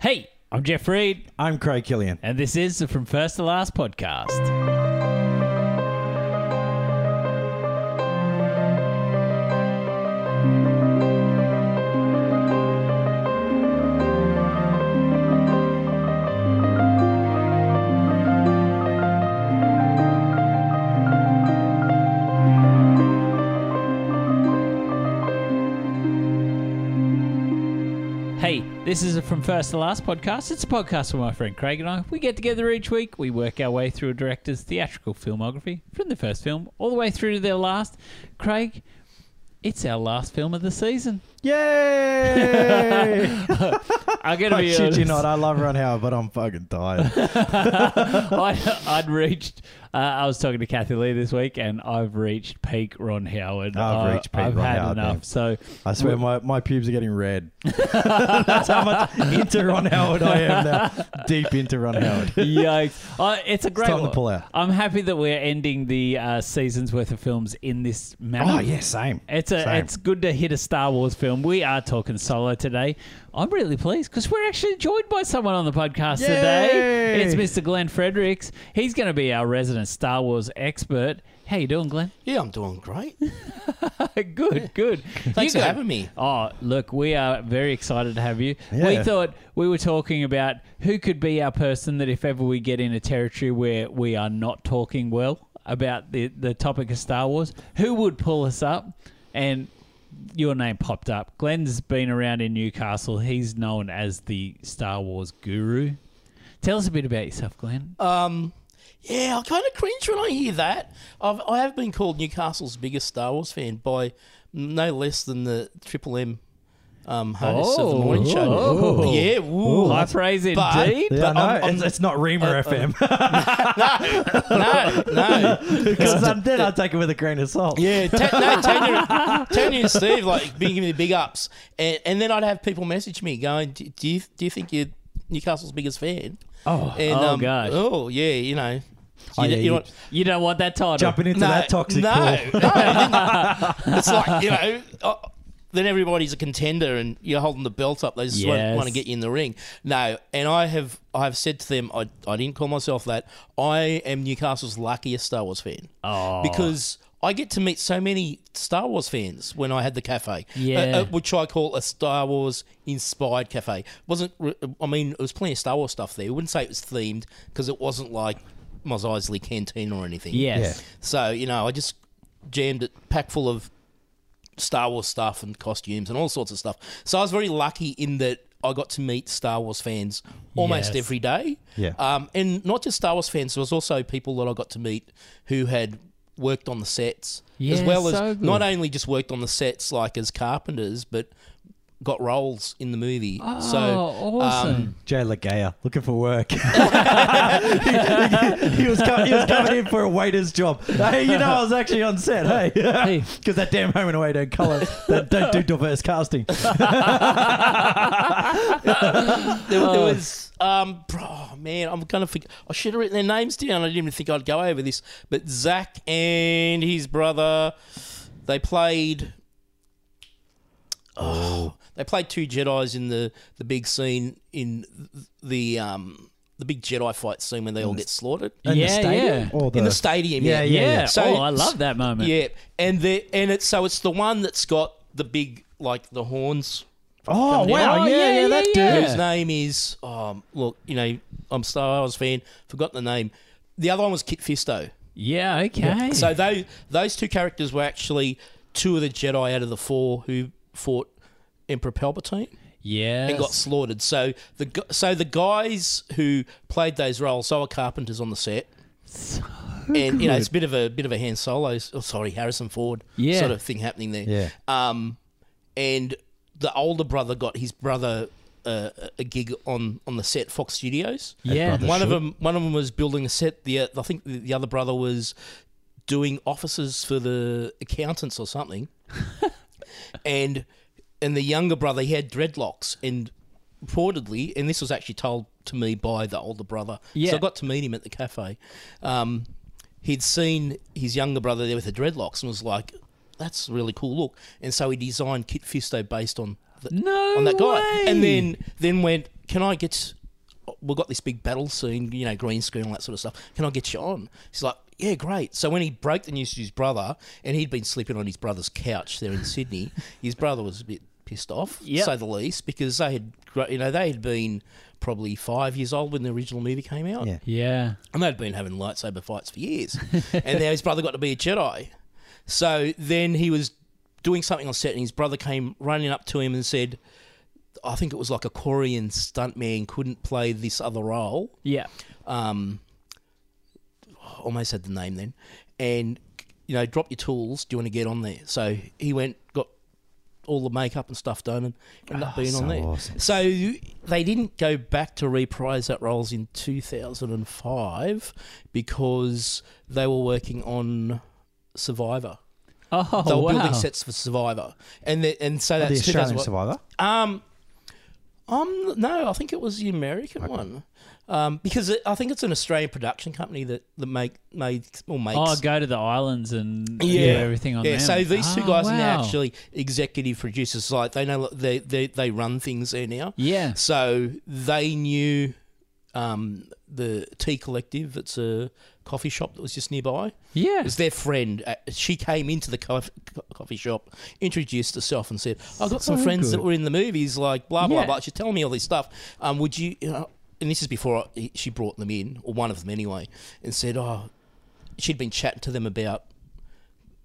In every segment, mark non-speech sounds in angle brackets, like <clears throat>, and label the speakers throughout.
Speaker 1: Hey, I'm Jeff Reed,
Speaker 2: I'm Craig Killian.
Speaker 1: and this is the From First to Last podcast. Hey, this is a From First to Last podcast. It's a podcast where my friend Craig and I, we get together each week, we work our way through a director's theatrical filmography from the first film all the way through to their last. Craig, it's our last film of the
Speaker 2: <laughs>
Speaker 1: season.
Speaker 2: Yay!
Speaker 1: I'm going to
Speaker 2: I
Speaker 1: be
Speaker 2: <laughs> shit you
Speaker 1: honest.
Speaker 2: not. I love Ron Howard, but I'm fucking tired.
Speaker 1: I, <laughs> I'd reached. Uh, I was talking to Kathy Lee this week, and I've reached peak Ron Howard.
Speaker 2: I've
Speaker 1: Uh,
Speaker 2: reached peak
Speaker 1: I've
Speaker 2: Ron
Speaker 1: had
Speaker 2: Howard,
Speaker 1: enough.
Speaker 2: man.
Speaker 1: So
Speaker 2: I swear, my, my pubes are getting red. <laughs> That's how much into Ron Howard I am now. Deep into Ron Howard.
Speaker 1: Yikes! <laughs> Uh, it's a great
Speaker 2: time to
Speaker 1: one.
Speaker 2: pull out.
Speaker 1: I'm happy that we're ending the uh, season's worth of films in this manner.
Speaker 2: Oh yeah, same.
Speaker 1: It's a,
Speaker 2: Same.
Speaker 1: it's good to hit a Star Wars film. We are talking solo today. I'm really pleased because we're actually joined by someone on the podcast
Speaker 2: Yay!
Speaker 1: today. It's Mr. Glenn Fredericks. He's going to be our resident Star Wars expert. How you doing, Glenn?
Speaker 3: Yeah, I'm doing great. <laughs>
Speaker 1: <laughs> good, good.
Speaker 3: Thanks for having me.
Speaker 1: Oh, look, we are very excited to have you. We
Speaker 2: Yeah.
Speaker 1: thought we were talking about who could be our person that if ever we get in a territory where we are not talking well about the, the topic of Star Wars, who would pull us up? And your name popped up. Glenn's been around in Newcastle. He's known as the Star Wars guru. Tell us a bit about yourself, Glenn.
Speaker 3: Um, yeah, I kind of cringe when I hear that. I've, I have been called Newcastle's biggest Star Wars fan by no less than the Triple M um, host of the morning show.
Speaker 1: Oh.
Speaker 3: Yeah, ooh,
Speaker 1: High praise
Speaker 3: but-
Speaker 1: indeed.
Speaker 2: Yeah,
Speaker 3: But
Speaker 2: no,
Speaker 3: I'm- I'm-
Speaker 2: it's, it's not Reamer <laughs> FM.
Speaker 3: no, no.
Speaker 2: Because I'm dead, I'll take it with a grain of salt.
Speaker 3: Yeah, t- no, Tanya, Tanya and Steve like been giving me the big ups, and, and then I'd have people message me going, "Do, do you do you think you're Newcastle's biggest fan?"
Speaker 2: Oh.
Speaker 3: and,
Speaker 1: Oh, gosh.
Speaker 3: oh yeah, you know, you,
Speaker 2: Oh, yeah,
Speaker 3: you,
Speaker 2: you-
Speaker 3: know what-
Speaker 1: You don't want that title.
Speaker 2: Jumping into that toxic
Speaker 3: no,
Speaker 2: pool.
Speaker 3: no, it didn't. it's like you know. Uh, then everybody's a contender, and you're holding the belt up. They just
Speaker 1: Yes.
Speaker 3: won't want to get you in the ring. No, and I have I've said to them, I, I didn't call myself that. I am Newcastle's luckiest Star Wars fan
Speaker 1: Oh.
Speaker 3: because I get to meet so many Star Wars fans when I had the cafe, uh,
Speaker 1: Yeah.
Speaker 3: uh, which I call a Star Wars inspired cafe. It wasn't re- I mean, it was plenty of Star Wars stuff there. I wouldn't say it was themed because it wasn't like Mos Eisley canteen or anything.
Speaker 1: Yes.
Speaker 3: So you know, I just jammed it pack full of Star Wars stuff and costumes and all sorts of stuff. So I was very lucky in that I got to meet Star Wars fans almost
Speaker 1: Yes.
Speaker 3: every day.
Speaker 2: Yeah.
Speaker 3: Um, and not just Star Wars fans, there was also people that I got to meet who had worked on the sets as
Speaker 1: Yeah,
Speaker 3: well as
Speaker 1: so good.
Speaker 3: not only just worked on the sets like as carpenters, but got roles in the movie. so
Speaker 1: oh, awesome.
Speaker 3: um,
Speaker 2: Jay Lagaya looking for work. <laughs> he, he- he was com- he was coming in for a waiter's job. Hey, you know I was actually on set. Hey, <laughs>
Speaker 3: um,
Speaker 1: Hey.
Speaker 2: because that damn home and away don't colour, they don't do
Speaker 1: <laughs>
Speaker 2: diverse casting.
Speaker 3: there, there was um bro, man i'm gonna forget i should have written their names down i didn't even think i'd go over this but zach and his brother they played oh, they played two jedis in the the big scene in the um the big jedi fight scene when they all get slaughtered
Speaker 2: In the
Speaker 1: Yeah,
Speaker 2: stadium
Speaker 1: yeah.
Speaker 2: or
Speaker 3: in the stadium
Speaker 2: Yeah,
Speaker 1: Yeah.
Speaker 2: yeah.
Speaker 3: So-
Speaker 1: oh, I love that moment.
Speaker 3: yeah and the and it's so it's the one that's got the big like the horns
Speaker 2: Oh wow!
Speaker 1: Oh,
Speaker 2: yeah,
Speaker 1: yeah,
Speaker 2: yeah, that
Speaker 1: yeah,
Speaker 2: dude.
Speaker 1: yeah.
Speaker 3: whose name is um, look, you know, I'm Star Wars fan, forgot the name. The other one was Kit Fisto.
Speaker 1: Yeah, okay.
Speaker 3: So those those two characters were actually two of the Jedi out of the four who fought Emperor Palpatine
Speaker 1: yeah.
Speaker 3: and got slaughtered. So the gu- so the guys who played those roles, so were carpenters on the set. and you know, it's a bit of a bit of a hand solo. Oh, sorry, Harrison Ford
Speaker 1: Yeah.
Speaker 3: sort of thing happening there.
Speaker 2: Yeah.
Speaker 3: Um, and the older brother got his brother uh, a gig on on the set Fox Studios.
Speaker 1: yeah.
Speaker 2: brother.
Speaker 3: One of them, one of them was building a set. The uh, I think the, the other brother was doing offices for the accountants or something. and and the younger brother, he had dreadlocks, and reportedly, and this was actually told to me by the older brother.
Speaker 1: Yeah.
Speaker 3: So I got to meet him at the cafe. Um, he'd seen his younger brother there with the dreadlocks and was like, "That's a really cool look." And so he designed Kit Fisto based on the,
Speaker 1: No
Speaker 3: on that guy,
Speaker 1: way.
Speaker 3: and then then went, can I get? We've got this big battle scene, you know, green screen, all that sort of stuff. Can I get you on? He's like, yeah, great. So when he broke the news to his brother, and he'd been sleeping on his brother's couch there in Sydney, his brother was a bit pissed off,
Speaker 4: Yep.
Speaker 3: say the least, because they had, gr- you know, they had been probably five years old when the original movie came out.
Speaker 2: Yeah.
Speaker 1: Yeah.
Speaker 3: And they'd been having lightsaber fights for years. and now his brother got to be a Jedi. So then he was doing something on set, and his brother came running up to him and said, I think it was like a Korean stuntman couldn't play this other role.
Speaker 1: Yeah.
Speaker 3: Um, almost had the name then. And, you know, drop your tools. Do you want to get on there? So he went, got all the makeup and stuff done, and ended up
Speaker 2: Oh,
Speaker 3: being
Speaker 2: so
Speaker 3: on there.
Speaker 2: awesome.
Speaker 3: So they didn't go back to reprise that roles in 2005 because they were working on Survivor.
Speaker 1: Oh
Speaker 3: they were
Speaker 1: wow.
Speaker 3: building sets for Survivor, and the, and so
Speaker 2: Oh, The
Speaker 3: that's
Speaker 2: Australian
Speaker 3: 2001.
Speaker 2: Survivor.
Speaker 3: Um, um, no, I think it was the American one, um, because it, I think it's an Australian production company that that make made or makes.
Speaker 1: Oh, go to the islands and
Speaker 3: Yeah.
Speaker 1: do everything on
Speaker 3: yeah,
Speaker 1: them.
Speaker 3: so these two
Speaker 1: Oh,
Speaker 3: guys are now
Speaker 1: wow.
Speaker 3: actually executive producers. Like they know they they, they run things there now.
Speaker 1: Yeah.
Speaker 3: So they knew um, the Tea Collective. It's a coffee shop that was just nearby. It
Speaker 1: Yeah.
Speaker 3: was their friend. Uh, She came into the cof- co- coffee shop, introduced herself, and said, "I've got some
Speaker 2: So
Speaker 3: friends that
Speaker 2: good.
Speaker 3: were in the movies, like blah blah
Speaker 1: Yeah.
Speaker 3: blah." She's telling me all this stuff. Um, would you? you know, and this is before I, she brought them in, or one of them anyway, and said, "Oh, she'd been chatting to them about."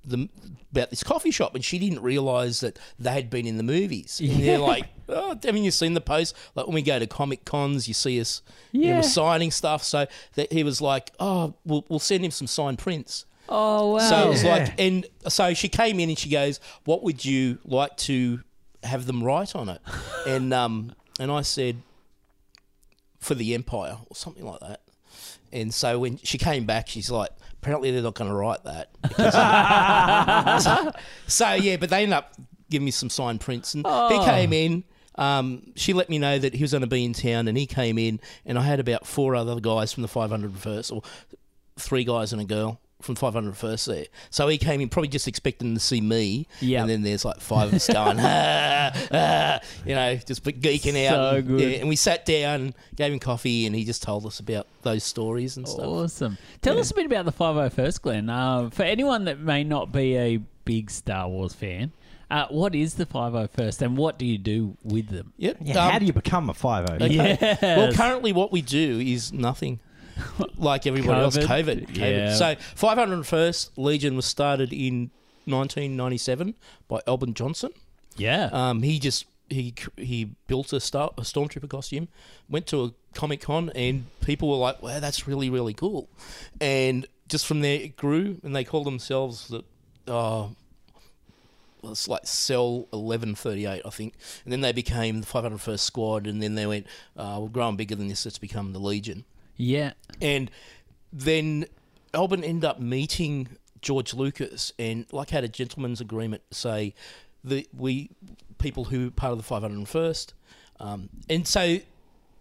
Speaker 3: The, about this coffee shop, and she didn't realize that they had been in the movies. And they're
Speaker 1: Yeah.
Speaker 3: like, oh, haven't you seen the post? Like when we go to Comic Cons, you see us, you know,
Speaker 1: Yeah.
Speaker 3: we're signing stuff. So that he was like, oh, we'll, we'll send him some signed prints.
Speaker 1: Oh wow.
Speaker 3: So it was
Speaker 2: Yeah.
Speaker 3: like, and so she came in and she goes, "What would you like to have them write on it?" and um, and I said, "For the Empire" or something like that. And so when she came back, she's like, "Apparently they're not going to write that." so yeah, but they ended up giving me some signed prints, and
Speaker 1: Oh.
Speaker 3: he came in. Um, she let me know that he was going to be in town, and he came in, and I had about four other guys from the 500 first, or three guys and a girl from 500 first there. So he came in probably just expecting to see me,
Speaker 1: Yeah.
Speaker 3: and then there's like five of us going, <laughs> ah, ah, you know, just geeking out.
Speaker 1: So
Speaker 3: and,
Speaker 1: good.
Speaker 3: yeah, and we sat down, and gave him coffee, and he just told us about those stories and stuff.
Speaker 1: Awesome. Tell us a bit about the 501st, Glenn. Uh, for anyone that may not be a big Star Wars fan, uh, what is the 501st and what do you do with them?
Speaker 3: Yep.
Speaker 2: Yeah,
Speaker 3: Um,
Speaker 2: how do you become a oh?
Speaker 3: <laughs>
Speaker 2: 5 0
Speaker 1: Yes.
Speaker 3: Well, currently, what we do
Speaker 1: <laughs>
Speaker 3: is nothing. Like everybody else,
Speaker 1: COVID.
Speaker 3: COVID. COVID.
Speaker 1: Yeah.
Speaker 3: So, 501st Legion was started in 1997 by Elbin Johnson.
Speaker 1: yeah.
Speaker 3: Um, he just he he built a star a stormtrooper costume, went to a comic con, and people were like, "Wow, that's really really cool," and just from there it grew, and they call themselves the. Uh, well, it's like cell eleven thirty eight, I think, and then they became the five hundred first squad, and then they went, uh, "We're growing bigger than this. Let's become the Legion."
Speaker 1: yeah.
Speaker 3: And then Albin ended up meeting George Lucas and like had a gentleman's agreement to say that we people who were part of the 501st. Um, and so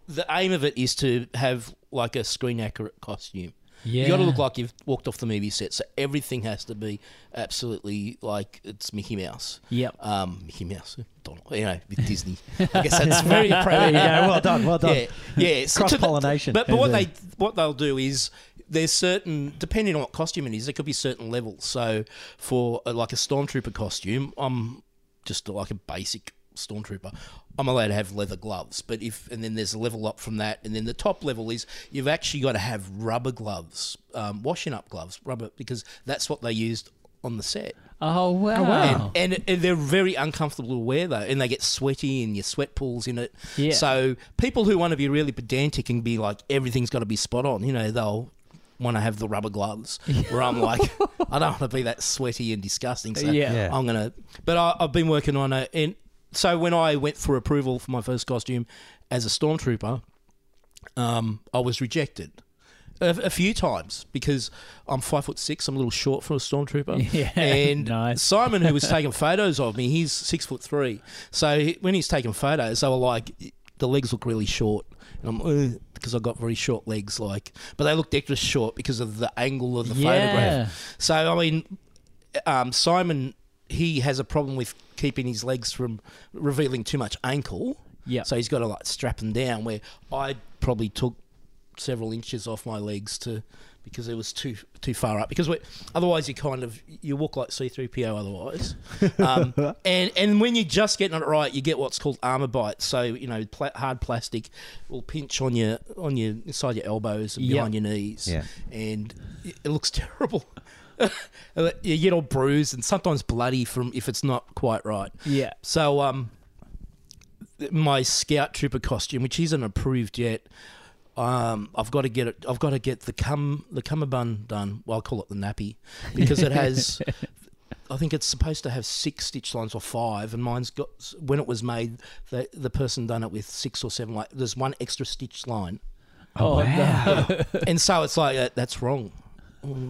Speaker 3: the aim of it is to have like a screen accurate costume. You got to
Speaker 1: Yeah.
Speaker 3: look like you've walked off the movie set, so everything has to be absolutely like it's Mickey Mouse.
Speaker 1: Yep.
Speaker 3: Um, Mickey Mouse, Donald, you know, with Disney. I
Speaker 2: <laughs>
Speaker 3: guess that's very appropriate.
Speaker 2: Well done. Well done.
Speaker 3: Yeah, yeah. So to the-
Speaker 2: Cross-pollination.
Speaker 3: But, but what
Speaker 2: There's
Speaker 3: they what they'll do is there's certain depending on what costume it is, there could be certain levels. So for uh like a stormtrooper costume, I'm just like a basic stormtrooper. I'm allowed to have leather gloves, but if and then there's a level up from that, and then the top level is you've actually got to have rubber gloves, um, washing up gloves, rubber because that's what they used on the set.
Speaker 1: Oh, wow.
Speaker 3: And, and, and they're very uncomfortable to wear though, and they get sweaty, and your sweat pools in it.
Speaker 1: Yeah.
Speaker 3: So people who want to be really pedantic and be like everything's got to be spot on, you know, they'll want to have the
Speaker 1: <laughs>
Speaker 3: rubber gloves. where I'm like, I don't want to be that sweaty and disgusting. So
Speaker 1: Yeah.
Speaker 2: Yeah.
Speaker 3: I'm gonna. But I, I've been working on it, and so when I went for approval for my first costume as a stormtrooper, um, I was rejected. A, a few times because I'm five foot six. I'm a little short for a
Speaker 1: <laughs>
Speaker 3: stormtrooper.
Speaker 1: Yeah,
Speaker 3: and
Speaker 1: nice.
Speaker 3: Simon, who was taking photos of me, he's six foot three. So he- when he's taking photos, they were like, the legs look really short. And I'm, "Ugh," because I've got very short legs, like, but they looked extra short because of the angle of the
Speaker 1: Yeah.
Speaker 3: photograph. So, I mean, um, Simon, he has a problem with keeping his legs from revealing too much ankle.
Speaker 1: Yeah.
Speaker 3: So he's got to like strap them down. Where I probably took several inches off my legs to because it was too too far up. Because we- otherwise you kind of you walk like C three PO otherwise. Um, and and when you're just getting it right, you get what's called armor bites. So you know pla- hard plastic will pinch on your on your inside your elbows and
Speaker 1: Yep.
Speaker 3: behind your knees.
Speaker 2: Yeah.
Speaker 3: And it it looks <laughs> terrible. you get all bruised and sometimes bloody from if it's not quite right.
Speaker 1: Yeah.
Speaker 3: So um, my scout trooper costume, which isn't approved yet, um, I've got to get it. I've got to get the cum the cummerbund done. Well, I call it the nappy because it has. I think it's supposed to have six stitch lines or five, and mine's got. When it was made, the the person done it with six or seven. Like there's one extra stitch line,
Speaker 1: Oh, no.
Speaker 3: and so it's like uh, that's wrong.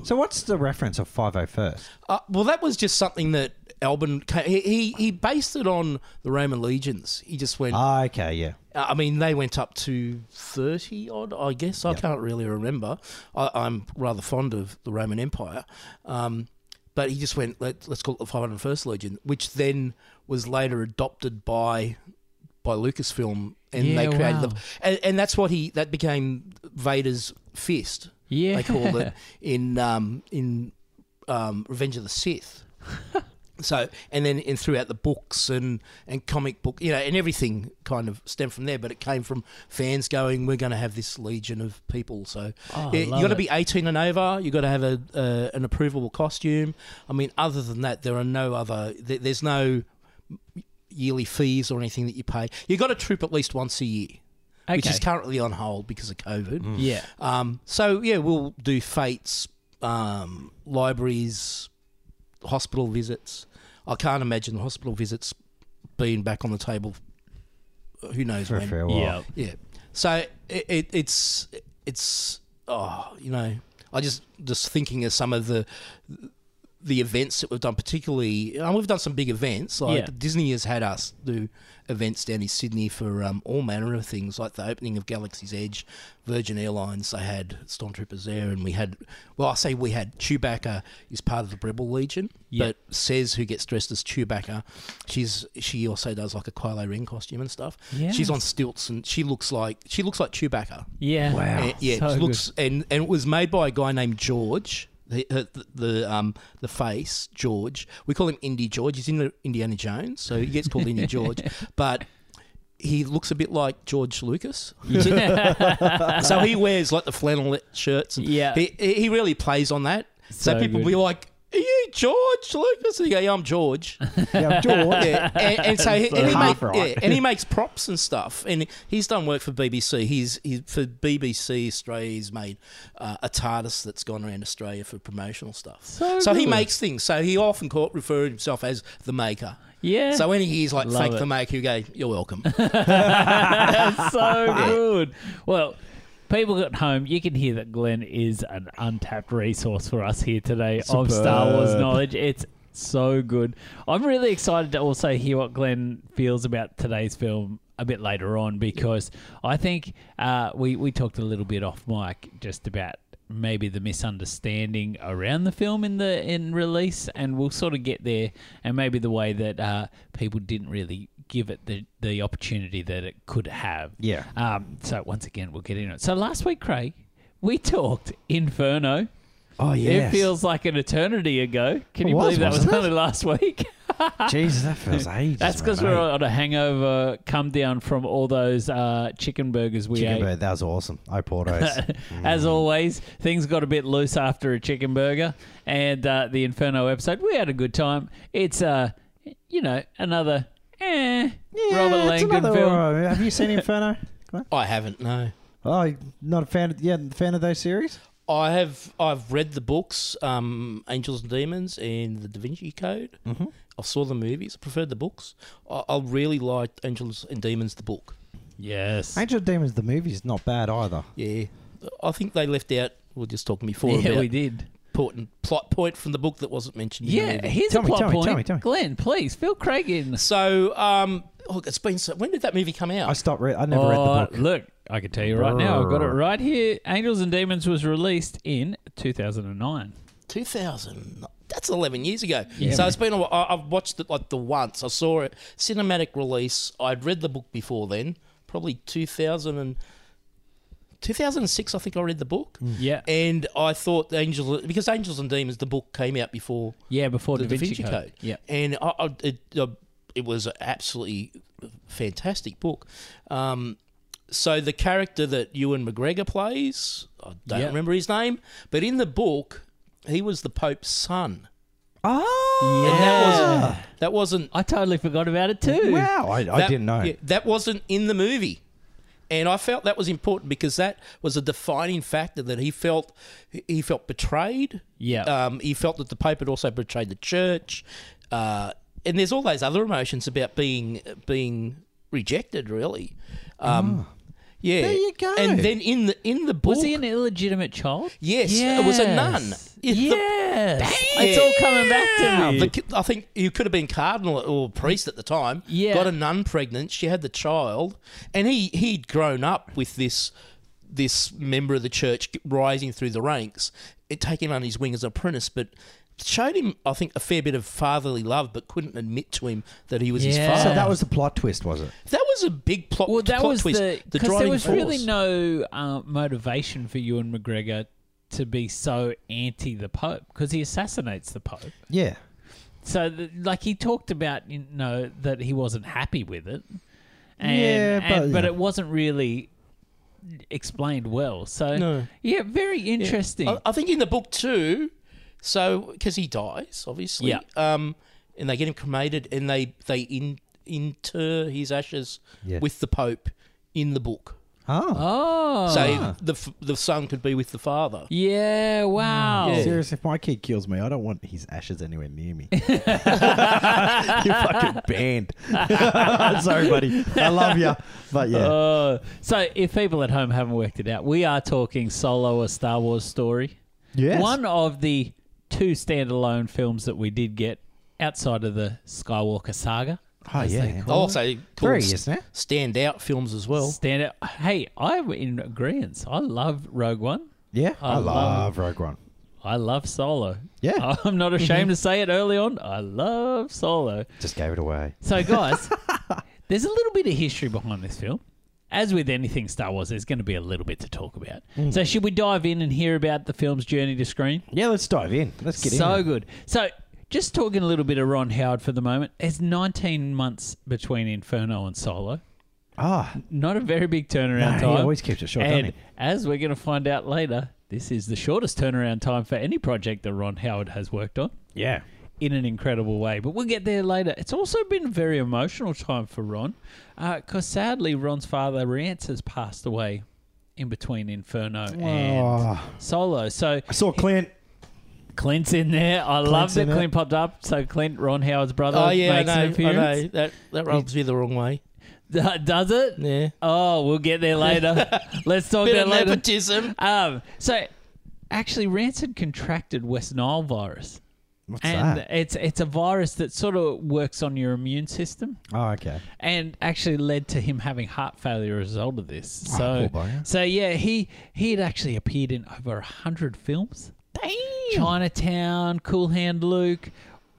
Speaker 2: So what's the reference of 501st?
Speaker 3: Uh, well, that was just something that Alban ca- he, he he based it on the Roman legions. He just went.
Speaker 2: Ah, okay, yeah.
Speaker 3: I mean, they went up to 30 odd, I guess. I can't really remember. I, I'm rather fond of the Roman Empire. Um, but he just went, Let, let's call it the 501st Legion, which then was later adopted by by Lucasfilm. And they
Speaker 1: Yeah,
Speaker 3: created
Speaker 1: wow.
Speaker 3: the. And, and that's what he. That became Vader's fist,
Speaker 1: yeah.
Speaker 3: they called it,
Speaker 1: <laughs>
Speaker 3: in, um, in um, Revenge of the Sith. So and then and throughout the books and and comic book, you know, and everything kind of stemmed from there. But it came from fans going, "We're going to have this legion of people." So
Speaker 1: Oh, I
Speaker 3: yeah, you
Speaker 1: love
Speaker 3: got to
Speaker 1: it.
Speaker 3: be eighteen and over. You got to have a uh, an approvable costume. I mean, other than that, there are no other. There, there's no yearly fees or anything that you pay. You got to troop at least once a year,
Speaker 1: Okay. Mm.
Speaker 3: which is currently on hold because of COVID.
Speaker 1: yeah.
Speaker 3: Um, so yeah, we'll do fates, um, libraries, hospital visits. I can't imagine the hospital visits being back on the table. Who knows
Speaker 2: For a
Speaker 3: when?
Speaker 2: fair while.
Speaker 1: Yeah.
Speaker 3: Yeah. So it, it, it's it's oh you know I just just thinking of some of the the events that we've done, particularly and we've done some big events. Like
Speaker 1: Yeah.
Speaker 3: Disney has had us do events down in Sydney for um, all manner of things, like the opening of Galaxy's Edge. Virgin Airlines they had stormtroopers there, and we had well I say we had Chewbacca is part of the Rebel Legion,
Speaker 1: Yeah.
Speaker 3: but says who gets dressed as Chewbacca, she's she also does like a Kylo Ren costume and stuff. She's on stilts and she looks like she looks like Chewbacca.
Speaker 1: Yeah.
Speaker 2: Wow.
Speaker 3: Uh, yeah,
Speaker 1: So
Speaker 3: she looks and and it was made by a guy named George. The, uh, the, the um the face George. We call him Indy George. He's in Indiana Jones, so he gets called
Speaker 1: <laughs>
Speaker 3: Indy George. But he looks a bit like
Speaker 1: <laughs>
Speaker 3: George Lucas. so he wears like the flannel shirts. And
Speaker 1: Yeah.
Speaker 3: he he he really plays on that. So,
Speaker 1: So
Speaker 3: people
Speaker 1: good.
Speaker 3: be like. Are you George Lucas? And you go, yeah, I'm George.
Speaker 2: Yeah,
Speaker 1: <laughs>
Speaker 2: George.
Speaker 3: Yeah, and, and so
Speaker 1: uh,
Speaker 3: he, and, he
Speaker 2: Half
Speaker 3: make,
Speaker 2: right.
Speaker 3: yeah, and he makes props and stuff, and he's done work for BBC. He's, he's for BBC Australia. He's made uh, a TARDIS that's gone around Australia for promotional stuff.
Speaker 1: So
Speaker 3: he
Speaker 1: good.
Speaker 3: makes things. So he often call, referred himself as the maker.
Speaker 1: Yeah. <laughs>
Speaker 3: So when he hears like
Speaker 1: Love
Speaker 3: "thank
Speaker 1: it.
Speaker 3: the maker," you go,
Speaker 1: <laughs>
Speaker 3: "You're welcome."
Speaker 1: That's so good. Well, people at home, you can hear that Glenn is an untapped resource for us here today of Star Wars
Speaker 2: Superb.
Speaker 1: knowledge. It's so good. I'm really excited to also hear what Glenn feels about today's film a bit later on because I think uh, we we talked a little bit off mic just about maybe the misunderstanding around the film in the in release and we'll sort of get there and maybe the way that uh, people didn't really give it the, the opportunity that it could have
Speaker 2: Yeah.
Speaker 1: um, so once again we'll get into it so last week craig we talked inferno
Speaker 2: Oh, yes.
Speaker 1: it <laughs> feels like an eternity ago can
Speaker 2: It
Speaker 1: you
Speaker 2: was,
Speaker 1: believe that was
Speaker 2: wasn't it?
Speaker 1: only last week
Speaker 2: Jesus, that feels ages.
Speaker 1: that's because
Speaker 2: man,
Speaker 1: we're
Speaker 2: eh?
Speaker 1: on a hangover come down from all those uh, chicken burgers we
Speaker 2: Chicken Mm.
Speaker 1: ate
Speaker 2: bird, that was awesome. Oh,
Speaker 1: <laughs>
Speaker 2: Porto's.
Speaker 1: As always, things got a bit loose after a chicken burger and uh, the Inferno episode. We had a good time. It's uh, you know, another eh, Robert
Speaker 2: it's
Speaker 1: Langdon
Speaker 2: another-
Speaker 1: film.
Speaker 2: oh, Have you seen Inferno?
Speaker 1: <laughs>
Speaker 2: Come on.
Speaker 3: I haven't. No,
Speaker 2: Oh, not a fan. Of, yeah, fan of those series.
Speaker 3: I have. I've read the books, um, Angels and Demons and The Da Vinci Code. Mm-hmm. I saw the movies. I preferred the books. I, I really liked Angels and Demons, the book.
Speaker 1: Yes.
Speaker 2: Angel Demons the movie's not bad either.
Speaker 3: Yeah, I think they left out. We were just talking before
Speaker 1: Yeah,
Speaker 3: about
Speaker 1: we did.
Speaker 3: important plot point from the book that wasn't mentioned. in the
Speaker 1: Yeah,
Speaker 3: movie.
Speaker 1: here's
Speaker 2: Tell
Speaker 1: a
Speaker 2: me,
Speaker 1: plot
Speaker 2: tell me,
Speaker 1: point.
Speaker 2: tell me, tell me.
Speaker 1: Glenn, please fill Craig in.
Speaker 3: So, um, look, it's been so. When did that movie come out?
Speaker 2: I stopped. Re- I never read
Speaker 1: Oh,
Speaker 2: the book.
Speaker 1: Look, I can tell you right now. I've got it right here. Angels and Demons was released in 2009.
Speaker 3: 2000. that's 11 years ago.
Speaker 1: Yeah,
Speaker 3: so it's been, a, I- I've watched it like the once. I saw it, cinematic release. I'd read the book before then, probably 2000 and, 2006, I think I read the book.
Speaker 1: Mm. Yeah.
Speaker 3: And I thought Angels, because Angels and Demons, the book came out before
Speaker 1: Yeah, before
Speaker 3: the
Speaker 1: Da Vinci, Code. Yeah.
Speaker 3: and I, I, it, uh, it was an absolutely fantastic book. Um, so the character that Ewan McGregor plays, I don't
Speaker 1: Yeah.
Speaker 3: remember his name, but in the book, he was the Pope's son.
Speaker 2: Oh,
Speaker 3: And that wasn't that wasn't
Speaker 1: I totally forgot about it too.
Speaker 2: wow. I, I
Speaker 3: that-
Speaker 2: didn't know.
Speaker 3: yeah, that wasn't in the movie. And I felt that was important because that was a defining factor that he felt he felt betrayed.
Speaker 1: Yeah.
Speaker 3: Um, he felt that the Pope had also betrayed the church. Uh, and there's all those other emotions about being being rejected, really. Um, Yeah.
Speaker 2: Ah. There you go.
Speaker 3: And then in the in the book,
Speaker 1: Was he an illegitimate child?
Speaker 3: Yes, it was a nun. It's the-
Speaker 1: Yes. it's all coming back to me.
Speaker 3: The ki- I think you could have been cardinal or priest at the time.
Speaker 1: Yeah.
Speaker 3: Got a nun pregnant. She had the child, and he he'd grown up with this this member of the church rising through the ranks. It take him under his wing as an apprentice, but showed him I think a fair bit of fatherly love, but couldn't admit to him that he was
Speaker 1: Yeah.
Speaker 3: his father.
Speaker 2: So that was the plot twist, was it?
Speaker 3: that was a big plot.
Speaker 1: well, that
Speaker 3: plot
Speaker 1: was
Speaker 3: twist.
Speaker 1: the
Speaker 3: the
Speaker 1: because there
Speaker 3: driving
Speaker 1: was really
Speaker 3: force.
Speaker 1: no uh, motivation for Ewan McGregor to be so anti the Pope because he assassinates the Pope.
Speaker 2: Yeah.
Speaker 1: So, th like, he talked about you know that he wasn't happy with it, and,
Speaker 2: Yeah,
Speaker 1: and-
Speaker 2: but-
Speaker 1: but it wasn't really explained well. So,
Speaker 3: No. Oh.
Speaker 1: yeah, very interesting.
Speaker 3: I, I think in the book too, so because he dies obviously,
Speaker 1: Yeah.
Speaker 3: um, and they get him cremated, and they they in, inter his ashes
Speaker 2: Yeah.
Speaker 3: with the Pope in the book,
Speaker 2: Oh.
Speaker 1: oh,
Speaker 3: so the f- the son could be with the father.
Speaker 1: Oh, yeah, wow.
Speaker 3: Yeah.
Speaker 2: Serious, if my kid kills me, I don't want his ashes anywhere
Speaker 1: <laughs>
Speaker 2: near me. <laughs> You're fucking banned. <laughs> Sorry, buddy. I love you. But yeah.
Speaker 1: Uh, so, if people at home haven't worked it out, we are talking Solo, a Star Wars story.
Speaker 2: yes.
Speaker 1: One of the two standalone films that we did get outside of the Skywalker saga.
Speaker 2: Oh,
Speaker 1: as they
Speaker 2: yeah.
Speaker 1: call it.
Speaker 3: Also,
Speaker 2: Three,
Speaker 3: called
Speaker 2: isn't it?
Speaker 3: stand out films as well.
Speaker 1: Stand out. Hey, I'm in agreement. I love Rogue One.
Speaker 2: Yeah.
Speaker 1: I
Speaker 2: I,
Speaker 1: love-
Speaker 2: love Rogue One.
Speaker 1: I love Solo.
Speaker 2: Yeah.
Speaker 1: <laughs>
Speaker 2: Mm-hmm.
Speaker 1: I'm not ashamed to say it early on. I love Solo.
Speaker 2: Just gave it away.
Speaker 1: So,
Speaker 2: <laughs>
Speaker 1: guys, there's a little bit of history behind this film. As with anything Star Wars, there's going to be a little bit to talk about.
Speaker 2: Mm.
Speaker 1: So, should we dive in and hear about the film's journey to screen?
Speaker 2: Yeah, let's dive in. Let's get
Speaker 1: so
Speaker 2: in.
Speaker 1: good. So, just talking a little bit of Ron Howard for the moment. It's 19 months between Inferno and Solo.
Speaker 2: Ah,
Speaker 1: Not a very big turnaround
Speaker 2: No, he
Speaker 1: time.
Speaker 2: always keeps it short,
Speaker 1: And
Speaker 2: doesn't he?
Speaker 1: as we're going to find out later, this is the shortest turnaround time for any project that Ron Howard has worked on
Speaker 2: yeah.
Speaker 1: in an incredible way. But we'll get there later. It's also been a very emotional time for Ron because sadly, Ron's father, Rance, has passed away in between Inferno and
Speaker 2: Wow.
Speaker 1: Solo. So
Speaker 2: Ah. I saw Clint.
Speaker 1: Clint's in there. I love
Speaker 2: Clint's
Speaker 1: that
Speaker 2: in it.
Speaker 1: Clint popped up. So Clint, Ron Howard's brother,
Speaker 3: Oh yeah, I
Speaker 1: uh, makes
Speaker 3: know,
Speaker 1: an
Speaker 3: I
Speaker 1: appearance.
Speaker 3: know. That that rubs me the wrong way.
Speaker 1: <laughs> Does it?
Speaker 3: Yeah,
Speaker 1: Oh, we'll get there
Speaker 2: <laughs>
Speaker 1: later. Let's talk
Speaker 3: bit
Speaker 1: about
Speaker 3: of
Speaker 1: later.
Speaker 3: nepotism.
Speaker 1: Um, so actually, Rancid contracted West Nile virus,
Speaker 2: What's
Speaker 1: and
Speaker 2: that?
Speaker 1: it's it's a virus that sort of works on your immune system,
Speaker 2: Oh, okay.
Speaker 1: and actually led to him having heart failure as a result of this. So,
Speaker 2: Oh, poor bugger.
Speaker 1: so yeah, he he had actually appeared in over a hundred films.
Speaker 2: Damn.
Speaker 1: Chinatown, Cool Hand Luke,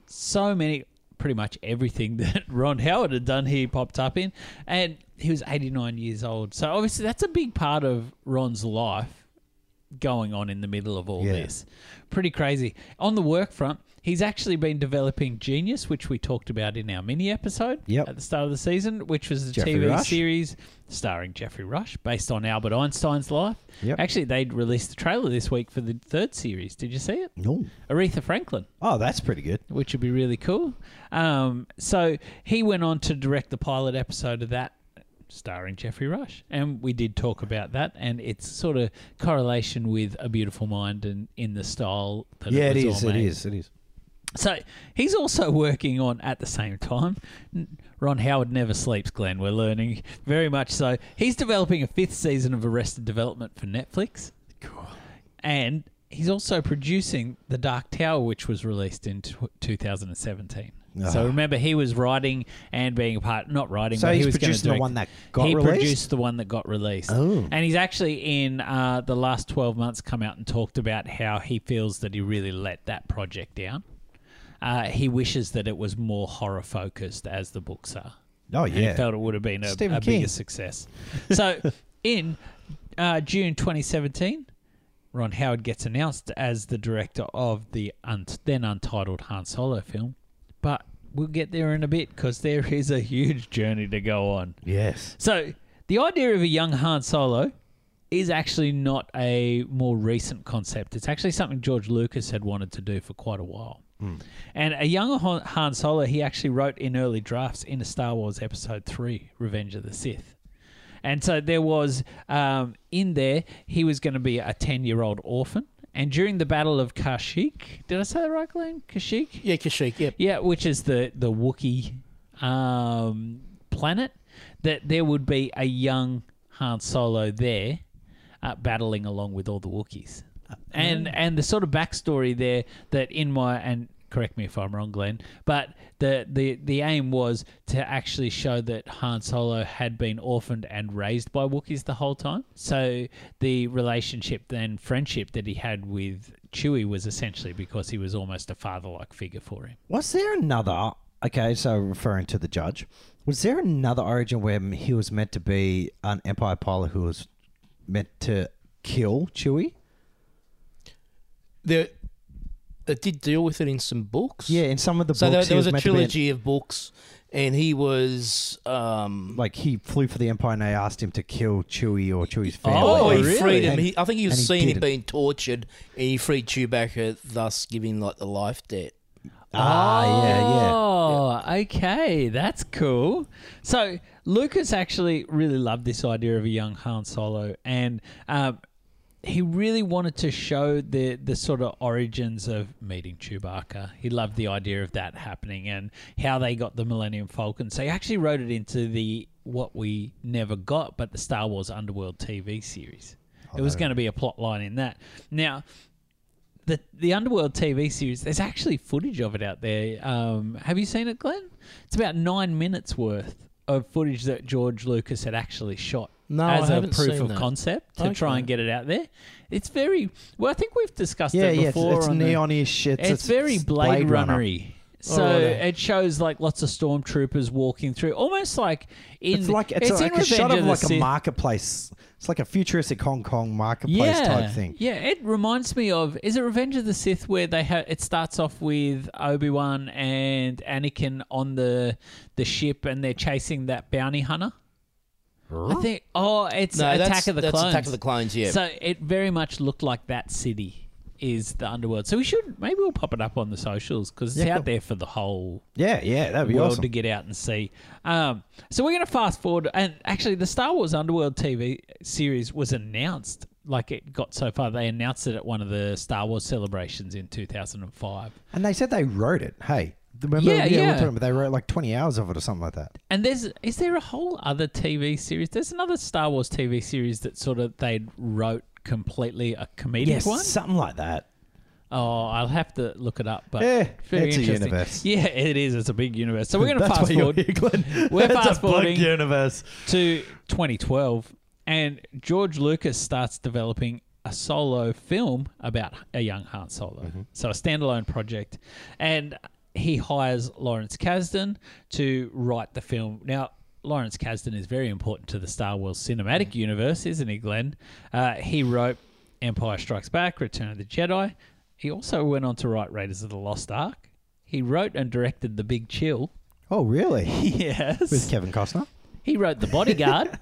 Speaker 1: so many, pretty much everything <laughs> that Ron Howard had done, he popped up in. And he was 89 years old. So obviously, that's a big part of Ron's life going on in the middle of all
Speaker 2: Yeah.
Speaker 1: this. Pretty crazy. On the work front, he's actually been developing Genius, which we talked about in our mini episode
Speaker 2: Yep.
Speaker 1: at the start of the season, which was a
Speaker 2: Jeffrey
Speaker 1: TV
Speaker 2: Rush.
Speaker 1: series starring Jeffrey Rush based on Albert Einstein's life.
Speaker 2: Yep.
Speaker 1: Actually, they'd released the trailer this week for the third series. Did you see it?
Speaker 2: No.
Speaker 1: Aretha Franklin,
Speaker 2: Oh, that's pretty good.
Speaker 1: which would be really cool. Um, so he went on to direct the pilot episode of that, starring Jeffrey Rush, and we did talk about that and its sort of correlation with A Beautiful Mind and in the style. That
Speaker 2: yeah, it
Speaker 1: it, was
Speaker 2: is.
Speaker 1: all
Speaker 2: It
Speaker 1: made.
Speaker 2: is. It is.
Speaker 1: So he's also working on at the same time. N- Ron Howard never sleeps, Glenn. We're learning very much so. He's developing a fifth season of Arrested Development for Netflix.
Speaker 2: Oh,
Speaker 1: And he's also producing The Dark Tower, which was released in tw 2017. So
Speaker 2: Ah.
Speaker 1: remember, he was writing and being a part, not writing,
Speaker 2: So
Speaker 1: but he
Speaker 2: he's
Speaker 1: was gonna
Speaker 2: producing the
Speaker 1: direct-
Speaker 2: one that got
Speaker 1: he
Speaker 2: released?
Speaker 1: produced the one that got released.
Speaker 2: Oh.
Speaker 1: And he's actually in uh, the last 12 months come out and talked about how he feels that he really let that project down uh, he wishes that it was more horror focused as the books are.
Speaker 2: Oh
Speaker 1: And he
Speaker 2: yeah.
Speaker 1: felt it would have been a,
Speaker 2: Stephen
Speaker 1: a bigger
Speaker 2: King.
Speaker 1: success.
Speaker 2: <laughs>
Speaker 1: So in uh, June 2017, Ron Howard gets announced as the director of the unt- then untitled Han Solo film, but we'll get there in a bit because there is a huge journey to go on.
Speaker 2: Yes.
Speaker 1: So the idea of a young Han Solo is actually not a more recent concept. It's actually something George Lucas had wanted to do for quite a while. And a young Han Han Solo he actually wrote in early drafts in a Star Wars Episode Three: Revenge of the Sith. And so there was um, in there he was going to be a ten-year-old orphan. And during the Battle of Kashyyyk, did I say that right, Glenn? Kashyyyk.
Speaker 3: Yeah, Kashyyyk. Yep.
Speaker 1: Yeah, which is the the Wookiee um, planet. That there would be a young Han Solo there, uh, battling along with all the Wookiees, and and the sort of backstory there that in my and correct me if I'm wrong, Glenn, but the the the aim was to actually show that Han Solo had been orphaned and raised by Wookiees the whole time. So the relationship then friendship that he had with Chewie was essentially because he was almost a father like figure for him.
Speaker 2: Was there another? Okay, so referring to the judge, was there another origin where he was meant to be an Empire pilot who was meant to kill Chewie?
Speaker 3: There, it did deal with it in some books.
Speaker 2: Yeah, in some of the
Speaker 3: So there,
Speaker 2: books,
Speaker 3: there
Speaker 2: he
Speaker 3: was
Speaker 2: was,
Speaker 3: a
Speaker 2: meant to be an-
Speaker 3: trilogy of books, and he was. Um,
Speaker 2: like he flew for the Empire and they asked him to kill Chewie or Chewie's family.
Speaker 3: Oh, he
Speaker 1: really?
Speaker 3: freed him.
Speaker 2: And-
Speaker 3: He, I think he was
Speaker 2: and he
Speaker 3: seen him
Speaker 2: didn't.
Speaker 3: being tortured, and he freed Chewbacca, thus giving like the life debt.
Speaker 2: ah, yeah, yeah.
Speaker 1: Oh, okay. That's cool. So Lucas actually really loved this idea of a young Han Solo, and um, he really wanted to show the the sort of origins of meeting Chewbacca. He loved the idea of that happening and how they got the Millennium Falcon. So he actually wrote it into the what we never got, but the Star Wars Underworld TV series.
Speaker 2: Oh,
Speaker 1: It was going to be a plot line in that. Now, the the Underworld TV series. There's actually footage of it out there. Um, have you seen it, Glenn? It's about nine minutes worth of footage that George Lucas had actually shot.
Speaker 3: No,
Speaker 1: as
Speaker 3: I
Speaker 1: a
Speaker 3: haven't
Speaker 1: proof
Speaker 3: seen
Speaker 1: of
Speaker 3: that.
Speaker 1: concept to try
Speaker 3: Okay.
Speaker 1: and get it out there. It's very well. I think we've discussed
Speaker 2: Yeah,
Speaker 1: it
Speaker 2: yeah, it's,
Speaker 1: before.
Speaker 2: it's
Speaker 1: on the-
Speaker 2: neonish. It's,
Speaker 1: it's, very Blade,
Speaker 2: Runner. Oh,
Speaker 1: Runnery. So
Speaker 3: Alrighty.
Speaker 1: it shows like lots of stormtroopers walking through, almost like in
Speaker 2: It's like it's,
Speaker 1: in
Speaker 2: like a shot
Speaker 1: Revenge
Speaker 2: of
Speaker 1: the
Speaker 2: like a
Speaker 1: Sith.
Speaker 2: marketplace. It's like a futuristic Hong Kong marketplace type thing.
Speaker 1: Yeah, it reminds me of is it Revenge of the Sith where they ha- it starts off with Obi Wan and Anakin on the the ship and they're chasing that bounty hunter. I think oh it's
Speaker 3: No,
Speaker 1: Attack
Speaker 3: that's,
Speaker 1: of the
Speaker 3: that's
Speaker 1: Clones.
Speaker 3: Attack of the Clones. Yeah.
Speaker 1: So it very much looked like that city is the underworld. So we should maybe we'll pop it up on the socials because it's
Speaker 2: Yeah,
Speaker 1: out
Speaker 2: cool.
Speaker 1: there for the whole
Speaker 2: Yeah, yeah, that'd be
Speaker 1: world
Speaker 2: awesome.
Speaker 1: to get out and see. Um, so we're going to fast forward, and actually, the Star Wars Underworld TV series was announced. Like it got so far, they announced it at one of the Star Wars celebrations in 2005.
Speaker 2: And they said they wrote it. Hey, remember?
Speaker 1: Yeah,
Speaker 2: we
Speaker 1: yeah.
Speaker 2: were talking about they wrote like twenty hours of it or something like that.
Speaker 1: And there's is there a whole other TV series? There's another Star Wars TV series that sort of they wrote completely a comedic one.
Speaker 2: something like that.
Speaker 1: Oh, I'll have to look it up. But
Speaker 2: Yeah,
Speaker 1: very
Speaker 2: it's a
Speaker 1: interesting. <laughs>
Speaker 2: universe.
Speaker 1: Yeah, it is. It's a big universe. So we're going to
Speaker 2: <laughs> That's
Speaker 1: fast
Speaker 2: why you're
Speaker 1: forward.
Speaker 2: here, Glenn.
Speaker 1: <laughs> We're
Speaker 2: It's a bug
Speaker 1: fast-forwarding.
Speaker 2: universe.
Speaker 1: to 2012, and George Lucas starts developing a solo film about a young Han Solo. So a standalone project, and he hires Lawrence Kasdan to write the film. Now. Lawrence Kasdan is very important to the Star Wars cinematic universe, isn't he, Glenn? Uh, he wrote Empire Strikes Back, Return of the Jedi. He also went on to write Raiders of the Lost Ark. He wrote and directed The Big Chill. <laughs>
Speaker 2: Oh, really?
Speaker 1: Yes.
Speaker 2: With Kevin Costner.
Speaker 1: he wrote The Bodyguard.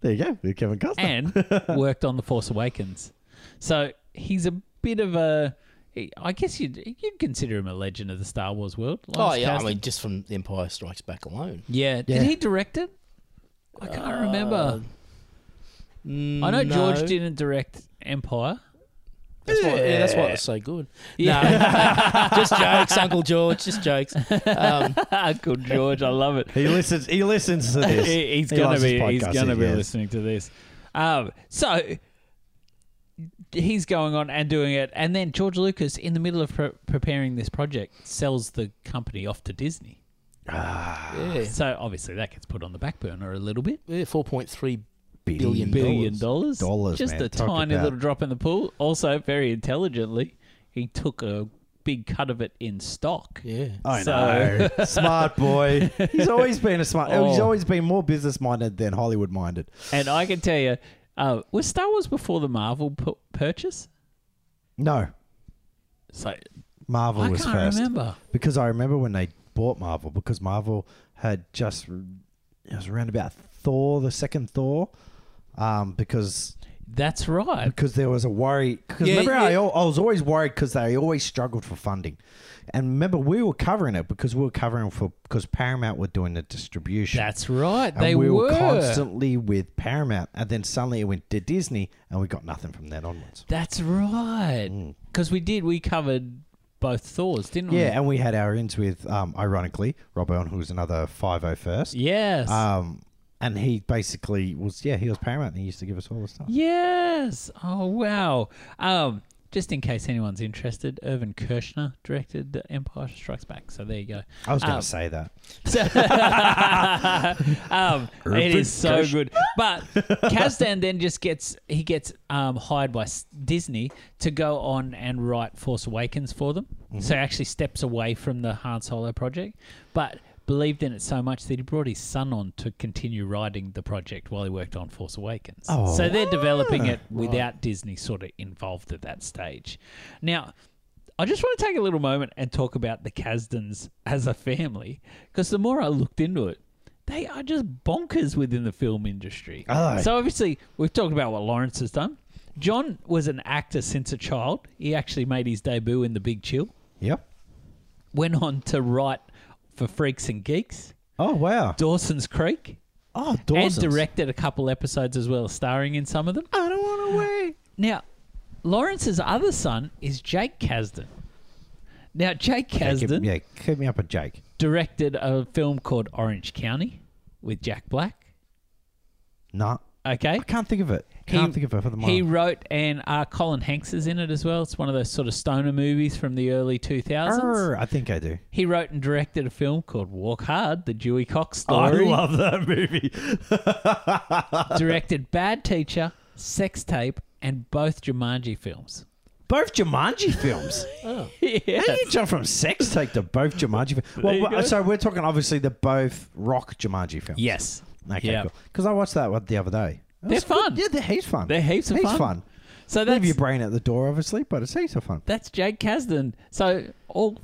Speaker 2: There you go. With Kevin Costner.
Speaker 1: and worked on the Force Awakens. So he's a bit of a, I guess you'd you'd consider him a legend of the Star Wars world.
Speaker 3: oh
Speaker 1: Lawrence
Speaker 3: yeah, I
Speaker 1: Kasdan.
Speaker 3: mean just from The Empire Strikes Back alone.
Speaker 1: yeah.
Speaker 2: Yeah.
Speaker 1: Did he direct it? I can't remember. I know George didn't direct Empire.
Speaker 3: That's why, yeah, that's why it's so good. No, <laughs> just jokes, Uncle George. Just jokes. <laughs> Um,
Speaker 1: Good George, I love it.
Speaker 2: he listens. He
Speaker 1: <laughs>
Speaker 2: listens to this.
Speaker 1: He- he's
Speaker 2: He
Speaker 1: gonna
Speaker 2: loves his
Speaker 1: be he's
Speaker 2: podcast,
Speaker 1: gonna
Speaker 2: he
Speaker 1: be
Speaker 2: is.
Speaker 1: listening to this. Um, so he's going on and doing it, and then George Lucas, in the middle of pre- preparing this project, sells the company off to Disney.
Speaker 2: Ah.
Speaker 3: yeah,
Speaker 1: So obviously that gets put on the back burner a little bit.
Speaker 3: yeah four point three
Speaker 2: Billion
Speaker 3: billion
Speaker 1: Billion
Speaker 3: billion.
Speaker 1: dollars,
Speaker 2: Dollars,
Speaker 1: just
Speaker 2: man.
Speaker 1: a
Speaker 2: Talk
Speaker 1: tiny
Speaker 2: about-
Speaker 1: little drop in the pool. Also, very intelligently, he took a big cut of it in stock.
Speaker 3: Yeah.
Speaker 2: I
Speaker 1: So- <laughs>
Speaker 2: know. smart boy. He's always been a smart. He's
Speaker 1: Oh.
Speaker 2: always been more business minded than Hollywood minded.
Speaker 1: And I can tell you, uh, was Star Wars before the Marvel pu- purchase?
Speaker 2: No,
Speaker 1: So
Speaker 2: Marvel
Speaker 1: I
Speaker 2: was
Speaker 1: can't
Speaker 2: first
Speaker 1: remember.
Speaker 2: because I remember when they bought Marvel because Marvel had just it was around about Thor, the second Thor, um, because
Speaker 1: That's right.
Speaker 2: because there was a worry. Because
Speaker 3: Yeah,
Speaker 2: remember, I,
Speaker 3: yeah.
Speaker 2: al- I was always worried because they always struggled for funding, and remember we were covering it because we were covering for because Paramount were doing the distribution.
Speaker 1: That's right.
Speaker 2: and
Speaker 1: they
Speaker 2: we
Speaker 1: were.
Speaker 2: were constantly with Paramount, and then suddenly it went to Disney, and we got nothing from then onwards.
Speaker 1: That's
Speaker 2: Mm.
Speaker 1: right. Because we did. We covered both Thors, didn't
Speaker 2: Yeah, and we had our ins with, um, ironically, Rob Owen, who was another 501st.
Speaker 1: we? Yes.
Speaker 2: Um, and he basically was, yeah, he was Paramount, and he used to give us all the stuff.
Speaker 1: yes. Oh wow. Um, just in case anyone's interested, Irvin Kershner directed The Empire Strikes Back. So there you go.
Speaker 2: I was going
Speaker 1: <laughs>
Speaker 2: to
Speaker 1: Um,
Speaker 2: say that.
Speaker 1: um, it is so
Speaker 2: Irvin Kershner.
Speaker 1: good. But Kazdan then just gets he gets um, hired by S- Disney to go on and write Force Awakens for them. So he actually steps away from the Han Solo project, but believed in it so much that he brought his son on to continue writing the project while he worked on Force Awakens.
Speaker 2: Oh.
Speaker 1: so they're developing it without Disney sort of involved at that stage. Now. I just want to take a little moment and talk about the Kasdans as a family because the more I looked into it, they are just bonkers within the film industry.
Speaker 2: Aye.
Speaker 1: So obviously, we've talked about what Lawrence has done. John was an actor since a child. He actually made his debut in The Big Chill.
Speaker 2: Yep.
Speaker 1: Went on to write for Freaks and Geeks,
Speaker 2: Oh, wow.
Speaker 1: Dawson's Creek,
Speaker 2: Oh, Dawson's.
Speaker 1: and directed a couple episodes as well, starring in some of them.
Speaker 2: I don't want
Speaker 1: <laughs>
Speaker 2: to wait.
Speaker 1: Now, Lawrence's other son is Jake Kasdan. Now, Jake
Speaker 2: Keep-
Speaker 1: Kasdan
Speaker 2: yeah, keep me up with Jake.
Speaker 1: directed a film called Orange County with Jack Black.
Speaker 2: No,
Speaker 1: Okay.
Speaker 2: I can't think of it. Can't
Speaker 1: He-
Speaker 2: think of it for the
Speaker 1: He
Speaker 2: moment.
Speaker 1: wrote, and uh, Colin Hanks is in it as well. It's one of those sort of stoner movies from the early 2000s.
Speaker 2: Arr, I think I do.
Speaker 1: He wrote and directed a film called Walk Hard, the Dewey Cox story.
Speaker 2: that movie. <laughs>
Speaker 1: directed Bad Teacher, Sex Tape, and both Jumanji films. <laughs>
Speaker 2: Both Jumanji films.
Speaker 1: yeah.
Speaker 2: How do you jump from sex tape to both Jumanji films?
Speaker 1: you
Speaker 2: Well,
Speaker 1: go.
Speaker 2: well, so we're talking obviously the both rock Jumanji
Speaker 1: <laughs>
Speaker 2: films.
Speaker 1: Yes.
Speaker 2: Okay,
Speaker 1: Yeah.
Speaker 2: cool. Because I watched that one the other day. It
Speaker 1: They're
Speaker 2: was good.
Speaker 1: fun.
Speaker 2: Yeah, they're heaps fun.
Speaker 1: They're heaps of fun. So
Speaker 2: Leave
Speaker 1: that's,
Speaker 2: your brain at the door, obviously, but it's heaps of fun.
Speaker 1: that's Jake Kasdan. So all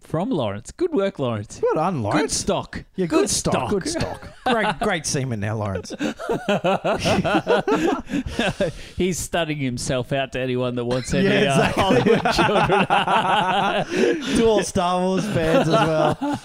Speaker 1: from Lawrence. Good work, Lawrence.
Speaker 2: Good on,
Speaker 1: Good
Speaker 2: Lawrence.
Speaker 1: stock. <laughs>
Speaker 2: yeah, good, stock. Good stock. great, great semen
Speaker 1: <laughs>
Speaker 2: now, Lawrence.
Speaker 1: He's studying himself out to anyone that wants any
Speaker 2: Yeah,
Speaker 1: uh, Hollywood <laughs> children.
Speaker 2: <laughs> to all Star Wars fans
Speaker 1: <laughs>
Speaker 2: as well.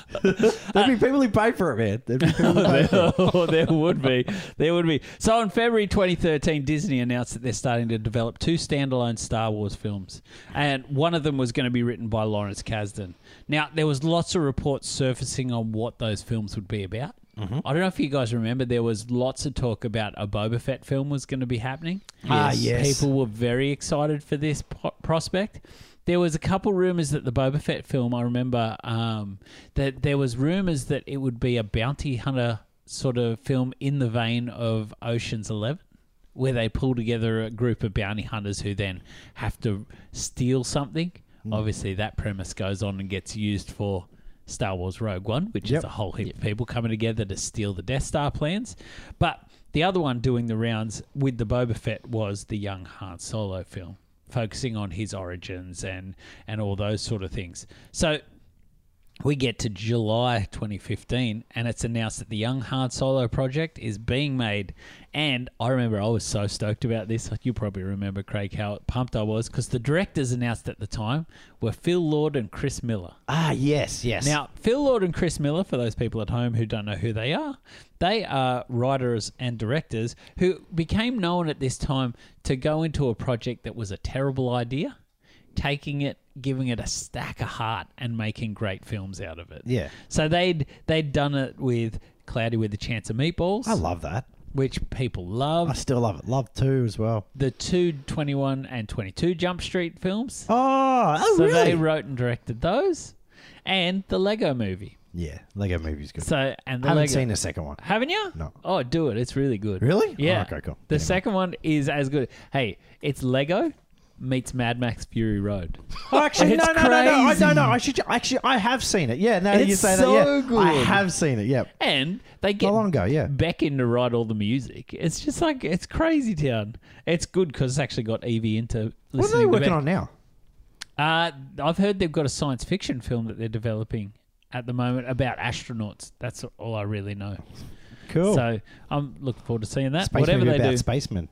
Speaker 2: There'd be people who pay for it, man. There'd be people who pay for it.
Speaker 1: <laughs> oh, there would be. There would be. So in February 2013, Disney announced that they're starting to develop two standalone Star Wars films. And one of them was going to be written by Lawrence Kasdan. Now, there was lots of reports surfacing on what those films would be about. I don't know if you guys remember, there was lots of talk about a Boba Fett film was going to be happening.
Speaker 2: Ah, yes.
Speaker 1: People were very excited for this po- prospect. There was a couple rumors that the Boba Fett film, I remember, um, that there was rumors that it would be a bounty hunter sort of film in the vein of Ocean's Eleven, where they pull together a group of bounty hunters who then have to steal something. Obviously, that premise goes on and gets used for Star Wars Rogue One, which
Speaker 2: Yep.
Speaker 1: is a whole heap of people coming together to steal the Death Star plans. But the other one doing the rounds with the Boba Fett was the young Han Solo film, focusing on his origins and and all those sort of things. So we get to July 2015, and it's announced that the Young Hard Solo project is being made. And I remember I was so stoked about this. You probably remember, Craig, how pumped I was because the directors announced at the time were Phil Lord and Chris Miller.
Speaker 2: Ah, yes, yes.
Speaker 1: Now, Phil Lord and Chris Miller, for those people at home who don't know who they are, they are writers and directors who became known at this time to go into a project that was a terrible idea, taking it, giving it a stack of heart, and making great films out of it.
Speaker 2: Yeah.
Speaker 1: So they'd they'd done it with Cloudy with a Chance of Meatballs,
Speaker 2: I love that.
Speaker 1: which people
Speaker 2: I
Speaker 1: loved.
Speaker 2: still love it. Love two as well.
Speaker 1: The two 21 and 22 Jump Street films.
Speaker 2: Oh, oh
Speaker 1: so
Speaker 2: really?
Speaker 1: they wrote and directed those, and the Lego movie.
Speaker 2: yeah, Lego Movie's good.
Speaker 1: So and the
Speaker 2: I haven't
Speaker 1: Lego,
Speaker 2: seen the second one.
Speaker 1: haven't you?
Speaker 2: No.
Speaker 1: Oh, do it. It's really good.
Speaker 2: Really?
Speaker 1: Yeah.
Speaker 2: Oh, okay, cool.
Speaker 1: The
Speaker 2: Damn it.
Speaker 1: second one is as good. Hey, it's Lego, meets Mad Max Fury Road.
Speaker 2: Oh, actually,
Speaker 1: It's
Speaker 2: no, no, no, no, I
Speaker 1: crazy.
Speaker 2: don't know. I should actually, I have seen it. Yeah, now that you
Speaker 1: It's
Speaker 2: say that,
Speaker 1: so
Speaker 2: yeah,
Speaker 1: good.
Speaker 2: I have seen it. Yeah,
Speaker 1: And they get
Speaker 2: not long ago. Yeah,
Speaker 1: back in to write all the music. It's just like it's crazy town. It's good because it's actually got Evie into listening.
Speaker 2: what are they
Speaker 1: to
Speaker 2: working
Speaker 1: Beck-
Speaker 2: on now?
Speaker 1: Uh, I've heard they've got a science fiction film that they're developing at the moment about astronauts. That's all I really know.
Speaker 2: Cool.
Speaker 1: So I'm looking forward to seeing that.
Speaker 2: Space
Speaker 1: Whatever
Speaker 2: movie
Speaker 1: they
Speaker 2: about
Speaker 1: do.
Speaker 2: spacemen.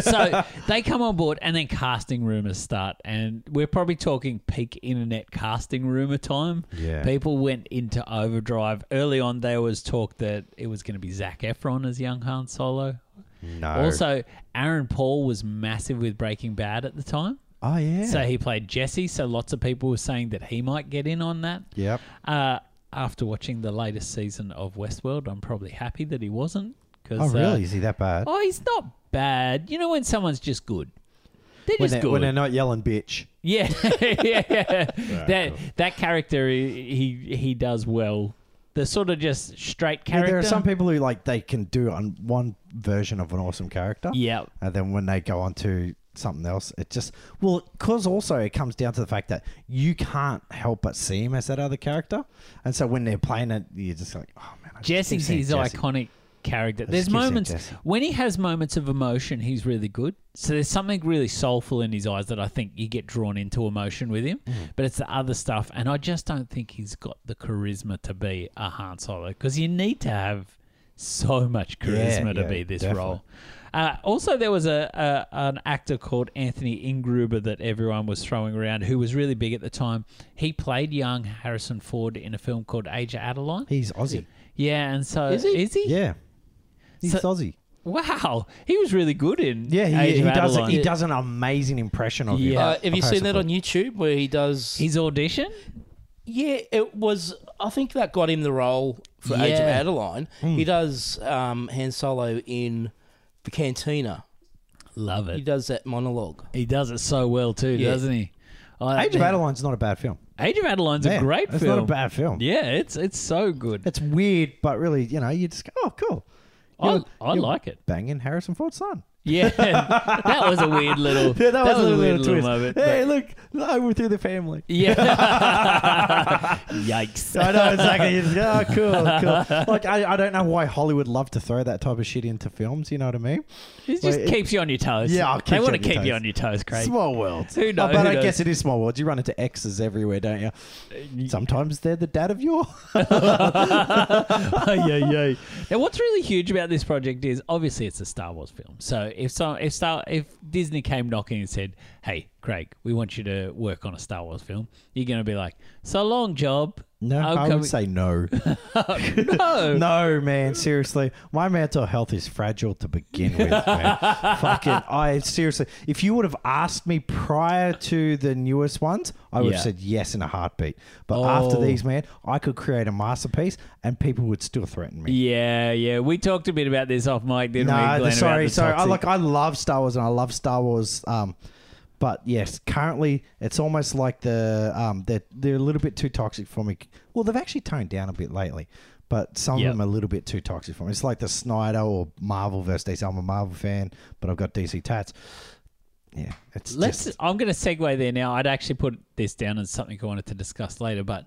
Speaker 1: so they come on board and then casting rumors start. And we're probably talking peak internet casting rumor time.
Speaker 2: Yeah.
Speaker 1: People went into overdrive. Early on, there was talk that it was going to be Zach Efron as young Han Solo.
Speaker 2: No.
Speaker 1: Also, Aaron Paul was massive with Breaking Bad at the time.
Speaker 2: oh yeah.
Speaker 1: So he played Jesse. So lots of people were saying that he might get in on that.
Speaker 2: yep.
Speaker 1: Uh, after watching the latest season of Westworld, I'm probably happy that he wasn't. Cause,
Speaker 2: Oh
Speaker 1: uh,
Speaker 2: really? Is he that bad?
Speaker 1: oh, he's not bad. You know when someone's just good. They're
Speaker 2: when,
Speaker 1: just
Speaker 2: they're, when
Speaker 1: good.
Speaker 2: they're not yelling, bitch.
Speaker 1: yeah, <laughs> yeah. that that character he he- he does well. The sort of just straight
Speaker 2: Yeah,
Speaker 1: character.
Speaker 2: there are some people who like they can do on one version of an awesome character.
Speaker 1: Yeah,
Speaker 2: and then when they go on to something else, it just well, because also it comes down to the fact that you can't help but see him as that other character, and so when they're playing it, you're just like, oh man, I just keep
Speaker 1: Jesse's
Speaker 2: seeing
Speaker 1: his
Speaker 2: Jesse.
Speaker 1: iconic character.
Speaker 2: just
Speaker 1: There's
Speaker 2: keep saying
Speaker 1: moments
Speaker 2: Jesse.
Speaker 1: when he has moments of emotion, he's really good. So there's something really soulful in his eyes that I think you get drawn into emotion with
Speaker 2: Hmm.
Speaker 1: him. But it's the other stuff, and I just don't think he's got the charisma to be a Han Solo because you need to have so much
Speaker 2: Yeah,
Speaker 1: charisma to
Speaker 2: yeah,
Speaker 1: be this
Speaker 2: definitely.
Speaker 1: role. Uh, also, there was a, a an actor called Anthony Ingruber that everyone was throwing around, who was really big at the time. He played young Harrison Ford in a film called Age of Adeline.
Speaker 2: He's Aussie.
Speaker 1: Yeah, and so
Speaker 3: Is he?
Speaker 2: Yeah, he's
Speaker 1: So-
Speaker 2: Aussie.
Speaker 1: Wow, he was really good in
Speaker 2: Yeah, he,
Speaker 1: Age
Speaker 2: he
Speaker 1: of
Speaker 2: does.
Speaker 1: Adeline.
Speaker 2: He does an amazing impression of
Speaker 1: Yeah.
Speaker 2: him.
Speaker 3: Uh, have you seen that on YouTube where he does?
Speaker 1: His audition.
Speaker 3: yeah, it was. I think that got him the role for Age of
Speaker 1: Yeah.
Speaker 3: Adeline.
Speaker 2: Hmm.
Speaker 3: He does um, Han Solo in the Cantina.
Speaker 1: Love
Speaker 3: He
Speaker 1: it.
Speaker 3: does that monologue.
Speaker 1: He does it so well too,
Speaker 3: Yeah.
Speaker 1: doesn't he? I-
Speaker 2: Age of Adeline's not a bad film.
Speaker 1: Age of Adeline's
Speaker 2: Yeah,
Speaker 1: a great
Speaker 2: it's
Speaker 1: film.
Speaker 2: not a bad film.
Speaker 1: Yeah, it's it's so good.
Speaker 2: It's weird, but really, you know, you just go, oh, cool.
Speaker 1: I,
Speaker 2: You're-
Speaker 1: I
Speaker 2: you're
Speaker 1: like
Speaker 2: <laughs>
Speaker 1: it.
Speaker 2: Banging Harrison Ford's son.
Speaker 1: Yeah, that was a weird little.
Speaker 2: Yeah, that, was, a
Speaker 1: weird
Speaker 2: little, twist.
Speaker 1: moment. but-
Speaker 2: hey, look, over through the family.
Speaker 1: <laughs>
Speaker 2: <laughs>
Speaker 1: Yeah. Yikes.
Speaker 2: I know exactly. It's, oh, cool, cool.
Speaker 1: <laughs>
Speaker 2: Like I, I don't know why Hollywood love to throw that type of shit into films. You know what I mean?
Speaker 1: It just
Speaker 2: Well, it-
Speaker 1: keeps you on your toes.
Speaker 2: Yeah, I'll
Speaker 1: they
Speaker 2: keep
Speaker 1: want to
Speaker 2: you on your
Speaker 1: keep you
Speaker 2: toes.
Speaker 1: on your toes, Craig.
Speaker 2: Small world.
Speaker 1: Who knows?
Speaker 2: Oh, but
Speaker 1: Who
Speaker 2: I
Speaker 1: knows? Uh,
Speaker 2: guess it is small world. You run into exes everywhere, don't you? Sometimes they're the dad of your.
Speaker 1: <laughs> yeah, yeah. Now, what's really huge about this project is obviously it's a Star Wars film. So if some, if Star, if Disney came knocking and said, "Hey, Craig, we want you to work on a Star Wars film," you're going to be like, "So long, job."
Speaker 2: No,
Speaker 1: I'll
Speaker 2: I
Speaker 1: come-
Speaker 2: would say no.
Speaker 1: <laughs>
Speaker 2: <laughs>
Speaker 1: no.
Speaker 2: No, man, seriously. My mental health is fragile to begin with,
Speaker 1: <laughs>
Speaker 2: man. Fucking, I seriously. If you would have asked me prior to the newest ones, I would
Speaker 1: Yeah.
Speaker 2: have said yes in a heartbeat. But after
Speaker 1: Oh.
Speaker 2: these, man, I could create a masterpiece and people would still threaten me.
Speaker 1: Yeah, yeah. We talked a bit about this off mic, didn't we?
Speaker 2: No,
Speaker 1: Glenn, about
Speaker 2: sorry,
Speaker 1: the
Speaker 2: sorry. I,
Speaker 1: toxic-
Speaker 2: like, I love Star Wars and I love Star Wars. Um, but yes, currently it's almost like the um, they're, they're a little bit too toxic for me. Well, they've actually toned down a bit lately, but some
Speaker 1: Yep.
Speaker 2: of them are a little bit too toxic for me. It's like the Snyder or Marvel versus DC. I'm a Marvel fan, but I've got DC tats. Yeah, it's
Speaker 1: Let's.
Speaker 2: just
Speaker 1: I'm going to segue there now. I'd actually put this down as something I wanted to discuss later, but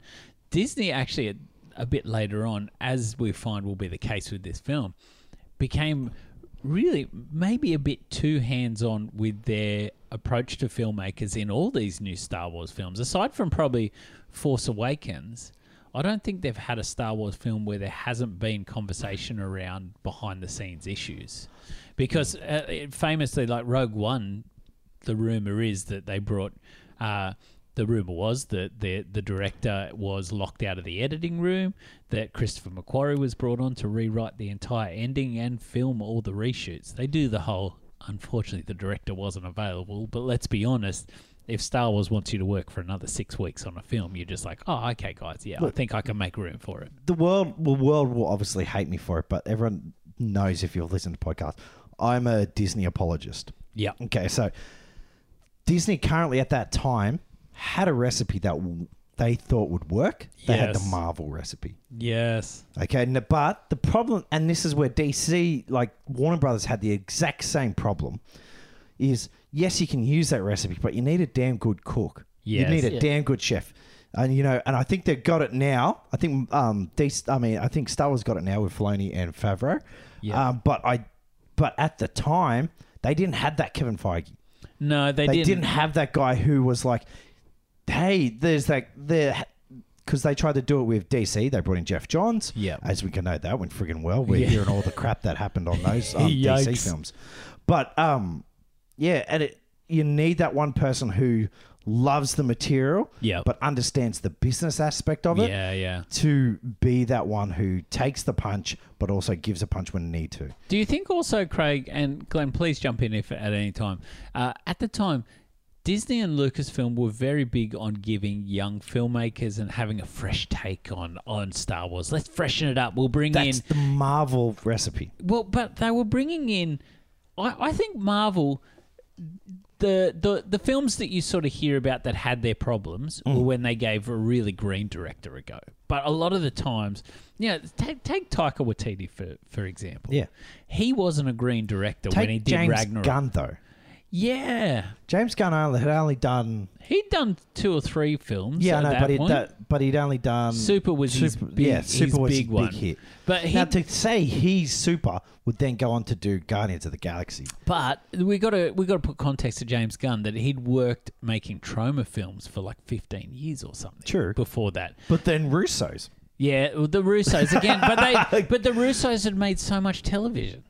Speaker 1: Disney actually a, a bit later on, as we find will be the case with this film, became really maybe a bit too hands-on with their approach to filmmakers in all these new Star Wars films. Aside from probably Force Awakens, I don't think they've had a Star Wars film where there hasn't been conversation around behind the scenes issues. Because uh, it- famously, like Rogue One, the rumor is that they brought uh, the rumor was that the the director was locked out of the editing room that Christopher McQuarrie was brought on to rewrite the entire ending and film all the reshoots they do the whole unfortunately the director wasn't available but let's be honest if Star Wars wants you to work for another six weeks on a film, you're just like, oh, okay, guys, yeah, I think I can make room for it.
Speaker 2: the world. The world will obviously hate me for it, but everyone knows if you've listened to podcasts. I'm a Disney apologist.
Speaker 1: Yeah,
Speaker 2: Okay, so Disney currently at that time had a recipe that w- they thought would work. They had the
Speaker 1: Yes.
Speaker 2: Marvel recipe.
Speaker 1: yes,
Speaker 2: Okay, n- but the problem, and this is where DC, like Warner Brothers, had the exact same problem. is yes, you can use that recipe, but you need a damn good cook.
Speaker 1: Yes.
Speaker 2: You need a
Speaker 1: Yeah.
Speaker 2: damn good chef. And you know, and I think they've got it now. I think um these I mean, I think Star Wars got it now with Filoni and Favreau.
Speaker 1: Yeah.
Speaker 2: Um, but I but at the time they didn't have that Kevin Feige.
Speaker 1: No, they,
Speaker 2: They
Speaker 1: didn't.
Speaker 2: didn't, have that guy who was like, "Hey, there's that there," because they tried to do it with DC. They brought in Jeff Johns.
Speaker 1: Yeah.
Speaker 2: as we can know, that went friggin' well. We're
Speaker 1: Yeah.
Speaker 2: hearing all the crap that happened on
Speaker 1: <laughs>
Speaker 2: those um, DC
Speaker 1: Yikes.
Speaker 2: films, but um, yeah, and it you need that one person who loves the material,
Speaker 1: Yeah.
Speaker 2: but understands the business aspect of it.
Speaker 1: Yeah, yeah.
Speaker 2: To be that one who takes the punch, but also gives a punch when need to.
Speaker 1: Do you think also, Craig and Glenn, please jump in if at any time. Uh, at the time, Disney and Lucasfilm were very big on giving young filmmakers and having a fresh take on on Star Wars. Let's freshen it up. We'll bring
Speaker 2: That's
Speaker 1: in
Speaker 2: the Marvel recipe.
Speaker 1: well, but they were bringing in. I, I think Marvel. The, the the films that you sort of hear about that had their problems were when they gave a really green director a go. But a lot of the times, you know, take, take Taika Waititi for for example.
Speaker 2: Yeah.
Speaker 1: he wasn't a green director
Speaker 2: Take
Speaker 1: when he did
Speaker 2: James
Speaker 1: Ragnarok.
Speaker 2: Gunn though.
Speaker 1: Yeah,
Speaker 2: James Gunn only, had only done
Speaker 1: he'd done two or three films.
Speaker 2: yeah,
Speaker 1: at
Speaker 2: no,
Speaker 1: that
Speaker 2: but he'd,
Speaker 1: point.
Speaker 2: that, but he'd only done
Speaker 1: Super was his big-
Speaker 2: yeah,
Speaker 1: his
Speaker 2: Super was
Speaker 1: big
Speaker 2: his
Speaker 1: one.
Speaker 2: big hit.
Speaker 1: But he-
Speaker 2: now to say he's Super would then go on to do Guardians of the Galaxy.
Speaker 1: But we got to we got to put context to James Gunn that he'd worked making trauma films for like 15 years or something.
Speaker 2: True.
Speaker 1: Before that,
Speaker 2: But then Russo's.
Speaker 1: yeah, well, the Russos again. but
Speaker 2: <laughs>
Speaker 1: they but the Russos had made so much television.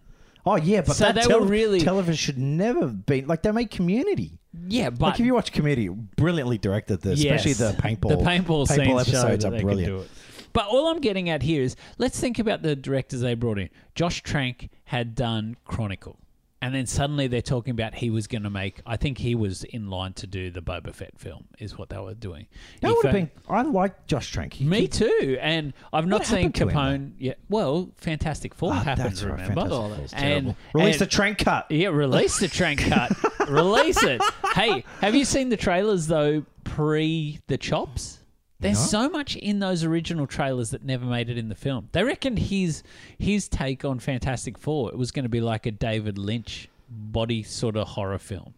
Speaker 2: Oh yeah, but
Speaker 1: So
Speaker 2: that
Speaker 1: they
Speaker 2: tele-
Speaker 1: were really-
Speaker 2: television should never have been like they made Community.
Speaker 1: Yeah, but
Speaker 2: like if you watch Community, brilliantly directed this,
Speaker 1: Yes.
Speaker 2: especially the paintball.
Speaker 1: The paintball, scenes show
Speaker 2: episodes
Speaker 1: that
Speaker 2: are
Speaker 1: they can do
Speaker 2: brilliant.
Speaker 1: it. But all I'm getting at here is let's think about the directors they brought in. Josh Trank had done Chronicle. And then suddenly they're talking about he was going to make. I think he was in line to do the Boba Fett film, is what they were doing.
Speaker 2: That
Speaker 1: If,
Speaker 2: would have
Speaker 1: uh,
Speaker 2: been. I like Josh Trank. He-
Speaker 1: me too. And I've not
Speaker 2: What
Speaker 1: seen
Speaker 2: happened to him,
Speaker 1: Capone yet. Well, Fantastic Four
Speaker 2: Ah,
Speaker 1: happened.
Speaker 2: that's right,
Speaker 1: remember?
Speaker 2: Fantastic
Speaker 1: and,
Speaker 2: Four
Speaker 1: and
Speaker 2: was Release the Trank cut.
Speaker 1: yeah, release the Trank cut. release it. Hey, have you seen the trailers though pre the chops? There's so much in those original trailers that never made it in the film. They reckoned his his take on Fantastic Four it was going to be like a David Lynch body sort of horror film.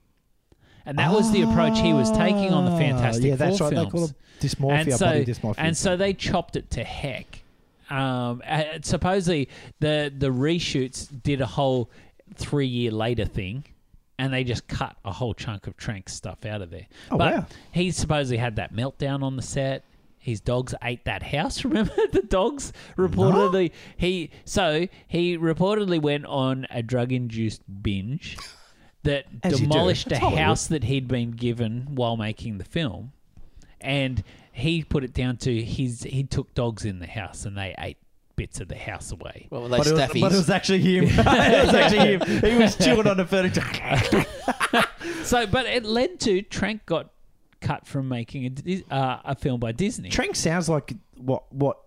Speaker 1: And that was the approach he was taking on the
Speaker 2: Ah,
Speaker 1: Fantastic
Speaker 2: yeah, that's
Speaker 1: Four
Speaker 2: right. They
Speaker 1: films.
Speaker 2: call it dysmorphia,
Speaker 1: and so,
Speaker 2: body dysmorphia.
Speaker 1: And so they chopped it to heck. Um, uh, supposedly the the reshoots did a whole three year later thing, and they just cut a whole chunk of Trank's stuff out of there.
Speaker 2: Oh,
Speaker 1: but
Speaker 2: wow.
Speaker 1: he supposedly had that meltdown on the set. His dogs ate that house. <laughs> Remember the dogs reportedly he so he reportedly went on a drug induced binge that
Speaker 2: As you do.
Speaker 1: demolished a
Speaker 2: That's Hollywood.
Speaker 1: house that he'd been given while making the film, and he put it down to his he took dogs in the house and they ate bits of the house away.
Speaker 3: Well, they
Speaker 2: But it, was,
Speaker 3: staffies.
Speaker 2: but it was actually him. <laughs> it
Speaker 3: <laughs>
Speaker 2: was actually him. He was chewing on the <laughs> furniture.
Speaker 1: So, but it led to Trank got cut from making a, Dis- uh, a film by Disney.
Speaker 2: Trank sounds like what what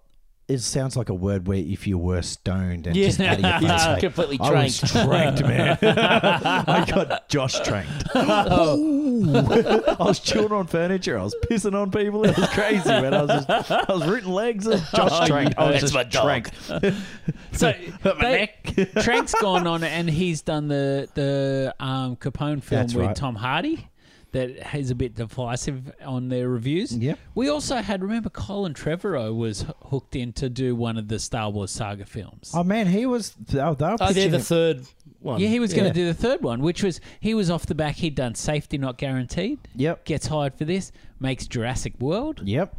Speaker 2: it sounds like a word where if you were stoned and just
Speaker 1: Yeah.
Speaker 2: out of your
Speaker 3: He's
Speaker 2: face, mate.
Speaker 3: <laughs> completely
Speaker 2: I was
Speaker 3: tranked.
Speaker 2: tranked,
Speaker 3: <laughs>
Speaker 2: man. <laughs> I got Josh tranked.
Speaker 3: Oh.
Speaker 2: <laughs> I was chewing on furniture. I was pissing on people. It was crazy, man. I was just, I was rooting legs. And Josh tranked. I was
Speaker 3: Oh, That's
Speaker 2: just
Speaker 3: my dog.
Speaker 2: tranked.
Speaker 3: <laughs>
Speaker 1: So they- Trank's gone on and he's done the the um, Capone film
Speaker 2: That's
Speaker 1: with
Speaker 2: right.
Speaker 1: Tom Hardy that is a bit divisive on their reviews.
Speaker 2: Yep.
Speaker 1: We also had remember Colin Trevorrow was h- hooked in to do one of the Star Wars saga films.
Speaker 2: Oh man, he was. Oh, they were
Speaker 3: oh, they're
Speaker 2: pitching
Speaker 3: the
Speaker 2: him.
Speaker 3: third one.
Speaker 1: yeah, he was going
Speaker 2: yeah.
Speaker 1: to do the third one, which was he was off the back. He'd done Safety Not Guaranteed.
Speaker 2: Yep.
Speaker 1: Gets hired for this, makes Jurassic World.
Speaker 2: Yep.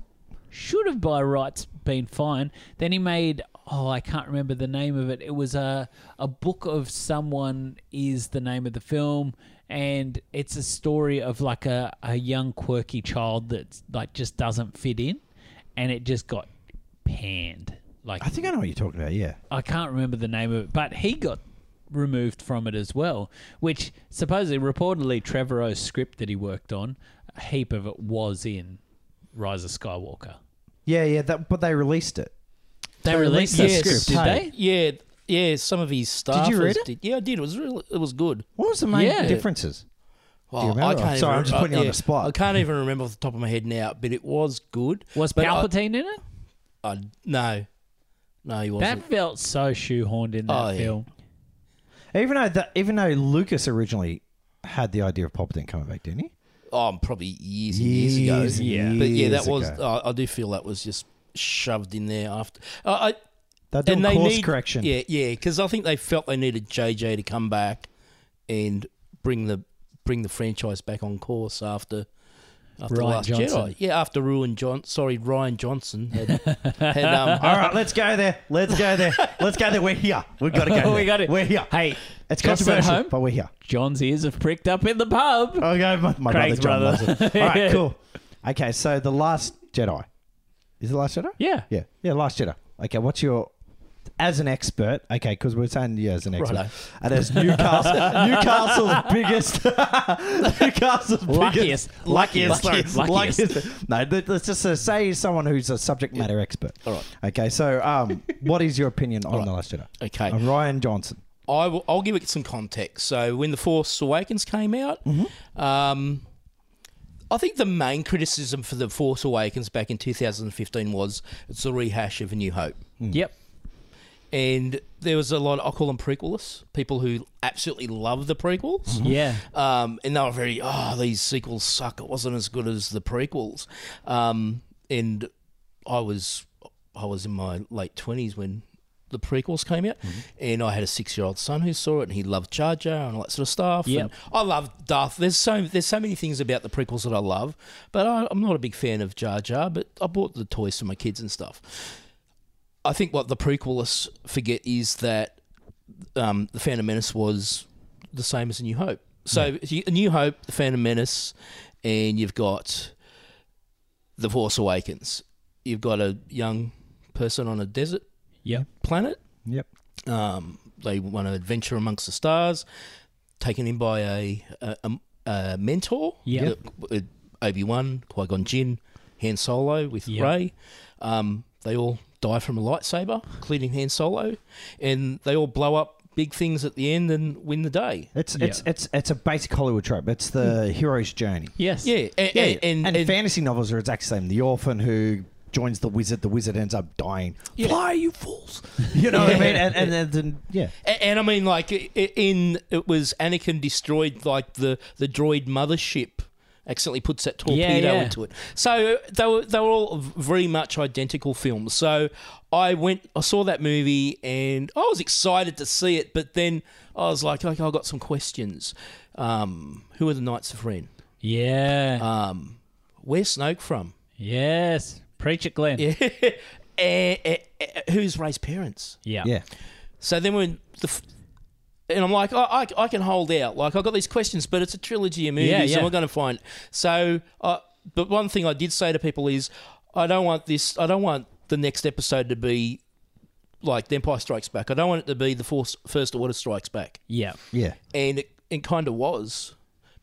Speaker 1: should have by rights been fine. Then he made oh I can't remember the name of it. It was a a book of someone is the name of the film, and it's a story of like a a young quirky child that's like just doesn't fit in, and it just got panned. Like
Speaker 2: I think I know what you're talking about. Yeah.
Speaker 1: I can't remember the name of it, but he got removed from it as well. Which supposedly, reportedly, Trevorrow's script that he worked on, a heap of it was in Rise of Skywalker.
Speaker 2: Yeah, yeah. That, but they released it.
Speaker 1: They
Speaker 2: They
Speaker 1: released
Speaker 2: released
Speaker 1: the
Speaker 2: that
Speaker 1: script, did
Speaker 2: script, hey?
Speaker 1: they?
Speaker 3: Yeah, yeah. Some of his staff.
Speaker 2: you read it?
Speaker 3: yeah, I did. It was real. It was good. Oh,
Speaker 2: What was the main
Speaker 1: Yeah.
Speaker 2: differences?
Speaker 3: Well,
Speaker 2: you remember? Sorry, I'm just putting you on the spot.
Speaker 3: I can't even remember off the top of my head now, but it was good.
Speaker 1: Was
Speaker 3: But I-
Speaker 1: Palpatine in it?
Speaker 3: I- no, no, he
Speaker 1: That
Speaker 3: wasn't.
Speaker 1: felt so shoehorned in that
Speaker 3: Oh, yeah.
Speaker 1: film.
Speaker 2: Even though that, even though Lucas originally had the idea of Palpatine coming back, didn't he?
Speaker 3: Oh, probably years and years, ago.
Speaker 2: Years and
Speaker 1: Yeah.
Speaker 3: but yeah,
Speaker 2: years
Speaker 3: that was.
Speaker 2: ago.
Speaker 3: Oh, I do feel that was just shoved in there after. Uh, I,
Speaker 2: They're doing
Speaker 3: and they
Speaker 2: course
Speaker 3: need
Speaker 2: correction.
Speaker 3: Yeah, yeah, because I think they felt they needed JJ to come back and bring the bring the franchise back on course after after
Speaker 1: Rian
Speaker 3: Last
Speaker 1: Johnson.
Speaker 3: Jedi. Yeah, after Ruin John. Sorry, Ryan Johnson had had um,
Speaker 2: <laughs> All right, let's go there. Let's go there. Let's go there. We're here. We've got to go.
Speaker 1: we
Speaker 2: there.
Speaker 1: got it.
Speaker 2: We're here.
Speaker 3: <laughs>
Speaker 1: Hey,
Speaker 2: It's
Speaker 1: just at
Speaker 2: controversial,
Speaker 1: home.
Speaker 2: but we're here.
Speaker 1: John's ears have pricked up in the pub.
Speaker 2: Oh, go, my, my brother
Speaker 1: Craig's
Speaker 2: John
Speaker 1: brother.
Speaker 2: loves it. All right, cool. Okay, so the last Jedi is the last Jedi.
Speaker 1: Yeah.
Speaker 2: yeah, yeah. Last Jedi. Okay, what's your as an expert? Okay, because we're saying you as an expert,
Speaker 3: Righto.
Speaker 2: and as Newcastle, Newcastle's biggest, Newcastle's
Speaker 1: Luckiest.
Speaker 2: biggest, luckiest,
Speaker 1: Luckiest.
Speaker 2: sorry,
Speaker 1: Luckiest.
Speaker 2: luckiest. <laughs> No, th- let's just uh, say someone who's a subject matter expert.
Speaker 3: All right.
Speaker 2: Okay, so um, what is your opinion on the last Jedi?
Speaker 3: Okay.
Speaker 2: Uh, Ryan Johnson.
Speaker 3: I will, I'll give it some context. So when the Force Awakens came out, um, I think the main criticism for the Force Awakens back in 2015 was it's a rehash of A New Hope,
Speaker 1: Yep.
Speaker 3: and there was a lot. I call them prequelists, people who absolutely love the prequels.
Speaker 1: Yeah.
Speaker 3: Um, and they were very, oh, these sequels suck. It wasn't as good as the prequels. Um, and I was, I was in my late twenties when the prequels came out, and I had a six-year-old son who saw it, and he loved Jar Jar and all that sort of stuff.
Speaker 1: Yep.
Speaker 3: And I love Darth. There's so there's so many things about the prequels that I love, but I, I'm not a big fan of Jar Jar. But I bought the toys for my kids and stuff. I think what the prequelists forget is that um, the Phantom Menace was the same as A New Hope. So if you- A New Hope, the Phantom Menace, and you've got the Force Awakens. You've got a young person on a desert
Speaker 1: Yep.
Speaker 3: planet.
Speaker 2: Yep.
Speaker 3: Um, they want an adventure amongst the stars, taken in by a a, a, a mentor.
Speaker 1: Yeah.
Speaker 3: Obi Wan, Qui Gon Jinn, Han Solo with
Speaker 1: Yeah.
Speaker 3: Ray. Um, they all die from a lightsaber, including Han Solo, and they all blow up big things at the end and win the day.
Speaker 2: It's
Speaker 1: Yeah.
Speaker 2: it's it's it's a basic Hollywood trope. It's the hero's journey.
Speaker 1: Yes.
Speaker 3: Yeah, and, and, and,
Speaker 2: and,
Speaker 3: and-
Speaker 2: fantasy novels are exactly the same. The orphan who joins the wizard, the wizard ends up dying.
Speaker 3: Yeah.
Speaker 2: Fly, you fools! <laughs> You know what I mean? And, and, and then yeah,
Speaker 3: A- And I mean, like i- i- in it was Anakin destroyed like the the droid mothership. Accidentally puts that torpedo
Speaker 1: Yeah, yeah.
Speaker 3: into it. So they were they were all v- very much identical films. So I went, I saw that movie, and I was excited to see it. But then I was like, okay, I got some questions. Um, who are the Knights of Ren?
Speaker 1: Yeah.
Speaker 3: Um, where's Snoke from? <laughs>
Speaker 1: yes. Preach it, Glenn.
Speaker 3: Yeah. Eh, eh, eh, who's Ray's parents?
Speaker 1: Yeah.
Speaker 2: yeah.
Speaker 3: So then when the f- and I'm like, I, I, I can hold out. Like I've got these questions, but it's a trilogy of movies,
Speaker 1: Yeah, yeah.
Speaker 3: and we're going to find. So, I but one thing I did say to people is, I don't want this. I don't want the next episode to be like The Empire Strikes Back. I don't want it to be the Force, First Order Strikes Back,
Speaker 1: Yeah.
Speaker 2: Yeah.
Speaker 3: and it, it kind of was.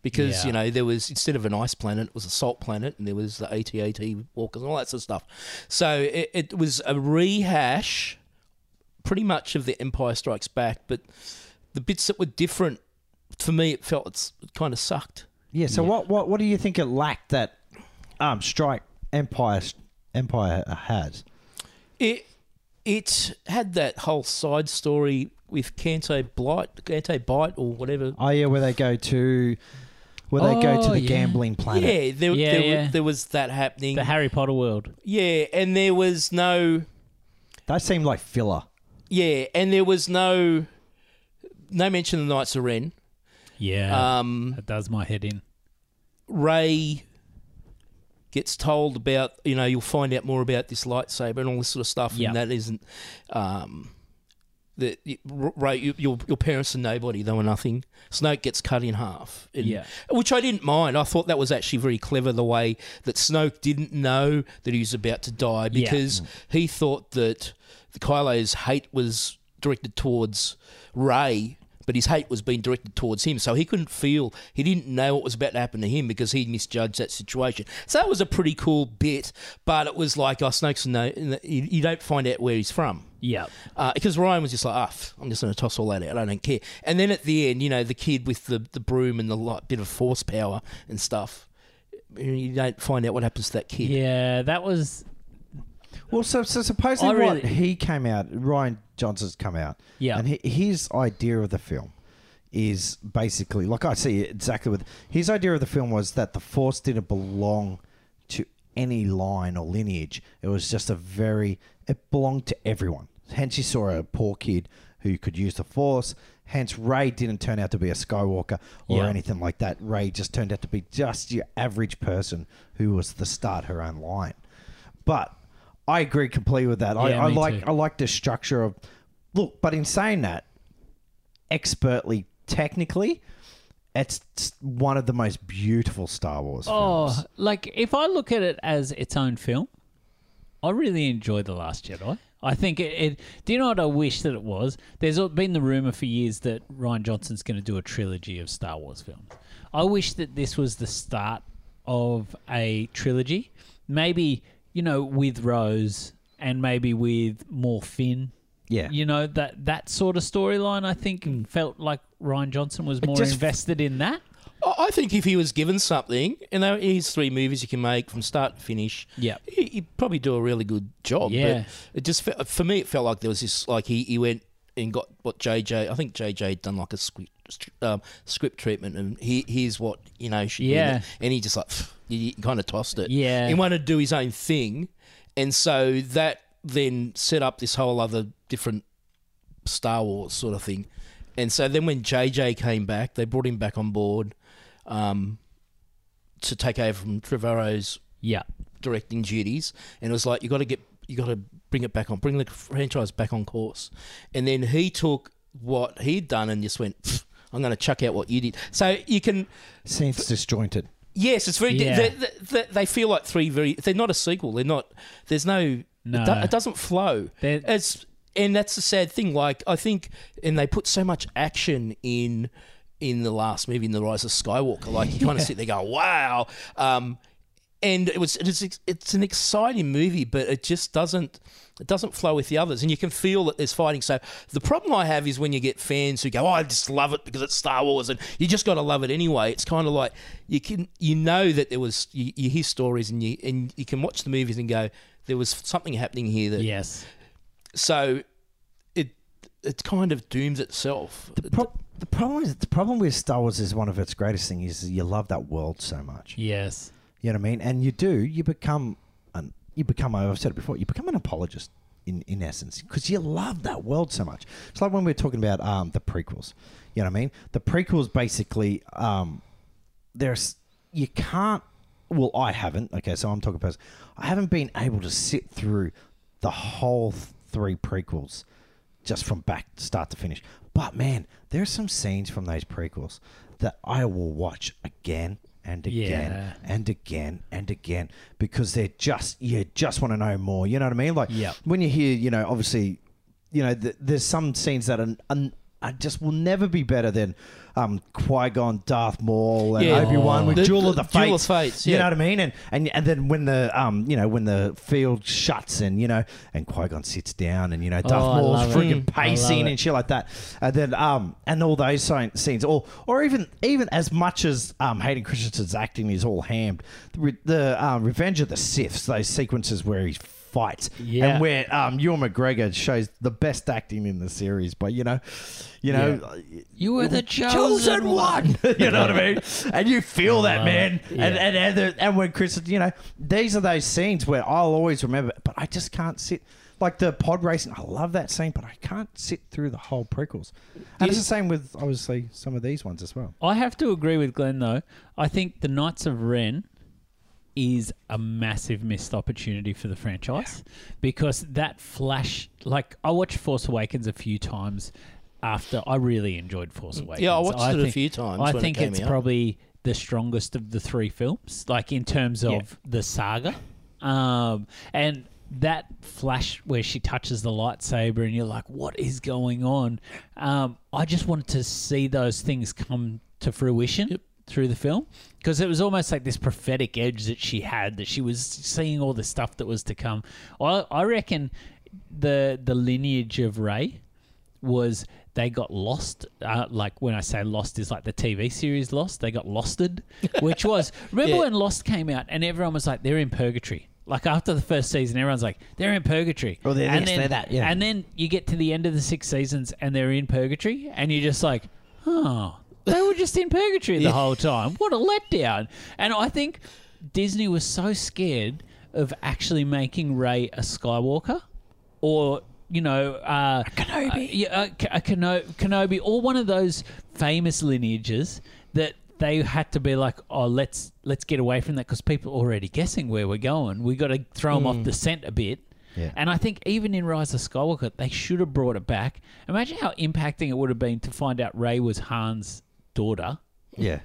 Speaker 3: Because
Speaker 1: Yeah.
Speaker 3: you know there was instead of an ice planet, it was a salt planet, and there was the AT-AT walkers and all that sort of stuff. So it, it was a rehash pretty much of the Empire Strikes Back, but the bits that were different for me, it felt it's, it kind of sucked.
Speaker 2: Yeah. So what what what do you think it lacked that um strike empire empire has?
Speaker 3: It it had that whole side story with Canto Blight, Canto Bite, or whatever.
Speaker 2: Oh yeah, where they go to where they go to
Speaker 1: Oh,
Speaker 2: the
Speaker 1: yeah.
Speaker 2: gambling planet.
Speaker 3: Yeah, there,
Speaker 1: Yeah,
Speaker 3: there,
Speaker 1: yeah.
Speaker 3: there was that happening.
Speaker 1: The Harry Potter world.
Speaker 3: yeah, and there was no
Speaker 2: They seem like filler.
Speaker 3: yeah, and there was no no mention of the Knights of Ren.
Speaker 1: Yeah.
Speaker 3: Um,
Speaker 1: that does my head in.
Speaker 3: Ray gets told about, you know, you'll find out more about this lightsaber and all this sort of stuff,
Speaker 1: Yeah.
Speaker 3: and that isn't. Um, that you- R- Ray, you, your your parents are nobody; they were nothing. Snoke gets cut in half, and-
Speaker 1: Yeah.
Speaker 3: which I didn't mind. I thought that was actually very clever the way that Snoke didn't know that he was about to die
Speaker 1: Yeah.
Speaker 3: because he thought that the Kylo's hate was directed towards Ray, but his hate was being directed towards him. So he couldn't feel, he didn't know what was about to happen to him because he misjudged that situation. So that was a pretty cool bit, but it was like, oh, Snoke's no, you you don't find out where he's from.
Speaker 1: Yeah.
Speaker 3: Uh, because Ryan was just like, ah, f- I'm just going to toss all that out. I don't care. And then at the end, you know, the kid with the, the broom and the light, bit of force power and stuff, you don't find out what happens to that kid.
Speaker 1: Yeah. That was.
Speaker 2: Well, so, so supposedly
Speaker 1: I
Speaker 2: what
Speaker 1: really-
Speaker 2: he came out, Ryan Johnson's come out,
Speaker 1: Yeah.
Speaker 2: and he, his idea of the film is basically like I see it exactly with his idea of the film was that the Force didn't belong to any line or lineage. It was just a very it belonged to everyone. Hence, you saw a poor kid who could use the Force. Hence, Ray didn't turn out to be a Skywalker or
Speaker 1: Yeah.
Speaker 2: anything like that. Ray just turned out to be just your average person who was the start her own line. But I agree completely with that.
Speaker 1: Yeah,
Speaker 2: I, I
Speaker 1: me
Speaker 2: like
Speaker 1: too.
Speaker 2: I like the structure of look. But in saying that, expertly technically, it's one of the most beautiful Star Wars films.
Speaker 1: Oh, like if I look at it as its own film, I really enjoy The Last Jedi. I think it, it. Do you know what I wish that it was? There's al- been the rumor for years that Ryan Johnson's going to do a trilogy of Star Wars films. I wish that this was the start of a trilogy. Maybe you know with Rose and maybe with more Finn.
Speaker 2: Yeah. Mm.
Speaker 1: you know that that sort of storyline. I think felt like Ryan Johnson was more
Speaker 2: just-
Speaker 1: invested in that.
Speaker 3: I I think if he was given something, and there is three movies you can make from start to finish,
Speaker 1: Yeah.
Speaker 3: he, he'd probably do a really good job.
Speaker 1: Yeah.
Speaker 3: but it just fe- for me, it felt like there was this like he, he went and got what JJ. I think JJ had done like a script um, script treatment, and he here's what you know should be in
Speaker 1: Yeah.
Speaker 3: it. and he just like pff, he, kind of tossed it.
Speaker 1: Yeah.
Speaker 3: he wanted to do his own thing, and so that then set up this whole other different Star Wars sort of thing. And so then when JJ came back, they brought him back on board um, to take over from Trevorrow's
Speaker 1: Yeah,
Speaker 3: directing duties, and it was like you got to get you got to bring it back on, bring the franchise back on course. And then he took what he'd done and just went, "Pfft, "I'm going to chuck out what you did." So you can
Speaker 2: Seems disjointed.
Speaker 3: yes, it's very
Speaker 1: Yeah.
Speaker 3: they, they, they feel like three very they're not a sequel. They're not. There's no.
Speaker 1: No.
Speaker 3: It, do, it doesn't flow.
Speaker 1: They're-
Speaker 3: It's and that's the sad thing. Like I think, and they put so much action in in the last movie, in the Rise of Skywalker. Like you kind of sit there, go, wow. Um, and it was it is it's an exciting movie, but it just doesn't it doesn't flow with the others, and you can feel that there's fighting. So the problem I have is when you get fans who go, "Oh, I just love it because it's Star Wars," and you just got to love it anyway. It's kind of like you can you know that there was you, you hear stories and you and you can watch the movies and go, "There was something happening here." That
Speaker 1: yes.
Speaker 3: so it it kind of dooms itself.
Speaker 2: Pro- the problem is the problem with Star Wars is one of its greatest thing is you love that world so much.
Speaker 1: Yes.
Speaker 2: You know what I mean? And you do. You become an. You become. I've said it before. You become an apologist in in essence because you love that world so much. It's like when we were talking about um the prequels. You know what I mean? The prequels basically um there's you can't. Well, I haven't. Okay, so I'm talking about. I haven't been able to sit through the whole th- three prequels just from back start to finish. But man, there's some scenes from those prequels that I will watch again and again
Speaker 1: Yeah.
Speaker 2: and again and again because they're just you just want to know more. You know what I mean? Like
Speaker 1: Yep.
Speaker 2: when you hear, you know, obviously, you know, th- there's some scenes that are, are, are just will never be better than um, Qui Gon, Darth Maul, and
Speaker 3: Yeah.
Speaker 2: Obi Wan with
Speaker 3: The-
Speaker 2: Duel of the
Speaker 3: the
Speaker 2: Fates.
Speaker 3: Duel of Fates,
Speaker 2: You
Speaker 3: yeah.
Speaker 2: know what I mean? And, and and then when the um you know when the field shuts and you know and Qui Gon sits down and you know Darth
Speaker 1: Oh, I
Speaker 2: Maul's
Speaker 1: love it.
Speaker 2: freaking
Speaker 1: Mm. I love
Speaker 2: pacing
Speaker 1: it.
Speaker 2: and shit like that, and then um and all those scen- scenes, or or even even as much as um Hayden Christensen's acting is all hammed, the, re- the um, Revenge of the Siths, those sequences where he fights
Speaker 1: Yeah.
Speaker 2: and where um Ewan McGregor shows the best acting in the series, but you know, you know.
Speaker 1: You were the
Speaker 2: Chosen one, <laughs> you know what I mean, and you feel that man, and and and, the, and when Chris, you know, these are those scenes where I'll always remember, but I just can't sit like the pod racing. I love that scene, but I can't sit through the whole prequels, and it's the same with obviously some of these ones as well.
Speaker 1: I have to agree with Glenn though. I think the Knights of Ren is a massive missed opportunity for the franchise because that flash like I watched Force Awakens a few times after I really enjoyed Force Awakens.
Speaker 3: I watched it a few times
Speaker 1: I
Speaker 3: when it
Speaker 1: think
Speaker 3: came
Speaker 1: it's
Speaker 3: out.
Speaker 1: probably the strongest of the three films, like in terms of the saga. Um, and that flash where she touches the lightsaber and you're like, what is going on? Um, I just wanted to see those things come to fruition through the film because it was almost like this prophetic edge that she had that she was seeing all the stuff that was to come. I, I reckon the the lineage of Ray was they got lost. Uh, like when I say lost is like the TV series Lost. They got losted, which was remember
Speaker 3: Yeah.
Speaker 1: when Lost came out and everyone was like they're in purgatory. Like after the first season, everyone's like they're in purgatory.
Speaker 2: Oh, they're
Speaker 1: and
Speaker 2: this,
Speaker 1: then,
Speaker 2: they're that, yeah.
Speaker 1: And then you get to the end of the six seasons and they're in purgatory, and you're just like, oh, they were just in purgatory the whole time. What a letdown. And I think Disney was so scared of actually making Ray a Skywalker or, you know, uh, Kenobi. yeah, a, K- a Keno- Kenobi or one of those famous lineages that they had to be like, oh, let's let's get away from that because people are already guessing where we're going. we got to throw them off the scent a bit.
Speaker 2: Yeah.
Speaker 1: And I think even in Rise of Skywalker, they should have brought it back. Imagine how impacting it would have been to find out Ray was Han's daughter
Speaker 2: Yeah.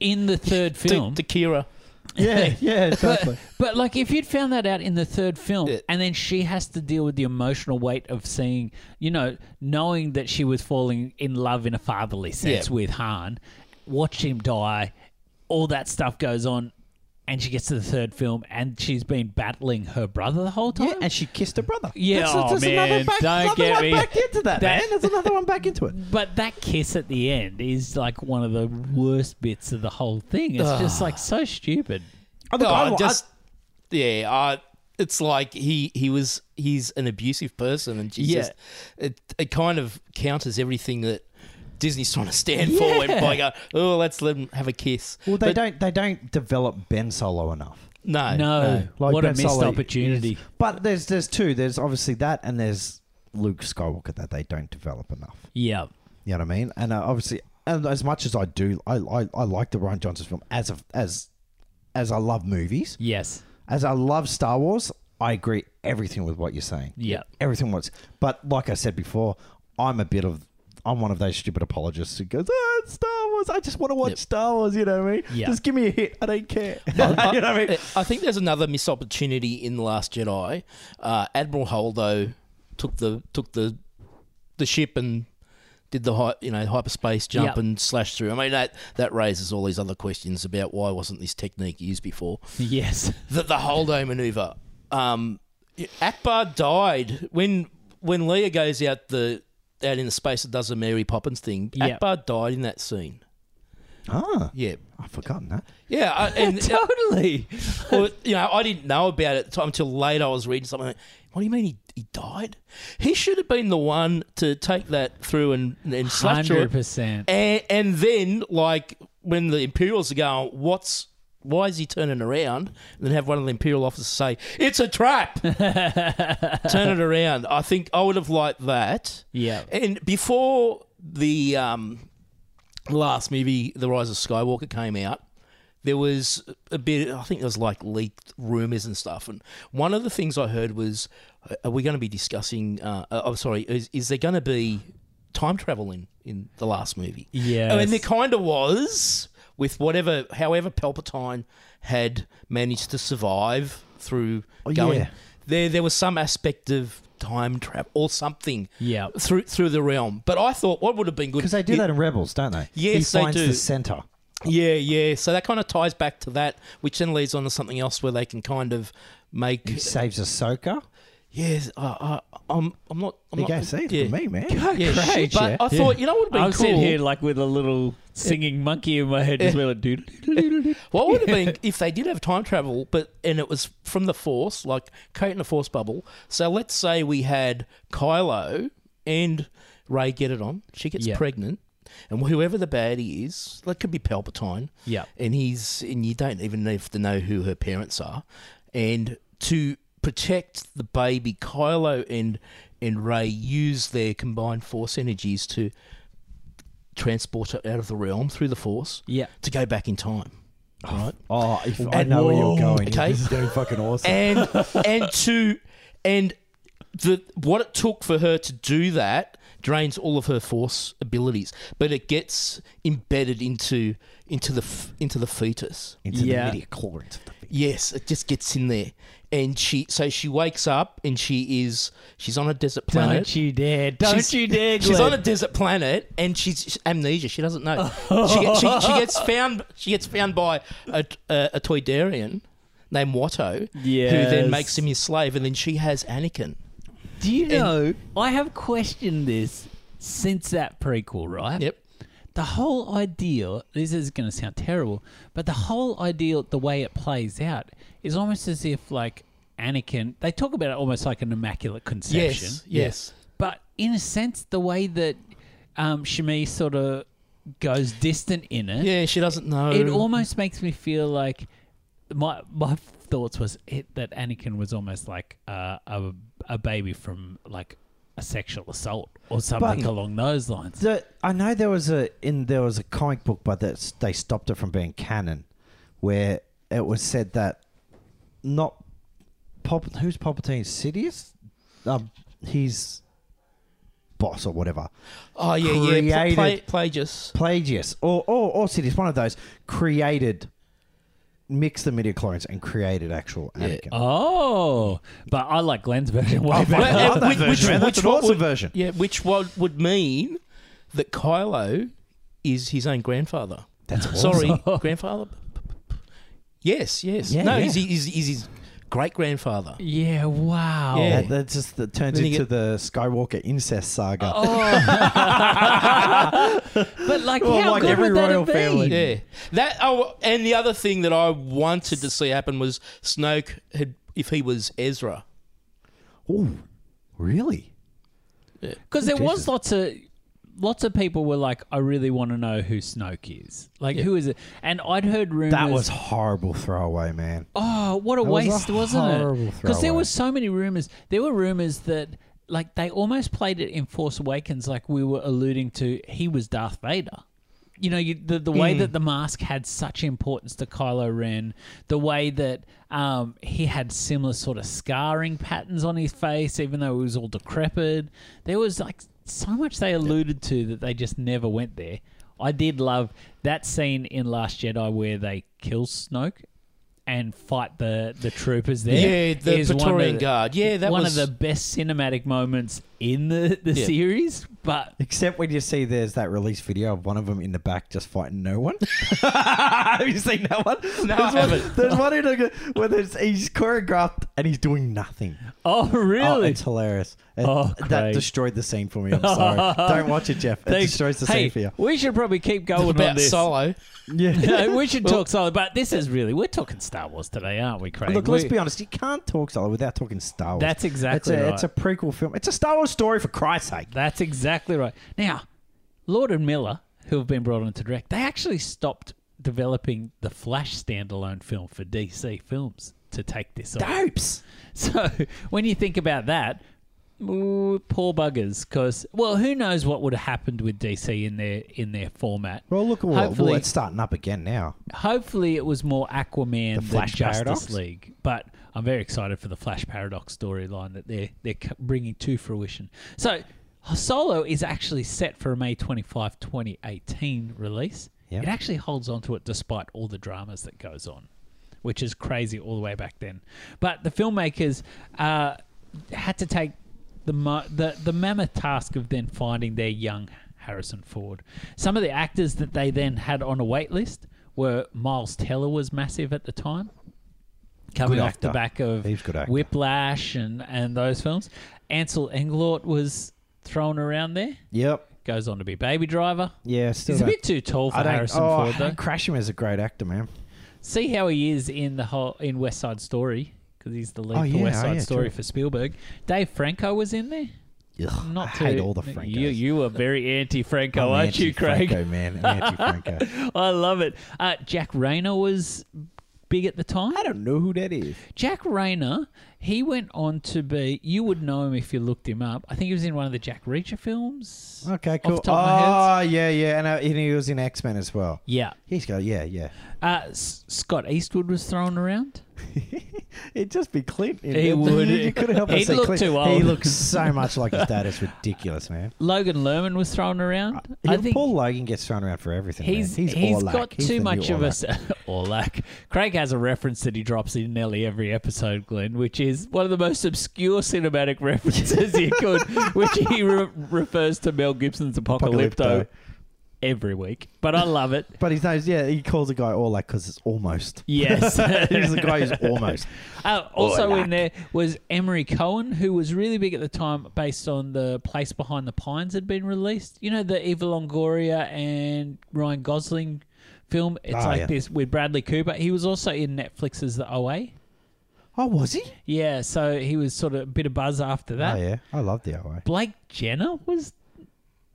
Speaker 1: in the third film.
Speaker 3: To, to Kira.
Speaker 2: <laughs> Yeah, yeah, exactly.
Speaker 1: <laughs> but like, if you'd found that out in the third film,
Speaker 3: Yeah.
Speaker 1: and then she has to deal with the emotional weight of seeing, you know, knowing that she was falling in love in a fatherly sense
Speaker 3: Yeah.
Speaker 1: with Han, watch him die, all that stuff goes on, and she gets to the third film, and she's been battling her brother the whole time.
Speaker 2: yeah, and she kissed her brother.
Speaker 1: Yeah,
Speaker 2: That's-
Speaker 1: oh,
Speaker 2: that's
Speaker 1: man,
Speaker 2: another back,
Speaker 1: don't
Speaker 2: another
Speaker 1: get
Speaker 2: one
Speaker 1: me-
Speaker 2: back into that,
Speaker 1: That-
Speaker 2: man. There's another one
Speaker 1: <laughs>
Speaker 2: back into it.
Speaker 1: But that kiss at the end is like one of the worst bits of the whole thing. It's just like so stupid.
Speaker 2: look,
Speaker 3: No,
Speaker 2: I-
Speaker 3: I just yeah, I, it's like he he was he's an abusive person, and she's
Speaker 1: Yeah.
Speaker 3: just it it kind of counters everything that Disney's trying to stand for when by going, oh, let's let him have a kiss.
Speaker 2: Well, they
Speaker 3: But
Speaker 2: don't they don't develop Ben Solo enough.
Speaker 3: No,
Speaker 1: No,
Speaker 2: Like
Speaker 1: Oh, what a
Speaker 2: Ben
Speaker 1: missed
Speaker 2: Solo
Speaker 1: opportunity.
Speaker 2: is- But there's there's two. There's obviously that, and there's Luke Skywalker that they don't develop enough.
Speaker 1: Yeah.
Speaker 2: You know what I mean? And uh, obviously, and as much as I do, I, I, I like the Ryan Johnson film as of as as I love movies,
Speaker 1: Yes.
Speaker 2: as I love Star Wars. I agree everything with what you're saying.
Speaker 1: Yeah.
Speaker 2: everything was. But like I said before, I'm a bit of I'm one of those stupid apologists who goes, ah, it's Star Wars. I just want to watch Star Wars. You know what I mean?
Speaker 1: Yeah. uh,
Speaker 2: Just give me a hit. I don't care. <laughs> you know what I mean?
Speaker 3: I think there's another missed opportunity in The Last Jedi. Uh, Admiral Holdo took the took the the ship and did the hy- you know hyperspace jump
Speaker 1: Yep.
Speaker 3: and slash through. I mean that that raises all these other questions about why wasn't this technique used before.
Speaker 1: Yes.
Speaker 3: The the Holdo maneuver. Um, Akbar died when when Leia goes out the out in the space and does the Mary Poppins thing.
Speaker 1: Yep.
Speaker 3: Akbar died in that scene.
Speaker 2: Ah,
Speaker 3: Yeah.
Speaker 2: I've forgotten that.
Speaker 3: Yeah,
Speaker 1: <laughs>
Speaker 3: I, and uh,
Speaker 1: totally.
Speaker 3: well, you know, I didn't know about it until later. I was reading something. Like, what do you mean he, he died? He should have been the one to take that through and and slash through
Speaker 1: Hundred
Speaker 3: it.
Speaker 1: percent.
Speaker 3: And, and then, like when the Imperials are going, what's why is he turning around? And then have one of the Imperial officers say, "It's a trap." Turn it around. I think I would have liked that.
Speaker 1: Yeah.
Speaker 3: And before the um, last movie, The Rise of Skywalker, came out, there was a bit, I think there was like leaked rumors and stuff. And one of the things I heard was, are we going to be discussing, uh, uh, oh, sorry, is, is there going to be time travel in, in the last movie?
Speaker 1: Yes.
Speaker 3: I mean, there kind of was with whatever, however Palpatine had managed to survive through
Speaker 2: Oh,
Speaker 3: going.
Speaker 2: yeah.
Speaker 3: There, there was some aspect of time travel or something
Speaker 1: Yeah.
Speaker 3: through through the realm. But I thought what would have been good
Speaker 2: Because they do that in Rebels, don't they?
Speaker 3: Yes,
Speaker 2: he
Speaker 3: they
Speaker 2: finds
Speaker 3: do.
Speaker 2: the center.
Speaker 3: Yeah, yeah. So that kind of ties back to that, which then leads on to something else where they can kind of make.
Speaker 2: He saves Ahsoka.
Speaker 3: Yes, I, I, I'm. I'm not. I'm
Speaker 2: You
Speaker 3: not,
Speaker 2: go see it
Speaker 3: yeah.
Speaker 2: for me, man.
Speaker 3: Yeah,
Speaker 1: Great,
Speaker 3: but
Speaker 1: yeah.
Speaker 3: I thought you know what would
Speaker 1: I'm
Speaker 3: have been
Speaker 1: sitting
Speaker 3: cool.
Speaker 1: here like with a little singing monkey in my head as well. Dude, <laughs>
Speaker 3: What would have been if they did have time travel, but and it was from the Force, like creating a Force bubble. So let's say we had Kylo and Ray get it on. She gets
Speaker 1: Yeah.
Speaker 3: pregnant, and whoever the baddie is, that could be Palpatine.
Speaker 1: Yeah.
Speaker 3: and he's and you don't even have to know who her parents are, and to protect the baby, Kylo and and Ray use their combined Force energies to transport her out of the realm through the Force.
Speaker 1: Yeah.
Speaker 3: to go back in time. Right.
Speaker 2: Oh, if I know where you're
Speaker 3: Whoa.
Speaker 2: going.
Speaker 3: Okay.
Speaker 2: This is going fucking awesome.
Speaker 3: <laughs> and and to and the what it took for her to do that drains all of her force abilities, but it gets embedded into into the f- into the fetus.
Speaker 2: Into
Speaker 1: Yeah.
Speaker 2: the media chlorides of the thing.
Speaker 3: Yes, it just gets in there, and she so she wakes up and she is she's on a desert planet.
Speaker 1: don't you dare! Don't
Speaker 3: She's-
Speaker 1: you dare!
Speaker 3: She's
Speaker 1: Glenn.
Speaker 3: on a desert planet and she's, she's amnesia. She doesn't know. she, get- she, she gets found. She gets found by a a, a Toydarian named Watto, who
Speaker 1: Yes.
Speaker 3: then makes him his slave, and then she has Anakin.
Speaker 1: Do you know? I have questioned this since that prequel, right?
Speaker 3: Yep.
Speaker 1: The whole idea, this is going to sound terrible, but the whole idea, the way it plays out, is almost as if, like, Anakin, they talk about it almost like an immaculate conception.
Speaker 3: Yes. Yes.
Speaker 1: But in a sense, the way that um, Shmi sort of goes distant in it.
Speaker 3: Yeah, she doesn't know.
Speaker 2: Um,
Speaker 1: It almost makes me feel like my my thoughts was it that Anakin was almost like uh, a a baby from like a sexual assault or something
Speaker 2: But-
Speaker 1: along those lines.
Speaker 2: The, I know there was a in there was a comic book, but that's they stopped it from being canon, where it was said that not Pop who's Palpatine Sidious, um, his boss or whatever,
Speaker 3: oh yeah, yeah. Pl- Play,
Speaker 2: created-
Speaker 3: Plagius.
Speaker 2: Plagius or or, or Sidious, one of those created, mixed the midi clones and created actual Anakin.
Speaker 3: Uh,
Speaker 1: Oh, but I like Glenn's version way
Speaker 2: Well,
Speaker 1: better.
Speaker 2: I love that
Speaker 3: which-
Speaker 2: version,
Speaker 3: which-
Speaker 2: man. That's
Speaker 3: which
Speaker 2: an
Speaker 3: one
Speaker 2: awesome
Speaker 3: would-
Speaker 2: version.
Speaker 3: Yeah, which would would mean that Kylo is his own grandfather.
Speaker 2: That's awesome.
Speaker 3: <laughs> Sorry, grandfather. Yes, yes.
Speaker 2: Yeah,
Speaker 3: no,
Speaker 2: yeah.
Speaker 3: He's, he's, he's his great grandfather.
Speaker 1: Yeah, wow.
Speaker 3: Yeah.
Speaker 2: That, that just that turns
Speaker 3: Then you
Speaker 2: into
Speaker 3: get- Oh.
Speaker 2: the Skywalker incest saga.
Speaker 1: Oh. <laughs> But like,
Speaker 2: Well,
Speaker 1: how
Speaker 2: like
Speaker 1: good
Speaker 2: every
Speaker 1: would that
Speaker 2: royal
Speaker 1: have been?
Speaker 2: family.
Speaker 3: Yeah, that. Oh, and the other thing that I wanted to see happen was Snoke had, if he was Ezra.
Speaker 2: Oh, really?
Speaker 1: because there
Speaker 2: Jesus.
Speaker 1: was lots of lots of people were like, I really want to know who Snoke is. Like, who is it? And I'd heard rumors.
Speaker 2: That was horrible throwaway, man.
Speaker 1: oh, what a
Speaker 2: was a
Speaker 1: waste, was not
Speaker 2: horrible
Speaker 1: it? Because there
Speaker 2: throwaway.
Speaker 1: were so many rumors. There were rumors that like they almost played it in Force Awakens, like we were alluding to. He was Darth Vader. You know, you, the the way that the mask had such importance to Kylo Ren, the way that um, he had similar sort of scarring patterns on his face, even though he was all decrepit. There was like so much they alluded to that they just never went there. I did love that scene in Last Jedi where they kill Snoke and fight the the troopers there.
Speaker 3: Yeah, the
Speaker 1: is one of
Speaker 3: Praetorian
Speaker 1: the-
Speaker 3: Guard. Yeah, that
Speaker 1: one
Speaker 3: was-
Speaker 1: of the best cinematic moments in the the
Speaker 3: Yeah.
Speaker 1: series. But
Speaker 2: Except when you see there's that release video of one of them in the back just fighting no one. <laughs> Have you seen that one? No, there's
Speaker 3: I
Speaker 2: one, <laughs>
Speaker 3: haven't.
Speaker 2: there's one in a, where there's, he's choreographed and he's doing nothing.
Speaker 1: oh,
Speaker 2: Oh,
Speaker 1: really?
Speaker 2: it's hilarious. It-
Speaker 1: Oh,
Speaker 2: that
Speaker 1: great.
Speaker 2: destroyed the scene for me. I'm <laughs> sorry. Don't watch it, Jeff. It
Speaker 1: Thanks.
Speaker 2: destroys the
Speaker 1: hey,
Speaker 2: scene for you.
Speaker 1: we should probably keep going on
Speaker 3: about
Speaker 1: this.
Speaker 3: Solo.
Speaker 2: <laughs> Yeah.
Speaker 1: <laughs> No, we should talk solo, but this is really we're talking Star Wars today, aren't we, Craig?
Speaker 2: Look, let's
Speaker 1: We-
Speaker 2: be honest. You can't talk Solo without talking Star Wars.
Speaker 1: That's exactly
Speaker 2: it's a,
Speaker 1: right.
Speaker 2: It's a prequel film. It's a Star Wars story for Christ's sake.
Speaker 1: That's exactly right. Now, Lord and Miller, who have been brought on to direct, they actually stopped developing the Flash standalone film for DC Films to take this on.
Speaker 2: Dopes.
Speaker 1: <laughs> So when you think about that, ooh, poor buggers, because well, who knows what would have happened with DC in their in their format?
Speaker 2: Well, look, well,
Speaker 1: Hopefully-
Speaker 2: well, it's starting up again now.
Speaker 1: Hopefully, it was more Aquaman than
Speaker 2: Flash
Speaker 1: Justice
Speaker 2: Paradox?
Speaker 1: League. But I'm very excited for the Flash Paradox storyline that they're they're c- bringing to fruition. So, Solo is actually set for a May 25, 2018 release.
Speaker 2: Yeah.
Speaker 1: It actually holds on to it despite all the dramas that goes on, which is crazy all the way back then. But the filmmakers uh, had to take the, mo- the the mammoth task of then finding their young Harrison Ford. Some of the actors that they then had on a wait list were Miles Teller was massive at the time, coming
Speaker 2: Good
Speaker 1: off the
Speaker 2: actor.
Speaker 1: back of
Speaker 2: He's a good actor.
Speaker 1: Whiplash and and those films. Ansel Englort was thrown around there.
Speaker 2: Yep.
Speaker 1: Goes on to be Baby Driver.
Speaker 2: Yeah, still
Speaker 1: He's a
Speaker 2: don't-
Speaker 1: bit too tall for
Speaker 2: I don't,
Speaker 1: Harrison
Speaker 2: oh,
Speaker 1: Ford,
Speaker 2: Hank
Speaker 1: though.
Speaker 2: Crasham is a great actor, man.
Speaker 1: See how he is in the whole in West Side Story because he's the lead
Speaker 2: Oh,
Speaker 1: for
Speaker 2: yeah,
Speaker 1: West
Speaker 2: oh,
Speaker 1: Side
Speaker 2: yeah,
Speaker 1: Story
Speaker 2: true.
Speaker 1: for Spielberg. Dave Franco was in there.
Speaker 2: Ugh,
Speaker 1: Not
Speaker 2: I hate
Speaker 1: too-
Speaker 2: all the Francos.
Speaker 1: You you are very anti
Speaker 2: I'm
Speaker 1: Franco, aren't you, Craig?
Speaker 2: anti-Franco, man.
Speaker 1: <laughs>
Speaker 2: I'm anti-Franco.
Speaker 1: I love it. Uh, Jack Rayner was big at the time.
Speaker 2: I don't know who that is.
Speaker 1: Jack Rayner, he went on to be. You would know him if you looked him up. I think he was in one of the Jack Reacher films.
Speaker 2: Okay,
Speaker 1: off
Speaker 2: cool.
Speaker 1: the top of my head.
Speaker 2: oh, yeah, yeah. And, uh, and he was in X-Men as well.
Speaker 1: Yeah.
Speaker 2: He's got, yeah, yeah.
Speaker 1: Uh, S- Scott Eastwood was thrown around.
Speaker 2: It'd just be Clint. in
Speaker 1: He
Speaker 2: it.
Speaker 1: would.
Speaker 2: <laughs> You
Speaker 1: <laughs>
Speaker 2: couldn't help but
Speaker 1: He'd
Speaker 2: see
Speaker 1: look
Speaker 2: Clint.
Speaker 1: too
Speaker 2: He
Speaker 1: old. <laughs>
Speaker 2: looks so much like his dad. It's ridiculous, man.
Speaker 1: Logan Lerman was thrown around.
Speaker 2: He-
Speaker 1: I think
Speaker 2: Paul Logan gets thrown around for everything. Uh, man.
Speaker 1: he's
Speaker 2: he's
Speaker 1: he's
Speaker 2: Orlac.
Speaker 1: got
Speaker 2: He's the
Speaker 1: too
Speaker 2: new
Speaker 1: much of a
Speaker 2: Orlac.
Speaker 1: s- <laughs> Orlac. Craig has a reference that he drops in nearly every episode, Glenn, which is one of the most obscure cinematic <laughs> references you could, which he re- refers to Mel Gibson's Apocalypto,
Speaker 2: Apocalypto.
Speaker 1: every week. But I love
Speaker 2: <laughs>
Speaker 1: it.
Speaker 2: But he knows, yeah, he calls a guy Orlac because it's almost.
Speaker 1: Yes,
Speaker 2: he's the
Speaker 1: <laughs>
Speaker 2: guy who's almost.
Speaker 1: Uh, also
Speaker 2: Orlac.
Speaker 1: in there was Emery Cohen, who was really big at the time based on the Place Behind the Pines had been released. You know, the Eva Longoria and Ryan Gosling film. It's
Speaker 2: Ah,
Speaker 1: like
Speaker 2: yeah.
Speaker 1: this with Bradley Cooper. He was also in Netflix's The OA.
Speaker 2: Oh, was he?
Speaker 1: Yeah, so he was sort of a bit of buzz after that.
Speaker 2: Ah, oh, yeah. I love the OA.
Speaker 1: Blake Jenner was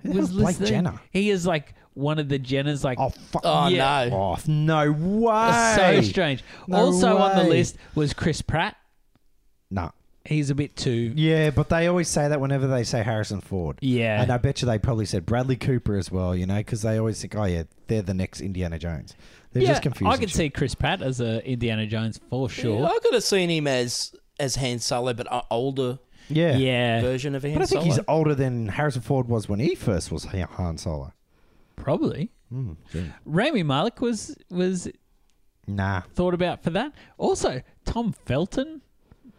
Speaker 2: Who the hell's Blake
Speaker 1: listed.
Speaker 2: Jenner?
Speaker 1: He is like one of the Jenners like
Speaker 2: Oh fuck!
Speaker 3: Oh,
Speaker 1: Yeah.
Speaker 3: no.
Speaker 2: off. No way.
Speaker 1: That's so strange.
Speaker 2: No
Speaker 1: also on the
Speaker 2: way.
Speaker 1: list was Chris Pratt.
Speaker 2: No.
Speaker 1: He's a bit too.
Speaker 2: Yeah, but they always say that whenever they say Harrison Ford.
Speaker 1: Yeah.
Speaker 2: And I bet you they probably said Bradley Cooper as well, you know, because they always think, oh, yeah, they're the next Indiana Jones. They're just confusing.
Speaker 1: I could
Speaker 2: shit.
Speaker 1: see Chris Pratt as a Indiana Jones for sure.
Speaker 3: I could have seen him as as Han Solo, but an older
Speaker 2: Oh, Yeah.
Speaker 1: Yeah.
Speaker 3: version of Han
Speaker 2: Eh. But I think
Speaker 3: Solo.
Speaker 2: he's older than Harrison Ford was when he first was Han Han Solo.
Speaker 1: Probably.
Speaker 2: Hmm,
Speaker 1: Rami Malik was was
Speaker 2: Nah.
Speaker 1: thought about for that. Also, Tom Felton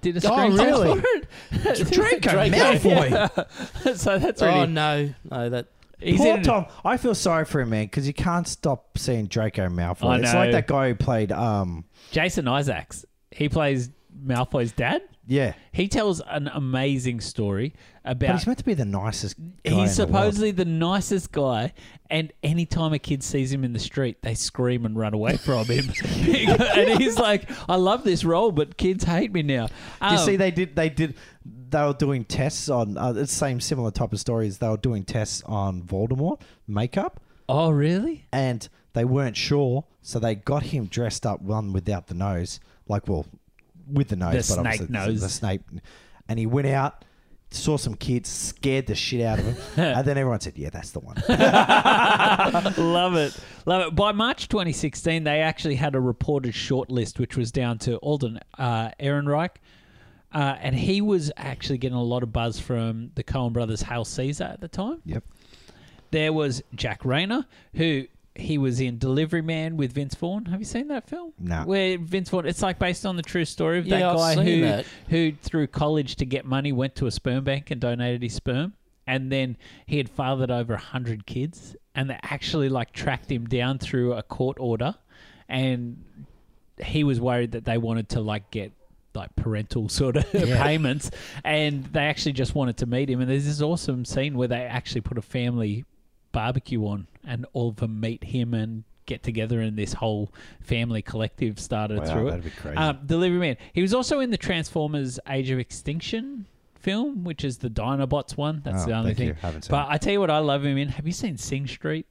Speaker 1: did a
Speaker 3: Oh,
Speaker 1: screen test
Speaker 3: really?
Speaker 1: for it. <laughs>
Speaker 2: Draco Malfoy.
Speaker 1: Yeah. <laughs> so that's really
Speaker 3: oh no, no that
Speaker 1: he's
Speaker 2: Poor
Speaker 1: in-
Speaker 2: Tom. I feel sorry for him, man, because you can't stop seeing Draco Malfoy.
Speaker 1: I
Speaker 2: It's
Speaker 1: know.
Speaker 2: like that guy who played, um,
Speaker 1: Jason Isaacs. He plays Malfoy's dad.
Speaker 2: yeah.
Speaker 1: He tells an amazing story
Speaker 2: But
Speaker 1: about
Speaker 2: he's meant to be the nicest guy.
Speaker 1: He's
Speaker 2: in the world.
Speaker 1: supposedly the, nicest guy, and anytime a kid sees him in the street, they scream and run away from
Speaker 2: <laughs>
Speaker 1: him. <laughs> and he's like, "I love this role, but kids hate me now." Um,
Speaker 2: You see, they did. They did. They were doing tests on uh, the same similar type of stories. They were doing tests on Voldemort makeup,
Speaker 1: oh,
Speaker 2: <laughs>
Speaker 1: really?
Speaker 2: and they weren't sure, so they got him dressed up one without the nose, like well, with the nose,
Speaker 1: The
Speaker 2: but
Speaker 1: snake
Speaker 2: obviously
Speaker 1: nose.
Speaker 2: the Snape. And he went out, saw some kids, scared the shit out of
Speaker 1: <laughs>
Speaker 2: him, and then everyone said, "Yeah, that's the one."
Speaker 1: love it, love it. By March 2016, they actually had a reported shortlist, which was down to Alden uh, Ehrenreich. Uh, and he was actually getting a lot of buzz from the Coen brothers' Hail Caesar at the time.
Speaker 2: yep.
Speaker 1: There was Jack Rayner, who he was in Delivery Man with Vince Vaughn. Have you seen that film?
Speaker 2: No.
Speaker 1: Where Vince Vaughn, it's like based on the true story of
Speaker 3: Yeah,
Speaker 1: that
Speaker 3: I've
Speaker 1: guy
Speaker 3: seen
Speaker 1: who,
Speaker 3: that.
Speaker 1: who through college to get money went to a sperm bank and donated his sperm, and then he had fathered over hundred kids, and they actually like tracked him down through a court order, and he was worried that they wanted to like get like parental <laughs> sort of payments and they actually just wanted to meet him and there's this awesome scene where they actually put a family barbecue on and all of them meet him and get together and this whole family collective started
Speaker 2: Wow,
Speaker 1: through
Speaker 2: that'd
Speaker 1: it
Speaker 2: be crazy.
Speaker 1: um, delivery man he was also in the transformers age of extinction film which is the dinobots one that's
Speaker 2: Oh,
Speaker 1: the only
Speaker 2: thank you.
Speaker 1: thing
Speaker 2: Haven't seen
Speaker 1: but
Speaker 2: it.
Speaker 1: i tell you what i love him in have you seen sing street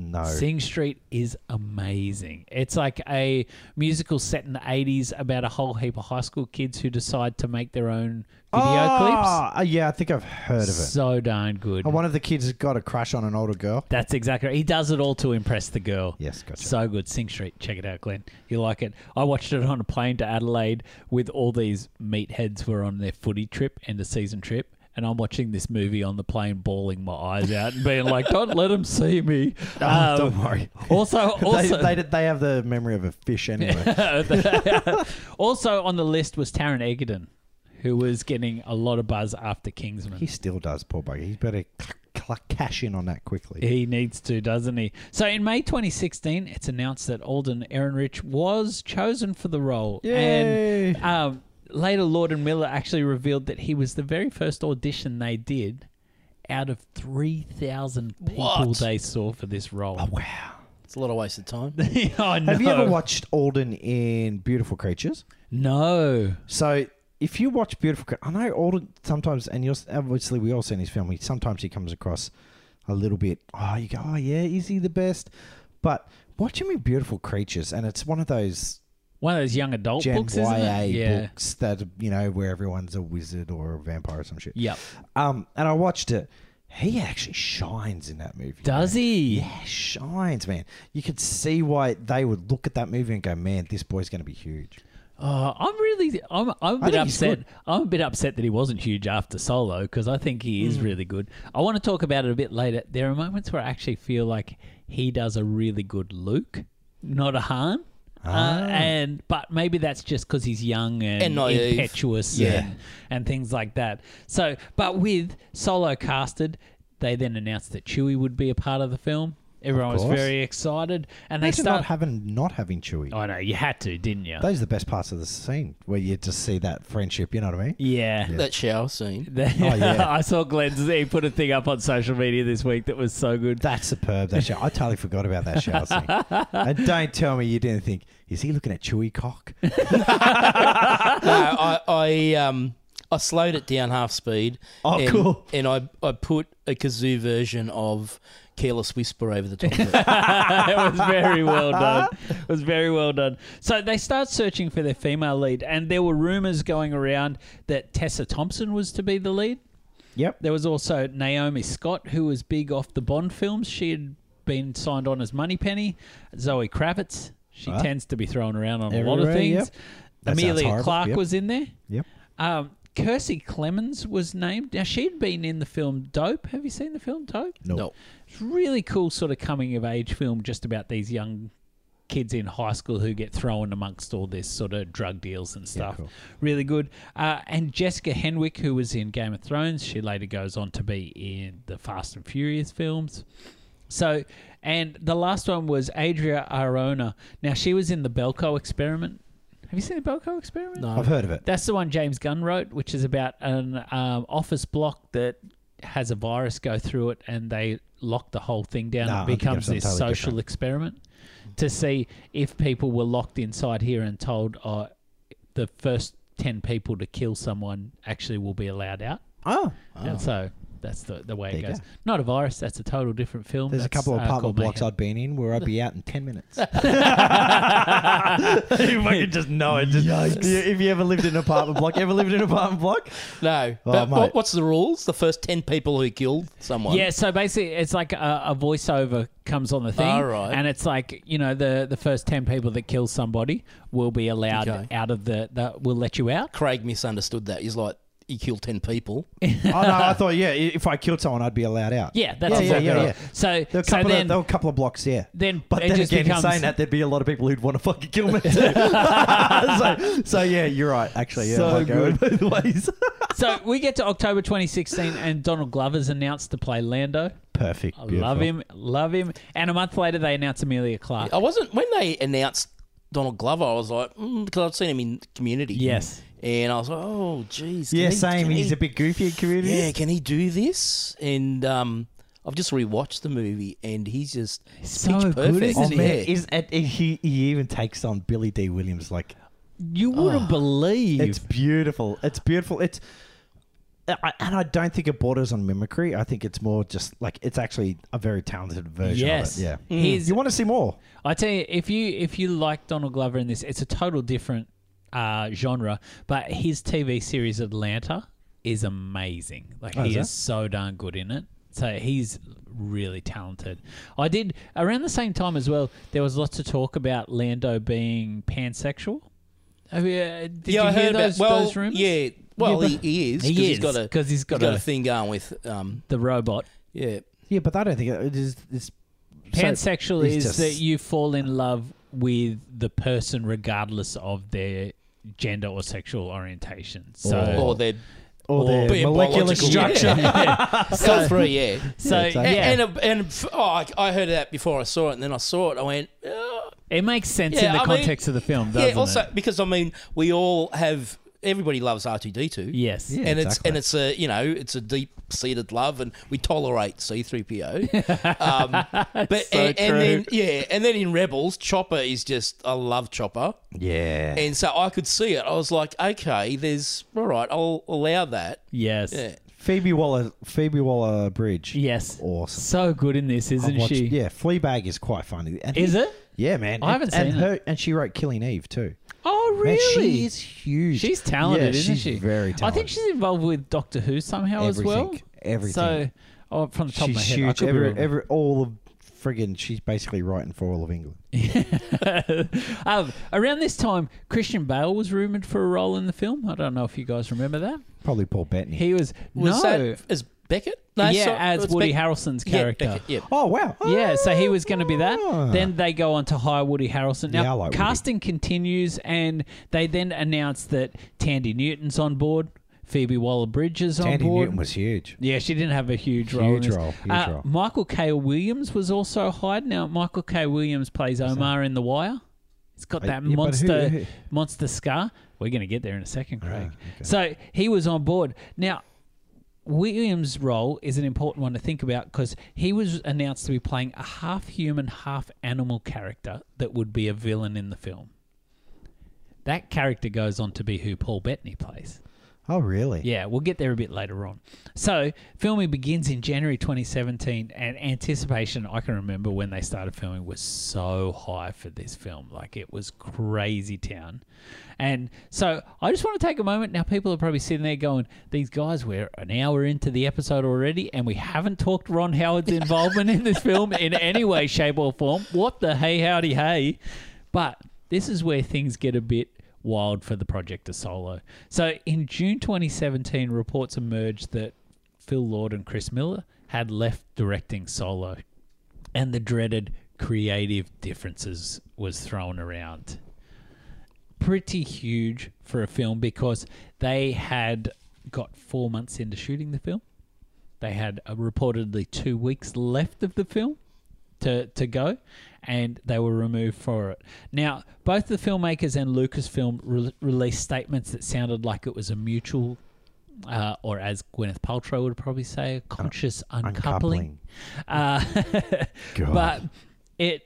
Speaker 2: No.
Speaker 1: Sing Street is amazing. It's like a musical set in the 80s about a whole heap of high school kids who decide to make their own video
Speaker 2: Ah, uh, yeah, I think I've heard of
Speaker 1: clips.
Speaker 2: it.
Speaker 1: So darn good.
Speaker 2: And one of the kids has got a crush on an older girl.
Speaker 1: That's exactly right. He does it all to impress the girl.
Speaker 2: Yes, gotcha.
Speaker 1: So good. Sing Street. Check it out, Glenn. You'll like it. I watched it on a plane to Adelaide with all these meatheads who were on their footy trip and a season trip. And I'm watching this movie on the plane, bawling my eyes out and being like, don't let them see me.
Speaker 2: <laughs> Oh,
Speaker 1: Um,
Speaker 2: don't worry.
Speaker 1: Also, also
Speaker 2: <laughs> they, they, they have the memory of a fish anyway.
Speaker 1: <laughs> also on the list was Taron Egerton, who was getting a lot of buzz after Kingsman.
Speaker 2: He still does, poor bugger. He's better cl- cl- cash in on that quickly.
Speaker 1: he needs to, doesn't he? So in May 2016, it's announced that Alden Ehrenrich was chosen for the role,
Speaker 2: Yay.
Speaker 1: and um, later Lord and Miller actually revealed that he was the very first audition they did out of 3,000 people
Speaker 3: What?
Speaker 1: they saw for this role.
Speaker 2: Oh,
Speaker 1: <laughs>
Speaker 2: wow.
Speaker 3: it's a lot of wasted time.
Speaker 1: I
Speaker 2: Have you
Speaker 1: know.
Speaker 2: ever watched Alden in Beautiful Creatures?
Speaker 1: No.
Speaker 2: So if you watch Beautiful Creatures, I know Alden sometimes, and you're, obviously we all seen his film, he, sometimes he comes across a little bit, oh, you go, oh, yeah, is he the best? But watch him in Beautiful Creatures, and it's one of those
Speaker 1: One of those young adult
Speaker 2: Gen
Speaker 1: books, isn't
Speaker 2: YA
Speaker 1: it? Yeah.
Speaker 2: books that, you know, where everyone's a wizard or a vampire or some shit.
Speaker 1: Yep.
Speaker 2: Um, and I watched it. He actually shines in that movie.
Speaker 1: Does he?
Speaker 2: Yeah, shines, man. You could see why they would look at that movie and go, "Man, this boy's going to be huge."
Speaker 1: Uh, I'm really, I'm, I'm a
Speaker 2: I
Speaker 1: bit
Speaker 2: think he's
Speaker 1: upset.
Speaker 2: good.
Speaker 1: I'm a bit upset that he wasn't huge after Solo because I think he
Speaker 2: Hmm.
Speaker 1: is really good. I want to talk about it a bit later. There are moments where I actually feel like he does a really good Luke, not a Han.
Speaker 2: Ah.
Speaker 1: Uh, and but maybe that's just because he's young and,
Speaker 3: And naive.
Speaker 1: impetuous,
Speaker 2: Yeah.
Speaker 1: and, and things like that. So, but with Solo casted, they then announced that Chewie would be a part of the film. Everyone was
Speaker 2: course.
Speaker 1: very excited, and they
Speaker 2: Imagine
Speaker 1: start. Oh,
Speaker 2: not having not having Chewie.
Speaker 1: I know you had to, didn't you?
Speaker 2: Those are the best parts of the scene where you just see that friendship. You know what I mean?
Speaker 1: yeah.
Speaker 3: That shower scene.
Speaker 2: Oh, yeah.
Speaker 1: <laughs> I saw Glenn's. He put a thing up on social media this week that was so
Speaker 2: <laughs>
Speaker 1: good. <laughs>
Speaker 2: That's superb. That show. I totally forgot about that shower scene. And don't tell me you didn't think, "Is he looking at
Speaker 1: <laughs>
Speaker 2: Chewie cock?"
Speaker 3: No, I, I um I slowed it down half speed.
Speaker 2: Oh,
Speaker 3: and,
Speaker 2: cool.
Speaker 3: And I I put a kazoo version of careless whisper over the top of it.
Speaker 1: it was very well done. It was very well done. So they start searching for their female lead, and there were rumors going around that Tessa Thompson was to be the lead.
Speaker 2: Yep.
Speaker 1: There was also Naomi Scott, who was big off the Bond films. She had been signed on as Moneypenny. Zoe Kravitz. She
Speaker 2: Ah.
Speaker 1: tends to be thrown around on a lot
Speaker 2: Everywhere,
Speaker 1: of things.
Speaker 2: yep. That sounds
Speaker 1: Amelia
Speaker 2: horrible,
Speaker 1: Clark
Speaker 2: yep.
Speaker 1: was in there.
Speaker 2: Yep.
Speaker 1: Um, Kirsty Clemens was named. Now she'd been in the film Dope. Have you seen the film Dope?
Speaker 3: No.
Speaker 1: It's a really cool sort of coming of age film just about these young kids in high school who get thrown amongst all this sort of drug deals and stuff.
Speaker 2: cool.
Speaker 1: Really good. Uh, and Jessica Henwick, who was in Game of Thrones, she later goes on to be in the Fast and Furious films. So, and the last one was Adria Arona. Now, she was in the Belko experiment. Have you seen the Belko experiment?
Speaker 3: No.
Speaker 2: I've heard of it.
Speaker 1: That's the one James Gunn wrote, which is about an um, office block that has a virus go through it and they lock the whole thing down.
Speaker 2: Nah, I
Speaker 1: it
Speaker 2: think
Speaker 1: becomes
Speaker 2: it's
Speaker 1: this
Speaker 2: entirely
Speaker 1: social
Speaker 2: different.
Speaker 1: experiment to see if people were locked inside here and told uh, the first 10 people to kill someone actually will be allowed out.
Speaker 2: Oh,
Speaker 1: And so that's the, the way
Speaker 2: There
Speaker 1: it
Speaker 2: you
Speaker 1: goes.
Speaker 2: go.
Speaker 1: Not a virus, that's a total different film.
Speaker 2: there's a
Speaker 1: That's,
Speaker 2: couple of
Speaker 1: uh,
Speaker 2: apartment
Speaker 1: called
Speaker 2: blocks
Speaker 1: Mayhem.
Speaker 2: I'd been in where I'd be out in ten <laughs> minutes.
Speaker 1: <laughs> you
Speaker 2: fucking just know it. if you ever lived in an apartment block, ever lived in an apartment block?
Speaker 3: No.
Speaker 2: Oh,
Speaker 3: but
Speaker 2: mate.
Speaker 3: what, what's the rules? The first 10 people who killed someone.
Speaker 1: Yeah, so basically, it's like a, a voiceover comes on the thing,
Speaker 3: All right.
Speaker 1: and it's like you know the the first ten people that kill somebody will be allowed
Speaker 3: Okay.
Speaker 1: out of the that will let you out.
Speaker 3: Craig misunderstood that. He's like, he killed 10 people.
Speaker 2: <laughs> oh no, I thought yeah, i- if I killed someone, I'd be allowed out.
Speaker 1: Yeah, that's
Speaker 2: yeah,
Speaker 1: exactly
Speaker 2: yeah,
Speaker 1: right.
Speaker 2: yeah.
Speaker 1: So
Speaker 2: There were, a
Speaker 1: so
Speaker 2: couple
Speaker 1: then
Speaker 2: of, there were a couple of blocks, yeah.
Speaker 1: then
Speaker 2: But
Speaker 1: it
Speaker 2: then
Speaker 1: just
Speaker 2: again,
Speaker 1: becomes,
Speaker 2: in saying that, there'd be a lot of people who'd want to fucking kill <laughs> me. too. so, so yeah, you're right. Actually, yeah,
Speaker 1: So
Speaker 2: I might go
Speaker 1: good.
Speaker 2: both ways. <laughs>
Speaker 1: so we get to October 2016, and Donald Glover's announced to play Lando.
Speaker 2: Perfect.
Speaker 1: I
Speaker 2: beautiful. Oh,
Speaker 1: love him, love him. And a month later, they announce Amelia Clark.
Speaker 3: I wasn't, when they announced Donald Glover, I was like, mm, because I'd seen him in community.
Speaker 1: Yes.
Speaker 3: And I was like, oh, geez. can
Speaker 2: Yeah,
Speaker 3: he-
Speaker 2: same.
Speaker 3: can
Speaker 2: He's
Speaker 3: he-
Speaker 2: a bit goofy in community.
Speaker 3: Yeah, can he do this? And um, I've just rewatched the movie, and he's just
Speaker 1: So
Speaker 3: pitch
Speaker 1: good,
Speaker 3: perfect.
Speaker 1: isn't
Speaker 2: Oh
Speaker 1: he?
Speaker 2: man,
Speaker 3: Yeah.
Speaker 2: isn't it, he, he even takes on Billy D. Williams like
Speaker 1: You wouldn't believe.
Speaker 2: Ah. It's beautiful. It's beautiful. It's I, and I don't think it borders on mimicry. I think it's more just like it's actually a very talented version
Speaker 1: yes,
Speaker 2: of it. Yeah.
Speaker 1: He's-
Speaker 2: You want to see more?
Speaker 1: I tell you, if you if you like Donald Glover in this, it's a total different uh, genre. But his TV series Atlanta is amazing. Like
Speaker 2: Oh,
Speaker 1: he
Speaker 2: is
Speaker 1: is
Speaker 2: it?
Speaker 1: so darn good in it. So he's really talented. I did around the same time as well. There was lots of talk about Lando being pansexual. Have you, uh, did
Speaker 3: yeah,
Speaker 1: you
Speaker 3: I
Speaker 1: hear
Speaker 3: heard
Speaker 1: those,
Speaker 3: about, well,
Speaker 1: those rumors?
Speaker 3: Yeah, well,
Speaker 1: Yeah,
Speaker 3: he,
Speaker 1: but-
Speaker 3: he is.
Speaker 1: He
Speaker 3: 'cause
Speaker 1: is,
Speaker 3: He's got a
Speaker 1: 'cause he's got a-
Speaker 3: thing going with um,
Speaker 1: the robot.
Speaker 3: yeah.
Speaker 2: Yeah, but I don't think it is. It's, so,
Speaker 1: Pansexual
Speaker 2: he's
Speaker 1: is
Speaker 2: just-
Speaker 1: that you fall in love with the person regardless of their gender or sexual orientation. So
Speaker 3: or their
Speaker 2: or
Speaker 1: or
Speaker 2: the
Speaker 3: being
Speaker 2: molecular
Speaker 3: biological,
Speaker 2: structure.
Speaker 1: <laughs> Yeah.
Speaker 3: so
Speaker 1: so,
Speaker 3: three, yeah.
Speaker 1: so
Speaker 2: Yeah,
Speaker 1: <laughs> yeah,
Speaker 3: And and, and f- oh, I, I heard that before I saw it, and then I saw it. I went, oh,
Speaker 1: it makes sense
Speaker 3: Yeah,
Speaker 1: in the
Speaker 3: I mean-
Speaker 1: context of the film, doesn't
Speaker 3: yeah. Also,
Speaker 1: it?
Speaker 3: because I mean, we all have everybody loves R two D two.
Speaker 1: Yes.
Speaker 2: Yeah.
Speaker 3: and
Speaker 2: exactly.
Speaker 3: it's and it's a you know it's a deep seated love, and we tolerate C
Speaker 1: <laughs>
Speaker 3: three PO. Um, but
Speaker 1: So
Speaker 3: and, and then
Speaker 1: true.
Speaker 3: yeah, and then in Rebels, Chopper is just I love Chopper,
Speaker 2: Yeah.
Speaker 3: and so I could see it. I was like, okay, there's all right, I'll allow that.
Speaker 1: Yes.
Speaker 3: Yeah.
Speaker 2: Phoebe Waller, Phoebe Waller Bridge.
Speaker 1: Yes.
Speaker 2: Awesome.
Speaker 1: So good in this,
Speaker 2: I've
Speaker 1: isn't
Speaker 2: watched-
Speaker 1: she?
Speaker 2: Yeah, Fleabag is quite funny. And
Speaker 1: Is
Speaker 2: he-
Speaker 1: it?
Speaker 2: Yeah, man.
Speaker 1: I haven't
Speaker 2: and,
Speaker 1: seen
Speaker 2: and her, And she wrote Killing Eve too.
Speaker 1: Oh,
Speaker 2: Man,
Speaker 1: really?
Speaker 2: she is huge.
Speaker 1: She's talented,
Speaker 2: yeah,
Speaker 1: isn't
Speaker 2: she's
Speaker 1: she?
Speaker 2: Very talented.
Speaker 1: I think she's involved with Doctor Who somehow as well.
Speaker 2: Everything. Everything.
Speaker 1: So, oh, from the top of
Speaker 2: she's
Speaker 1: my head, I
Speaker 2: huge.
Speaker 1: could be
Speaker 2: Every,
Speaker 1: wrong.
Speaker 2: every, all of friggin' she's basically writing for all of England.
Speaker 1: <laughs> um, around this time, Christian Bale was rumored for a role in the film. I don't know if you guys remember that.
Speaker 2: Probably Paul Bettany.
Speaker 1: He was,
Speaker 3: Was
Speaker 1: no,
Speaker 3: that as Beckett? No,
Speaker 1: yeah,
Speaker 3: sorry,
Speaker 1: as
Speaker 3: it's
Speaker 1: Woody
Speaker 3: Beck-
Speaker 1: Harrelson's
Speaker 3: yeah,
Speaker 1: character.
Speaker 3: Beckett, yeah.
Speaker 2: oh wow.
Speaker 1: Yeah, so he was going to be that.
Speaker 2: Ah.
Speaker 1: Then they go on to hire Woody Harrelson. Now,
Speaker 2: Yeah, I like Woody.
Speaker 1: casting continues, and they then announce that Tandy Newton's on board, Phoebe Waller Bridge is on
Speaker 2: Tandy
Speaker 1: board.
Speaker 2: Newton was huge.
Speaker 1: yeah, she didn't have a huge, role. in
Speaker 2: Huge
Speaker 1: this.
Speaker 2: role, huge
Speaker 1: Uh,
Speaker 2: role.
Speaker 1: Michael K. Williams was also hired. Now, Michael K. Williams plays Omar in The Wire. He's got
Speaker 2: Uh, Yeah,
Speaker 1: that
Speaker 2: but who-
Speaker 1: monster,
Speaker 2: who- Ah,
Speaker 1: monster scar. We're going to get there in a second, Craig.
Speaker 2: okay.
Speaker 1: So he was on board. Now, Williams' role is an important one to think about because he was announced to be playing a half human, half animal character that would be a villain in the film. That character goes on to be who Paul Bettany plays.
Speaker 2: Oh, really?
Speaker 1: Yeah, we'll get there a bit later on. So, filming begins in January 2017, and anticipation I can remember when they started filming was so high for this film. Like, it was crazy town. And so, I just want to take a moment. Now, people are probably sitting there going, These guys, we're an hour into the episode already, and we haven't talked Ron Howard's involvement in this film in any way, shape, or form. What the hey, howdy, hey. But this is where things get a bit wild for the project as solo. So in June 2017, reports emerged that Phil Lord and Chris Miller had left directing solo, and the dreaded creative differences was thrown around. Pretty huge for a film because they had got four months into shooting the film. They had uh, reportedly two weeks left of the film to, to go, and they were removed for it. Now, both the filmmakers and Lucasfilm re- released statements that sounded like it was a mutual, uh, or as Gwyneth Paltrow would probably say, a conscious uncoupling. Uh, <laughs>
Speaker 2: God.
Speaker 1: but it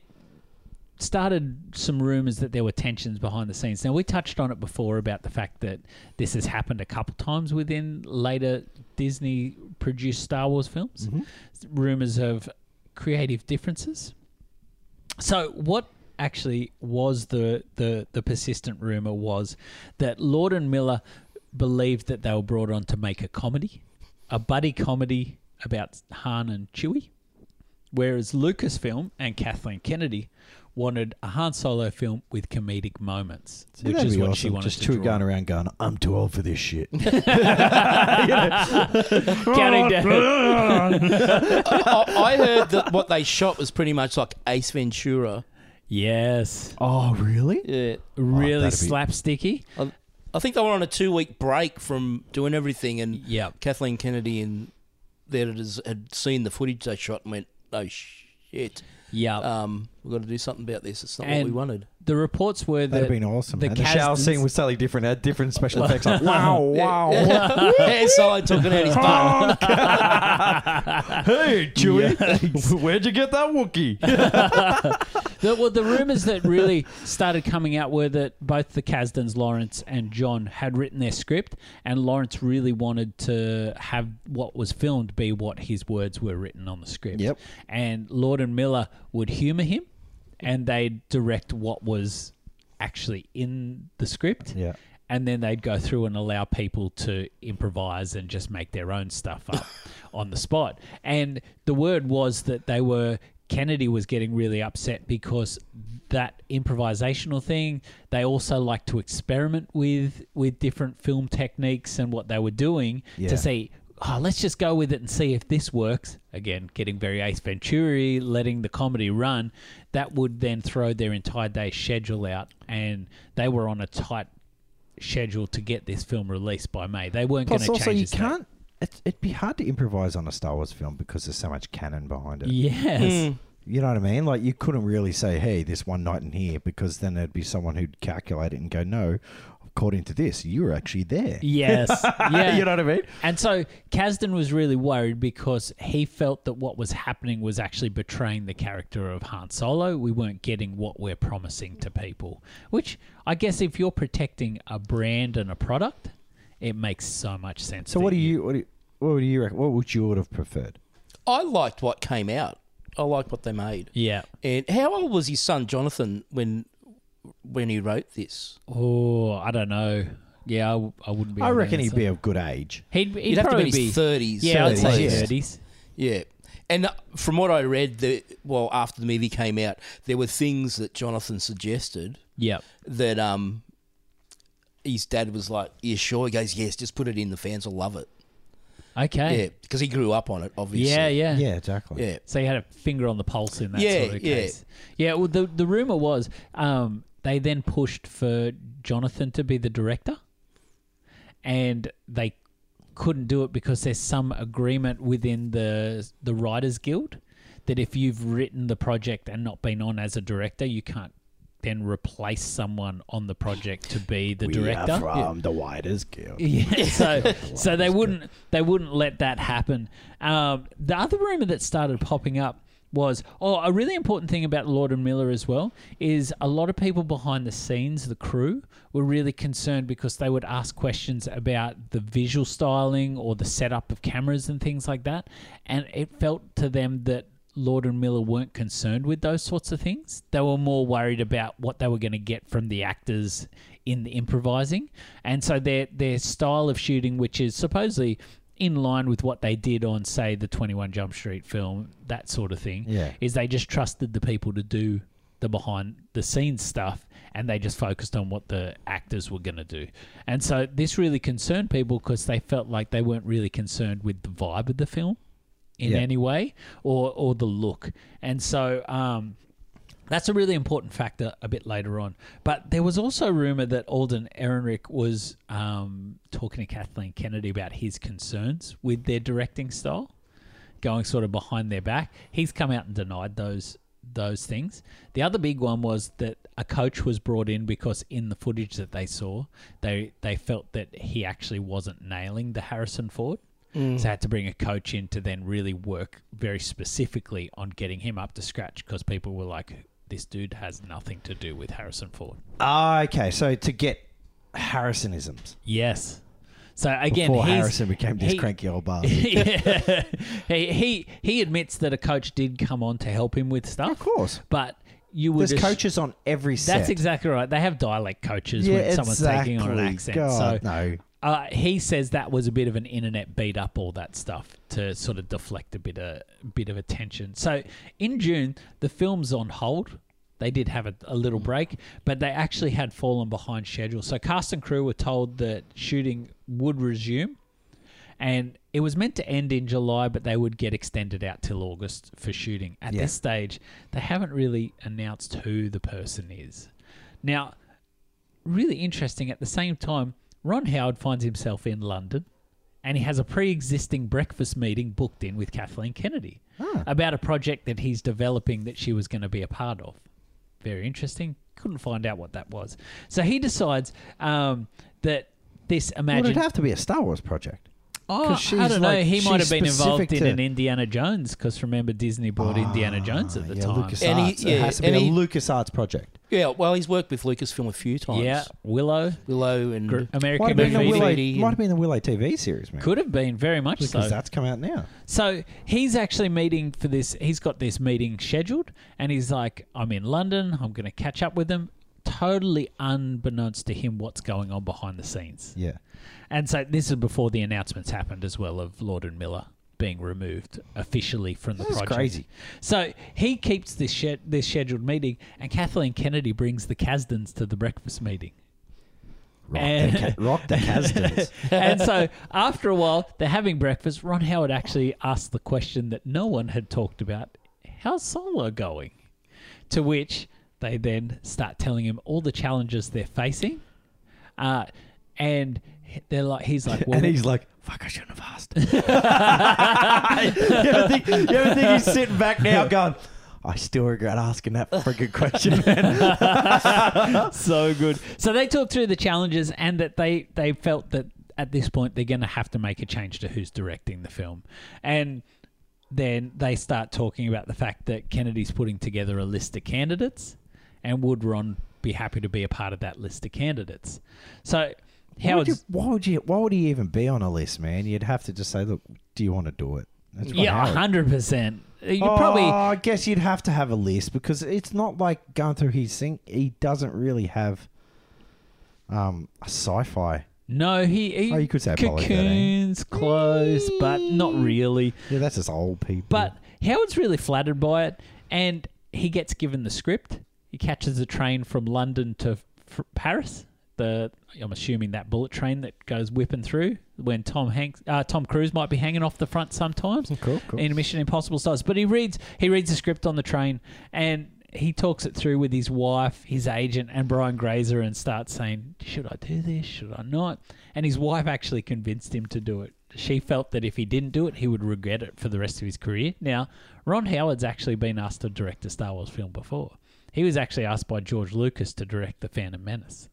Speaker 1: started some rumors that there were tensions behind the scenes. Now we touched on it before about the fact that this has happened a couple times within later Disney produced Star Wars films. Rumors of creative differences. So what actually was the the the persistent rumor was that Lord and Miller believed that they were brought on to make a comedy, a buddy comedy about Han and Chewie whereas Lucasfilm and Kathleen Kennedy wanted a Han Solo film with comedic moments,
Speaker 2: Wouldn't
Speaker 1: which
Speaker 2: that
Speaker 1: is
Speaker 2: be
Speaker 1: what she
Speaker 2: awesome?
Speaker 1: wanted
Speaker 2: Just
Speaker 1: to
Speaker 2: two
Speaker 1: draw.
Speaker 2: going around going, I'm too old for this shit. <laughs>
Speaker 1: <laughs> Counting down.
Speaker 3: I, I heard that what they shot was pretty much like Ace Ventura.
Speaker 1: yes,
Speaker 2: oh, really?
Speaker 3: Yeah.
Speaker 1: really
Speaker 2: Oh, that'd be-
Speaker 1: slapsticky.
Speaker 3: I, I think they were on a two week break from doing everything, and
Speaker 1: Yep.
Speaker 3: Kathleen Kennedy and the editors had seen the footage they shot and went, "Oh shit,
Speaker 1: Yeah,
Speaker 2: Uh,
Speaker 3: um, we've got to do something about this. It's not
Speaker 1: And-
Speaker 3: what we wanted."
Speaker 1: the reports were that
Speaker 2: That'd have been awesome.
Speaker 1: the
Speaker 2: man. The shower
Speaker 1: Kasdans-
Speaker 2: scene was totally different. Had
Speaker 1: <laughs>
Speaker 2: different special effects. Like, wow, wow.
Speaker 3: yeah, <laughs> so I took it
Speaker 1: <laughs>
Speaker 3: out his butt.
Speaker 2: hey,
Speaker 1: <laughs>
Speaker 2: Chewie, <laughs> where'd you get that Wookie?
Speaker 1: The, well, the rumors that really started coming out were that both the Kasdans, Lawrence and John, had written their script, and Lawrence really wanted to have what was filmed be what his words were written on the script.
Speaker 2: Yep.
Speaker 1: And Lord and Miller would humor him, and they'd direct what was actually in the script.
Speaker 2: Yeah.
Speaker 1: And then they'd go through and allow people to improvise and just make their own stuff up on the spot. And the word was that they were Kennedy was getting really upset because that improvisational thing. They also like to experiment with with different film techniques and what they were doing
Speaker 2: Yeah.
Speaker 1: to see. Oh, let's just go with it and see if this works. Again, getting very Ace Venturi, letting the comedy run. That would then throw their entire day schedule out, and they were on a tight schedule to get this film released by May. They weren't going
Speaker 2: Plus,
Speaker 1: to change.
Speaker 2: also, you
Speaker 1: this date.
Speaker 2: can't. It, it'd be hard to improvise on a Star Wars film because there's so much canon behind it.
Speaker 1: Yes.
Speaker 2: Hmm. You know what I mean? Like, you couldn't really say, hey, this one night in here, because then there'd be someone who'd calculate it and go, no, according to this, you were actually there.
Speaker 1: Yes. Yeah.
Speaker 2: <laughs> you know what I mean?
Speaker 1: And so Kasdan was really worried because he felt that what was happening was actually betraying the character of Han Solo. We weren't getting what we're promising to people, which I guess if you're protecting a brand and a product, it makes so much sense.
Speaker 2: So,
Speaker 1: that
Speaker 2: what do you. What do you what would you reckon? What would you would have preferred?
Speaker 3: I liked what came out. I liked what they made.
Speaker 1: Yeah.
Speaker 3: And how old was his son Jonathan when when he wrote this?
Speaker 1: Oh, I don't know. Yeah, I, w- I wouldn't be.
Speaker 2: I
Speaker 1: able to
Speaker 2: reckon he'd
Speaker 1: answer.
Speaker 2: be of good age.
Speaker 1: He'd, he'd
Speaker 3: You'd have to be
Speaker 1: probably
Speaker 3: in his thirties.
Speaker 1: Yeah, I'd say
Speaker 2: 30s.
Speaker 1: thirties.
Speaker 3: Yeah. And uh, from what I read, the, well, after the movie came out, there were things that Jonathan suggested
Speaker 1: Yeah.
Speaker 3: that um, his dad was like, "You sure?" He goes, "Yes, just put it in. The fans will love it." Yeah,
Speaker 1: Okay.
Speaker 3: because he grew up on it, obviously.
Speaker 1: Yeah. Yeah.
Speaker 2: Yeah, exactly.
Speaker 3: yeah.
Speaker 1: So you had a finger on the pulse in that
Speaker 3: Yeah,
Speaker 1: sort of
Speaker 3: yeah.
Speaker 1: case. Yeah. Well, the the rumor was um, they then pushed for Jonathan to be the director, and they couldn't do it because there's some agreement within the the writers guild that if you've written the project and not been on as a director, you can't then replace someone on the project to be the director.
Speaker 2: from the Widers Guild.
Speaker 1: Yeah, so so they wouldn't they wouldn't let that happen. Um, the other rumor that started popping up was oh a really important thing about Lord and Miller as well is a lot of people behind the scenes, the crew, were really concerned because they would ask questions about the visual styling or the setup of cameras and things like that, and it felt to them that. Lord and Miller weren't concerned with those sorts of things. They were more worried about what they were going to get from the actors in the improvising, and so their their style of shooting, which is supposedly in line with what they did on, say, the Twenty One Jump Street film, that sort of thing,
Speaker 2: Yeah.
Speaker 1: is they just trusted the people to do the behind the scenes stuff, and they just focused on what the actors were going to do, and so this really concerned people because they felt like they weren't really concerned with the vibe of the film in
Speaker 2: Yeah.
Speaker 1: any way or or the look, and so. Um, that's a really important factor a bit later on. But there was also rumor that Alden Ehrenreich was um, talking to Kathleen Kennedy about his concerns with their directing style, going sort of behind their back. He's come out and denied those those things. The other big one was that a coach was brought in because in the footage that they saw, they they felt that he actually wasn't nailing the Harrison Ford.
Speaker 2: Mm.
Speaker 1: So I had to bring a coach in to then really work very specifically on getting him up to scratch because people were like, this dude has nothing to do with Harrison Ford.
Speaker 2: Ah, okay, so to get Harrisonisms
Speaker 1: Yes. So again,
Speaker 2: before
Speaker 1: he's-
Speaker 2: Harrison became this
Speaker 1: he-
Speaker 2: cranky old bastard.
Speaker 1: <laughs> yeah. <laughs> he, he he admits that a coach did come on to help him with stuff. Of
Speaker 2: course.
Speaker 1: But you would
Speaker 2: There's
Speaker 1: just-
Speaker 2: coaches on every set.
Speaker 1: That's exactly right. They have dialect coaches
Speaker 2: yeah,
Speaker 1: when someone's
Speaker 2: exactly.
Speaker 1: taking on an accent.
Speaker 2: God,
Speaker 1: so
Speaker 2: no.
Speaker 1: uh, he says that was a bit of an internet beat up, all that stuff to sort of deflect a bit of bit of attention. So in June, the film's on hold. They did have a, a little break, but they actually had fallen behind schedule. So cast and crew were told that shooting would resume, and it was meant to end in July, but they would get extended out till August for shooting. At
Speaker 2: Yeah.
Speaker 1: this stage, they haven't really announced who the person is. Now, really interesting. At the same time, Ron Howard finds himself in London and he has a pre existing breakfast meeting booked in with Kathleen Kennedy
Speaker 2: Ah.
Speaker 1: about a project that he's developing that she was going to be a part of. Very interesting. Couldn't find out what that was. So he decides um, that this
Speaker 2: Would
Speaker 1: imagine
Speaker 2: it have to be a Star Wars project?
Speaker 1: Oh,
Speaker 2: 'Cause
Speaker 1: I
Speaker 2: she's
Speaker 1: don't know.
Speaker 2: like-
Speaker 1: He might have
Speaker 2: she's
Speaker 1: been involved
Speaker 2: specific
Speaker 1: in
Speaker 2: to- Ah,
Speaker 1: an Indiana Jones because remember Disney brought Indiana Jones at the
Speaker 2: Uh, yeah,
Speaker 1: time.
Speaker 2: LucasArts.
Speaker 3: And he-
Speaker 2: it
Speaker 3: yeah,
Speaker 2: has to be
Speaker 3: and
Speaker 2: a
Speaker 3: he-
Speaker 2: LucasArts project.
Speaker 3: Yeah, well, he's worked with Lucasfilm a few times.
Speaker 1: yeah, Willow,
Speaker 3: Willow and
Speaker 1: Gr-
Speaker 2: Might
Speaker 1: American
Speaker 2: have, been the
Speaker 3: Graffiti.
Speaker 1: Graffiti.
Speaker 2: Willow,
Speaker 3: Graffiti
Speaker 2: might
Speaker 3: and-
Speaker 2: have been the Willow TV series, man.
Speaker 1: Could have been very much
Speaker 2: because
Speaker 1: so.
Speaker 2: that's come out now.
Speaker 1: So he's actually meeting for this. He's got this meeting scheduled, and he's like, "I'm in London. I'm going to catch up with them." Totally unbeknownst to him, what's going on behind the scenes.
Speaker 2: Yeah.
Speaker 1: And so this is before the announcements happened as well of Lord and Miller being removed officially from the
Speaker 2: This is
Speaker 1: project.
Speaker 2: crazy.
Speaker 1: So he keeps this sch- this scheduled meeting, and Kathleen Kennedy brings the Kasdans to the breakfast meeting.
Speaker 2: Rock,
Speaker 1: And-
Speaker 2: the, ca- rock <laughs> the Kasdans.
Speaker 1: <laughs> and so after a while, they're having breakfast. Ron Howard actually asked the question that no one had talked about how's Solo going? To which they then start telling him all the challenges they're facing. Uh, and they're like, he's like, well,
Speaker 2: <laughs> and he's like, fuck, I shouldn't have <laughs> asked. you, ever think, you ever think he's sitting back now going, I still regret asking that freaking <laughs> question, man.
Speaker 1: so good. So they talk through the challenges and that they they felt that at this point they're going to have to make a change to who's directing the film, and then they start talking about the fact that Kennedy's putting together a list of candidates, and would Ron be happy to be a part of that list of candidates? So
Speaker 2: Why would, you,
Speaker 1: Howard's
Speaker 2: why would you? Why would he even be on a list, man? You'd have to just say, look, do you want to do it? That's what
Speaker 1: yeah,
Speaker 2: Howard-
Speaker 1: hundred percent. You
Speaker 2: Oh,
Speaker 1: probably
Speaker 2: I guess you'd have to have a list because it's not like going through his thing. He doesn't really have um, a sci-fi.
Speaker 1: no. He, he
Speaker 2: Oh, you could say Apollo 13.
Speaker 1: cocoons close, but not really.
Speaker 2: Yeah, that's just old people.
Speaker 1: But Howard's really flattered by it, and he gets given the script. He catches a train from London to f- Paris. The I'm assuming that bullet train that goes whipping through when Tom Hanks, uh, Tom Cruise might be hanging off the front sometimes
Speaker 2: <laughs> cool, cool.
Speaker 1: in Mission Impossible styles. But he reads he reads the script on the train and he talks it through with his wife, his agent, and Brian Grazer, and starts saying, "Should I do this? Should I not?" And his wife actually convinced him to do it. She felt that if he didn't do it, he would regret it for the rest of his career. Now, Ron Howard's actually been asked to direct a Star Wars film before. He was actually asked by George Lucas to direct The Phantom Menace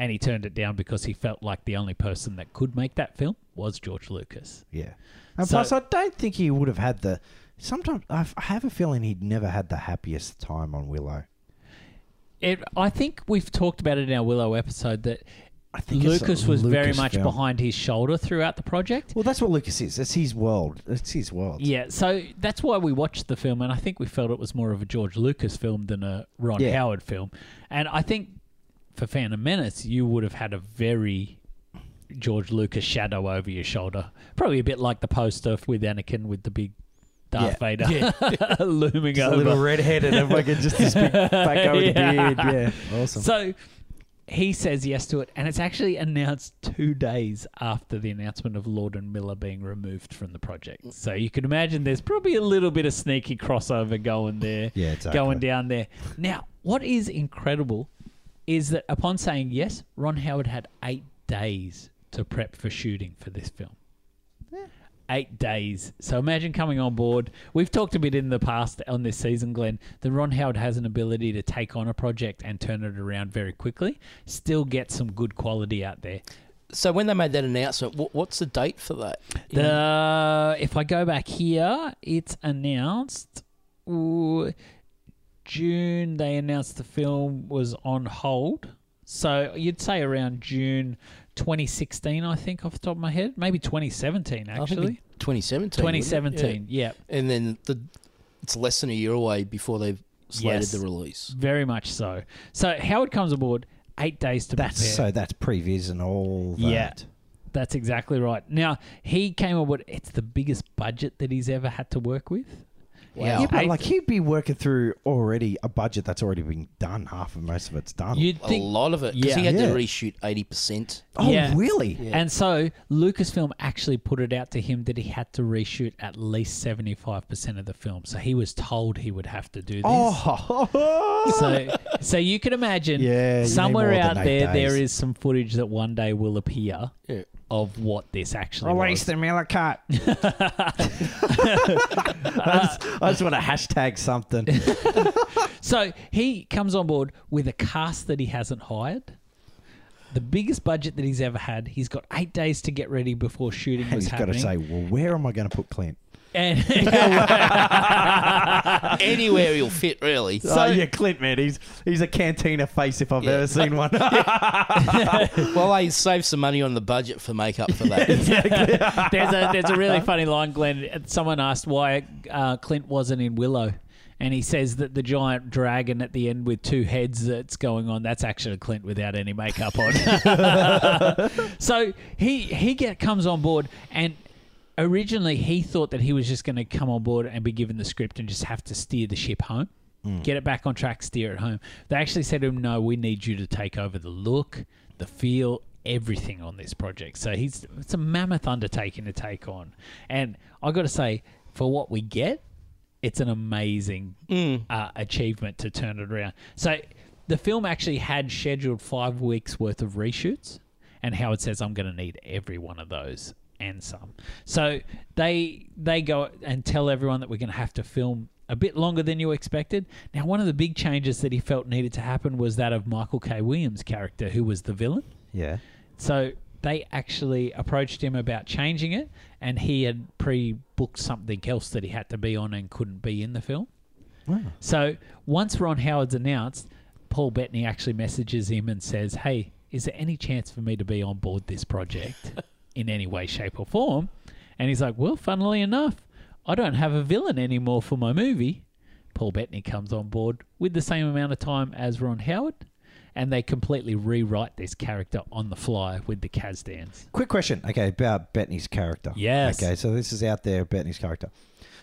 Speaker 1: and he turned it down because he felt like the only person that could make that film was George Lucas.
Speaker 2: yeah, and
Speaker 1: So-
Speaker 2: plus, I don't think he would have had the Sometimes I f- I have a feeling he'd never had the happiest time on Willow.
Speaker 1: It, I think we've talked about it in our Willow episode that
Speaker 2: I think it's a
Speaker 1: Lucas was very
Speaker 2: Lucas
Speaker 1: much
Speaker 2: film.
Speaker 1: behind his shoulder throughout the project.
Speaker 2: Well, that's what Lucas is. It's his world. It's his world.
Speaker 1: Yeah, so that's why we watched the film, and I think we felt it was more of a George Lucas film than a Ron
Speaker 2: Yeah.
Speaker 1: Howard film. And I think for Phantom Menace, you would have had a very George Lucas shadow over your shoulder, probably a bit like the poster with Anakin with the big Darth
Speaker 2: Yeah.
Speaker 1: Vader <laughs> looming
Speaker 2: Just
Speaker 1: over.
Speaker 2: a little redheaded and fucking just this big fat
Speaker 1: <laughs>
Speaker 2: with
Speaker 1: Yeah.
Speaker 2: beard. Yeah, awesome.
Speaker 1: So he says yes to it, and it's actually announced two days after the announcement of Lord and Miller being removed from the project. So you can imagine there's probably a little bit of sneaky crossover going there,
Speaker 2: Yeah, exactly.
Speaker 1: going down there. Now, what is incredible is that upon saying yes, Ron Howard had eight days to prep for shooting for this film. Eight days. So imagine coming on board. We've talked a bit in the past on this season, Glenn, that Ron Howard has an ability to take on a project and turn it around very quickly, still get some good quality out there.
Speaker 3: So when they made that announcement, what, what's the date for that?
Speaker 1: The if I go back here, it's announced ooh, June. They announced the film was on hold, so you'd say around June 2016, I think, off the top of my head, maybe 2017
Speaker 3: I think it'd
Speaker 1: actually.
Speaker 3: be 2017. wouldn't it?
Speaker 1: 2017, yeah.
Speaker 3: Yeah. And then the it's less than a year away before they've slated
Speaker 1: Yes.
Speaker 3: the release.
Speaker 1: very much so. So Howard comes aboard, eight days to
Speaker 2: that's
Speaker 1: prepare.
Speaker 2: so that's previous and all that.
Speaker 1: Yeah. That's exactly right. Now he came up with it's the biggest budget that he's ever had to work with.
Speaker 3: Wow.
Speaker 2: Yeah, but
Speaker 1: Eight-
Speaker 2: like he'd be working through already a budget that's already been done. Half of most of it's done.
Speaker 1: you'd
Speaker 3: A
Speaker 1: think,
Speaker 3: lot of it because he
Speaker 1: Yeah.
Speaker 3: had
Speaker 2: Yeah.
Speaker 3: to reshoot
Speaker 1: <laughs>
Speaker 3: 80%.
Speaker 2: oh,
Speaker 1: yeah.
Speaker 2: really?
Speaker 1: and so Lucasfilm actually put it out to him that he had to reshoot at least seventy five percent of the film. So he was told he would have to do this. <laughs>
Speaker 2: Oh,
Speaker 1: So, so you can imagine,
Speaker 2: Yeah, you need
Speaker 1: somewhere
Speaker 2: more
Speaker 1: out
Speaker 2: than eight
Speaker 1: there, there
Speaker 2: days.
Speaker 1: is some footage that one day will appear of what this actually was.
Speaker 2: release the
Speaker 1: <laughs>
Speaker 2: Miller cut. I, just, I just want to hashtag something.
Speaker 1: So he comes on board with a cast that he hasn't hired. The biggest budget that he's ever had. He's got eight days to get ready before shooting
Speaker 2: And
Speaker 1: was
Speaker 2: he's got to
Speaker 1: happening.
Speaker 2: say, well, where am I going to put Clint?
Speaker 1: <laughs>
Speaker 2: <laughs>
Speaker 1: And-
Speaker 3: Anywhere he'll fit,
Speaker 1: <laughs>
Speaker 3: really.
Speaker 2: oh yeah, Clint, man, he's he's a cantina face if I've ever
Speaker 1: <laughs>
Speaker 2: seen one. <laughs>
Speaker 3: well, they saved some money on the budget for makeup for
Speaker 1: <laughs>
Speaker 3: that.
Speaker 1: there's a there's a really funny line, Glenn. Someone asked why uh, Clint wasn't in Willow, and he says that the giant dragon at the end with two heads that's going on that's actually Clint without any makeup <laughs> on. so he he get comes on board and. Originally, he thought that he was just going to come on board and be given the script and just have to steer the ship home, get it back on track, steer it home. They actually said to him, "No, we need you to take over the look, the feel, everything on this project. So he's it's a mammoth undertaking to take on, and I got to say, for what we get, it's an amazing uh, achievement to turn it around. So the film actually had scheduled five weeks worth of reshoots, and Howard says I'm going to need every one of those and some. So they they go and tell everyone that we're going to have to film. A bit longer than you expected. Now, one of the big changes that he felt needed to happen was that of Michael K. Williams' character, who was the villain.
Speaker 2: yeah.
Speaker 1: So they actually approached him about changing it, and he had pre booked something else that he had to be on and couldn't be in the film. So once Ron Howard's announced, Paul Bettany actually messages him and says, Hey, is there any chance for me to be on board this project in any way, shape, or form? And he's like, Well, funnily enough, I don't have a villain anymore for my movie. Paul Bettany comes on board with the same amount of time as Ron Howard, and they completely rewrite this character on the fly with the Kazdans.
Speaker 2: Quick question, okay, about Bettany's character.
Speaker 1: Yes.
Speaker 2: Okay, so this is out there, Bettany's character.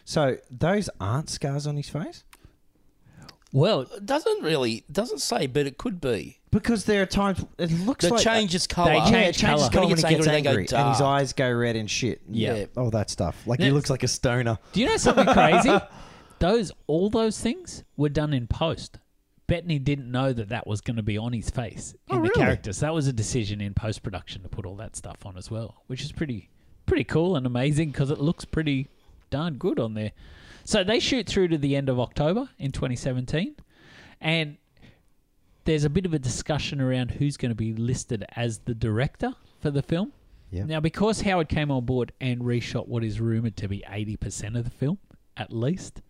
Speaker 2: So those aren't scars on his face
Speaker 1: Well,
Speaker 3: It doesn't really, doesn't say, but it could be.
Speaker 2: because there are times it looks
Speaker 3: The
Speaker 2: like
Speaker 3: changes colour.
Speaker 1: They
Speaker 2: Yeah,
Speaker 1: change
Speaker 2: it changes
Speaker 1: colour.
Speaker 2: colour
Speaker 3: When he
Speaker 2: when he
Speaker 3: gets
Speaker 2: gets
Speaker 3: angry, they
Speaker 2: angry,
Speaker 3: go
Speaker 2: and his
Speaker 3: dark.
Speaker 2: eyes go red and shit. and
Speaker 3: Yeah.
Speaker 2: all that stuff. Like he
Speaker 1: Yeah.
Speaker 2: looks like a stoner.
Speaker 1: Do you know something crazy? <laughs> Those all those things were done in post. Bettany didn't know that that was going to be on his face in
Speaker 2: Oh,
Speaker 1: the
Speaker 2: really?
Speaker 1: characters. That was a decision in post production to put all that stuff on as well, which is pretty pretty cool and amazing because it looks pretty darn good on there. So they shoot through to the end of October in 2017, and there's a bit of a discussion around who's going to be listed as the director for the film.
Speaker 2: Yeah.
Speaker 1: Now, because Howard came on board and reshot what is rumored to be 80% of the film at least,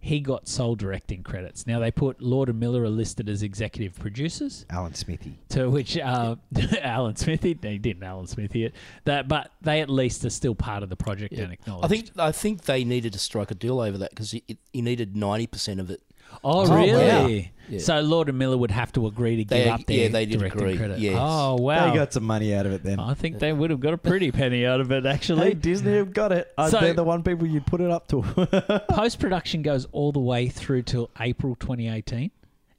Speaker 1: he got sole directing credits. Now they put Lord and Miller are listed as executive producers,
Speaker 2: Alan Smithy.
Speaker 1: to which uh, <laughs> Alan Smithy they didn't Alan Smithy it that, but they at least are still part of the project and acknowledged.
Speaker 3: I think Oh, I think they needed to strike a deal over that because he, he needed ninety percent of it.
Speaker 1: Oh,
Speaker 2: Oh,
Speaker 1: really?
Speaker 3: wow. Yeah.
Speaker 1: So Lord and Miller would have to agree to
Speaker 3: They-
Speaker 1: give up their
Speaker 3: yeah, they did
Speaker 1: directing
Speaker 3: agree,
Speaker 1: credit.
Speaker 3: yes.
Speaker 1: Oh wow!
Speaker 2: They got some money out of it then.
Speaker 1: I think they would have got a
Speaker 3: <laughs>
Speaker 1: pretty penny out of it
Speaker 2: Uh, Hey,
Speaker 1: actually.
Speaker 2: Disney have got it. Uh,
Speaker 1: So-
Speaker 2: they're the one people you'd put it up to. <laughs>
Speaker 1: Post production goes all the way through till April 2018,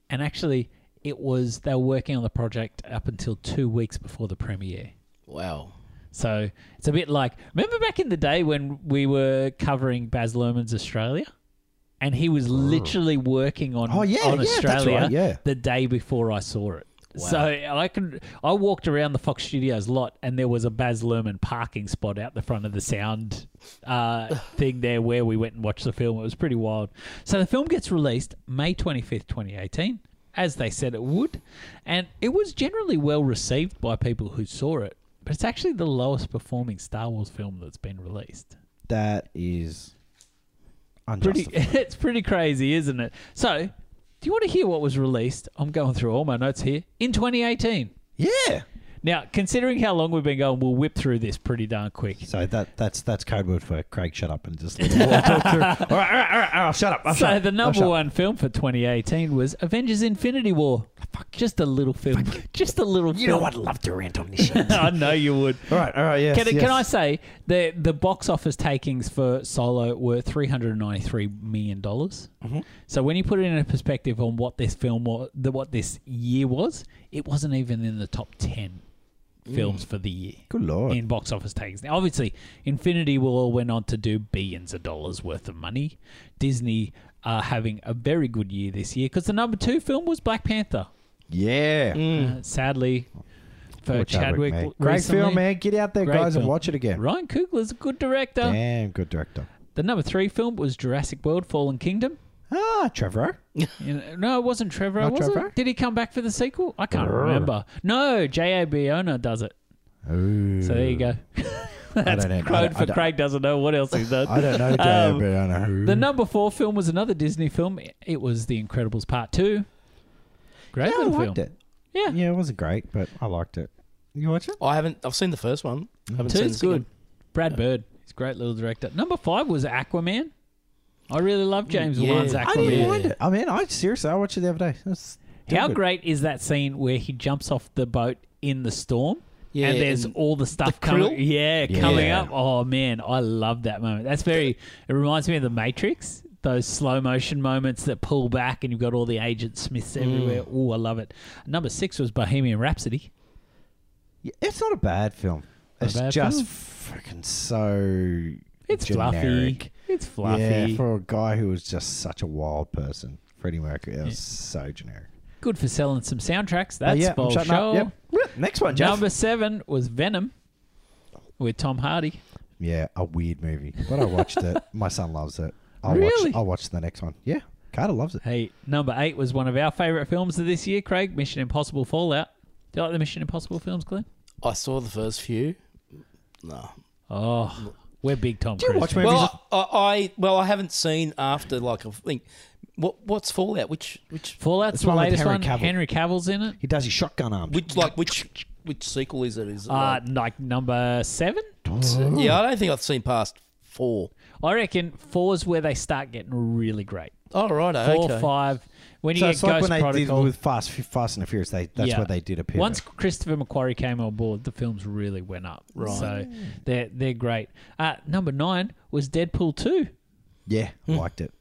Speaker 1: and actually, it was they were working on the project up until two weeks before the premiere.
Speaker 3: Wow.
Speaker 1: So it's a bit like remember back in the day when we were covering Baz Luhrmann's Australia, and he was literally working on
Speaker 2: Oh, yeah,
Speaker 1: on
Speaker 2: yeah, that's
Speaker 1: Australia
Speaker 2: right, yeah.
Speaker 1: the day before I saw it. So I could I walked around the Fox Studios lot and there was a Baz Luhrmann parking spot out the front of the sound
Speaker 2: <sighs>
Speaker 1: uh, thing there where we went and watched the film. It was pretty wild. So the film gets released May twenty fifth, twenty eighteen, as they said it would, and it was generally well received by people who saw it. But it's actually the lowest performing Star Wars film that's been released
Speaker 2: that is
Speaker 1: pretty
Speaker 2: unjustified.
Speaker 1: <laughs> it's pretty crazy isn't it so do you want to hear what was released i'm going through all my notes here in 2018
Speaker 2: e- yeah.
Speaker 1: now considering how long we've been going we'll whip through this pretty darn quick
Speaker 2: So that that's that's code word for Craig. Shut up and <laughs> just let the wall talk through. All right, all right, all right, all right, Shut up. I'm
Speaker 1: so
Speaker 2: shut,
Speaker 1: the
Speaker 2: I'm
Speaker 1: number
Speaker 2: shut.
Speaker 1: one film for 2018 was avengers infinity war just a little film just a little
Speaker 2: Ah, You
Speaker 1: film
Speaker 2: know I'd love to rant on this. shit.
Speaker 1: <laughs> i know you would
Speaker 2: all right, all right. Yes.
Speaker 1: Can, I
Speaker 2: yes.
Speaker 1: can I say the the box office takings for Solo were three hundred ninety three million dollars?
Speaker 2: Mm-hmm.
Speaker 1: So when you put it in a perspective on what this film was, the, what this year was, it wasn't even in the top ten films for the year
Speaker 2: Mm. Good lord.
Speaker 1: in box office takings. Now, obviously, Infinity War went on to do billions of dollars worth of money. Disney are having a very good year this year because the number two film was Black Panther.
Speaker 2: yeah.
Speaker 1: Uh, sadly, for
Speaker 2: Hmm. Poor
Speaker 1: Chadwick,
Speaker 2: mate.
Speaker 1: recently,
Speaker 2: Great film, man. Get out there,
Speaker 1: Great
Speaker 2: guys,
Speaker 1: film.
Speaker 2: and watch it again.
Speaker 1: Ryan Coogler's a good director.
Speaker 2: Damn good director.
Speaker 1: The number three film was Jurassic World: Fallen Kingdom.
Speaker 2: Ah, Trevor.
Speaker 1: You know- no, it wasn't Trevor.
Speaker 2: Not
Speaker 1: was it?
Speaker 2: Trevor?
Speaker 1: Did he come back for the sequel? I can't remember. No, J.A. Biona does it.
Speaker 2: Ooh.
Speaker 1: So there you go. <laughs>
Speaker 2: I
Speaker 1: That's
Speaker 2: don't know. I
Speaker 1: code
Speaker 2: don't- I
Speaker 1: for
Speaker 2: don't-
Speaker 1: Craig doesn't know what else he's done.
Speaker 2: I don't know, Jay,
Speaker 1: Um,
Speaker 2: but I know.
Speaker 1: The number four film was another Disney film. It was The Incredibles Part Two. Great
Speaker 2: yeah, I
Speaker 1: little
Speaker 2: liked
Speaker 1: film.
Speaker 2: it.
Speaker 1: Yeah,
Speaker 2: Yeah, it wasn't great, but I liked it. You watch it?
Speaker 3: I haven't. I've seen the first one. Haven't seen the
Speaker 1: two's
Speaker 3: second
Speaker 1: good. Brad Bird, he's a great little director. Number five was Aquaman. I really love James
Speaker 3: yeah.
Speaker 1: Wan's
Speaker 3: I
Speaker 1: Aquaman.
Speaker 2: I didn't mind it. I mean, Oh, I seriously, I watched it the other day. It's still
Speaker 1: How
Speaker 2: good.
Speaker 1: great is that scene where he jumps off the boat in the storm?
Speaker 3: Yeah,
Speaker 1: and there's
Speaker 3: and
Speaker 1: all the stuff
Speaker 3: the
Speaker 1: coming,
Speaker 3: krill?
Speaker 1: yeah, coming
Speaker 2: Yeah.
Speaker 1: up. Oh man, I love that moment. That's very. It reminds me of the Matrix. Those slow motion moments that pull back, and you've got all the Agent
Speaker 2: Mm.
Speaker 1: Smiths everywhere. Oh, I love it. Number six was Bohemian Rhapsody.
Speaker 2: Yeah, It's not a bad film.
Speaker 1: Not a
Speaker 2: it's
Speaker 1: bad
Speaker 2: just
Speaker 1: film.
Speaker 2: fucking so.
Speaker 1: It's
Speaker 2: generic.
Speaker 1: fluffy. It's fluffy.
Speaker 2: Yeah, for a guy who was just such a wild person, Freddie Mercury. It was so generic.
Speaker 1: Good for selling some soundtracks.
Speaker 2: Oh,
Speaker 1: That's
Speaker 2: yeah,
Speaker 1: for
Speaker 2: I'm shutting
Speaker 1: sure.
Speaker 2: up. Yep. Yep, Next one, Jeff.
Speaker 1: Number seven was Venom with Tom Hardy.
Speaker 2: Yeah, a weird movie, but I watched it. My son loves it. I'll
Speaker 1: Really?
Speaker 2: Watch, I'll watch the next one. Yeah, Carter loves it.
Speaker 1: Hey, number eight was one of our favourite films of this year, Craig. Mission Impossible Fallout. Do you like the Mission Impossible films, Glenn?
Speaker 3: one. I saw the first few. No.
Speaker 1: Oh, we're big Tom
Speaker 2: you
Speaker 1: Cruise.
Speaker 2: watch
Speaker 1: fans.
Speaker 2: movies?
Speaker 3: Well, I, I well I haven't seen after like I think what what's Fallout which which
Speaker 1: Fallout's
Speaker 2: It's
Speaker 1: the
Speaker 2: one with
Speaker 1: latest
Speaker 2: Henry
Speaker 1: one.
Speaker 2: Cavill.
Speaker 1: Henry Cavill's in it.
Speaker 2: He does his shotgun arm.
Speaker 3: which like which which sequel is it is it
Speaker 1: Uh,
Speaker 3: like,
Speaker 1: like number seven.
Speaker 2: Uh,
Speaker 3: yeah I don't think I've seen past four.
Speaker 1: I reckon four's where they start getting really great.
Speaker 3: Oh right,
Speaker 1: Four,
Speaker 3: okay.
Speaker 1: five. When you
Speaker 2: so
Speaker 1: get
Speaker 2: it's like
Speaker 1: Ghost
Speaker 2: when they did
Speaker 1: Protocol.
Speaker 2: with Fast, Fast and the Furious. They that's
Speaker 1: Yeah.
Speaker 2: where they did appear.
Speaker 1: Once Christopher McQuarrie came on board, the films really went up. Right. So they're they're great. Uh, number nine was Deadpool two.
Speaker 2: yeah, I
Speaker 1: Hmm.
Speaker 2: liked it.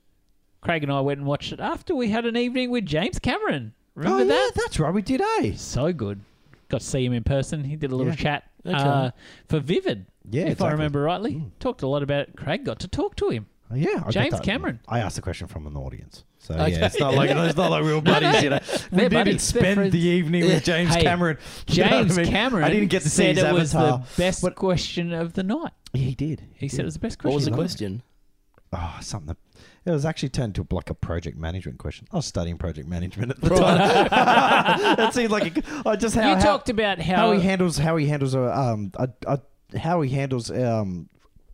Speaker 1: Craig and I went and watched it after we had an evening with James Cameron. Remember
Speaker 2: oh,
Speaker 1: that?
Speaker 2: Yeah, that's right. We did eh? a.
Speaker 1: So good. Got to see him in person. He did a little
Speaker 2: Yeah.
Speaker 1: chat uh, for Vivid,
Speaker 2: Yeah,
Speaker 1: if I
Speaker 2: exactly. Mm.
Speaker 1: remember rightly. Talked a lot about it. Craig got to talk to him.
Speaker 2: Oh, Yeah, I got
Speaker 1: James
Speaker 2: that.
Speaker 1: Cameron.
Speaker 2: I asked the question from an audience, so yeah, it's not like it's not like we
Speaker 1: <laughs>
Speaker 2: were
Speaker 1: No,
Speaker 2: buddies.
Speaker 1: no.
Speaker 2: You know, we
Speaker 1: They're
Speaker 2: didn't
Speaker 1: buddies. They're
Speaker 2: spend
Speaker 1: friends.
Speaker 2: the evening with James
Speaker 1: Hey,
Speaker 2: Cameron. <laughs> <laughs> You know what
Speaker 1: James
Speaker 2: I mean?
Speaker 1: Cameron
Speaker 2: I didn't get to see
Speaker 1: said
Speaker 2: his
Speaker 1: it was
Speaker 2: avatar.
Speaker 1: the best
Speaker 2: But-
Speaker 1: question of the night.
Speaker 2: he did.
Speaker 1: He said it was the best question.
Speaker 3: What was the
Speaker 1: of night.
Speaker 3: question?
Speaker 2: oh, something. It was actually turned to like a project management question. I was studying project management at the <laughs> time. <laughs> it seemed like it- I just how
Speaker 1: You
Speaker 2: how,
Speaker 1: talked about how,
Speaker 2: uh, how he handles how he handles a um a, a, how he handles um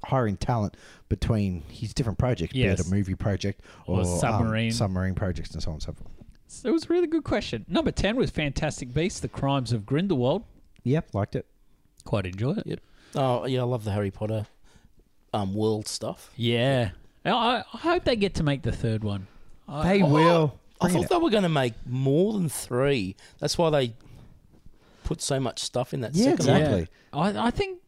Speaker 2: hiring talent between his different projects, be
Speaker 1: Yes.
Speaker 2: it a movie project
Speaker 1: Or
Speaker 2: or, um,
Speaker 1: submarine.
Speaker 2: submarine projects, and so on and so forth.
Speaker 1: So it was a really good question. Number 10 was Fantastic Beasts, The Crimes of Grindelwald.
Speaker 2: Yep, liked it.
Speaker 1: Quite enjoy it.
Speaker 3: Yep. Oh yeah, I love the Harry Potter um, world stuff.
Speaker 1: Yeah. Now, I, I hope they get to make the third one. I-
Speaker 2: They will.
Speaker 3: I
Speaker 2: Bring
Speaker 3: thought
Speaker 2: it.
Speaker 3: they were going to make more than three. That's why they put so much stuff in that
Speaker 2: Yeah,
Speaker 3: second
Speaker 2: exactly.
Speaker 3: one.
Speaker 1: I, I think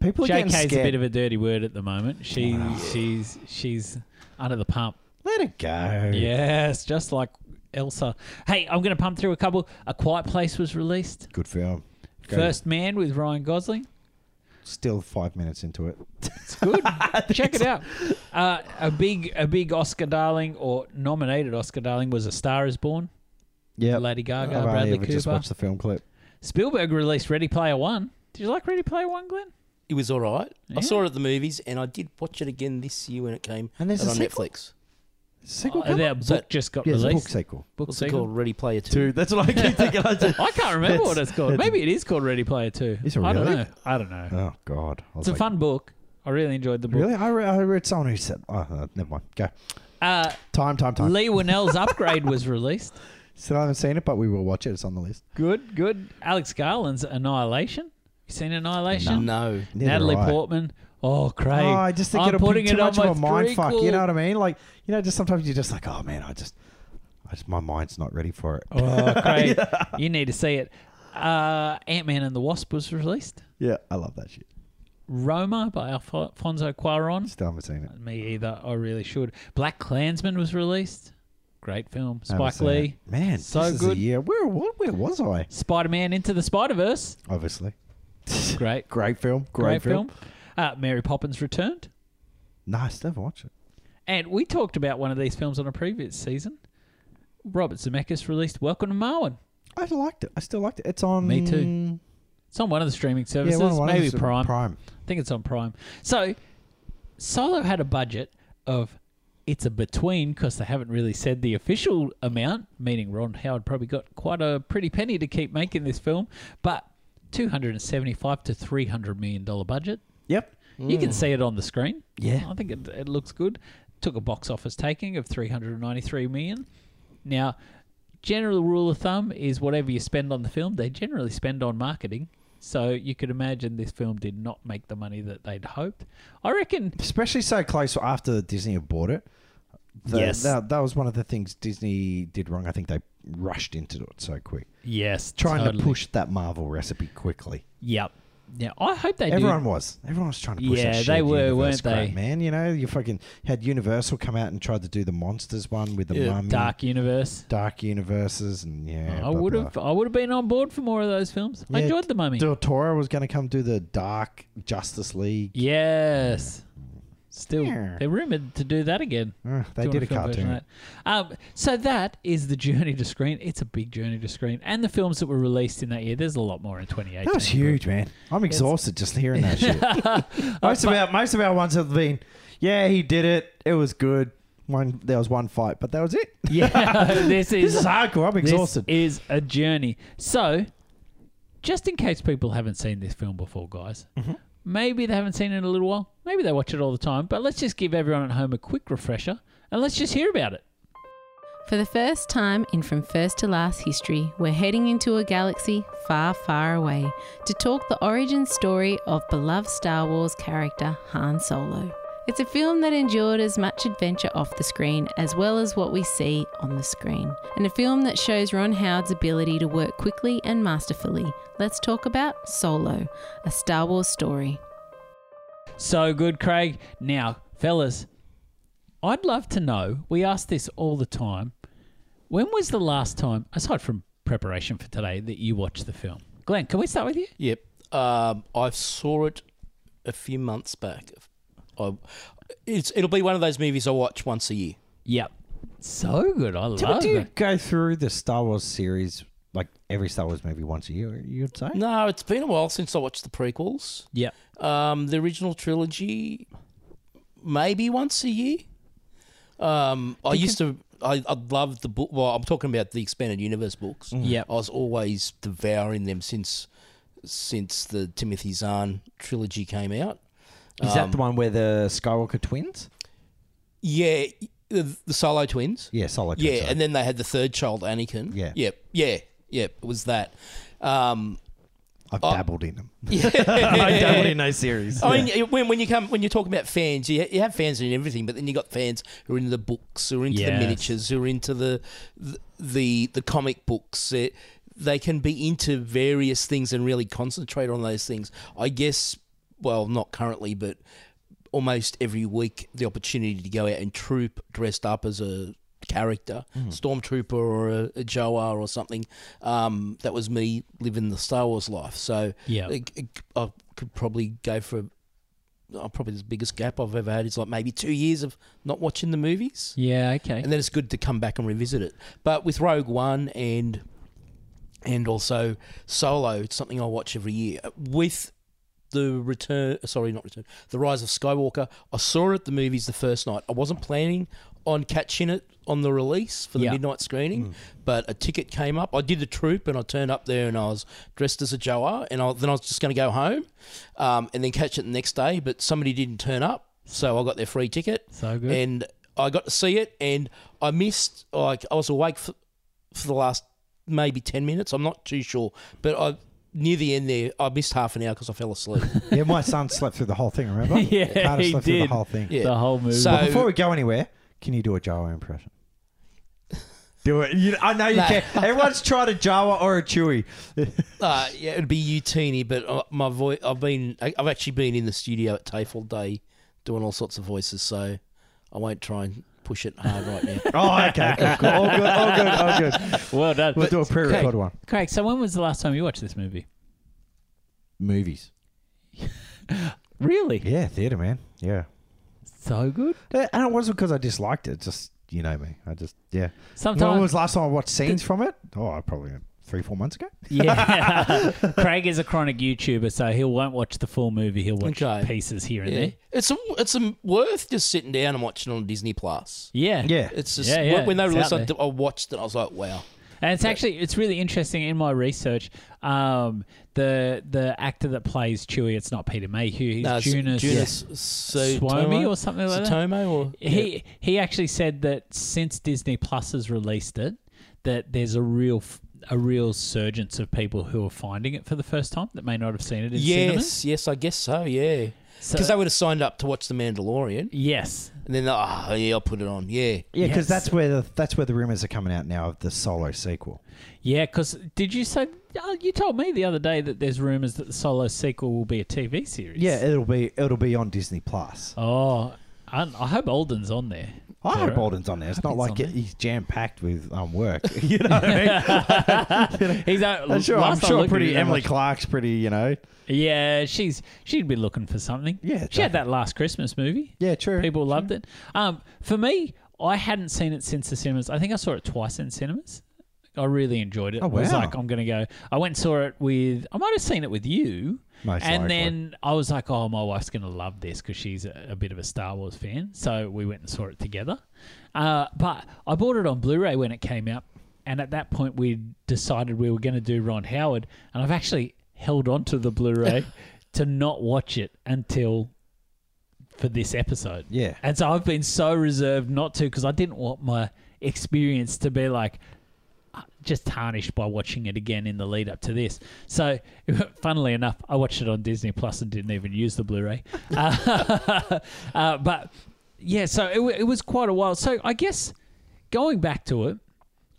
Speaker 2: People are getting
Speaker 1: JK's a
Speaker 2: scared.
Speaker 1: bit of a dirty word at the moment. She, She's she's under the pump.
Speaker 2: Let it go.
Speaker 1: Yes, just like Elsa. Hey, I'm going to pump through a couple. A Quiet Place was released.
Speaker 2: Good film. Go.
Speaker 1: First Man with Ryan Gosling.
Speaker 2: Still five minutes into it.
Speaker 1: It's
Speaker 2: <laughs>
Speaker 1: good. Check it out. Uh, a big a big Oscar darling or nominated Oscar darling was A Star Is Born.
Speaker 2: Yeah.
Speaker 1: Lady Gaga,
Speaker 2: I've only
Speaker 1: Bradley
Speaker 2: ever just
Speaker 1: Cooper. Oh,
Speaker 2: watched the film clip.
Speaker 1: Spielberg released Ready Player One. Did you like Ready Player One, Glenn?
Speaker 3: It was all right.
Speaker 1: Yeah.
Speaker 3: I saw it at the movies, and I did watch it again this year when it came
Speaker 2: And there's
Speaker 3: out
Speaker 2: a
Speaker 3: on
Speaker 2: sequel?
Speaker 3: Netflix.
Speaker 2: Sequel
Speaker 1: Uh,
Speaker 2: clip?
Speaker 1: that book
Speaker 3: So-
Speaker 1: just got
Speaker 2: yeah, it's a book
Speaker 1: released.
Speaker 2: sequel.
Speaker 1: Book
Speaker 3: What's it
Speaker 1: sequel.
Speaker 3: called? Ready Player Two.
Speaker 2: Dude, that's what I <laughs> keep thinking. I just-
Speaker 1: I can't remember what
Speaker 2: That's-
Speaker 1: it's called.
Speaker 2: that's-
Speaker 1: Maybe it is called Ready Player Two.
Speaker 2: Is it
Speaker 1: I don't
Speaker 2: really?
Speaker 1: know. I don't know.
Speaker 2: oh God, I was
Speaker 1: It's a
Speaker 2: like,
Speaker 1: fun book. I really enjoyed the book.
Speaker 2: Really, I, re- I read someone who said, "Oh, uh, never mind." Go
Speaker 1: Uh,
Speaker 2: time, time, time.
Speaker 1: Lee
Speaker 2: <laughs>
Speaker 1: Winnell's upgrade was released.
Speaker 2: Still haven't seen it, but we will watch it. It's on the list.
Speaker 1: Good, good. Alex Garland's Annihilation. You seen Annihilation?
Speaker 3: No.
Speaker 2: Neither
Speaker 1: Natalie
Speaker 2: have I.
Speaker 1: Portman. Oh, Craig.
Speaker 2: Oh, I just think
Speaker 1: I'm
Speaker 2: it'll
Speaker 1: putting
Speaker 2: be too
Speaker 1: it on
Speaker 2: much of a
Speaker 1: my
Speaker 2: mind fuck. You know
Speaker 1: prequel.
Speaker 2: what I mean? Like, you know, just sometimes you're just like, "Oh man, I just, I just, my mind's not ready for it." <laughs>
Speaker 1: Oh, Craig, you need to see it. Uh, Ant Man and the Wasp was released.
Speaker 2: Yeah, I love that shit.
Speaker 1: Roma by Alfo- Alfonso Cuaron.
Speaker 2: Still haven't seen it.
Speaker 1: Me either. I really should. Black Klansman was released. Great film.
Speaker 2: Haven't
Speaker 1: Spike
Speaker 2: seen
Speaker 1: Lee.
Speaker 2: it. man,
Speaker 1: So
Speaker 2: this is
Speaker 1: good.
Speaker 2: a year. Where, what, where was I?
Speaker 1: Spider Man Into the Spider
Speaker 2: <laughs>
Speaker 1: Verse.
Speaker 2: Obviously,
Speaker 1: Great.
Speaker 2: great film,
Speaker 1: Great
Speaker 2: great,
Speaker 1: film. Uh, Mary Poppins Returned.
Speaker 2: Nice, never watched it.
Speaker 1: And we talked about one of these films on a previous season. Robert Zemeckis released Welcome to Marwin.
Speaker 2: I liked it. I still liked it. It's on.
Speaker 1: Me too. It's on one of the streaming services,
Speaker 2: one- one of
Speaker 1: maybe
Speaker 2: the-
Speaker 1: Prime.
Speaker 2: Prime.
Speaker 1: I think it's on Prime. So, Solo had a budget of it's a between because they haven't really said the official amount, meaning Ron Howard probably got quite a pretty penny to keep making this film, but 275 to 300 million dollar budget.
Speaker 2: Yep.
Speaker 1: You can see it on the screen.
Speaker 2: Hmm. Yeah.
Speaker 1: I think it, it looks good. Took a box office taking of 393 million. Now, general rule of thumb is whatever you spend on the film, they generally spend on marketing. So you could imagine this film did not make the money that they'd hoped. I reckon.
Speaker 2: especially so close after Disney had bought it. The-
Speaker 1: Yes.
Speaker 2: that, that was one of the things Disney did wrong. I think they rushed into it so quick,
Speaker 1: Yes,
Speaker 2: trying to push that Marvel recipe quickly.
Speaker 1: Yep. Yeah, I hope they
Speaker 2: Everyone
Speaker 1: do.
Speaker 2: was, everyone was trying to push.
Speaker 1: Yeah,
Speaker 2: that
Speaker 1: they
Speaker 2: shared
Speaker 1: were, weren't
Speaker 2: universe crap,
Speaker 1: they?
Speaker 2: Man, you know, you fucking had Universal come out and tried to do the monsters one with the
Speaker 3: Yeah,
Speaker 2: mummy,
Speaker 1: Dark Universe.
Speaker 2: dark universes, and yeah,
Speaker 1: I
Speaker 2: blah,
Speaker 1: would
Speaker 2: blah.
Speaker 1: have. I would have been on board for more of those films. I
Speaker 2: Yeah,
Speaker 1: enjoyed the Mummy.
Speaker 2: Del Toro was going to come do the Dark Justice League.
Speaker 1: Yes. Still,
Speaker 2: Yeah.
Speaker 1: they're rumored to do that again.
Speaker 2: Uh, they
Speaker 1: Doing
Speaker 2: did a
Speaker 1: film version of
Speaker 2: cartoon.
Speaker 1: that. Um, so that is the journey to screen. It's a big journey to screen, and the films that were released in that year. There's a lot more in 2018.
Speaker 2: That was huge, man. I'm exhausted just hearing that shit. most of our most of our ones have been, yeah, he did it. It was good. One there was one fight, but that was it.
Speaker 1: <laughs> Yeah, <laughs> this is
Speaker 2: This is hardcore. I'm
Speaker 1: this
Speaker 2: exhausted.
Speaker 1: is a journey. So, just in case people haven't seen this film before, guys,
Speaker 2: Mm-hmm.
Speaker 1: maybe they haven't seen it in a little while. Maybe they watch it all the time. But let's just give everyone at home a quick refresher, and let's just hear about it.
Speaker 4: For the first time in From First to Last history, we're heading into a galaxy far, far away to talk the origin story of beloved Star Wars character Han Solo. It's a film that endured as much adventure off the screen as well as what we see on the screen, and a film that shows Ron Howard's ability to work quickly and masterfully. Let's talk about Solo, a Star Wars story.
Speaker 1: So good, Craig. Now, fellas, I'd love to know. We ask this all the time. When was the last time, aside from preparation for today, that you watched the film? Glenn, can we start with you?
Speaker 3: Yep. Um, I saw it a few months back. I, it's it'll be one of those movies I watch once a year.
Speaker 1: Yep. So good. I love
Speaker 2: do you
Speaker 1: it.
Speaker 2: go through the Star Wars series like every Star Wars movie once a year? You'd say.
Speaker 3: No, it's been a while since I watched the prequels.
Speaker 1: Yep.
Speaker 3: Um, the original trilogy, maybe once a year. Um, I used to. I, I loved the book. Well, I'm talking about the expanded universe books.
Speaker 1: Yep.
Speaker 3: I was always devouring them since since the Timothy Zahn trilogy came out.
Speaker 2: Is that the one where the Skywalker twins?
Speaker 3: Yeah, the, the Solo twins.
Speaker 2: Yeah, Solo. twins,
Speaker 3: Yeah,
Speaker 2: sorry.
Speaker 3: and then they had the third child, Anakin.
Speaker 2: Yeah.
Speaker 3: Yep. Yeah. Yep. It was that. Um,
Speaker 2: I've dabbled in them.
Speaker 3: I
Speaker 2: those series.
Speaker 3: I mean, it- when, when you come when you're talking about fans, you, you have fans in everything, but then you got fans who are into the books, who are into
Speaker 1: Yes.
Speaker 3: the miniatures, who are into the the the, the comic books. It, they can be into various things and really concentrate on those things. I guess, well, not currently, but almost every week, the opportunity to go out and troop dressed up as a character, stormtrooper or a, a Jawa or something. Um, that was me living the Star Wars life. So
Speaker 1: Yeah.
Speaker 3: I, I- I could probably go for oh, probably the biggest gap I've ever had is like maybe two years of not watching the movies,
Speaker 1: Yeah, okay.
Speaker 3: and then it's good to come back and revisit it. But with Rogue One and and also Solo, it's something I watch every year. With the return, sorry, not return, the Rise of Skywalker, I saw it at the movies the first night. I wasn't planning on catching it on the release for the
Speaker 1: Yeah. Mm.
Speaker 3: midnight screening, but a ticket came up. I did the troop and I turned up there and I was dressed as a Jawa, and I, then I was just going to go home um, and then catch it the next day. But somebody didn't turn up, so I got their free ticket
Speaker 1: So good.
Speaker 3: and I got to see it, and I missed. Like I was awake for, for the last maybe ten minutes. I'm not too sure, but I near the end there, I missed half an hour because I
Speaker 1: <laughs>
Speaker 3: fell asleep.
Speaker 2: yeah, my son slept through the whole thing. Remember?
Speaker 1: Yeah,
Speaker 2: Carter
Speaker 1: he
Speaker 2: slept through
Speaker 1: did.
Speaker 2: the whole thing.
Speaker 3: Yeah.
Speaker 1: The whole movie.
Speaker 3: So-
Speaker 2: Before we go anywhere, can you do a Jawa impression? Do it. You, I know you
Speaker 3: No.
Speaker 2: can. Everyone's tried a Jawa or a Chewy.
Speaker 3: uh, yeah, it'd be you, Teeny, but uh, my voice. I've been. I- I've actually been in the studio at TAFE all day, doing all sorts of voices. So I won't try and push it hard right now.
Speaker 1: <laughs>
Speaker 2: Oh, okay. Cool, cool. All good. All good. All good.
Speaker 1: <laughs> well done.
Speaker 2: We'll do a pre-recorded one.
Speaker 1: Craig, so when was the last time you watched this movie?
Speaker 2: Movies.
Speaker 1: Really?
Speaker 2: Yeah, theater, man. Yeah.
Speaker 1: So good.
Speaker 2: Uh, And it wasn't because I disliked it. Just you know me. I just yeah.
Speaker 1: Sometimes
Speaker 2: When was the last time I watched scenes from it? Oh, I probably uh, three, four months ago.
Speaker 1: <laughs> Yeah. Craig is a chronic YouTuber, so he won't watch the full movie. He'll watch
Speaker 3: Okay.
Speaker 1: pieces here and
Speaker 3: Yeah.
Speaker 1: there.
Speaker 3: It's a, it's a, worth just sitting down and watching on Disney Plus.
Speaker 1: Yeah.
Speaker 2: Yeah.
Speaker 3: It's just
Speaker 1: Yeah, yeah,
Speaker 3: when they
Speaker 1: it's
Speaker 3: released,
Speaker 1: out
Speaker 3: I,
Speaker 1: there.
Speaker 3: I watched it. I was like, wow.
Speaker 1: And it's actually it's really interesting in my research. Um, the the actor that plays Chewie, it's not Peter Mayhew. He's
Speaker 3: No, it's
Speaker 1: Jonas.
Speaker 3: Jonas
Speaker 1: Suomi
Speaker 3: Suomi
Speaker 1: or something like that?
Speaker 3: Sutomo or
Speaker 1: He he actually said that since Disney Plus has released it, that there's a real f- a real surgence of people who are finding it for the first time that may not have seen it in cinemas.
Speaker 3: yes, yes, I guess so. Yeah,
Speaker 1: So-
Speaker 3: because they would have signed up to watch The Mandalorian,
Speaker 1: Yes.
Speaker 3: and then oh yeah, I'll put it on. Yeah,
Speaker 2: Yeah,
Speaker 1: Yes.
Speaker 2: because that's where the, that's where the rumors are coming out now of the solo sequel.
Speaker 1: Yeah, because did you say oh, you told me the other day that there's rumors that the solo sequel will be a TV series?
Speaker 2: Yeah, it'll be it'll be on Disney Plus.
Speaker 1: Oh, I, I hope Alden's on there.
Speaker 2: I
Speaker 1: Sarah.
Speaker 2: hope Alden's on there. It's
Speaker 1: hope
Speaker 2: not
Speaker 1: it's on
Speaker 2: like it, he's jam packed with um, work. <laughs> You know what I mean?
Speaker 1: <laughs> He's out.
Speaker 2: I'm sure, I'm
Speaker 1: last I
Speaker 2: sure
Speaker 1: looked at
Speaker 2: pretty
Speaker 1: it, I'm
Speaker 2: Emily
Speaker 1: like,
Speaker 2: Clark's pretty, you know.
Speaker 1: Yeah, she's she'd be looking for something.
Speaker 2: Yeah,
Speaker 1: she had
Speaker 2: definitely.
Speaker 1: that last Christmas movie.
Speaker 2: Yeah, true.
Speaker 1: people loved it. Um, for me, I hadn't seen it since the cinemas. I think I saw it twice in cinemas. I really enjoyed it.
Speaker 2: Oh,
Speaker 1: I was
Speaker 2: wow.
Speaker 1: like, I'm going to go. I went and saw it with, I might have seen it with you.
Speaker 2: Most
Speaker 1: and
Speaker 2: likely.
Speaker 1: then I was like, oh, my wife's going to love this because she's a, a bit of a Star Wars fan. So we went and saw it together. Uh, but I bought it on Blu ray when it came out. And at that point, we decided we were going to do Ron Howard. And I've actually held on to the Blu
Speaker 2: <laughs>
Speaker 1: ray to not watch it until for this episode.
Speaker 2: Yeah.
Speaker 1: And so I've been so reserved not to because I didn't want my experience to be like uh, just tarnished by watching it again in the lead up to this. So, <laughs> funnily enough, I watched it on Disney Plus and didn't even use the Blu ray. Uh, <laughs> uh, but yeah, so it, wa- it was quite a while. So I guess going back to it,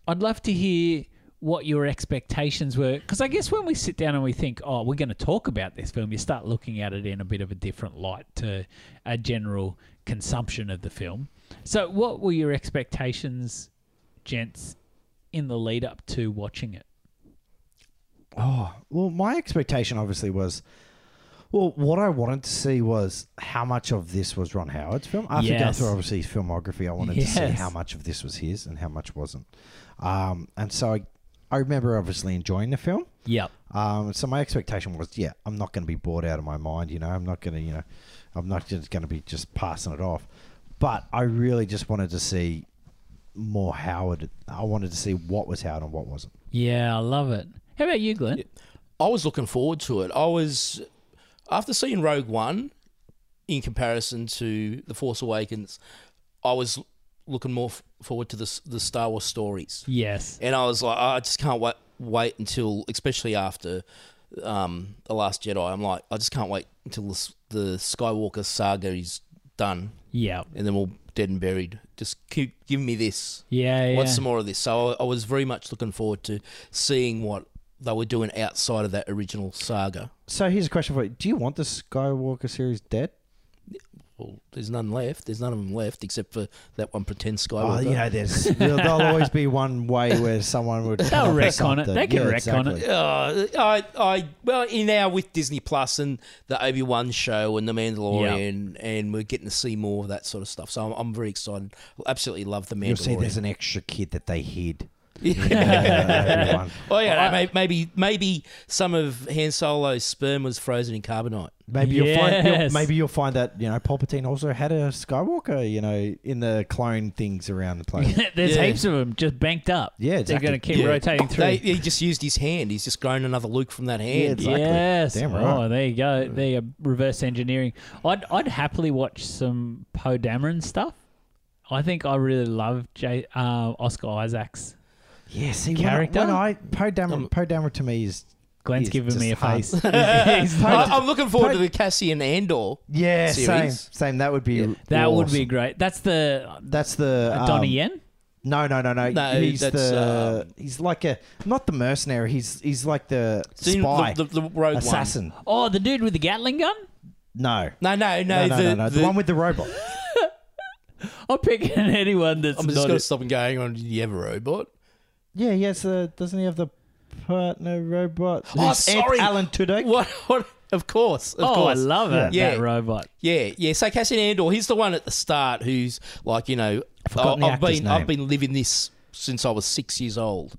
Speaker 1: I'd love to hear what your expectations were because I guess when we sit down and we think, oh, we're going to talk about this film, you start looking at it in a bit of a different light to a general consumption of the film. So, what were your expectations, gents, in the lead up to watching it?
Speaker 2: Oh, well, my expectation obviously was. Well, what I wanted to see was how much of this was Ron Howard's film. After going
Speaker 1: Yes.
Speaker 2: through obviously his filmography, I wanted to see
Speaker 1: Yes.
Speaker 2: how much of this was his and how much wasn't. Um, and so I, I remember obviously enjoying the film.
Speaker 1: Yep.
Speaker 2: Um, so my expectation was, yeah, I'm not going to be bored out of my mind. You know, I'm not going to, you know, I'm not just going to be just passing it off. But I really just wanted to see more Howard. I wanted to see what was Howard and what wasn't.
Speaker 1: Yeah, I love it. How about you, Glenn?
Speaker 3: I was looking forward to it. I was after seeing Rogue One, in comparison to the Force Awakens, I was looking more f- forward to the s- the Star Wars stories,
Speaker 1: Yes.
Speaker 3: and I was like, I just can't wait wait until, especially after um, the Last Jedi. I'm like, I just can't wait until the, s- the Skywalker saga is done,
Speaker 1: Yeah.
Speaker 3: and then we're dead and buried. Just keep giving me this.
Speaker 1: Yeah. Yeah.
Speaker 3: I want some more of this? So I, I was very much looking forward to seeing what they were doing outside of that original saga.
Speaker 2: So here's a question for you: Do you want the Skywalker series dead?
Speaker 3: Well, there's none left. There's none of them left except for that one pretend Skywalker.
Speaker 2: Oh, you know, there's there'll, there'll always be one way <laughs> where someone would. come up with
Speaker 1: wreck on it.
Speaker 2: something.
Speaker 1: They can wreck on it.
Speaker 3: Uh, I, I, well, in now with Disney Plus and the Obi Wan show and the Mandalorian, and we're getting to see more of that sort of stuff. So I'm, I'm very excited. Absolutely love the Mandalorian.
Speaker 2: You'll see, there's an extra kid that they hid.
Speaker 1: <laughs>
Speaker 2: <laughs> Everyone.
Speaker 3: Oh <laughs> yeah, may- maybe maybe some of Han Solo's sperm was frozen in carbonite.
Speaker 2: Maybe you'll find you'll,
Speaker 1: Yes.
Speaker 2: maybe you'll find that you know Palpatine also had a Skywalker. You know, in the clone things around the
Speaker 1: <laughs>
Speaker 2: planet.
Speaker 1: <laughs> There's
Speaker 3: Yeah.
Speaker 1: heaps of them just banked up.
Speaker 2: Yeah, exactly.
Speaker 1: They're going to keep
Speaker 3: Yeah.
Speaker 1: rotating through.
Speaker 3: They, he just used his hand. He's just grown another Luke from that
Speaker 2: Yeah,
Speaker 3: hand.
Speaker 2: it's- Exactly.
Speaker 1: Yes.
Speaker 2: Damn right.
Speaker 1: Oh, there you go. They are reverse engineering. I'd I'd happily watch some Poe Dameron stuff. I think I really love J, uh, Oscar Isaac's.
Speaker 2: Yeah, see,
Speaker 1: Character?
Speaker 2: When I, when I Poe Dameron, Poe Dameron to me is
Speaker 1: Glenn's
Speaker 2: He's
Speaker 1: giving me a
Speaker 2: just hard. <laughs>
Speaker 1: face. <laughs> He's
Speaker 3: I,
Speaker 1: not-
Speaker 3: I'm looking forward to the Cassian Andor.
Speaker 2: yeah, same,
Speaker 3: Series?
Speaker 2: same. That would be
Speaker 1: that would
Speaker 2: awesome.
Speaker 1: be great. That's the
Speaker 2: That's the um,
Speaker 1: Donnie Yen.
Speaker 2: No, no, no, no.
Speaker 3: No,
Speaker 2: he's
Speaker 3: that's,
Speaker 2: the
Speaker 3: um,
Speaker 2: he's like a not the mercenary. He's he's like the
Speaker 3: Seen
Speaker 2: spy
Speaker 3: the, the, the Rogue One.
Speaker 2: assassin.
Speaker 1: Oh, the dude with the Gatling gun.
Speaker 2: No.
Speaker 3: No, no,
Speaker 2: No,
Speaker 3: no,
Speaker 2: no,
Speaker 3: the,
Speaker 2: no, no. The,
Speaker 3: the-
Speaker 2: one with the robot.
Speaker 1: I'm picking <laughs> anyone that's
Speaker 3: I'm just
Speaker 1: not.
Speaker 3: going to stop and going on. Do you have a robot?
Speaker 2: yeah, yes. Uh, doesn't he have the partner robot?
Speaker 3: Oh,
Speaker 2: Who's Ed
Speaker 3: sorry.
Speaker 2: Alan Tudyk.
Speaker 3: What? what of course, of
Speaker 1: oh,
Speaker 3: course.
Speaker 1: I love it.
Speaker 3: Yeah.
Speaker 1: That robot.
Speaker 3: Yeah, yeah. So Cassian Andor, he's the one at the start who's like, you know, I,
Speaker 2: forgotten the
Speaker 3: have been,
Speaker 2: actor's name.
Speaker 3: I've been living this since I was six years old,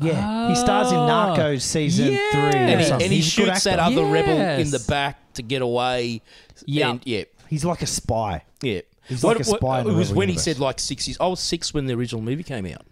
Speaker 2: Yeah, he stars in
Speaker 1: Oh.
Speaker 2: Narcos season
Speaker 1: Yeah.
Speaker 2: three. Or
Speaker 3: Ah. and he,
Speaker 2: something.
Speaker 3: and he
Speaker 2: He's a good
Speaker 3: shoots that
Speaker 2: actor.
Speaker 3: other rebel in
Speaker 1: Yes.
Speaker 3: the back to get away.
Speaker 1: Yeah.
Speaker 3: and, yeah.
Speaker 2: He's like a spy.
Speaker 3: Yeah.
Speaker 2: He's like a spy in the
Speaker 3: it was
Speaker 2: Rebel
Speaker 3: when
Speaker 2: universe.
Speaker 3: he said like 60s. I was six when the original movie came out.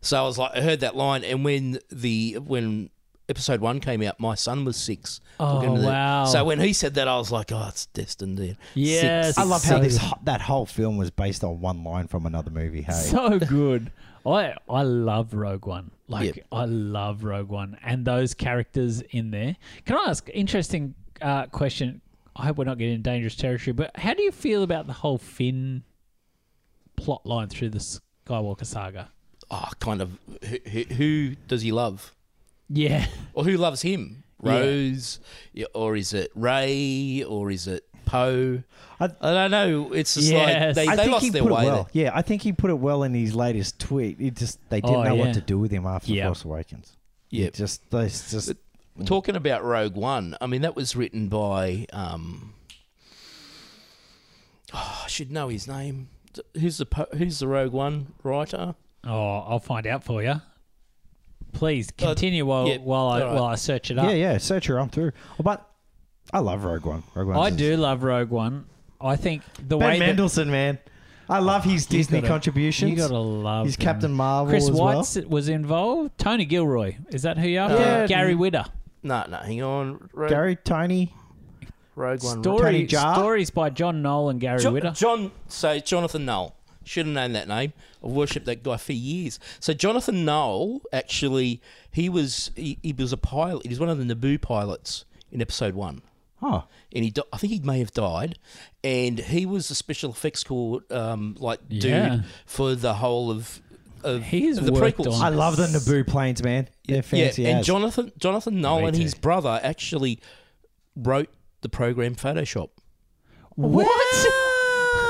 Speaker 3: So I was like, I heard that line. And when the, when episode one came out, my son was six.
Speaker 1: Oh,
Speaker 3: Looking at the-
Speaker 1: wow.
Speaker 3: So when he said that, I was like, oh, it's destined then.
Speaker 1: Yes.
Speaker 3: Six.
Speaker 2: I love how
Speaker 1: So-
Speaker 2: this ho- that whole film was based on one line from another movie. Hey,
Speaker 3: <laughs>
Speaker 1: so good. I I love Rogue One. Like
Speaker 3: Yep.
Speaker 1: I love Rogue One and those characters in there. Can I ask interesting uh, question? I hope we're not getting in dangerous territory, but how do you feel about the whole Finn plot line through the Skywalker saga?
Speaker 3: Oh, kind of. Who, who- who does he love?
Speaker 1: Yeah,
Speaker 3: Or who loves him?
Speaker 1: Yeah.
Speaker 3: Rose? Yeah, Or is it Ray? Or is it Poe? I,
Speaker 2: I-
Speaker 3: don't know. It's just
Speaker 1: Yes.
Speaker 3: like
Speaker 1: I
Speaker 3: they, they lost their
Speaker 2: put
Speaker 3: way.
Speaker 2: it
Speaker 3: there.
Speaker 2: well. Yeah, I think he put it well in his latest tweet. It just they didn't
Speaker 1: Oh,
Speaker 2: know
Speaker 1: yeah.
Speaker 2: what to do with him after
Speaker 1: Yeah.
Speaker 2: Force Awakens.
Speaker 3: Yeah.
Speaker 2: It just they s- just
Speaker 3: Talking about Rogue One, I mean that was written by um, oh, I should know his name. Who's the po- who's the Rogue One writer?
Speaker 1: <laughs> Oh, I'll find out for you. Please continue while
Speaker 3: Uh, yeah,
Speaker 1: while I
Speaker 3: all right.
Speaker 1: while I search it up.
Speaker 2: yeah, yeah. Search her, I'm through. Oh, But I love Rogue One. Rogue One.
Speaker 1: I do love Rogue One. I think the
Speaker 2: Ben
Speaker 1: way that-
Speaker 2: Mendelsohn, man, I love his
Speaker 1: You
Speaker 2: Disney
Speaker 1: gotta-
Speaker 2: contributions.
Speaker 1: You gotta love.
Speaker 2: He's
Speaker 1: him.
Speaker 2: Captain Marvel
Speaker 1: Chris
Speaker 2: as
Speaker 1: Watts was involved. Tony Gilroy is that who you are?
Speaker 2: Yeah.
Speaker 1: Gary Widder.
Speaker 3: No, no, hang on. Rogue,
Speaker 2: well. Gary, Tony.
Speaker 3: Rogue One.
Speaker 1: Story,
Speaker 2: Tony Jaa?
Speaker 1: stories by John Knoll and Gary
Speaker 3: Jo-
Speaker 1: Widder.
Speaker 3: John, so Jonathan Knoll. Should have known that name. I've worshipped that guy for years. So Jonathan Knoll, actually, he was he, he was a pilot. He was one of the Naboo pilots in Episode One.
Speaker 2: Oh,
Speaker 3: and he di- I think he may have died, and he was the special effects court um, like
Speaker 1: Yeah.
Speaker 3: dude for the whole of of
Speaker 1: He's
Speaker 3: the
Speaker 1: worked
Speaker 3: prequels.
Speaker 1: on-
Speaker 2: I love the Naboo planes, man. They're fancy.
Speaker 3: yeah, and
Speaker 2: as.
Speaker 3: Jonathan Jonathan Nolan,
Speaker 1: too.
Speaker 3: his brother, actually wrote the program Photoshop,
Speaker 1: <laughs>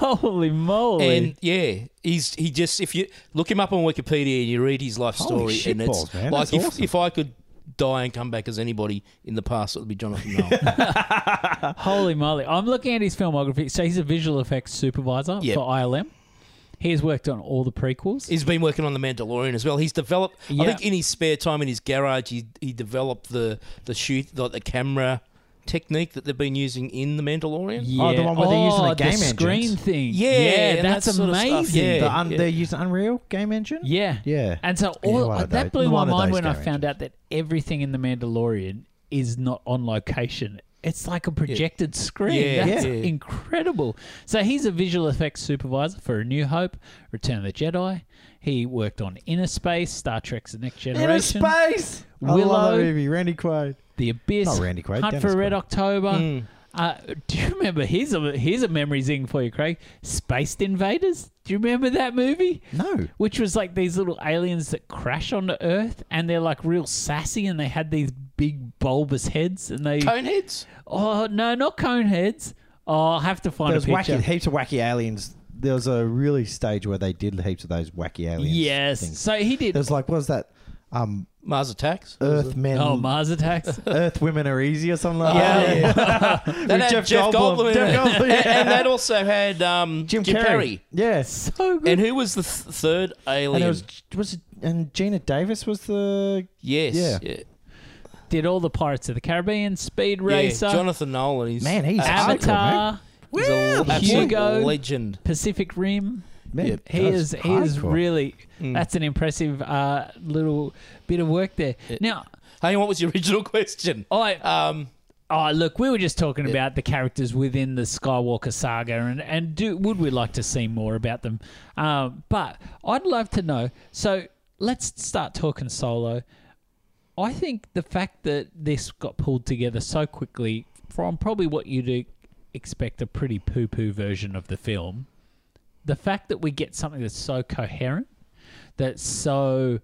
Speaker 1: Holy moly!
Speaker 3: and yeah, he's he just if you look him up on Wikipedia and you read his life
Speaker 2: Holy
Speaker 3: story, and it's
Speaker 2: shitballs, man.
Speaker 3: like
Speaker 2: That's
Speaker 3: if,
Speaker 2: awesome.
Speaker 3: if I could die and come back as anybody in the past, it would be
Speaker 2: <laughs>
Speaker 3: Jonathan Nolan.
Speaker 1: Holy moly! I'm looking at his filmography. So he's a visual effects supervisor
Speaker 3: Yep.
Speaker 1: for ILM. He has worked on all the prequels.
Speaker 3: He's been working on the Mandalorian as well. He's developed.
Speaker 1: Yeah.
Speaker 3: I think in his spare time in his garage, he he developed the the shoot the, the camera technique that they've been using in the Mandalorian.
Speaker 1: yeah.
Speaker 2: Oh, the one where they're using the
Speaker 1: Oh,
Speaker 2: game
Speaker 1: screen
Speaker 2: engines.
Speaker 1: thing.
Speaker 3: Yeah, and
Speaker 1: that's
Speaker 3: that sort of stuff.
Speaker 1: amazing.
Speaker 3: Yeah.
Speaker 2: The un- They use Unreal game engine.
Speaker 1: Yeah.
Speaker 2: Yeah.
Speaker 1: And so
Speaker 2: Yeah,
Speaker 1: all uh,
Speaker 2: one of
Speaker 1: that
Speaker 2: those-
Speaker 1: blew my
Speaker 2: one of
Speaker 1: mind
Speaker 2: those
Speaker 1: when I
Speaker 2: game
Speaker 1: found out that everything in The Mandalorian is not on location. It's like a projected screen.
Speaker 3: Yeah,
Speaker 1: That's
Speaker 3: yeah.
Speaker 1: incredible. So he's a visual effects supervisor for A New Hope, Return of the Jedi. He worked on Inner Space, Star Trek's The Next
Speaker 2: Inner
Speaker 1: Generation,
Speaker 2: space. I love
Speaker 1: Willow.
Speaker 2: that movie. Randy Quaid.
Speaker 1: The Abyss,
Speaker 2: Not Randy Quaid,
Speaker 1: Hunt
Speaker 2: Dennis
Speaker 1: for Red
Speaker 2: Quaid. Hmm.
Speaker 1: October.
Speaker 3: Mm.
Speaker 1: Uh, do you remember? Here's a here's a memory zing for you, Craig. Spaced Invaders. Do you remember that movie?
Speaker 2: No.
Speaker 1: which was like these little aliens that crash onto Earth, and they're like real sassy, and they had these big bulbous heads, and they
Speaker 3: Coneheads?
Speaker 1: oh no, not cone heads. Oh, I'll have to find
Speaker 2: There was
Speaker 1: a picture.
Speaker 2: wacky, heaps of wacky aliens. There was a really stage where they did heaps of those wacky aliens.
Speaker 1: yes,
Speaker 2: Things.
Speaker 1: so he did.
Speaker 2: There's like, what was that? Um,
Speaker 3: Mars Attacks?
Speaker 2: Earth men,
Speaker 1: Oh, Mars attacks.
Speaker 2: <laughs> Earth women are easy or something like
Speaker 3: Yeah,
Speaker 2: that.
Speaker 3: yeah. <laughs> That had
Speaker 2: Oh. Jeff Goldblum.
Speaker 3: in
Speaker 2: Jeff
Speaker 3: it.
Speaker 2: Goldblum,
Speaker 3: <laughs> And-
Speaker 2: yeah.
Speaker 3: and that also had
Speaker 2: <laughs>
Speaker 3: um,
Speaker 2: Jim, Carrey. Yes.
Speaker 1: so good.
Speaker 3: And who was the th- third alien?
Speaker 2: And it was was it, and Gina Davis was the
Speaker 3: yes,
Speaker 2: Yeah.
Speaker 3: yeah.
Speaker 1: did all the Pirates of the Caribbean, Speed
Speaker 3: Yeah,
Speaker 1: Racer,
Speaker 3: Jonathan Nolan. He's,
Speaker 2: Man, he's
Speaker 3: absolute-
Speaker 1: Avatar,
Speaker 3: he's a
Speaker 1: Wow.
Speaker 3: absolute
Speaker 1: Hugo.
Speaker 3: legend.
Speaker 1: Pacific Rim.
Speaker 2: man,
Speaker 3: Yeah,
Speaker 1: He
Speaker 2: that
Speaker 1: is
Speaker 2: was
Speaker 1: he is
Speaker 2: hardcore.
Speaker 1: really that's an impressive uh, little bit of work there. Now,
Speaker 3: Hey, what was your <laughs> original question?
Speaker 1: I
Speaker 3: Um,
Speaker 1: Oh, look, we were just talking about the characters within the Skywalker saga, and and do would we like to see more about them? Um, but I'd love to know. So let's start talking solo. I think the fact that this got pulled together so quickly from probably what you'd e-, expect a pretty poo-poo version of the film, the fact that we get something that's so coherent, that's so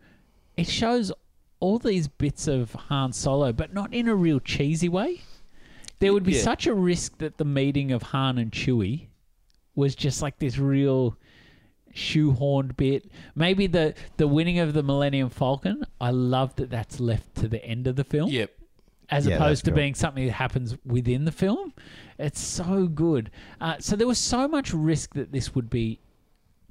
Speaker 1: it shows all these bits of Han Solo, but not in a real cheesy way. There would be
Speaker 3: Yeah.
Speaker 1: such a risk that the meeting of Han and Chewie was just like this real shoehorned bit. Maybe the the winning of the Millennium Falcon. I love that that's left to the end of the film,
Speaker 3: yep.
Speaker 1: as
Speaker 2: Yeah, that's
Speaker 1: opposed to
Speaker 2: cool.
Speaker 1: being something that happens within the film. It's so good. Uh, so there was so much risk that this would be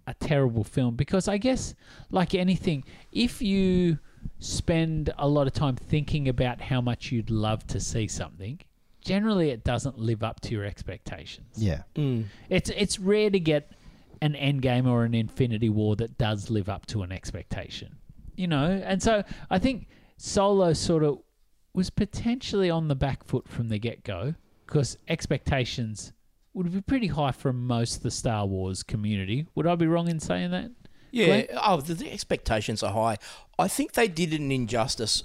Speaker 1: a terrible film because I guess, like anything, if you spend a lot of time thinking about how much you'd love to see something, generally it doesn't live up to your expectations.
Speaker 2: Yeah,
Speaker 1: It's it's rare to get an Endgame or an Infinity War that does live up to an expectation, you know. And so I think Solo sort of was potentially on the back foot from the get go because expectations would be pretty high from most the Star Wars community. Would I be wrong in saying that?
Speaker 3: Yeah.
Speaker 1: Glenn?
Speaker 3: Oh, the, the expectations are high. I think they did an injustice,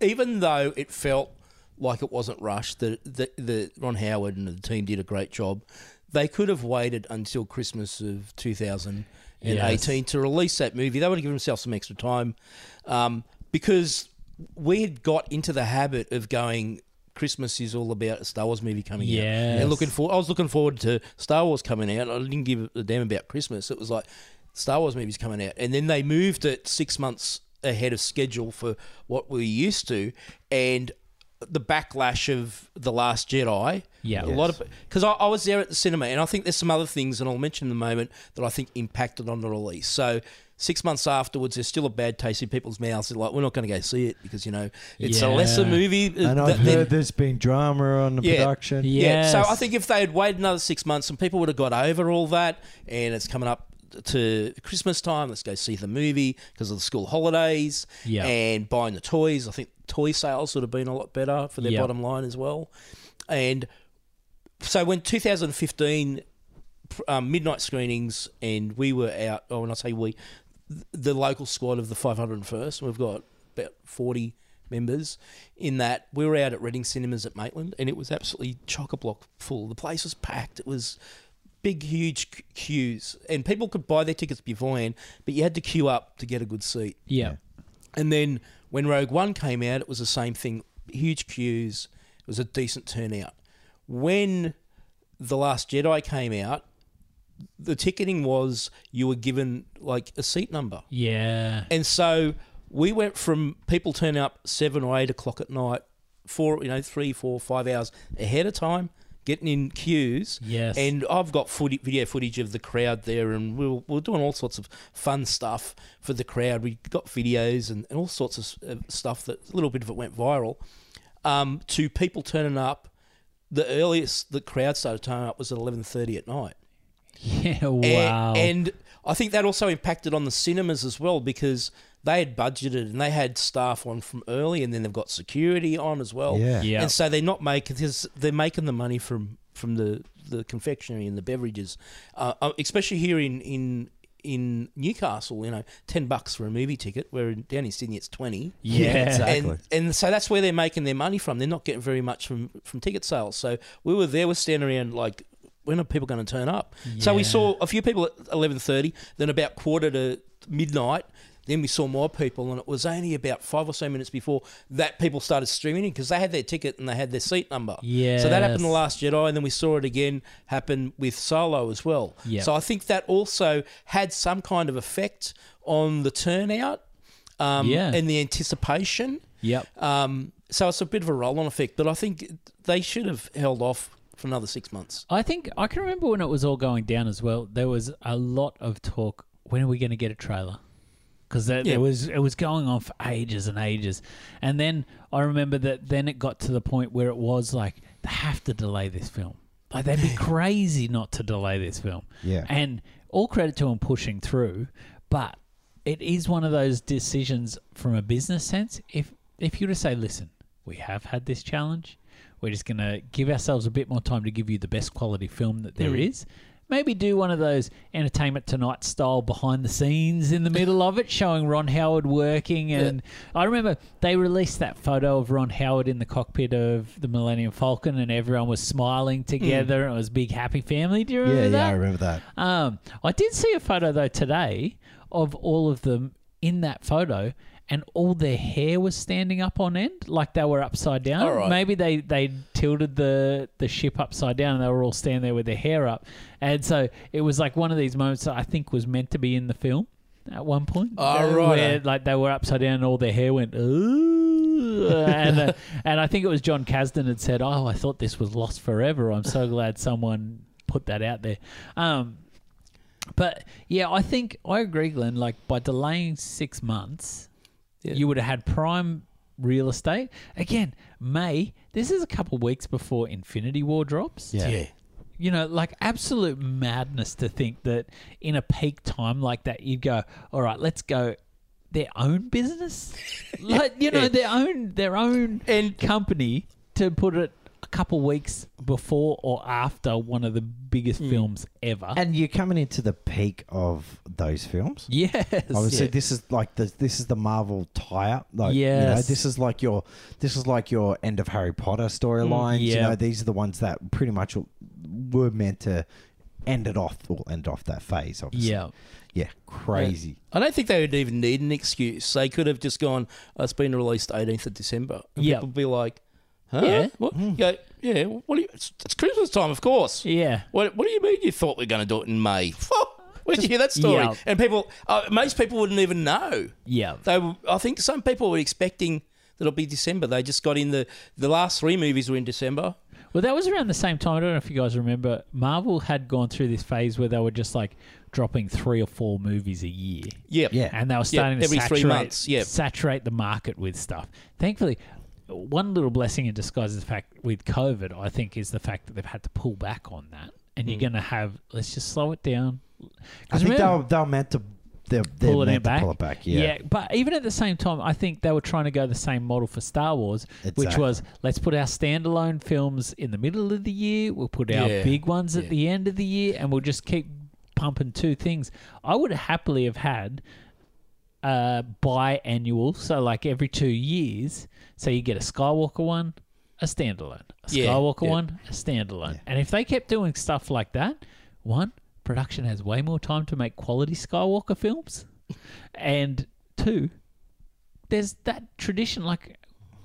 Speaker 3: even though it felt like it wasn't rushed. The, the, the Ron Howard and the team did a great job. They could have waited until Christmas of 2018
Speaker 1: Yes.
Speaker 3: to release that movie. They would have given themselves some extra time um, because we had got into the habit of going. Christmas is all about a Star Wars movie coming out.
Speaker 1: Yes.
Speaker 3: And looking for I was looking forward to Star Wars coming out. I didn't give a damn about Christmas. It was like Star Wars movies coming out, and then they moved it six months ahead of schedule for what we used to, and the backlash of the Last Jedi.
Speaker 1: Yeah.
Speaker 3: a lot of because I, I was there at the cinema, and I think there's some other things, and I'll mention in a moment that I think impacted on the release. So. Six months afterwards, there's still a bad taste in people's mouths. They're like, "We're not going to go see it because you know it's a
Speaker 1: Yeah.
Speaker 3: lesser movie."
Speaker 2: and I've
Speaker 3: than-
Speaker 2: heard there's been drama on the
Speaker 3: Yeah.
Speaker 2: production.
Speaker 1: Yeah.
Speaker 3: yeah. So I
Speaker 1: Yes.
Speaker 3: think if they had waited another six months, some people would have got over all that, and it's coming up to Christmas time. Let's go see the movie because of the school holidays.
Speaker 1: Yeah.
Speaker 3: And buying the toys. I think toy sales would have been a lot better for their
Speaker 1: Yeah.
Speaker 3: bottom line as well. And so when 2015 pr- um, midnight screenings, and we were out. Oh, when I say we, th- the local squad of the 501st, we've got about 40 members in that we were out at Reading Cinemas at Maitland and it was absolutely chock a block full. The place was packed. It was big, huge c- queues, and people could buy their tickets beforehand, but you had to queue up to get a good seat.
Speaker 1: Yeah.
Speaker 3: And then when Rogue One came out, it was the same thing. Huge queues. It was a decent turnout. When The Last Jedi came out, the ticketing was you were given like a seat number.
Speaker 1: Yeah. <laughs>
Speaker 3: And so we went from people turning up seven or eight o'clock at night, four, you know, three, four, five hours ahead of time, getting in queues.
Speaker 1: Yes.
Speaker 3: And I've got footage, video footage of the crowd there, and we were, we were doing all sorts of fun stuff for the crowd. We got videos and, and all sorts of s- of stuff that a little bit of it went viral. Um, to people turning up, the earliest the crowd started turning up was at eleven thirty at night.
Speaker 1: Yeah.
Speaker 3: A-
Speaker 1: Wow.
Speaker 3: And, I think that also impacted on the cinemas as well because they had budgeted and they had staff on from early, and then they've got security on as well.
Speaker 2: Yeah.
Speaker 1: Yeah.
Speaker 3: And so they're not making this- they're making the money from from the the confectionery and the beverages, uh, uh, especially here in in in Newcastle. You know, ten bucks for a movie ticket, where in- down in Sydney it's twenty.
Speaker 1: Yeah.
Speaker 2: exactly.
Speaker 3: And, and so that's where they're making their money from. They're not getting very much from, from ticket sales. So we were there, we're standing around like, when are people going to turn up? So we
Speaker 1: Yeah.
Speaker 3: saw a few people at 11.30, then about quarter to midnight, then we saw more people and it was only about five or so minutes before that people started streaming in because they had their ticket and they had their seat number. So that happened in The
Speaker 1: Yes.
Speaker 3: Last Jedi and then we saw it again happen with Solo as well.
Speaker 1: Yeah.
Speaker 3: So I think that also had some kind of effect on the turnout um,
Speaker 1: Yeah.
Speaker 3: and the anticipation.
Speaker 1: Yep.
Speaker 3: Um, so it's a bit of a roll-on effect, but I think they should have held off for another six months.
Speaker 1: I think I can remember when it was all going down as well. There was a lot of talk. When are we going to get a trailer? Because there,
Speaker 3: Yeah.
Speaker 1: there was it was going on for ages and ages, and then I remember that then it got to the point where it was like they have to delay this film. Like they'd be crazy not to delay this film.
Speaker 2: Yeah.
Speaker 1: And all credit to them pushing through, but it is one of those decisions from a business sense. If if you were to say, listen, we have had this challenge, we're just going to give ourselves a bit more time to give you the best quality film that there is.
Speaker 2: Mm.
Speaker 1: Maybe do one of those Entertainment Tonight style behind the scenes in the middle of it, showing Ron Howard working. And I remember they released that photo of Ron Howard in the cockpit of the Millennium Falcon, and everyone was smiling together. And it was a big happy family. Do you remember
Speaker 2: Mm. Yeah,
Speaker 1: that?
Speaker 2: yeah, I remember that.
Speaker 1: Um, I did see a photo though today of all of them in that photo, and all their hair was standing up on end, like they were upside down.
Speaker 3: All right.
Speaker 1: Maybe they they tilted the the ship upside down, and they were all standing there with their hair up. And so it was like one of these moments that I think was meant to be in the film at one point.
Speaker 3: Oh,
Speaker 1: Uh,
Speaker 3: right.
Speaker 1: where, like they were upside down, and all their hair went. Ooh. and uh, <laughs> and I think it was John Kasdan had said, "Oh, I thought this was lost forever. I'm so glad someone." Put that out there. Um, but yeah, I think I agree, Glenn. Like by delaying six months,
Speaker 3: Yeah.
Speaker 1: you would have had prime real estate again. May this is a couple weeks before Infinity War drops.
Speaker 2: Yeah.
Speaker 1: You know, like absolute madness to think that in a peak time like that, you'd go, all right, let's go their own business, like you know, their own their own
Speaker 3: And-
Speaker 1: company to put it a couple weeks before or after one of the biggest films ever.
Speaker 2: And you're coming into the peak of those films.
Speaker 1: yes,
Speaker 2: Obviously, this is like the this is the Marvel tie-up. Like, you know,
Speaker 1: Yes.
Speaker 2: this is like your this is like your end of Harry Potter storylines. You
Speaker 1: Mm, yeah.
Speaker 2: know, these are the ones that pretty much were meant to end it off or end off that phase. Obviously,
Speaker 1: yeah.
Speaker 2: yeah, crazy.
Speaker 3: I don't think they would even need an excuse. They could have just gone, oh, it's been released 18th of December. And
Speaker 1: Yeah.
Speaker 3: people would be like, huh?
Speaker 1: Yeah. Hmm.
Speaker 3: What? Yeah, yeah, what do you, it's, it's Christmas time, of course.
Speaker 1: Yeah.
Speaker 3: What, what do you mean you thought we are going to do it in May? <laughs> Where'd you hear that story?
Speaker 1: yeah.
Speaker 3: And people, uh, most people wouldn't even know.
Speaker 1: Yeah.
Speaker 3: They, were- I think some people were expecting that it'll be December. They just got in the the last three movies were in December.
Speaker 1: Well, that was around the same time. I don't know if you guys remember. Marvel had gone through this phase where they were just like dropping three or four movies a year.
Speaker 3: Yep.
Speaker 2: Yeah.
Speaker 1: And they were starting
Speaker 3: every
Speaker 1: to
Speaker 3: three
Speaker 1: saturate,
Speaker 3: months, yep.
Speaker 1: saturate the market with stuff. Thankfully, one little blessing in disguise is the fact with COVID, I think, is the fact that they've had to pull back on that. And you're going to have, let's just slow it down. 'Cause
Speaker 2: I think
Speaker 1: remember-
Speaker 2: they were, they were meant to they're, they're
Speaker 1: pull it
Speaker 2: meant
Speaker 1: in
Speaker 2: to
Speaker 1: back.
Speaker 2: pull it back. Yeah,
Speaker 1: but even at the same time, I think they were trying to go the same model for Star Wars, which
Speaker 2: Exactly.
Speaker 1: was let's put our standalone films in the middle of the year, we'll put our
Speaker 3: Yeah,
Speaker 1: big ones at
Speaker 3: yeah.
Speaker 1: the end of the year, and we'll just keep pumping two things. I would happily have had uh, biannual, so like every two years, so you get a Skywalker one, a standalone, a
Speaker 3: Yeah,
Speaker 1: Skywalker
Speaker 3: yeah.
Speaker 1: one, a standalone, and if they kept doing stuff like that, one production has way more time to make quality Skywalker
Speaker 3: <laughs>
Speaker 1: films, and two, there's that tradition like.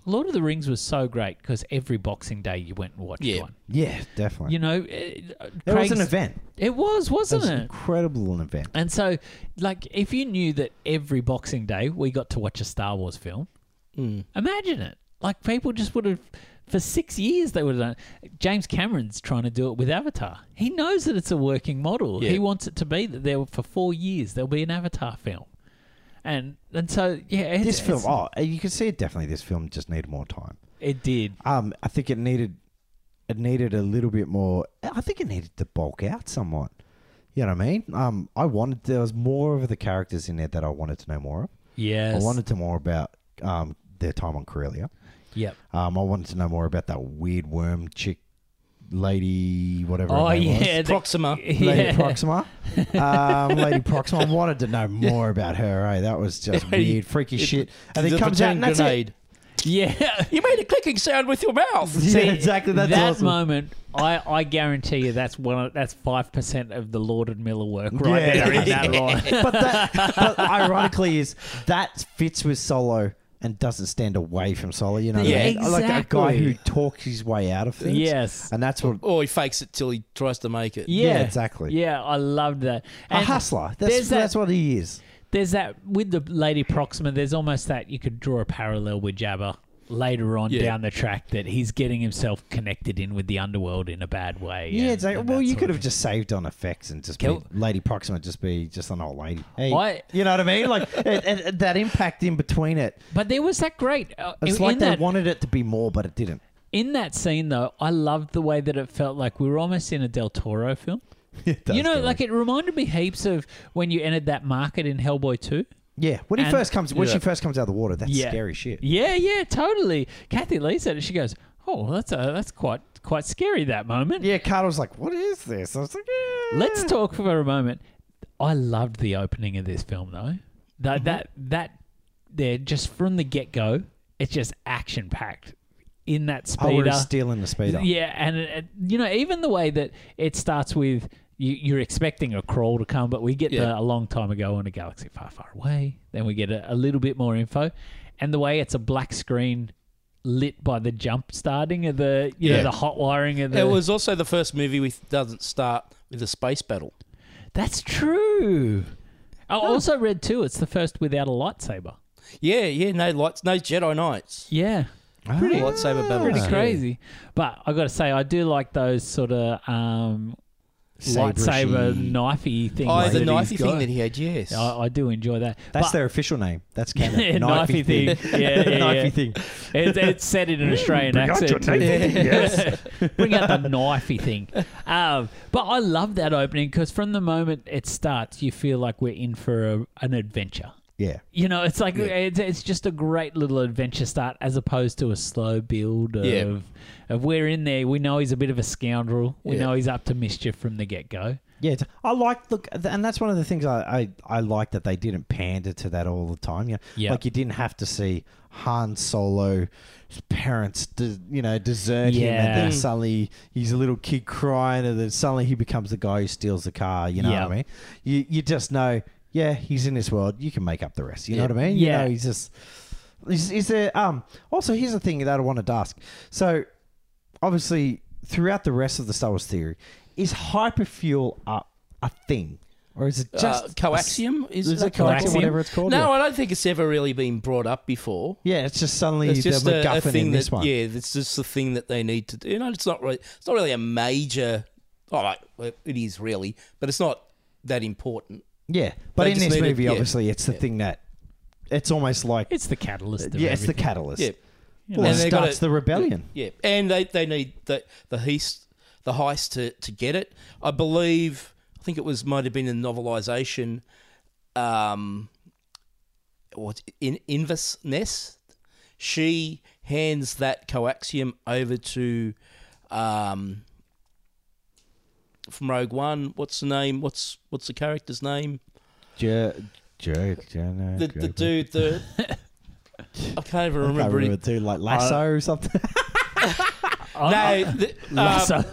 Speaker 1: Lord of the Rings was so great because every Boxing Day you went and watched
Speaker 3: Yeah.
Speaker 1: one.
Speaker 2: yeah, definitely.
Speaker 1: You know, it,
Speaker 2: it was an event.
Speaker 1: It was,
Speaker 2: It
Speaker 1: wasn't
Speaker 2: was
Speaker 1: it?
Speaker 2: incredible an event.
Speaker 1: And so, like, if you knew that every Boxing Day we got to watch a Star Wars film,
Speaker 2: Hmm.
Speaker 1: imagine it. Like, people just would have, for six years, they would have done it. James Cameron's trying to do it with Avatar. He knows that it's a working model.
Speaker 3: Yeah.
Speaker 1: He wants it to be that there for four years there'll be an Avatar film. And and so, yeah, it's,
Speaker 2: This film,
Speaker 1: it's-
Speaker 2: oh, you can see it definitely. This film just needed more time.
Speaker 1: it did.
Speaker 2: Um, I think it needed it needed a little bit more. I think it needed to bulk out somewhat. You know what I mean? Um, I wanted there was more of the characters in there that I wanted to know more of.
Speaker 1: Yes.
Speaker 2: I wanted to more about um, their time on Corellia.
Speaker 1: Yep.
Speaker 2: Um, I wanted to know more about that weird worm chick lady, whatever.
Speaker 1: Oh
Speaker 2: her name was.
Speaker 1: yeah. the-
Speaker 3: Proxima.
Speaker 2: Lady
Speaker 1: Yeah.
Speaker 2: Proxima.
Speaker 1: <laughs>
Speaker 2: Um, Lady Proxima. I wanted to know more about her. Eh? That
Speaker 1: <laughs>
Speaker 2: was just weird, freaky shit. And then
Speaker 3: The
Speaker 2: comes out and
Speaker 3: platoon
Speaker 2: that's it.
Speaker 3: grenade.
Speaker 1: Yeah.
Speaker 3: You made a clicking sound with your mouth.
Speaker 2: <laughs> Yeah, exactly. That's
Speaker 1: that
Speaker 2: awesome.
Speaker 1: moment, I, I guarantee you, that's one. Of, that's five percent of the Lord and Miller work right
Speaker 2: Yeah.
Speaker 1: there in
Speaker 2: <laughs>
Speaker 1: that line.
Speaker 2: but that, but ironically, is that fits with Solo and doesn't stand away from Solo. You know, what
Speaker 3: Yeah,
Speaker 2: I mean? like a guy
Speaker 1: exactly.
Speaker 2: who talks his way out of things.
Speaker 1: Yes.
Speaker 2: and that's what
Speaker 3: Or Oh, he fakes it till he tries to make it.
Speaker 1: Yeah,
Speaker 2: exactly.
Speaker 1: Yeah, I loved that.
Speaker 2: a
Speaker 1: And
Speaker 2: hustler. That's
Speaker 1: there's that-
Speaker 2: that's what he is.
Speaker 1: There's that with the Lady Proxima. There's almost that you could draw a parallel with Jabba later on
Speaker 3: Yeah.
Speaker 1: down the track that he's getting himself connected in with the underworld in a bad way.
Speaker 2: Yeah,
Speaker 1: and-
Speaker 2: exactly.
Speaker 1: and
Speaker 2: Well,
Speaker 1: that
Speaker 2: you
Speaker 1: sort
Speaker 2: could
Speaker 1: of
Speaker 2: have just saved on effects and just
Speaker 1: Kill-
Speaker 2: be Lady Proxima, just be just an old lady. Hey,
Speaker 1: I-
Speaker 2: you know what I mean? Like and, and that impact in between it.
Speaker 1: thing. But there was that great. Uh,
Speaker 2: It's
Speaker 1: in,
Speaker 2: like
Speaker 1: in
Speaker 2: they
Speaker 1: that,
Speaker 2: wanted it to be more, but it didn't.
Speaker 1: in that scene though, I loved the way that it felt like we were almost in a Del Toro film. you know, like it reminded me heaps of when you entered that market in Hellboy Two.
Speaker 2: yeah, when he
Speaker 1: and-
Speaker 2: first comes, when
Speaker 3: Yeah.
Speaker 2: she first comes out of the water, that's
Speaker 1: Yeah.
Speaker 2: scary shit.
Speaker 1: Yeah, yeah, totally. Kathy Lee said it. She goes, "Oh, well, that's uh that's quite quite scary that moment."
Speaker 2: Yeah, Carter was like, "What is this?" I was like, yeah.
Speaker 1: Let's talk for a moment. I loved the opening of this film though. That that that there just from the get go, it's just action packed in that
Speaker 2: Oh, we're
Speaker 1: speeder.
Speaker 2: just stealing the speeder.
Speaker 1: Yeah, and it, it- you know, even the way that it starts with you, you're expecting a crawl to come, but we get
Speaker 3: Yeah.
Speaker 1: the a long time ago on a galaxy far, far away. Then we get a, a little bit more info, and the way it's a black screen lit by the jump starting of the you
Speaker 3: Yeah.
Speaker 1: know the hot wiring of the
Speaker 3: It was also the first movie which doesn't start with a space battle.
Speaker 1: that's true. I also read too. It's the first without a lightsaber.
Speaker 3: Yeah, yeah, no lights, no Jedi Knights.
Speaker 1: Yeah,
Speaker 2: Ah.
Speaker 3: Pretty lightsaber battle.
Speaker 1: pretty crazy. But I got to say, I do like those sort of um, lightsaber
Speaker 2: Sabre-y.
Speaker 1: knifey things.
Speaker 3: Oh,
Speaker 1: that
Speaker 3: the
Speaker 1: he's
Speaker 3: knifey
Speaker 1: got.
Speaker 3: thing that he had, yes. Uh,
Speaker 1: I, I do enjoy that.
Speaker 2: That's
Speaker 1: But-
Speaker 2: their official name. That's
Speaker 1: Yeah, <laughs>
Speaker 2: canon.
Speaker 1: knifey thing. Yeah, yeah,
Speaker 2: <laughs> knifey
Speaker 1: yeah.
Speaker 2: thing.
Speaker 1: It, it's said
Speaker 2: <laughs>
Speaker 1: in an Australian accent. too. <laughs> Bring out the knifey thing. Um, but I love that opening because from the moment it starts, you feel like we're in for a, an adventure.
Speaker 2: Yeah.
Speaker 1: You know, it's like it's, it's just a great little adventure start as opposed to a slow build of,
Speaker 3: Yeah.
Speaker 1: of we're in there. We know he's a bit of a scoundrel. We
Speaker 3: Yeah.
Speaker 1: know he's up to mischief from the get go.
Speaker 2: Yeah, it's- I like look, th- and that's one of the things I, I, I like that they didn't pander to that all the time. Yeah,
Speaker 1: Yeah.
Speaker 2: like you didn't have to see Han Solo's parents, de- you know, desert him,
Speaker 1: Yeah.
Speaker 2: and then suddenly he's a little kid crying, and then suddenly he becomes the guy who steals the car. You know
Speaker 1: Yeah.
Speaker 2: what I mean? You you just know, yeah, he's in this world. You can make up the rest. You know what I mean?
Speaker 1: Yeah.
Speaker 2: you know, he's just. Is, is there um also here's the thing that I wanted to ask. So obviously throughout the rest of the Star Wars theory, is hyperfuel a, a thing, or is it just
Speaker 3: uh, coaxium is,
Speaker 2: Is
Speaker 3: that
Speaker 2: it coaxium,
Speaker 1: coaxium?
Speaker 2: whatever it's called?
Speaker 3: No,
Speaker 2: yeah.
Speaker 3: I don't think it's ever really been brought up before.
Speaker 2: yeah, it's just suddenly
Speaker 3: It's just
Speaker 2: the
Speaker 3: a,
Speaker 2: MacGuffin
Speaker 3: a thing
Speaker 2: in
Speaker 3: that
Speaker 2: this one.
Speaker 3: yeah, it's just the thing that they need to do. You know, it's not really, it's not really a major. All right, well, it is really, but it's not that important.
Speaker 2: Yeah, but
Speaker 3: They
Speaker 2: in
Speaker 3: just
Speaker 2: this
Speaker 3: need it-
Speaker 2: movie,
Speaker 3: yeah.
Speaker 2: obviously, it's the thing that it's almost like
Speaker 1: It's the catalyst. Of
Speaker 2: yeah, it's the
Speaker 1: everything.
Speaker 2: catalyst.
Speaker 3: Yeah,
Speaker 2: Well,
Speaker 3: And
Speaker 2: it
Speaker 3: they gotta-
Speaker 2: starts the rebellion.
Speaker 3: yeah, and they, they need the the heist the heist to, to get it. I believe I think it was might have been a novelization. Um, what in Invis Ness? She hands that coaxium over to um, from Rogue One. What's the name? What's what's the character's name?
Speaker 2: Jer- Jer- Jer- no,
Speaker 3: The,
Speaker 2: Jer-
Speaker 3: the dude <laughs> the I can't even
Speaker 2: I can't
Speaker 3: remember.
Speaker 2: remember
Speaker 3: it.
Speaker 2: too, like lasso or something.
Speaker 1: Oh,
Speaker 3: No, the,
Speaker 1: <laughs> Lasso.
Speaker 3: um,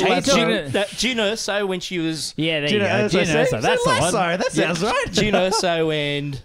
Speaker 1: Lasso.
Speaker 3: Gina, that Gina Erso when she was
Speaker 1: yeah, there
Speaker 2: Gina
Speaker 1: you go.
Speaker 2: Erso,
Speaker 1: Gina
Speaker 2: see?
Speaker 1: Erso,
Speaker 2: It's a
Speaker 1: that's the one.
Speaker 2: lasso, That sounds right.
Speaker 3: Gina Erso and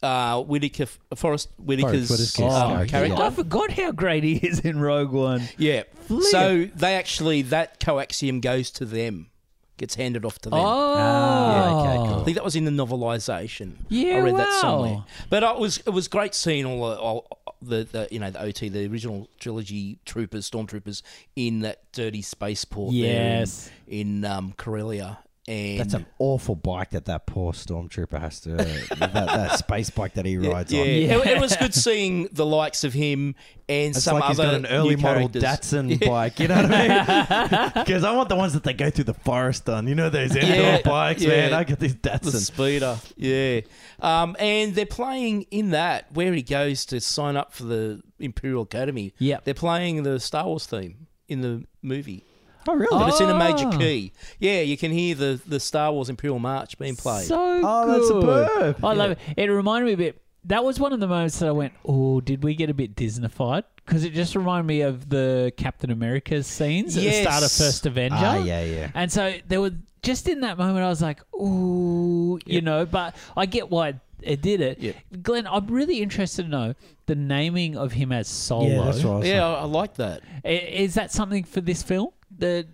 Speaker 3: uh, Whittaker, Forrest Whitaker's
Speaker 2: Whitaker's
Speaker 3: um,
Speaker 2: character.
Speaker 3: character.
Speaker 1: I forgot how great he is in Rogue One.
Speaker 3: Yeah.
Speaker 1: Flip.
Speaker 3: So they actually that coaxium goes to them, gets handed off to them.
Speaker 1: Oh,
Speaker 2: Ah, okay,
Speaker 3: I think that was in the novelization.
Speaker 1: Yeah,
Speaker 3: I read that
Speaker 1: wow.
Speaker 3: somewhere. But it was it was great seeing all, the, all the, the you know the OT the original trilogy troopers stormtroopers in that dirty spaceport. there in-
Speaker 1: Yes.
Speaker 3: in, um, Corellia, And
Speaker 2: That's an awful bike that that poor stormtrooper has to that, that
Speaker 3: <laughs>
Speaker 2: space bike that he rides
Speaker 3: yeah,
Speaker 2: on.
Speaker 3: It,
Speaker 2: <laughs>
Speaker 3: it was good seeing the likes of him and
Speaker 2: It's
Speaker 3: some
Speaker 2: like he's
Speaker 3: other
Speaker 2: got an early
Speaker 3: new
Speaker 2: model
Speaker 3: characters.
Speaker 2: Datsun bike, you know what I mean? Because I want the ones that they go through the forest on. You know those outdoor
Speaker 3: Yeah,
Speaker 2: bikes,
Speaker 3: yeah.
Speaker 2: man. I get these
Speaker 3: The
Speaker 2: Datsun.
Speaker 3: speeder, yeah, um, and they're playing in that where he goes to sign up for the Imperial Academy.
Speaker 1: Yep.
Speaker 3: they're playing the Star Wars theme in the movie,
Speaker 2: Oh, really?
Speaker 3: but it's in a major
Speaker 1: Oh.
Speaker 3: key. Yeah, you can hear the the Star Wars Imperial March being played.
Speaker 1: So
Speaker 2: Oh, that's
Speaker 1: good.
Speaker 2: superb.
Speaker 1: I love it. It reminded me a bit. That was one of the moments that I went, "Oh, did we get a bit Disneyfied?" Because it just reminded me of the Captain America scenes at the start of
Speaker 3: Yes.
Speaker 1: First Avenger.
Speaker 2: Ah, yeah, yeah.
Speaker 1: And so there were just in that moment, I was like, "Ooh," you know. But I get why it did it.
Speaker 3: Yep.
Speaker 1: Glenn, I'm really interested to know the naming of him as Solo.
Speaker 2: Yeah, that's what I was
Speaker 3: yeah, I, I like that.
Speaker 1: I- Is that something for this film? The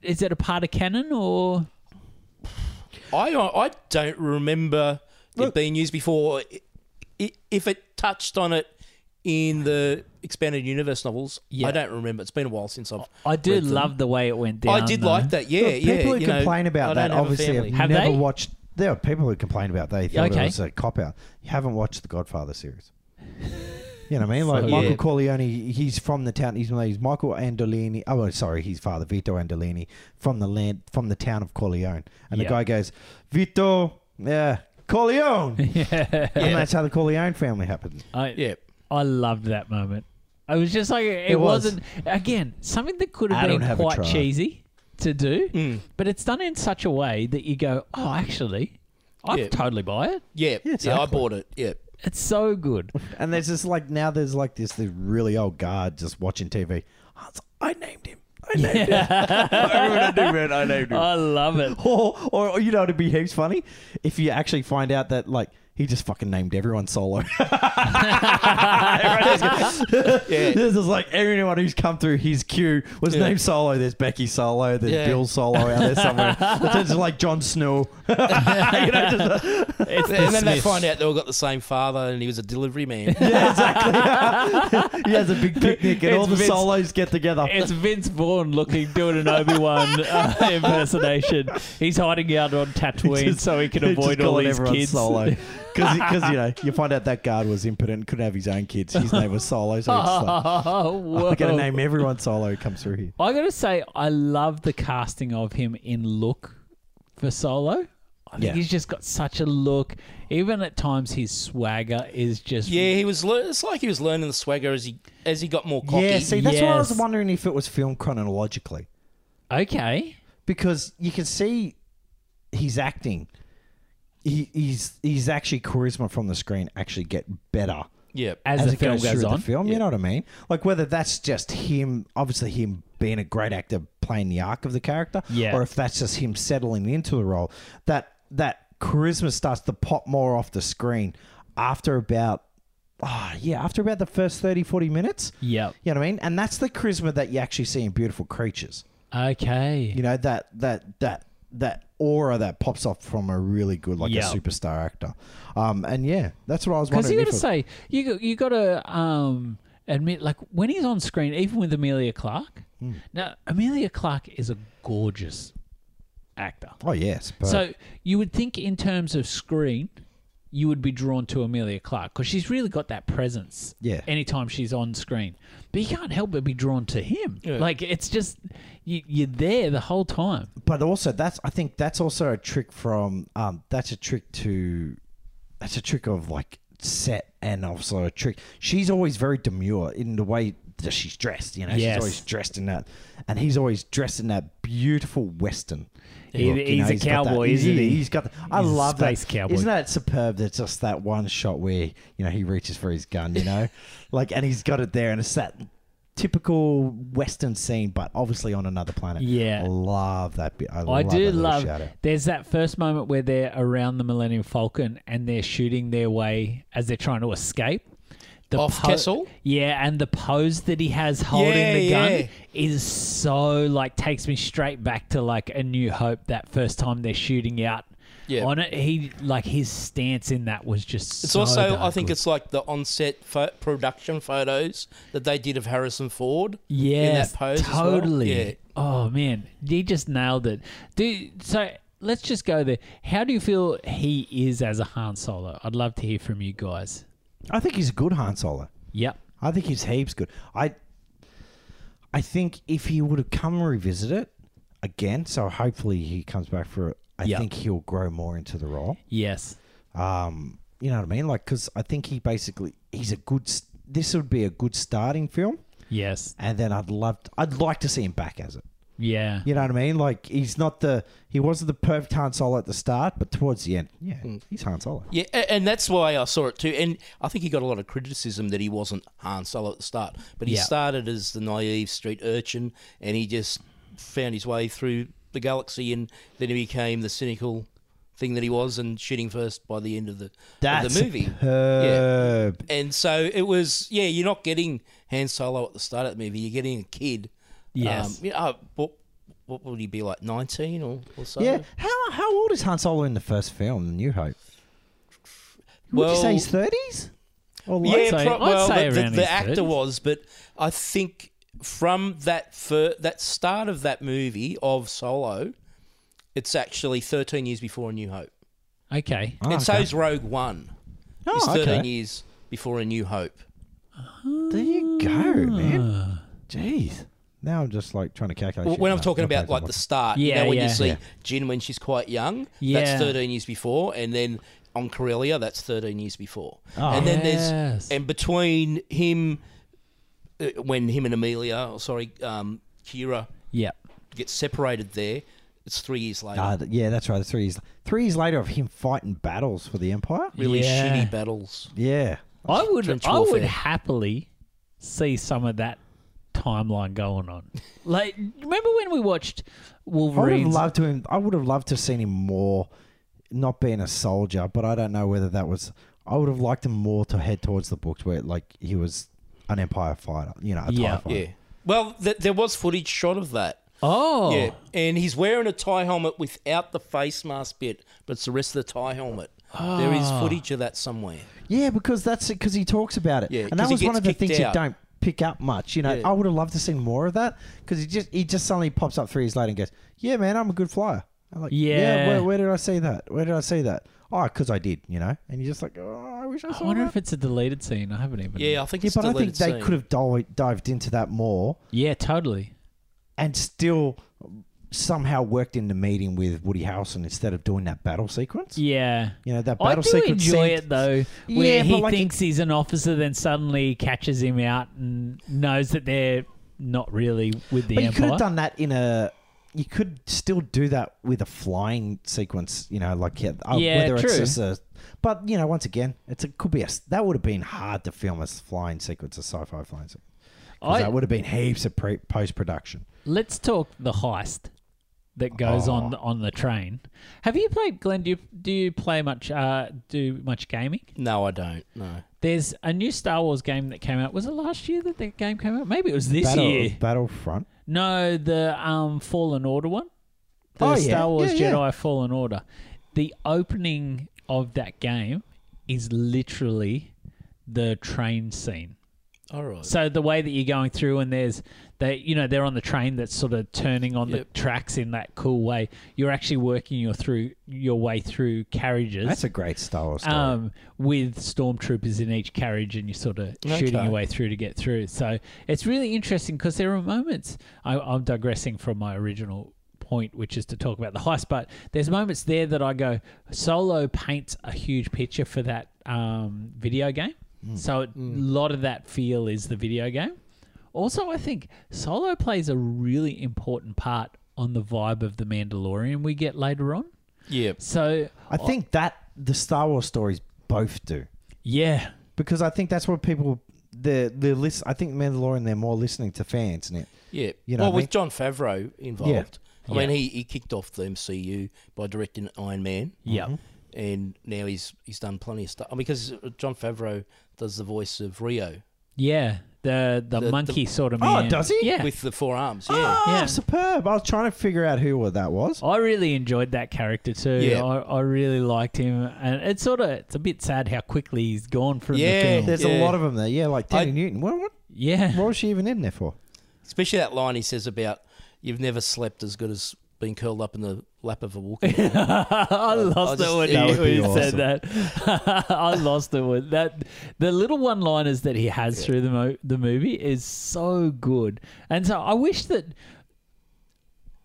Speaker 1: is it a part of canon or?
Speaker 3: I I don't remember it
Speaker 2: Look-
Speaker 3: being used before. I- i- If it touched on it in the expanded universe novels,
Speaker 1: Yeah.
Speaker 3: I don't remember. It's been a while since I've.
Speaker 1: I do
Speaker 3: read them.
Speaker 1: love the way it went down.
Speaker 3: I did
Speaker 1: though. <laughs>
Speaker 3: like that. Yeah,
Speaker 2: Look,
Speaker 3: yeah.
Speaker 2: people who
Speaker 3: you know,
Speaker 2: complain
Speaker 3: I
Speaker 2: about
Speaker 3: don't
Speaker 2: that
Speaker 3: have a
Speaker 2: obviously have,
Speaker 3: family.
Speaker 1: Have
Speaker 2: never
Speaker 1: they?
Speaker 2: watched. There are people who complain about they thought
Speaker 1: Okay.
Speaker 2: it was a cop out. You haven't watched the Godfather series. You know what I mean? Like
Speaker 1: So-
Speaker 2: Michael
Speaker 3: Yeah.
Speaker 2: Corleone, he's from the town. He's, he's Michael Andolini. Oh, sorry, his father Vito Andolini from the land from the town of Corleone. And
Speaker 1: Yeah.
Speaker 2: the guy goes, Vito, yeah, Corleone. And that's how the Corleone family happened.
Speaker 1: <laughs> I,
Speaker 3: Yeah.
Speaker 1: I loved that moment. I was just like, it,
Speaker 2: It was.
Speaker 1: wasn't again something that could have
Speaker 2: I
Speaker 1: been
Speaker 2: don't have a
Speaker 1: quite
Speaker 2: try.
Speaker 1: cheesy to do,
Speaker 3: Mm.
Speaker 1: but it's done in such a way that you go, oh, actually, I'd
Speaker 3: Yeah.
Speaker 1: totally buy it.
Speaker 3: Yeah, yeah, I
Speaker 2: exactly.
Speaker 3: bought it.
Speaker 2: <laughs>
Speaker 3: Yeah.
Speaker 1: It's so <laughs> good.
Speaker 2: And there's just like now there's like this the really old guard just watching TV. Oh, it's- I named him. I named him. <laughs> I do, man. I named him.
Speaker 1: I love <laughs> it.
Speaker 2: Or, or, or you know, it'd be heaps funny if you actually find out that like he just fucking named everyone solo. <laughs>
Speaker 3: Yeah.
Speaker 2: this is like everyone who's come through his queue was
Speaker 3: Yeah.
Speaker 2: named Solo. There's Becky Solo. There's
Speaker 3: Yeah.
Speaker 2: Bill Solo out there <laughs> somewhere. it's just like John <laughs> Snow. you know, just,
Speaker 1: It's the
Speaker 3: <laughs> And then they
Speaker 1: Smiths.
Speaker 3: find out they all got the same father, and he was a delivery man.
Speaker 2: <laughs> yeah, exactly. <laughs> he has a big picnic, and
Speaker 1: It's
Speaker 2: all the
Speaker 1: Vince-
Speaker 2: solos get together.
Speaker 1: It's Vince Vaughn looking doing an Obi <laughs> Wan uh, impersonation. He's hiding out on Tatooine
Speaker 2: Just-
Speaker 1: so he
Speaker 2: <laughs>
Speaker 1: can
Speaker 2: just
Speaker 1: avoid all
Speaker 2: calling
Speaker 1: these
Speaker 2: everyone
Speaker 1: kids. <laughs>
Speaker 2: <laughs> Solo, because you know you find out that guard was impotent, couldn't have his own kids. His name was Solo, so he's just like,
Speaker 1: Oh,
Speaker 2: I gotta
Speaker 1: whoa.
Speaker 2: name everyone Solo who comes through here.
Speaker 1: I gotta say, I love the casting of him in look for Solo. I think
Speaker 2: Yeah.
Speaker 1: he's just got such a look. Even at times, his swagger is just
Speaker 3: yeah, he was. lear- It's like he was learning the swagger as he as he got more cocky.
Speaker 2: Yeah, see, that's why I was
Speaker 1: Yes.
Speaker 2: wondering if it was filmed chronologically
Speaker 1: okay.
Speaker 2: because you can see he's acting. He, he's he's actually charisma from the screen actually get better
Speaker 3: yeah.
Speaker 1: As, the
Speaker 2: it
Speaker 1: film
Speaker 2: goes
Speaker 1: goes
Speaker 2: through
Speaker 1: on,
Speaker 2: The film, you know what I mean? Like whether that's just him, obviously him being a great actor playing the arc of the character,
Speaker 1: Yeah.
Speaker 2: or if that's just him settling into the role. That that charisma starts to pop more off the screen after about ah yeah, after about the first 30, 40 minutes.
Speaker 1: Yep.
Speaker 2: You know what I mean? And that's the charisma that you actually see in beautiful creatures.
Speaker 1: okay,
Speaker 2: You know, that that that that aura that pops off from a really good like
Speaker 1: Yeah.
Speaker 2: a superstar actor. Um and yeah, that's what I was wondering.
Speaker 1: because you
Speaker 2: if
Speaker 1: gotta say
Speaker 2: it-
Speaker 1: you go- you gotta um, admit like when he's on screen, even with Amelia Clark.
Speaker 2: Hmm.
Speaker 1: Now Amelia Clark is a gorgeous actor.
Speaker 2: Oh yes, but
Speaker 1: So you would think, in terms of screen, you would be drawn to Amelia Clark because she's really got that presence.
Speaker 2: Yeah.
Speaker 1: Anytime she's on screen, but you can't help but be drawn to him.
Speaker 3: Yeah.
Speaker 1: Like it's just you, you're there the whole time.
Speaker 2: but also that's I think that's also a trick from um that's a trick to that's a trick of like set and also a trick. She's always very demure in the way that she's dressed. You know,
Speaker 1: Yes.
Speaker 2: she's always dressed in that, and he's always dressed in that beautiful western.
Speaker 1: He-
Speaker 2: look, you
Speaker 1: he's a
Speaker 2: got that-
Speaker 1: cowboy, isn't he?
Speaker 2: He's got. The, I
Speaker 1: He's a
Speaker 2: love that.
Speaker 1: space cowboy.
Speaker 2: Isn't that superb? That's just that one shot where you know he reaches for his gun. You
Speaker 1: <laughs>
Speaker 2: know, like and he's got it there, and it's that typical western scene, but obviously on another planet.
Speaker 1: Yeah.
Speaker 2: I love that bit. I,
Speaker 1: I
Speaker 2: love
Speaker 1: do
Speaker 2: that little
Speaker 1: love.
Speaker 2: shout out.
Speaker 1: There's that first moment where they're around the Millennium Falcon and they're shooting their way as they're trying to escape. The
Speaker 3: Off Kessel?
Speaker 1: yeah, and the pose that he has holding
Speaker 3: Yeah,
Speaker 1: the gun
Speaker 3: yeah.
Speaker 1: is so like takes me straight back to like a New Hope. That first time they're shooting out
Speaker 3: Yeah.
Speaker 1: on it, he like his stance in that was just.
Speaker 3: It's
Speaker 1: so
Speaker 3: also,
Speaker 1: darn
Speaker 3: I think,
Speaker 1: good.
Speaker 3: it's like the on-set pho- production photos that they did of Harrison Ford.
Speaker 1: Yes,
Speaker 3: pose as well.
Speaker 1: totally.
Speaker 3: Yeah.
Speaker 1: Oh man, he just nailed it. Do so. let's just go there. How do you feel he is as a Han Solo? I'd love to hear from you guys.
Speaker 2: I think he's a good Han Solo.
Speaker 1: Yep.
Speaker 2: I think he's heaps good. I I think if he would have come revisit it again, so hopefully he comes back for it. I
Speaker 1: Yeah.
Speaker 2: think he'll grow more into the role.
Speaker 1: Yes.
Speaker 2: Um, you know what I mean? Like, because I think he basically he's a good. s- This would be a good starting film,
Speaker 1: Yes.
Speaker 2: and then I'd love. To, I'd like to see him back as it.
Speaker 1: Yeah.
Speaker 2: You know what I mean? Like he's not the he wasn't the perfect Han Solo at the start, but towards the end, yeah, he's Han Solo.
Speaker 3: Yeah, a- and that's why I saw it too. And I think he got a lot of criticism that he wasn't Han Solo at the start, but he
Speaker 1: Yeah.
Speaker 3: started as the naive street urchin, and he just found his way through the galaxy, and then he became the cynical thing that he was, and shooting first by the end of the of
Speaker 2: That's
Speaker 3: the movie.
Speaker 2: superb.
Speaker 3: And so it was, yeah, you're not getting Han Solo at the start of the movie. You're getting a kid.
Speaker 1: Yes.
Speaker 3: Um, you know, what, what would he be like, 19 or, or so?
Speaker 2: Yeah. How how old is Han Solo in the first film, New Hope? Would
Speaker 3: Well,
Speaker 2: you say he's thirties? Or
Speaker 1: I'd
Speaker 3: yeah,
Speaker 1: say-
Speaker 3: pro-
Speaker 1: I'd
Speaker 3: well,
Speaker 1: say
Speaker 3: the, the,
Speaker 1: around his
Speaker 3: the actor
Speaker 1: 30s.
Speaker 3: was, but I think from that fir- that start of that movie of Solo, it's actually 13 years before A New Hope,
Speaker 1: Okay.
Speaker 2: Oh,
Speaker 3: and
Speaker 2: okay.
Speaker 3: so's Rogue One.
Speaker 2: Oh,
Speaker 3: it's 13
Speaker 2: okay.
Speaker 3: years before A New Hope.
Speaker 2: There you go, man. Jeez. Now I'm just like trying to calculate.
Speaker 3: Well,
Speaker 2: shit.
Speaker 3: when I'm
Speaker 2: No,
Speaker 3: talking
Speaker 2: okay,
Speaker 3: about like
Speaker 2: I'm
Speaker 3: the start, you
Speaker 1: Yeah,
Speaker 3: know, when
Speaker 1: yeah.
Speaker 3: you see
Speaker 1: Yeah.
Speaker 3: Jin when she's quite young,
Speaker 1: Yeah.
Speaker 3: that's 13 years before, and then on Corellia, that's 13 years before,
Speaker 2: Oh.
Speaker 3: and then
Speaker 1: Yes.
Speaker 3: there's and between him, uh, when him and Amelia, oh, sorry, um, Kira
Speaker 1: Yep.
Speaker 3: get separated there, it's three years later.
Speaker 2: Ah, th- yeah, that's right. Three years. Three years later of him fighting battles for the Empire.
Speaker 3: really
Speaker 1: Yeah.
Speaker 3: shitty battles.
Speaker 2: Yeah.
Speaker 1: I would
Speaker 3: Trench
Speaker 1: I would
Speaker 3: warfare.
Speaker 1: happily see some of that timeline going on. Like remember when we watched
Speaker 2: I would have
Speaker 1: Wolverine?
Speaker 2: loved to. Him, I would have loved to have seen him more, not being a soldier. But I don't know whether that was. I would have liked him more to head towards the books where like he was an Empire fighter. You know, a TIE
Speaker 1: Yeah.
Speaker 2: fighter.
Speaker 3: Yeah. Well, th- there was footage shot of that.
Speaker 1: oh.
Speaker 3: Yeah, and he's wearing a tie helmet without the face mask bit, but it's the rest of the tie helmet. There is
Speaker 1: Ah.
Speaker 3: footage of that somewhere.
Speaker 2: Yeah, because that's it. Because he talks about it,
Speaker 3: Yeah,
Speaker 2: and
Speaker 3: 'cause
Speaker 2: that
Speaker 3: he
Speaker 2: was one
Speaker 3: gets
Speaker 2: of the
Speaker 3: kicked
Speaker 2: things
Speaker 3: out.
Speaker 2: you don't pick up much. You know,
Speaker 3: Yeah.
Speaker 2: I would have loved to see more of that because he just he just suddenly pops up three years later and goes, "Yeah, man, I'm a good flyer." I'm like, "Yeah,
Speaker 1: Yeah.
Speaker 2: where, where did I see that? Where did I see that? Oh, because I did, you know." And you're just like, "Oh, I wish I
Speaker 1: I
Speaker 2: saw
Speaker 1: wonder
Speaker 2: that."
Speaker 1: if it's a deleted scene. I haven't even.
Speaker 3: Yeah, I think
Speaker 2: yeah,
Speaker 3: it's
Speaker 2: but I think
Speaker 3: deleted
Speaker 2: they
Speaker 3: scene.
Speaker 2: could have dol- dived into that more
Speaker 1: Yeah, totally.
Speaker 2: and still somehow worked in the meeting with Woody Harrelson instead of doing that battle sequence.
Speaker 1: Yeah.
Speaker 2: You know, that
Speaker 1: I
Speaker 2: battle
Speaker 1: do
Speaker 2: sequence.
Speaker 1: enjoy
Speaker 2: seemed-
Speaker 1: it though, where
Speaker 2: Yeah, but
Speaker 1: he
Speaker 2: like-
Speaker 1: thinks he's an officer, then suddenly catches him out and knows that they're not really with the
Speaker 2: But you
Speaker 1: empire.
Speaker 2: could have done that in a. You could still do that with a flying sequence, you know, like yeah, uh,
Speaker 1: Yeah,
Speaker 2: whether it's
Speaker 1: true.
Speaker 2: just a. But you know, once again, it's a could be a s- that would have been hard to film a s- flying sequence, a sci-fi flying sequence. 'Cause
Speaker 1: I-
Speaker 2: that would have been heaps of pre- post-production.
Speaker 1: Let's talk the heist that goes
Speaker 2: Oh.
Speaker 1: on on the train. Have you played, Glenn? Do you, do you play much? Uh, do much gaming?
Speaker 3: No, I don't. No.
Speaker 1: There's a new Star Wars game that came out. Was it last year that that game came out? Maybe it was this
Speaker 2: Battle,
Speaker 1: year.
Speaker 2: Battlefront.
Speaker 1: No, the um Fallen Order one. The
Speaker 2: Oh, yeah.
Speaker 1: Star Wars
Speaker 2: Yeah, yeah.
Speaker 1: Jedi Fallen Order. The opening of that game is literally the train scene.
Speaker 3: All right.
Speaker 1: So the way that you're going through and there's they you know they're on the train that's sort of turning on
Speaker 3: Yep.
Speaker 1: the tracks in that cool way. You're actually working your through your way through carriages.
Speaker 2: That's a great Star Wars story.
Speaker 1: um, with stormtroopers in each carriage, and you're sort of shooting
Speaker 3: Okay.
Speaker 1: your way through to get through. So it's really interesting because there are moments. I, I'm digressing from my original point, which is to talk about the heist, but there's moments there that I go, Solo paints a huge picture for that um, video game. So it- a lot of that feel is the video game. Also, I think Solo plays a really important part on the vibe of the Mandalorian we get later on.
Speaker 3: yeah.
Speaker 1: So,
Speaker 2: I think that the Star Wars stories both do.
Speaker 1: yeah,
Speaker 2: because I think that's what people the the list. I think Mandalorian they're more listening to fans, and it.
Speaker 3: Yeah.
Speaker 2: You know
Speaker 3: well,
Speaker 2: what I
Speaker 3: with
Speaker 2: mean?
Speaker 3: John Favreau involved. I
Speaker 1: Yeah.
Speaker 3: mean, he, he kicked off the MCU by directing Iron Man.
Speaker 1: yeah.
Speaker 3: And now he's he's done plenty of stuff. I mean, because John Favreau does the voice of Rio
Speaker 1: Yeah, the the,
Speaker 3: The- the-
Speaker 1: monkey sort of
Speaker 2: Oh,
Speaker 1: man.
Speaker 2: does he?
Speaker 1: Yeah,
Speaker 3: with the four arms. Yeah. Oh,
Speaker 2: Ah,
Speaker 1: Yeah.
Speaker 2: superb! I was trying to figure out who that was.
Speaker 1: I really enjoyed that character too.
Speaker 3: Yeah.
Speaker 1: I, I really liked him, and it's sort of it's a bit sad how quickly he's gone from
Speaker 3: Yeah.
Speaker 1: the film.
Speaker 2: There's a
Speaker 3: Yeah.
Speaker 2: lot of them there. Yeah, like Danny
Speaker 3: I-
Speaker 2: Newton. What, what
Speaker 1: yeah,
Speaker 2: what was she even in there for?
Speaker 3: Especially that line he says about you've never slept as good as being curled up in the lap of a walking.
Speaker 1: I lost
Speaker 3: just-
Speaker 1: it when
Speaker 3: That
Speaker 1: you
Speaker 2: would be
Speaker 1: you
Speaker 2: awesome.
Speaker 1: said that. <laughs> I lost it with that. The little one-liners that he has through the mo- the movie is so good, and so I wish that.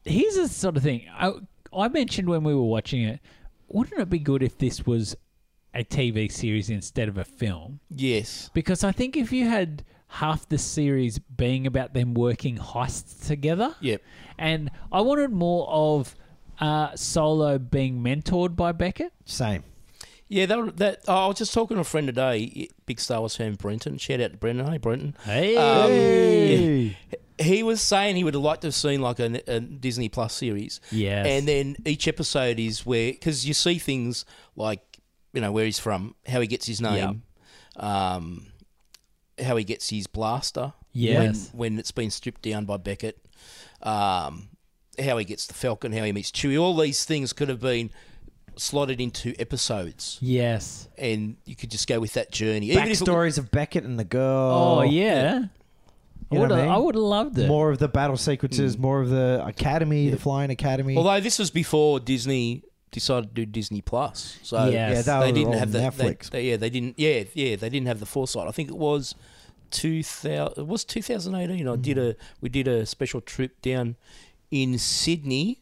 Speaker 1: Here's the sort of thing I I mentioned when we were watching it. Wouldn't it be good if this was a TV series instead of a film?
Speaker 3: <laughs> yes.
Speaker 1: Because I think if you had half the series being about them working heists together,
Speaker 3: Yep.
Speaker 1: and I wanted more of uh, Solo being mentored by Beckett.
Speaker 2: Same.
Speaker 3: Yeah, that, would- that I was just talking to a friend today, big Star Wars fan Brenton. Shout out to Brenton. Hey, Brenton.
Speaker 1: Hey,
Speaker 3: Hey. Um, He was saying he would have liked to have seen like a, a Disney Plus series.
Speaker 1: Yes.
Speaker 3: And then each episode is where, because you see things like, you know, where he's from, how he gets his name, um, how he gets his blaster.
Speaker 1: Yes.
Speaker 3: When, when it's been stripped down by Beckett, um, how he gets the Falcon, how he meets Chewie. All these things could have been slotted into episodes.
Speaker 1: yes.
Speaker 3: And you could just go with that journey. Even if it-
Speaker 2: Backstories of Beckett and the girl.
Speaker 1: Oh, yeah. I
Speaker 2: You
Speaker 1: would
Speaker 2: know what I
Speaker 1: have
Speaker 2: mean?
Speaker 1: I would have loved it.
Speaker 2: More of the battle sequences, more of the academy, the flying academy.
Speaker 3: Hmm. Although this was before Disney decided to do Disney Plus, so
Speaker 1: Yes. Yeah, that
Speaker 3: they
Speaker 2: was
Speaker 3: didn't
Speaker 2: on
Speaker 3: have the they-
Speaker 2: Netflix.
Speaker 3: they- yeah, they didn't. Yeah, yeah, they didn't have the foresight. I think it was two thousand. It was two thousand eighteen.
Speaker 1: Mm.
Speaker 3: I did a we did a special trip down in Sydney.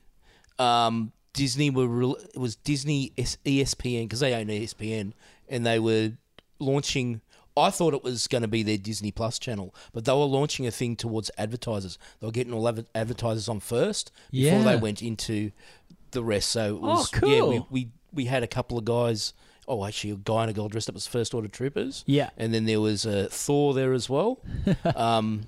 Speaker 3: Um, Disney were rel- it was Disney S- ESPN because they own E ESPN and they were launching. I thought it was going to be their Disney Plus channel, but they were launching a thing towards advertisers. They were getting all adver- advertisers on first before
Speaker 1: Yeah.
Speaker 3: they went into the rest. So it was
Speaker 1: Oh,
Speaker 3: yeah,
Speaker 1: cool.
Speaker 3: we, we we had a couple of guys. Oh, actually, a guy and a girl dressed up as first order troopers.
Speaker 1: Yeah. <laughs>
Speaker 3: and then there was uh, Thor there as well. um,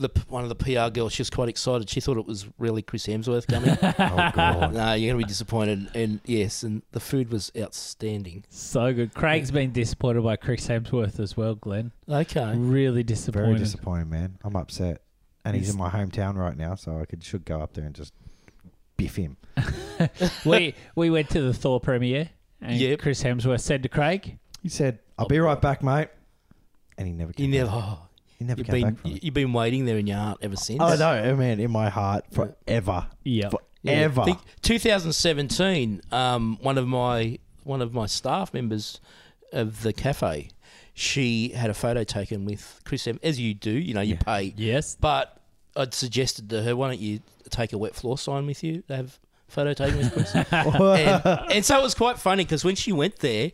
Speaker 3: the p- one of the PR girls, she was quite excited. She thought it was really Chris Hemsworth coming.
Speaker 2: oh, <laughs> God.
Speaker 3: no, you're gonna be disappointed. And yes, and the food was outstanding.
Speaker 1: So good. Craig's been disappointed by Chris Hemsworth as well, Glenn.
Speaker 3: Okay,
Speaker 1: Really
Speaker 2: Very
Speaker 1: disappointed.
Speaker 2: disappointing, man. I'm upset. And he's, in my hometown right now, so I could should go up there and just biff him.
Speaker 1: we we went to the Thor premiere, and
Speaker 3: Yep.
Speaker 1: Chris Hemsworth said to Craig,
Speaker 2: He said, I'll be right back, mate. And he never
Speaker 3: you
Speaker 2: came
Speaker 3: never.
Speaker 2: back.
Speaker 3: oh,
Speaker 2: He never
Speaker 3: you've
Speaker 2: came
Speaker 3: been
Speaker 2: back from it.
Speaker 3: you've been waiting there in your heart ever since.
Speaker 2: Oh, no, I mean, in my heart forever.
Speaker 1: "Yeah,
Speaker 2: Forever. <laughs>
Speaker 3: Think 2017, um, one of my one of my staff members of the cafe, she had a photo taken with Chris M. As you do, you know, you pay.
Speaker 1: yes,
Speaker 3: But I'd suggested to her, why don't you take a wet floor sign with you? to Have a photo taken with Chris. and, and so it was quite funny because when she went there,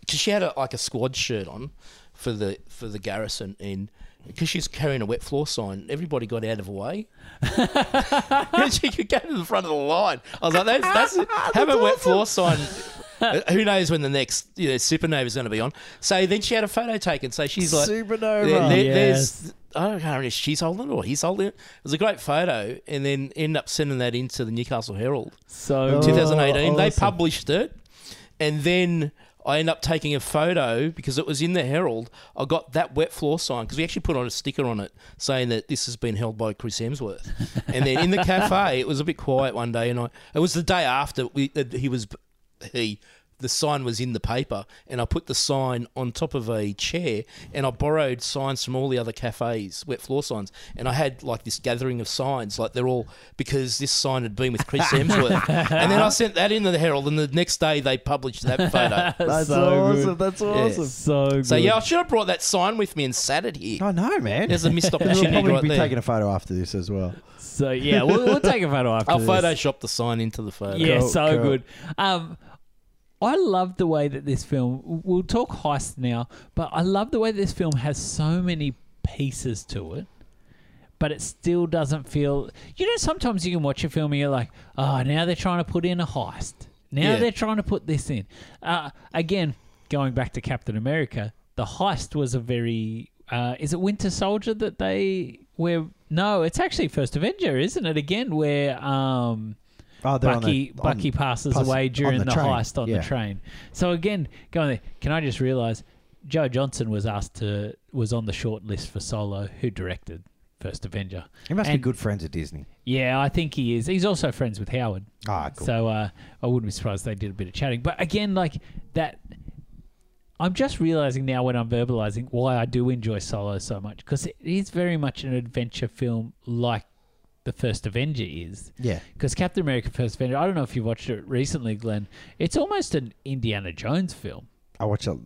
Speaker 3: because she had a, like a squad shirt on for the for the garrison and. Because she was carrying a wet floor sign, everybody got out of the way. and she could go to the front of the line. I was like, "That's, that's have a wet floor sign." Uh, Who knows when the next you know, supernova is going to be on? So then she had a photo taken. So she's like,
Speaker 2: Supernova.
Speaker 3: there- there-
Speaker 1: Yes.
Speaker 3: There's, I don't know if she's holding it or he's holding it. It was a great photo, and then end up sending that into the Newcastle Herald,
Speaker 1: so
Speaker 2: Oh,
Speaker 3: 2018. They
Speaker 2: awesome.
Speaker 3: published it, and then I end up taking a photo because it was in the Herald. I got that wet floor sign because we actually put on a sticker on it saying that this has been held by Chris Hemsworth. and then in the cafe, it was a bit quiet one day, and I it was the day after we that he was he. The sign was in the paper, and I put the sign on top of a chair, and I borrowed signs from all the other cafes, wet floor signs, and I had like this gathering of signs, like they're all because this sign had been
Speaker 1: <laughs>
Speaker 3: with Chris Hemsworth, and then I sent that into the Herald, and the next day they published that photo.
Speaker 1: <laughs>
Speaker 2: That's
Speaker 1: so
Speaker 2: awesome.
Speaker 1: good.
Speaker 2: That's
Speaker 3: awesome.
Speaker 2: awesome.
Speaker 1: so good.
Speaker 3: So yeah, I should have brought that sign with me and sat it here.
Speaker 2: I know, man.
Speaker 1: <laughs>
Speaker 3: There's a missed
Speaker 2: We'll
Speaker 3: opportunity
Speaker 2: probably
Speaker 3: right
Speaker 2: be
Speaker 3: there.
Speaker 2: taking a photo after this as well.
Speaker 1: So yeah, we'll, we'll take a photo after
Speaker 3: I'll
Speaker 1: this.
Speaker 3: Photoshop the sign into the photo.
Speaker 1: Yeah,
Speaker 2: Cool,
Speaker 1: so
Speaker 2: cool.
Speaker 1: good. Um, I love the way that this film. We'll talk heist now, but I love the way this film has so many pieces to it. But it still doesn't feel. You know, sometimes you can watch a film and you're like, oh, now they're trying to put in a heist. Now
Speaker 3: Yeah.
Speaker 1: they're trying to put this in. Uh, again, going back to Captain America, the heist was a very. Uh, is it Winter Soldier that they where? No, it's actually First Avenger, isn't it? Again, where um,
Speaker 2: Oh, they're on
Speaker 1: Bucky
Speaker 2: the- on-
Speaker 1: Bucky passes
Speaker 2: pass-
Speaker 1: away
Speaker 2: on
Speaker 1: during the,
Speaker 2: train.
Speaker 1: heist on
Speaker 2: Yeah.
Speaker 1: the train. So again, going there, can I just realise Joe Johnson was asked to was on the short list for Solo, who directed First Avenger.
Speaker 2: He must
Speaker 1: And-
Speaker 2: be good friends at Disney.
Speaker 1: Yeah, I think he is. He's also friends with Howard.
Speaker 2: Ah, cool.
Speaker 1: So uh, I wouldn't be surprised if they did a bit of chatting. But again, like that, I'm just realizing now when I'm verbalizing why I do enjoy Solo so much because it is very much an adventure film like the first Avenger is.
Speaker 2: Yeah.
Speaker 1: Because Captain America: First Avenger, I don't know if you watched it recently, Glenn. It's almost an Indiana Jones film.
Speaker 2: I watched it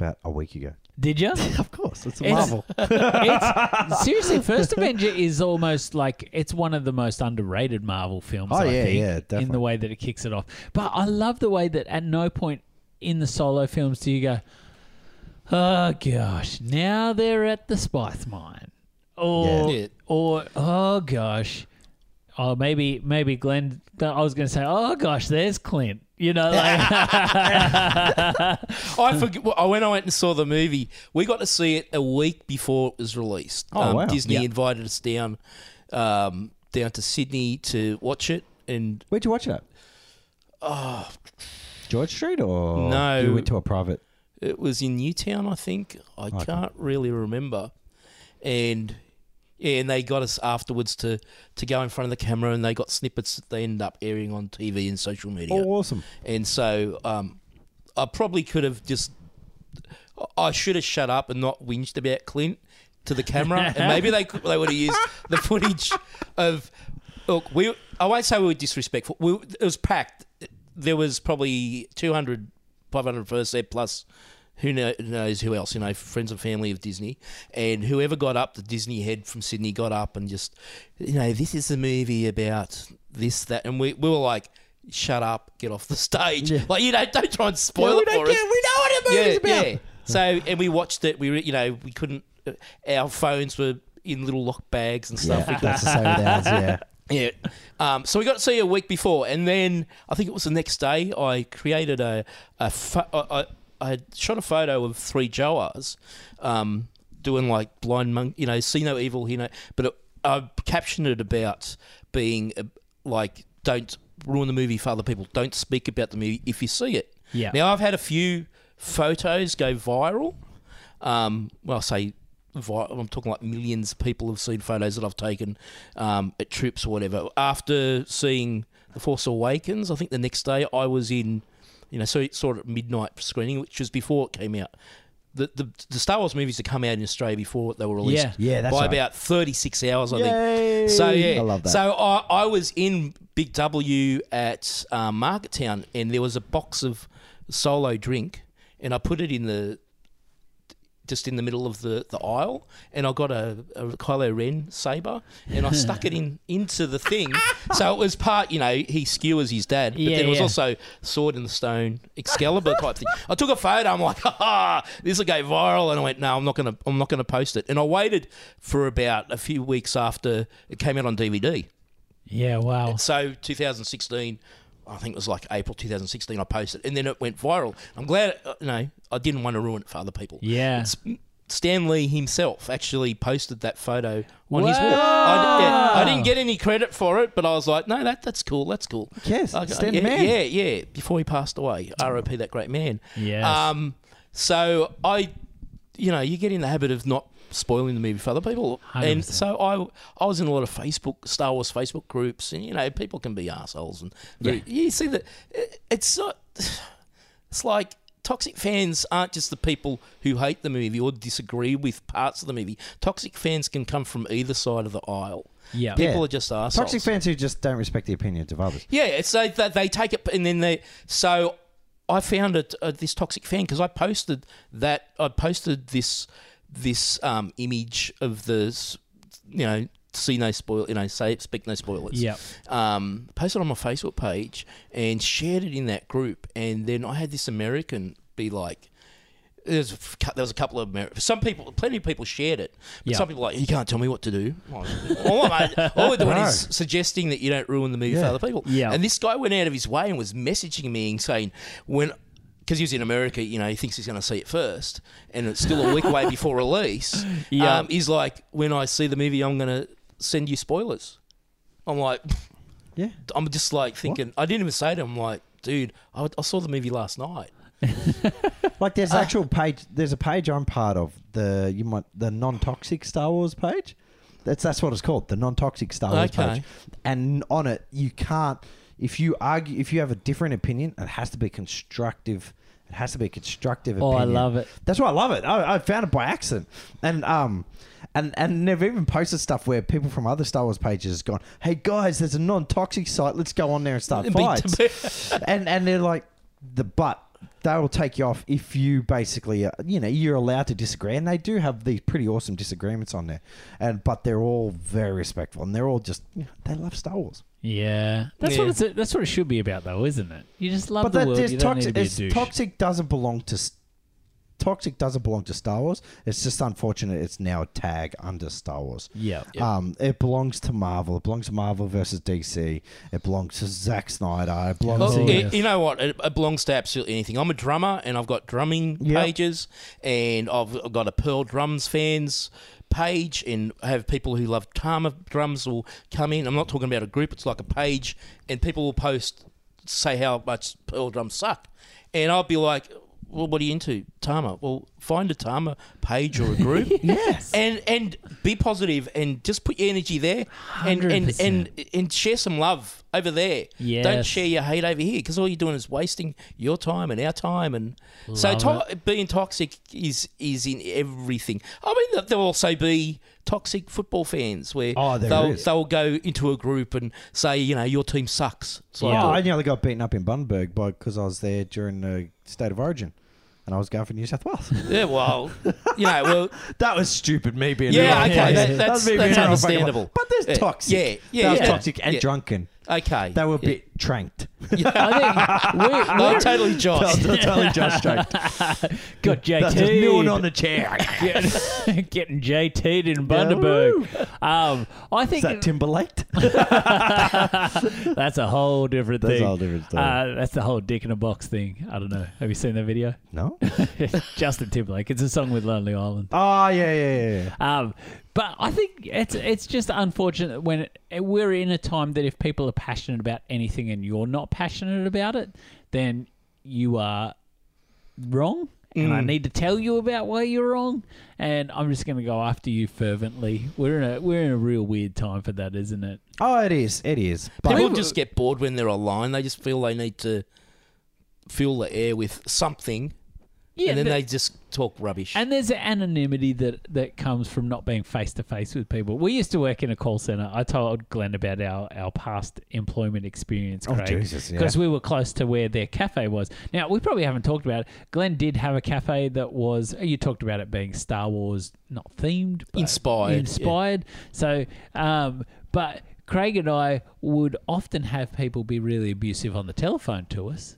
Speaker 2: about a week ago.
Speaker 1: Did you?
Speaker 2: <laughs> Of course, it's
Speaker 1: It's-
Speaker 2: Marvel.
Speaker 1: it's seriously first avenger is almost like it's one of the most underrated marvel films
Speaker 2: Oh,
Speaker 1: I
Speaker 2: yeah,
Speaker 1: think,
Speaker 2: yeah,
Speaker 1: in the
Speaker 2: definitely.
Speaker 1: way that it kicks it off but i love the way that at no point in the solo films do you go oh gosh now they're at the spice mine or
Speaker 3: Yeah. Yeah.
Speaker 1: or oh gosh oh maybe maybe glenn i was gonna say oh gosh there's clint you know like
Speaker 3: I forget. Well, when I went and saw the movie, we got to see it a week before it was released.
Speaker 2: Oh,
Speaker 3: um,
Speaker 2: wow.
Speaker 3: Disney
Speaker 2: Yeah.
Speaker 3: invited us down, um, down to Sydney to watch it, and
Speaker 2: Where'd you watch it at?
Speaker 3: oh,
Speaker 2: George Street or
Speaker 3: No.
Speaker 2: You went to a private.
Speaker 3: it was in Newtown, I think. I
Speaker 2: Okay.
Speaker 3: can't really remember, and. Yeah, and they got us afterwards to, to go in front of the camera, and they got snippets that they ended up airing on TV and social media.
Speaker 2: Oh, awesome!
Speaker 3: And so um, I probably could have just, I should have shut up and not whinged about Clint to the camera. and maybe they could, they would have used the footage of, look, we, I won't say we were disrespectful. We, it was packed. There was probably 200, 500 first there plus. Who kno- knows who else? You know, friends and family of Disney, and whoever got up, the Disney head from Sydney got up and just, you know, this is a movie about this that, and we, we were like, shut up, get off the stage. Like you know, don't try and spoil
Speaker 2: Yeah, we
Speaker 3: it
Speaker 2: don't care.
Speaker 3: for us.
Speaker 2: We know what the movie's
Speaker 3: yeah,
Speaker 2: about.
Speaker 3: Yeah. So and we watched it. We re- you know we couldn't. uh, Our phones were in little locked bags and
Speaker 2: Yeah,
Speaker 3: stuff.
Speaker 2: that's the same with ours. Yeah,
Speaker 3: Yeah. Um, so we got to see you a week before, and then I think it was the next day I created a, a pho- I, I, I had shot a photo of three Joas um, doing like blind monk, you know, see no evil, you know. But it, I captioned it about being uh, like, don't ruin the movie for other people. Don't speak about the movie if you see it.
Speaker 1: <laughs> Yeah.
Speaker 3: Now I've had a few photos go viral. Um, well, I say vi- I'm talking like millions of people have seen photos that I've taken um, at trips or whatever. After seeing The Force Awakens, I think the next day I was in, you know, so saw it at midnight screening, which was before it came out. The, the, the Star Wars movies that come out in Australia before they were released
Speaker 1: Yeah.
Speaker 2: Yeah, that's
Speaker 3: by
Speaker 2: right.
Speaker 3: about 36 hours, I
Speaker 2: Yay.
Speaker 3: think. So, yeah.
Speaker 2: I love that.
Speaker 3: So so I, I was in Big W at uh, Market Town, and there was a box of Solo drink, and I put it in the just in the middle of the, the aisle, and I got a, a Kylo Ren saber,
Speaker 1: <laughs>
Speaker 3: and I stuck it in into the thing. so it was part, you know, he skewers his dad, but
Speaker 1: Yeah,
Speaker 3: then it was
Speaker 1: yeah.
Speaker 3: also sword in the stone, Excalibur type thing. I took a photo. I'm like, <laughs> ah, this will go viral, and I went, no, I'm not gonna, I'm not gonna post it. And I waited for about a few weeks after it came out on DVD.
Speaker 1: yeah wow
Speaker 3: So 2016, I think it was like April 2016, I posted, and then it went viral. I'm glad, uh, you know, I didn't want to ruin it for other people.
Speaker 1: yeah
Speaker 3: S- Stan Lee himself actually posted that photo on his
Speaker 1: Wow.
Speaker 3: wall. I, d- yeah, I didn't get any credit for it, but I was like, no, that that's cool, that's cool.
Speaker 2: Yes,
Speaker 3: I- I-
Speaker 2: Stan
Speaker 3: yeah,
Speaker 2: the man.
Speaker 3: yeah, yeah. Before he passed away, R.O.P. That great man.
Speaker 1: Yes.
Speaker 3: Um. So I, you know, you get in the habit of not spoiling the movie for other people, and
Speaker 1: 100%.
Speaker 3: so I, I was in a lot of Facebook Star Wars Facebook groups, and you know, people can be assholes, and
Speaker 1: Yeah.
Speaker 3: you see that it- it's not. <sighs> It's like toxic fans aren't just the people who hate the movie or disagree with parts of the movie. Toxic fans can come from either side of the aisle.
Speaker 1: yeah
Speaker 3: People are just assholes.
Speaker 2: toxic fans who just don't respect the opinions of others.
Speaker 3: Yeah, it's they, they, they take it and then they. So I found it uh, this toxic fan because I posted that I posted this this um, image of the s- you know see no spoil you know say speak no spoilers.
Speaker 1: Yep.
Speaker 3: Um, posted on my Facebook page and shared it in that group and then I had this American be like. There's a f- cou- there was a couple of Ameri- some people, plenty of people shared it. But
Speaker 1: Yeah.
Speaker 3: Some people were like you can't tell me what to do.
Speaker 1: <laughs>
Speaker 3: all, I'm, all we're doing is suggesting that you don't ruin the movie for
Speaker 2: Yeah.
Speaker 3: other people.
Speaker 1: Yeah.
Speaker 3: And this guy went out of his way and was messaging me and saying, when, because he was in America, you know, he thinks he's going to see it first, and it's still a
Speaker 1: <laughs>
Speaker 3: week away before release.
Speaker 1: Yeah.
Speaker 3: Um, he's like, when I see the movie, I'm going to send you spoilers. I'm like,
Speaker 2: Yeah,
Speaker 3: I'm just like thinking, I didn't even say to him, I'm like, dude, I, I saw the movie last night.
Speaker 2: <laughs> like there's actual page. There's a page I'm part of the you might the non toxic Star Wars page. That's that's what it's called, the non toxic Star Wars
Speaker 3: Okay.
Speaker 2: page. And on it, you can't if you argue if you have a different opinion, it has to be constructive. It has to be a constructive.
Speaker 1: Oh, I
Speaker 2: opinion.
Speaker 1: love it.
Speaker 2: That's why I love it. I, I found it by accident, and um, and and they've even posted stuff where people from other Star Wars pages has gone, "Hey guys, there's a non-toxic site. Let's go on there and
Speaker 3: <laughs>
Speaker 2: start
Speaker 3: Beat to
Speaker 2: fights." and and they're like, the but they will take you off if you basically, uh, you know, you're allowed to disagree, and they do have these pretty awesome disagreements on there, and but they're all very respectful, and they're all just you know, they love Star Wars.
Speaker 1: Yeah, that's
Speaker 3: Yeah.
Speaker 1: what it's, that's what it should be about, though, isn't it? You just love
Speaker 2: but
Speaker 1: the
Speaker 2: that,
Speaker 1: world.
Speaker 2: there's
Speaker 1: You don't
Speaker 2: toxic,
Speaker 1: need
Speaker 2: it's-
Speaker 1: to be a douche.
Speaker 2: toxic doesn't belong to s- toxic doesn't belong to Star Wars. It's just unfortunate it's now a tag under Star Wars.
Speaker 1: Yeah.
Speaker 2: Um, it belongs to Marvel. It belongs to Marvel versus DC. It belongs to Zack Snyder. It belongs
Speaker 3: Oh,
Speaker 2: to
Speaker 1: yeah.
Speaker 3: it- you know what? It, it belongs to absolutely anything. I'm a drummer, and I've got drumming
Speaker 2: Yep.
Speaker 3: pages, and I've got a Pearl Drums fans page, and I have people who love Tama drums will come in. I'm not talking about a group; it's like a page, and people will post say how much Pearl drums suck, and I'll be like. Well, what are you into, Tama? Well, find a Tama page or a group,
Speaker 2: <laughs> Yes.
Speaker 3: and and be positive, and just put your energy there, and and
Speaker 1: 100%.
Speaker 3: and and share some love over there. Don't
Speaker 1: Yes.
Speaker 3: share your hate over here because all you're doing is wasting your time and our time. And so
Speaker 1: Love
Speaker 3: to- being toxic is is in everything. I mean, th- there'll also be toxic football fans where
Speaker 2: Oh, there
Speaker 3: they'll
Speaker 2: is.
Speaker 3: they'll go into a group and say, you know, your team sucks. It's like,
Speaker 2: yeah. I nearly got beaten up in Bundaberg because I was there during the State of Origin, and I was going for New South Wales.
Speaker 3: yeah, well, you know, well,
Speaker 2: <laughs> that was stupid. Me being
Speaker 3: Yeah,
Speaker 2: in the
Speaker 1: okay,
Speaker 2: place.
Speaker 1: that-
Speaker 3: that's-
Speaker 2: me being
Speaker 3: that's
Speaker 2: in the wrong fucking
Speaker 3: understandable.
Speaker 2: place. But there's
Speaker 3: Yeah,
Speaker 2: toxic.
Speaker 3: yeah, yeah,
Speaker 2: That was
Speaker 3: yeah.
Speaker 2: toxic and
Speaker 3: Yeah.
Speaker 2: drunken.
Speaker 3: okay, <laughs>
Speaker 2: <laughs> They were a
Speaker 3: Yeah.
Speaker 2: bit tranked.
Speaker 3: <laughs>
Speaker 1: I think we,
Speaker 3: No, totally, Josh.
Speaker 2: totally just
Speaker 3: <laughs>
Speaker 2: tranked. <laughs>
Speaker 1: got
Speaker 2: That's
Speaker 1: JT.
Speaker 2: just kneeling
Speaker 1: <laughs>
Speaker 2: on the chair. <laughs>
Speaker 1: Get- getting JT'd in Bundaberg. Um, I think
Speaker 2: Is that Timberlake?
Speaker 1: <laughs> that's a whole different
Speaker 2: That's a
Speaker 1: thing.
Speaker 2: whole different story.
Speaker 1: Uh, that's the whole dick in a box thing. I don't know. Have you seen that video? <laughs>
Speaker 2: No.
Speaker 1: Justin Timberlake. It's a song with Lonely Island.
Speaker 2: Oh yeah, yeah, yeah, yeah.
Speaker 1: Um, but I think it's it's just unfortunate when it, we're in a time that if people are passionate about anything and you're not passionate about it, then you are wrong. And I need to tell you about why you're wrong, and I'm just going to go after you fervently. We're in a we're in a real weird time for that, isn't it?
Speaker 2: Oh, it is. It is. But
Speaker 3: People just get bored when they're online. They just feel they need to fill the air with something,
Speaker 1: Yeah,
Speaker 3: and then they just talk rubbish. <laughs>
Speaker 1: And there's an anonymity that, that comes from not being face to face with people. We used to work in a call center. I told Glenn about our, our past employment experience,
Speaker 2: Oh,
Speaker 1: Craig,
Speaker 2: Jesus, yeah.
Speaker 1: because we were close to where their cafe was. Now we probably haven't talked about it. Glenn did have a cafe that was you talked about it being Star Wars not themed, but
Speaker 3: Inspired, yeah.
Speaker 1: inspired. So, um, but Craig and I would often have people be really abusive on the telephone to us.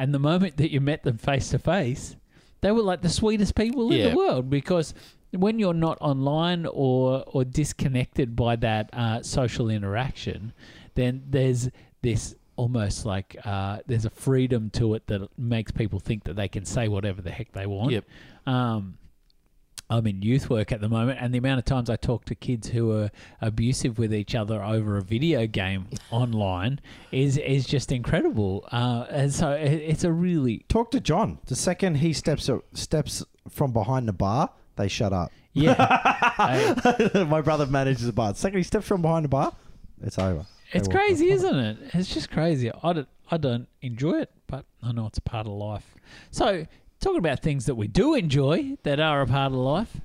Speaker 1: And the moment that you met them face to face, they were like the sweetest people in
Speaker 3: Yeah.
Speaker 1: the world because when you're not online or or disconnected by that uh, social interaction, then there's this almost like uh, there's a freedom to it that makes people think that they can say whatever the heck they want.
Speaker 3: Yep.
Speaker 1: Um, I'm in youth work at the moment, and the amount of times I talk to kids who are abusive with each other over a video game online is is just incredible. Uh, and so it, it's a really
Speaker 2: talk to John. The second he steps uh, steps from behind the bar, they shut up.
Speaker 1: yeah. Uh, I-
Speaker 2: <laughs> My brother manages a bar. The second he steps from behind the bar, it's over. They
Speaker 1: It's
Speaker 2: walk off.
Speaker 1: crazy, isn't it? It's just crazy. I don't, I don't enjoy it, but I know it's a part of life. So, talking about things that we do enjoy that are a part of life,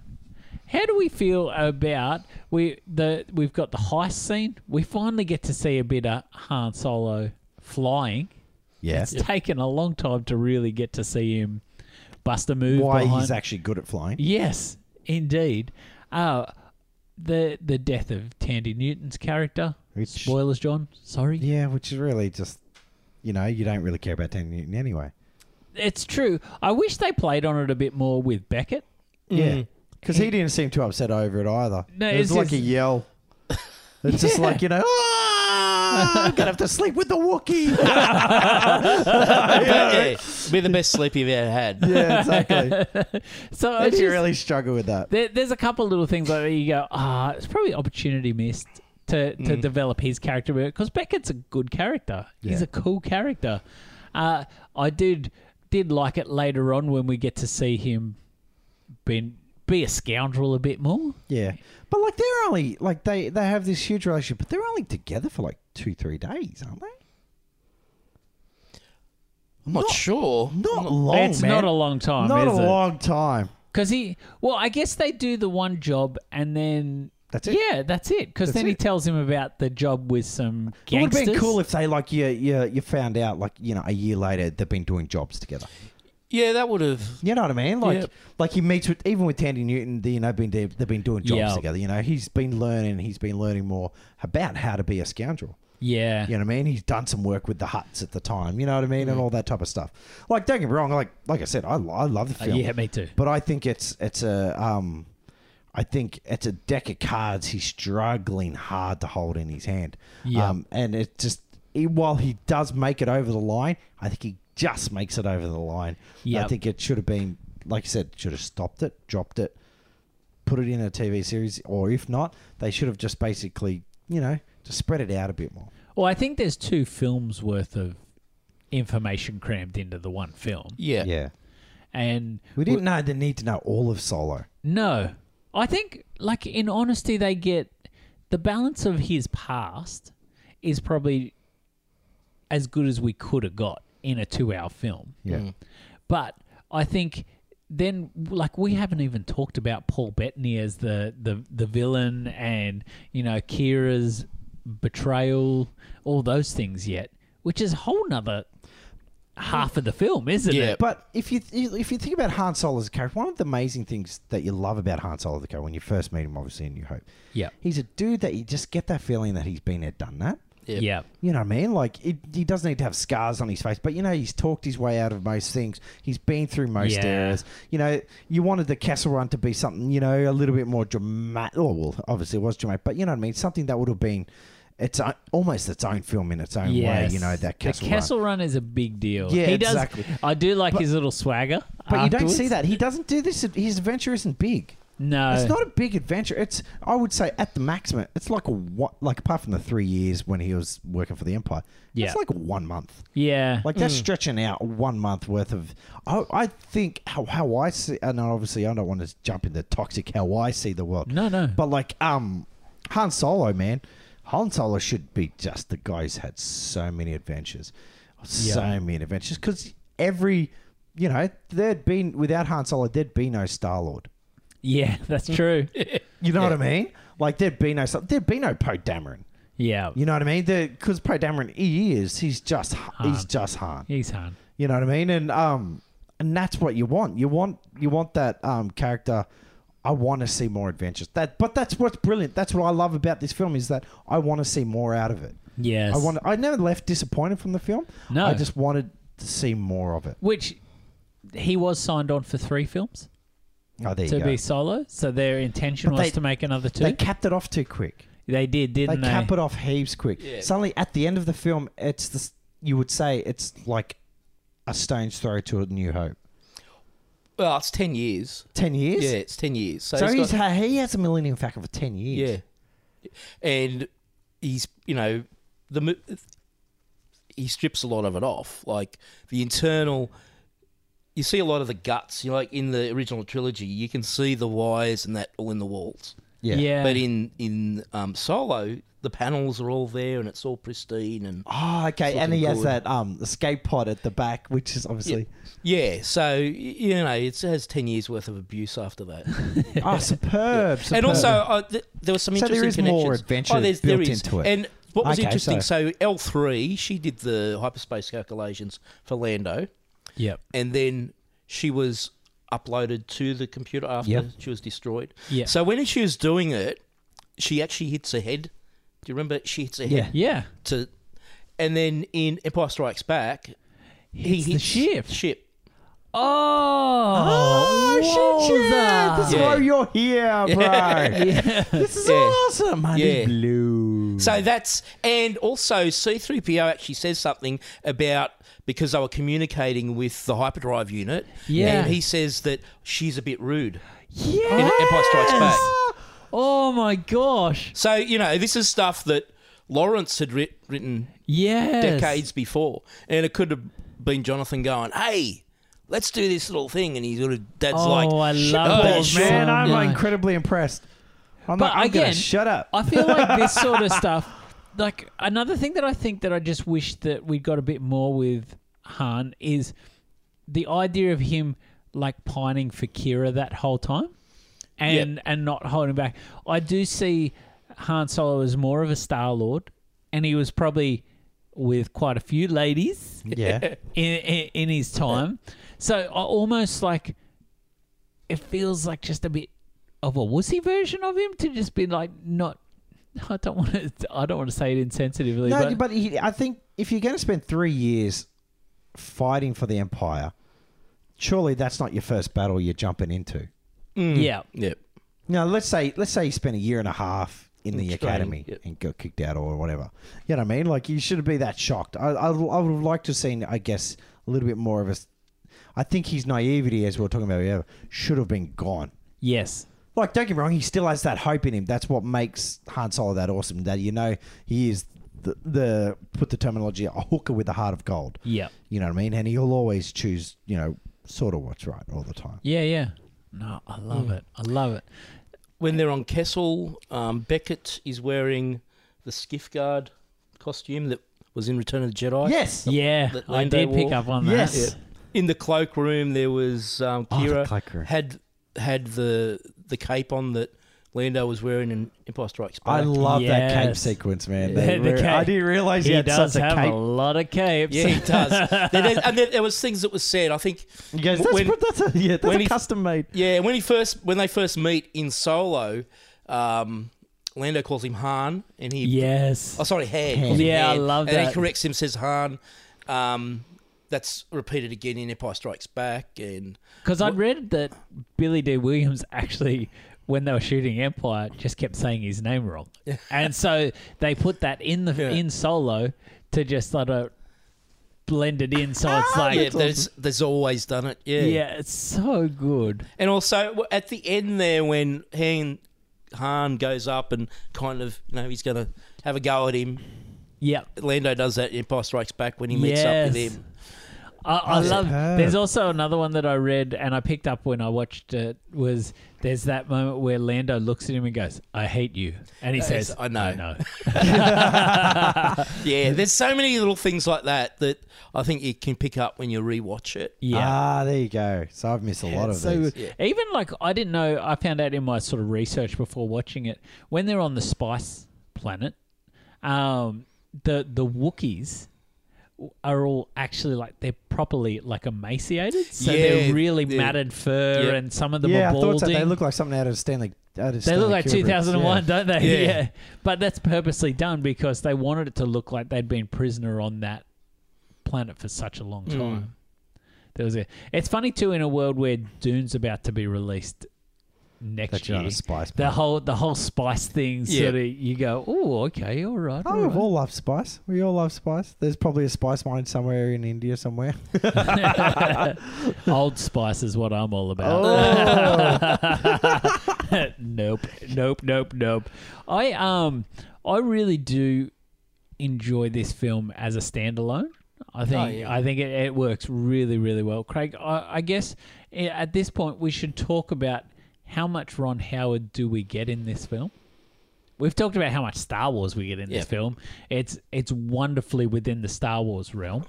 Speaker 1: how do we feel about we the we've got the heist scene? We finally get to see a bit of Han Solo flying.
Speaker 2: Yeah.
Speaker 1: It's taken a long time to really get to see him bust a move.
Speaker 2: Why
Speaker 1: behind.
Speaker 2: he's actually good at flying.
Speaker 1: Yes, indeed. Uh, the the death of Tandy Newton's character.
Speaker 2: Which-
Speaker 1: Spoilers, John. Sorry.
Speaker 2: Yeah, which is really just, you know, you don't really care about Dan Newton anyway.
Speaker 1: It's true. I wish they played on it a bit more with Beckett.
Speaker 2: Yeah. Because he didn't seem too upset over it either.
Speaker 1: Mm. No,
Speaker 2: it
Speaker 1: it's
Speaker 2: was like
Speaker 1: just- <laughs>
Speaker 2: a yell. It's just like, you know, "Ah, I'm going to have to sleep with the Wookiee. <laughs>
Speaker 3: yeah, be the best sleep you've ever had.
Speaker 1: <laughs>
Speaker 2: yeah, exactly.
Speaker 1: So I
Speaker 2: I
Speaker 1: just-
Speaker 2: do really struggle with that.
Speaker 1: there, there's a couple little things like that you go, ah, it's probably opportunity missed to,
Speaker 2: Mm.
Speaker 1: to develop his character because Beckett's a good character. He's
Speaker 2: Yeah.
Speaker 1: a cool character. Uh, I did did like it later on when we get to see him been be a scoundrel a bit more.
Speaker 2: Yeah, but like they're only like they they have this huge relationship, but they're only together for like two three days, aren't they?
Speaker 3: I'm not, sure.
Speaker 2: Not long.
Speaker 1: it's
Speaker 2: man.
Speaker 1: not a long time,
Speaker 2: Not
Speaker 1: is
Speaker 2: a
Speaker 1: it?
Speaker 2: long time.
Speaker 1: Because he, well, I guess they do the one job and then.
Speaker 2: That's it.
Speaker 1: Yeah, that's it. Because
Speaker 2: That's
Speaker 1: then he
Speaker 2: it.
Speaker 1: tells him about the job with some
Speaker 2: It would
Speaker 1: gangsters.
Speaker 2: have been cool if they like you, you you found out like you know a year later they've been doing jobs together.
Speaker 3: Yeah, that would have.
Speaker 2: You know what I mean? Like
Speaker 3: Yep.
Speaker 2: like he meets with even with Tandy Newton, they, you know, been they've they've been doing jobs
Speaker 1: Yeah.
Speaker 2: together. You know, he's been learning, he's been learning more about how to be a scoundrel.
Speaker 1: yeah.
Speaker 2: You know what I mean? He's done some work with the Huts at the time. You know what I
Speaker 1: Mm.
Speaker 2: mean, and all that type of stuff. Like, don't get me wrong. Like, like I said, I, lo- I love the
Speaker 1: Uh,
Speaker 2: film.
Speaker 1: yeah, me too.
Speaker 2: But I think it's it's a um, I think it's a deck of cards he's struggling hard to hold in his hand.
Speaker 1: Yeah.
Speaker 2: Um, and it just he, while he does make it over the line, I think he just makes it over the line. And I
Speaker 1: Yep.
Speaker 2: think it should have been like I said, should have stopped it, dropped it, put it in a TV series, or if not, they should have just basically you know just spread it out a bit more.
Speaker 1: Well, I think there's two films worth of information crammed into the one film.
Speaker 3: Yeah.
Speaker 2: yeah.
Speaker 1: And
Speaker 2: We didn't know the need to know all of Solo.
Speaker 1: No. I think, like, in honesty, they get the balance of his past is probably as good as we could have got in a two hour film.
Speaker 2: Yeah.
Speaker 1: But I think then, like, we haven't even talked about Paul Bettany as the, the, the villain and, you know, Kira's betrayal, all those things yet, which is a whole nother half of the film, isn't
Speaker 3: Yeah.
Speaker 1: it?
Speaker 2: But if you if you think about Han Solo as a character, one of the amazing things that you love about Han Solo the character when you first meet him, obviously in New Hope,
Speaker 1: Yeah.
Speaker 2: he's a dude that you just get that feeling that he's been there, done that.
Speaker 3: Yeah.
Speaker 1: Yeah.
Speaker 2: You know what I mean? Like it, he doesn't need to have scars on his face, but you know he's talked his way out of most things. He's been through most
Speaker 1: Yeah.
Speaker 2: eras. You know, you wanted the Castle Run to be something, you know, a little bit more dramatic. Oh well, obviously it was dramatic, but you know what I mean. Something that would have been. It's uh, almost its own film in its own way, you know, that Castle,
Speaker 1: the
Speaker 2: Run.
Speaker 1: Kessel Run. is a big deal.
Speaker 2: Yeah,
Speaker 1: he does,
Speaker 2: exactly.
Speaker 1: I do like his little swagger,
Speaker 2: But you don't
Speaker 1: afterwards.
Speaker 2: see
Speaker 1: Oh.
Speaker 2: that. He doesn't do this. His adventure isn't big.
Speaker 1: No,
Speaker 2: It's not a big adventure. It's I would say at the maximum, it's like a one, like apart from the three years when he was working for the Empire,
Speaker 1: Yeah.
Speaker 2: it's like one month.
Speaker 1: Yeah,
Speaker 2: Like that's stretching out one month worth of. I, I think how how I see, and obviously I don't want to jump into toxic how I see the world.
Speaker 1: No, no.
Speaker 2: But like um, Han Solo, man, Han Solo should be just the guy who's had so many adventures, so
Speaker 1: Yeah.
Speaker 2: many adventures. Because every, you know, there'd been without Han Solo, there'd be no Star Lord.
Speaker 1: yeah,
Speaker 2: <laughs>
Speaker 1: that's true.
Speaker 2: You know what I mean? Like there'd be no there'd be no Poe Dameron.
Speaker 1: yeah,
Speaker 2: You know what I mean? Because Poe Dameron, he is. He's just he's
Speaker 1: Han.
Speaker 2: just Han.
Speaker 1: he's Han.
Speaker 2: You know what I mean? And um, and that's what you want. You want you want that um character. I want to see more adventures. That, but that's what's brilliant. That's what I love about this film is that I want to see more out of it.
Speaker 1: Yes,
Speaker 2: I want. I never left disappointed from the film.
Speaker 1: No.
Speaker 2: I just wanted to see more of it.
Speaker 1: which he was signed on for three films
Speaker 2: Oh, there
Speaker 1: to
Speaker 2: you go.
Speaker 1: be solo. So their intention
Speaker 2: But
Speaker 1: was
Speaker 2: they-
Speaker 1: to make another two.
Speaker 2: they
Speaker 1: They,
Speaker 2: capped it off too quick.
Speaker 1: did,
Speaker 2: They
Speaker 1: didn't they?
Speaker 2: cap it off heaps quick.
Speaker 3: Yeah.
Speaker 2: Suddenly, at the end of the film, it's this. You would say it's like a stone's throw to a New Hope.
Speaker 3: Well, it's 10 years.
Speaker 2: Ten years.
Speaker 3: Yeah, it's 10 years. So,
Speaker 2: So
Speaker 3: it's
Speaker 2: he's, ha
Speaker 3: got-
Speaker 2: he has a Millennium Falcon for ten years.
Speaker 3: Yeah. And he's, you know, the mo- he strips a lot of it off. Like the internal you see a lot of the guts. You know, like in the original trilogy, you can see the wires and that all in the walls.
Speaker 1: yeah,
Speaker 3: But in in um, Solo, the panels are all there and it's all pristine and
Speaker 2: Oh, okay. And
Speaker 3: looking
Speaker 2: he has
Speaker 3: good.
Speaker 2: that um escape pod at the back, which is obviously
Speaker 3: yeah. So y- you know, it has ten years worth of abuse after that. <laughs>
Speaker 2: oh superb. superb.
Speaker 3: and also, uh, th- there was some
Speaker 2: So there
Speaker 3: interesting
Speaker 2: is more
Speaker 3: connections. Oh,
Speaker 2: adventure
Speaker 3: there's-
Speaker 2: built into it.
Speaker 3: And what was
Speaker 2: Okay,
Speaker 3: interesting,
Speaker 2: so-
Speaker 3: so L three, she did the hyperspace calculations for Lando,
Speaker 1: yep,
Speaker 3: and then she was uploaded to the computer after
Speaker 2: Yep.
Speaker 3: she was destroyed.
Speaker 1: Yeah.
Speaker 3: So when she was doing it, she actually hits her head. Do you remember? She hits her
Speaker 2: Yeah.
Speaker 3: head
Speaker 1: yeah,
Speaker 3: to, and then in Empire Strikes Back, he
Speaker 1: Hits the
Speaker 3: hits
Speaker 1: ship.
Speaker 3: Ship.
Speaker 1: Oh,
Speaker 2: oh shit, shit!
Speaker 1: Walter.
Speaker 2: This is
Speaker 3: <laughs> Yeah.
Speaker 2: why you're here, bro. This is
Speaker 3: Yeah.
Speaker 2: awesome, honey.
Speaker 3: Yeah.
Speaker 2: Blue.
Speaker 3: So
Speaker 1: Hmm.
Speaker 3: that's and also C3PO actually says something about because they were communicating with the hyperdrive unit.
Speaker 1: Yeah.
Speaker 3: And he says that she's a bit rude in
Speaker 1: yeah.
Speaker 3: Empire Strikes Back.
Speaker 1: Oh my gosh,
Speaker 3: So, you know, this is stuff that Lawrence had writ- written
Speaker 1: yes,
Speaker 3: decades before. And it could have been Jonathan going, Hey, let's do this little thing and he's sort of dad's
Speaker 1: Oh,
Speaker 3: like
Speaker 1: I
Speaker 3: "Shut
Speaker 1: love
Speaker 3: up,
Speaker 1: that
Speaker 3: shut
Speaker 1: shit.
Speaker 2: Man,
Speaker 1: So
Speaker 2: I'm
Speaker 1: nice.
Speaker 2: incredibly impressed. I'm
Speaker 1: But
Speaker 2: like, I'm gonna
Speaker 1: again-
Speaker 2: shut up.
Speaker 1: I feel like
Speaker 2: <laughs>
Speaker 1: this sort of stuff, like another thing that I think that I just wish that we got a bit more with Han is the idea of him like pining for Kira that whole time and and not holding back. I do see Han Solo as more of a Star Lord, and he was probably with quite a few ladies
Speaker 2: Yeah.
Speaker 1: <laughs> in, in, in his time. So I almost like it feels like just a bit of a wussy version of him to just be like not. <laughs> I don't want to. I don't want to say it insensitively,
Speaker 2: no,
Speaker 1: but,
Speaker 2: but, he, I think if you're going to spend three years fighting for the Empire, surely that's not your first battle you're jumping into.
Speaker 1: yeah,
Speaker 3: Yep.
Speaker 2: Now, let's say let's say you spent a year and a half in the
Speaker 3: Training,
Speaker 2: academy
Speaker 3: yep.
Speaker 2: and got kicked out or whatever. You know what I mean? Like you shouldn't be that shocked. I, I, I would have liked to have seen, I guess, a little bit more of a. s- I think his naivety, as we were talking about, earlier, should have been gone.
Speaker 1: yes,
Speaker 2: Like, don't get me wrong, he still has that hope in him. That's what makes Han Solo that awesome. That you know he is the, the put the terminology a hooker with a heart of gold.
Speaker 1: yeah,
Speaker 2: You know what I mean? And he'll always choose, you know, sort of what's right all the time.
Speaker 1: yeah, yeah. No, I love it. I love it.
Speaker 3: When they're on Kessel, um, Beckett is wearing the skiff guard costume that was in Return of the Jedi.
Speaker 2: Yes.
Speaker 1: Yeah,
Speaker 3: that
Speaker 1: I
Speaker 3: Lando
Speaker 1: did pick
Speaker 3: wore.
Speaker 1: up on that.
Speaker 2: Yes.
Speaker 3: In the cloakroom, there was um,
Speaker 2: Oh, the
Speaker 3: Kira
Speaker 2: cloakroom.
Speaker 3: had had the the cape on that Lando was wearing in Empire Strikes
Speaker 2: I
Speaker 3: Back.
Speaker 2: love that cape
Speaker 1: Yes.
Speaker 2: sequence, man.
Speaker 1: Yeah, <laughs>
Speaker 2: They
Speaker 1: the
Speaker 2: were- I
Speaker 1: cape.
Speaker 2: didn't <laughs> realize he,
Speaker 1: He
Speaker 2: had
Speaker 1: does
Speaker 2: such a
Speaker 1: have
Speaker 2: cape.
Speaker 1: a lot of capes. <laughs>
Speaker 3: <laughs> yeah, it does. There- there- and there, there was things that was said. I think
Speaker 2: He goes, that's,
Speaker 3: when-
Speaker 2: that's a, yeah, that's
Speaker 3: when
Speaker 2: a
Speaker 3: he-
Speaker 2: custom made.
Speaker 3: Yeah, when he first when they first meet in Solo, um, Lando calls him Han, and he
Speaker 1: Yes.
Speaker 3: oh sorry Han. calls him
Speaker 1: Yeah, I
Speaker 3: Han,
Speaker 1: love
Speaker 3: and
Speaker 1: that.
Speaker 3: he corrects him, says Han. Um, that's repeated again in Empire Strikes Back, and
Speaker 1: Because I'd read that Billy D. Williams actually, when they were shooting Empire, just kept saying his name wrong, and so they put that in the
Speaker 3: Yeah.
Speaker 1: in Solo to just sort of blend it in. So it's like,
Speaker 3: Ah, yeah, there's there's always done it. Yeah,
Speaker 1: yeah, it's so good.
Speaker 3: And also w- at the end there, when Han Han goes up and kind of you know he's gonna have a go at him.
Speaker 1: Yeah,
Speaker 3: Lando does that in Empire Strikes Back when he meets up with
Speaker 1: Yes.
Speaker 3: him.
Speaker 1: I, I
Speaker 2: That's
Speaker 1: love.
Speaker 2: superb.
Speaker 1: There's also another one that I read and I picked up when I watched it. Was there's that moment where Lando looks at him and goes, "I hate you," and he
Speaker 3: Yes,
Speaker 1: says,
Speaker 3: I know.
Speaker 1: I know."
Speaker 3: Yeah, there's so many little things like that that I think you can pick up when you rewatch it.
Speaker 1: Yeah.
Speaker 2: Ah, there you go. So I've missed a lot of
Speaker 1: so
Speaker 2: these.
Speaker 1: good. even like I didn't know. I found out in my sort of research before watching it when they're on the Spice Planet, um, the the Wookiees are all actually like they're properly like emaciated, so
Speaker 3: Yeah,
Speaker 1: they're really
Speaker 3: yeah.
Speaker 1: matted fur,
Speaker 3: Yeah.
Speaker 1: and some of them
Speaker 2: Yeah,
Speaker 1: are
Speaker 2: I
Speaker 1: balding.
Speaker 2: thought so. They look like something out of Stanley. Out of
Speaker 1: They
Speaker 2: Stanley
Speaker 1: look like
Speaker 2: Kubrick's,
Speaker 1: 2001,
Speaker 2: yeah.
Speaker 1: don't they?
Speaker 3: Yeah.
Speaker 1: But that's purposely done because they wanted it to look like they'd been prisoner on that planet for such a long time. There was a, it's funny too in a world where Dune's about to be released next
Speaker 2: That you're
Speaker 1: year.
Speaker 2: on a spice.
Speaker 1: the
Speaker 2: planet.
Speaker 1: whole the whole spice thing
Speaker 3: Yeah.
Speaker 1: sort of you go, oh, okay, all right.
Speaker 2: Oh,
Speaker 1: all
Speaker 2: we've
Speaker 1: right."
Speaker 2: all loved spice. We all love spice. There's probably a spice mine somewhere in India somewhere.
Speaker 1: Old Spice is what I'm all about.
Speaker 3: Oh.
Speaker 1: <laughs> nope, nope, nope, nope. I um, I really do enjoy this film as a standalone. I think
Speaker 3: Oh, yeah.
Speaker 1: I think it, it works really, really well. Craig, I, I guess eh, at this point we should talk about how much Ron Howard do we get in this film. We've talked about how much Star Wars we get in
Speaker 3: Yeah.
Speaker 1: this film. It's it's wonderfully within the Star Wars realm.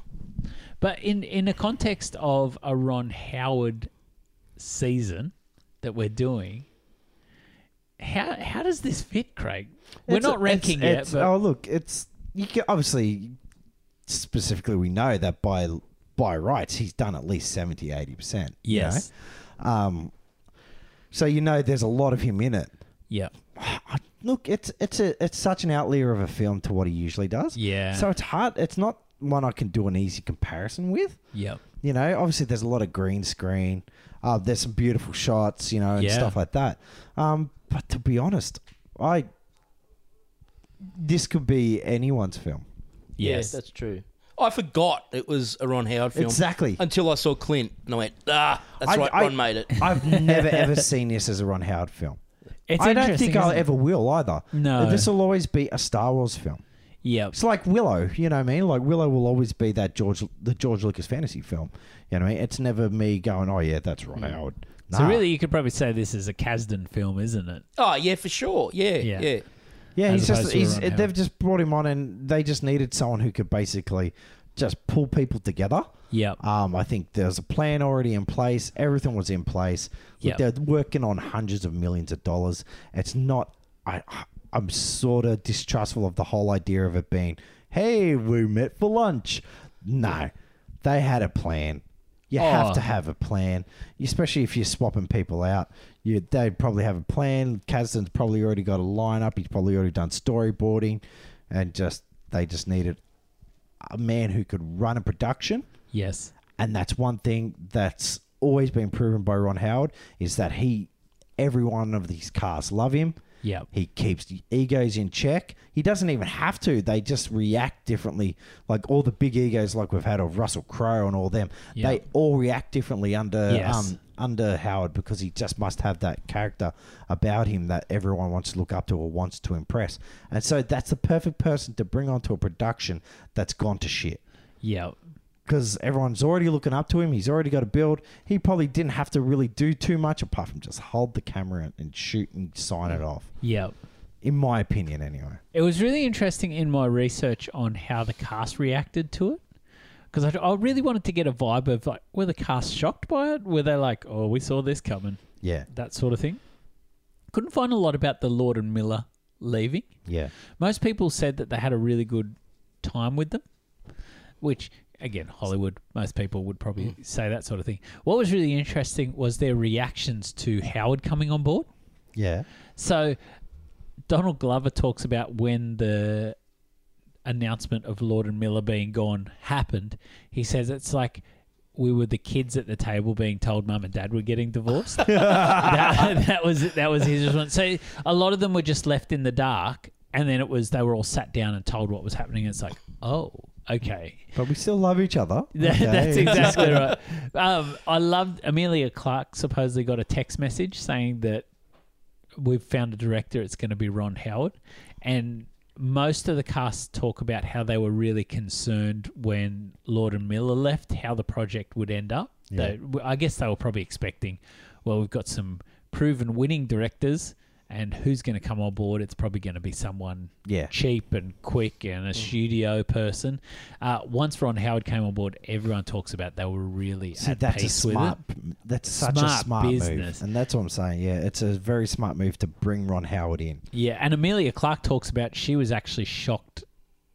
Speaker 1: But in in the context of a Ron Howard season that we're doing, how how does this fit, Craig? <laughs> We're
Speaker 2: It's-
Speaker 1: not ranking
Speaker 2: it's, it's-
Speaker 1: yet, but
Speaker 2: oh look, it's you can, obviously specifically we know that by by rights he's done at least 70 80 percent.
Speaker 1: yes,
Speaker 2: Um, so you know there's a lot of him in it.
Speaker 1: yeah,
Speaker 2: I- Look, it's it's a it's such an outlier of a film to what he usually does.
Speaker 1: Yeah.
Speaker 2: So it's hard. It's not one I can do an easy comparison with.
Speaker 1: yeah,
Speaker 2: You know, obviously there's a lot of green screen. Uh, there's some beautiful shots, you know, and
Speaker 1: Yeah.
Speaker 2: stuff like that. Um, but to be honest, I this could be anyone's film.
Speaker 1: yes,
Speaker 3: Yeah, that's true. I forgot it was a Ron Howard
Speaker 1: <laughs>
Speaker 3: film
Speaker 2: Exactly.
Speaker 3: until I saw Clint, and I went, ah, that's
Speaker 2: I-
Speaker 3: right,
Speaker 2: I-
Speaker 3: Ron made it.
Speaker 2: I've never ever seen this as a Ron Howard film.
Speaker 1: it's
Speaker 2: I
Speaker 1: interesting.
Speaker 2: don't think I
Speaker 1: isn't it?
Speaker 2: ever will either.
Speaker 1: No.
Speaker 2: this will always be a Star Wars film.
Speaker 1: Yeah,
Speaker 2: It's like Willow, you know what I mean? Like Willow will always be that George, the George Lucas fantasy film. You know what I mean? It's never me going, oh yeah, that's Ron Howard.
Speaker 1: so
Speaker 2: Nah.
Speaker 1: really, you could probably say this is a Kasdan film, isn't it?
Speaker 3: Oh yeah, for sure. Yeah,
Speaker 1: Yeah.
Speaker 3: yeah.
Speaker 2: Yeah,
Speaker 1: as
Speaker 2: he's just
Speaker 1: opposed to
Speaker 2: he's,
Speaker 1: Ron Howard.
Speaker 2: they've just brought him on, and they just needed someone who could basically just pull people together.
Speaker 1: Yep.
Speaker 2: Um, I think there's a plan already in place. Everything was in place. Look,
Speaker 1: Yep.
Speaker 2: They're working on hundreds of millions of dollars. It's not. I, I'm sort of distrustful of the whole idea of it being, "Hey, we met for lunch." No, they had a plan. You have
Speaker 1: Oh.
Speaker 2: to have a plan, especially if you're swapping people out. You, they probably have a plan. Kazdan's probably already got a lineup. He's probably already done storyboarding, and just they just needed a man who could run a production
Speaker 1: Yes.
Speaker 2: and that's one thing that's always been proven by Ron Howard is that he every one of these cars love him.
Speaker 1: Yep.
Speaker 2: He keeps the egos in check. He doesn't even have to. They just react differently. Like all the big egos like we've had of Russell Crowe and all them,
Speaker 1: Yeah.
Speaker 2: they all react differently under
Speaker 1: Yes.
Speaker 2: um, under Howard because he just must have that character about him that everyone wants to look up to or wants to impress. And so that's the perfect person to bring onto a production that's gone to shit
Speaker 1: Yep.
Speaker 2: because everyone's already looking up to him. He's already got a build. He probably didn't have to really do too much apart from just hold the camera and shoot and sign it off.
Speaker 1: Yep.
Speaker 2: In my opinion, anyway.
Speaker 1: It was really interesting in my research on how the cast reacted to it. Because I, I really wanted to get a vibe of like, were the cast shocked by it? Were they like, oh, we saw this coming?
Speaker 2: Yeah,
Speaker 1: That sort of thing. Couldn't find a lot about the Lord and Miller leaving.
Speaker 2: yeah,
Speaker 1: Most people said that they had a really good time with them, which, again, Hollywood, most people would probably say that sort of thing. What was really interesting was their reactions to Howard coming on board.
Speaker 2: yeah,
Speaker 1: So Donald Glover talks about when the announcement of Lord and Miller being gone happened. He says it's like we were the kids at the table being told mum and dad were getting divorced. <laughs> that, that was that was his response. So a lot of them were just left in the dark, and then it was they were all sat down and told what was happening. It's like, oh, okay, <laughs>
Speaker 2: but we still love each other.
Speaker 1: that,
Speaker 2: Okay.
Speaker 1: That's exactly right. Um, I loved Amelia Clark supposedly got a text message saying that we've found a director. It's going to be Ron Howard, and most of the cast talk about how they were really concerned when Lord and Miller left, how the project would end up.
Speaker 2: Yeah.
Speaker 1: They, I guess they were probably expecting, well, we've got some proven winning directors, and who's going to come on board? It's probably going to be someone
Speaker 2: Yeah.
Speaker 1: cheap and quick and a studio person. Uh, once Ron Howard came on board, everyone talks about they were really
Speaker 2: See,
Speaker 1: at
Speaker 2: that's a
Speaker 1: peace with
Speaker 2: smart.
Speaker 1: it.
Speaker 2: That's such a
Speaker 1: Smart
Speaker 2: smart
Speaker 1: business.
Speaker 2: move, and that's what I'm saying. Yeah, it's a very smart move to bring Ron Howard in.
Speaker 1: Yeah, and Amelia Clark talks about she was actually shocked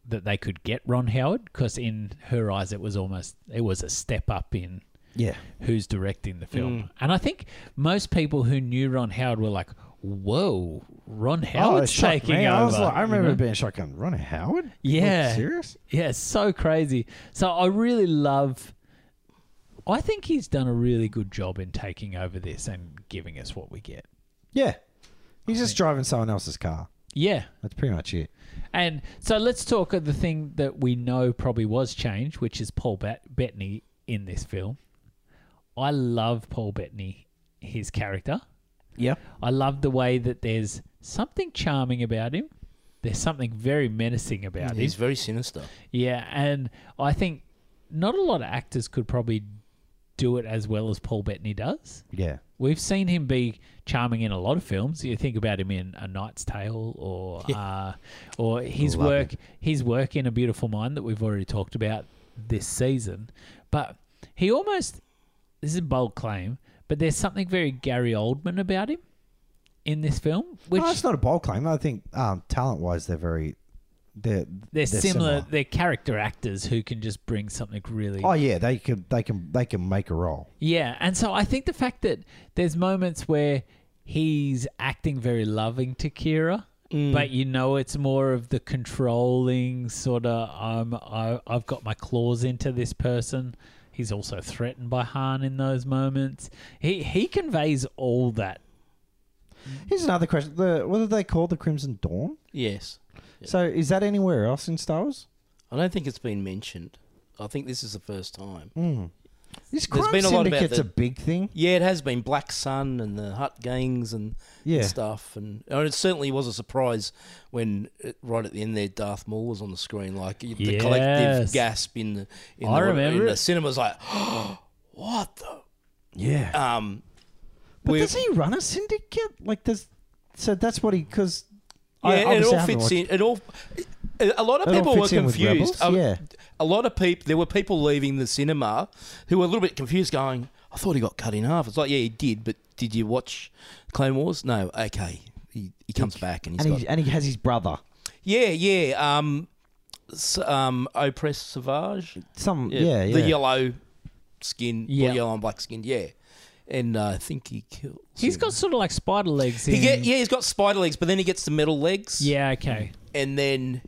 Speaker 1: that they could get Ron Howard because in her eyes it was almost it was a step up in
Speaker 2: Yeah,
Speaker 1: who's directing the film.
Speaker 2: Mm.
Speaker 1: And I think most people who knew Ron Howard were like, "Whoa, Ron
Speaker 2: oh, it
Speaker 1: Howard's
Speaker 2: shocked
Speaker 1: taking
Speaker 2: me.
Speaker 1: over."
Speaker 2: I was like, I
Speaker 1: you
Speaker 2: remember
Speaker 1: know?
Speaker 2: being shocked. Going, Ron Howard? Are you
Speaker 1: Yeah.
Speaker 2: serious?
Speaker 1: Yeah, it's so crazy. So I really love. I think he's done a really good job in taking over this and giving us what we get.
Speaker 2: Yeah, he's just driving someone else's car.
Speaker 1: Yeah,
Speaker 2: That's pretty much it.
Speaker 1: and so let's talk of the thing that we know probably was changed, which is Paul Bet- Bettany in this film. I love Paul Bettany, his character.
Speaker 2: Yeah.
Speaker 1: I love the way that there's something charming about him. There's something very menacing about him.
Speaker 3: He's very sinister.
Speaker 1: Yeah, and I think not a lot of actors could probably do it as well as Paul Bettany does.
Speaker 2: Yeah.
Speaker 1: We've seen him be charming in a lot of films. You think about him in A Knight's Tale, or uh, or his
Speaker 2: Love
Speaker 1: work, his work in A Beautiful Mind that we've already talked about this season. But he almost this is a bold claim, but there's something very Gary Oldman about him in this film, which
Speaker 2: no, Oh, it's not a bold claim. I think um, talent wise, they're very they're
Speaker 1: they're, similar, They're character actors who can just bring something really
Speaker 2: Oh yeah, they can they can they can make a role.
Speaker 1: Yeah, and so I think the fact that there's moments where he's acting very loving to Kira,
Speaker 3: Mm.
Speaker 1: but you know it's more of the controlling sort of um, I, I've got my claws into this person. He's also threatened by Han in those moments. He he conveys all that.
Speaker 2: Here's another question: the, What do they call the Crimson Dawn?
Speaker 3: Yes.
Speaker 2: So is that anywhere else in Star Wars?
Speaker 3: I don't think it's been mentioned. I think this is the first time.
Speaker 2: This
Speaker 3: There's
Speaker 2: crime
Speaker 3: been a lot about
Speaker 2: syndicate's
Speaker 3: the-
Speaker 2: a big thing.
Speaker 3: Yeah, it has been Black Sun and the Hut gangs and, and
Speaker 2: Yeah.
Speaker 3: stuff, and, and it certainly was a surprise when uh, right at the end there Darth Maul was on the screen, like the collective
Speaker 1: Yes.
Speaker 3: gasp in the in,
Speaker 1: I
Speaker 3: the,
Speaker 1: remember
Speaker 3: in
Speaker 1: it.
Speaker 3: the cinema's like, <gasps> what the
Speaker 2: Yeah,
Speaker 3: um.
Speaker 2: but
Speaker 3: we-
Speaker 2: does he run a syndicate? Like does so that's what he because
Speaker 3: Yeah, it all fits in. It all A a lot of
Speaker 2: That all
Speaker 3: people were
Speaker 2: fits in with Rebels,
Speaker 3: confused. A-
Speaker 2: yeah.
Speaker 3: A lot of people, there were people leaving the cinema who were a little bit confused, going, I thought he got cut in half. It's like, yeah, he did, but did you watch Clone Wars? No, okay. He, he comes back and he's
Speaker 2: and
Speaker 3: got.
Speaker 2: he and he has his brother.
Speaker 3: yeah, yeah. Um, s- um, Oppress Savage.
Speaker 2: Some yeah yeah.
Speaker 3: The yellow skin, blue,
Speaker 1: Yeah.
Speaker 3: yellow and black skin, yeah. And uh, I think he kills.
Speaker 1: He's
Speaker 3: him.
Speaker 1: got sort of like spider legs.
Speaker 3: He
Speaker 1: in-
Speaker 3: get, yeah, he's got spider legs, but then he gets the metal legs.
Speaker 1: Yeah, okay.
Speaker 3: and then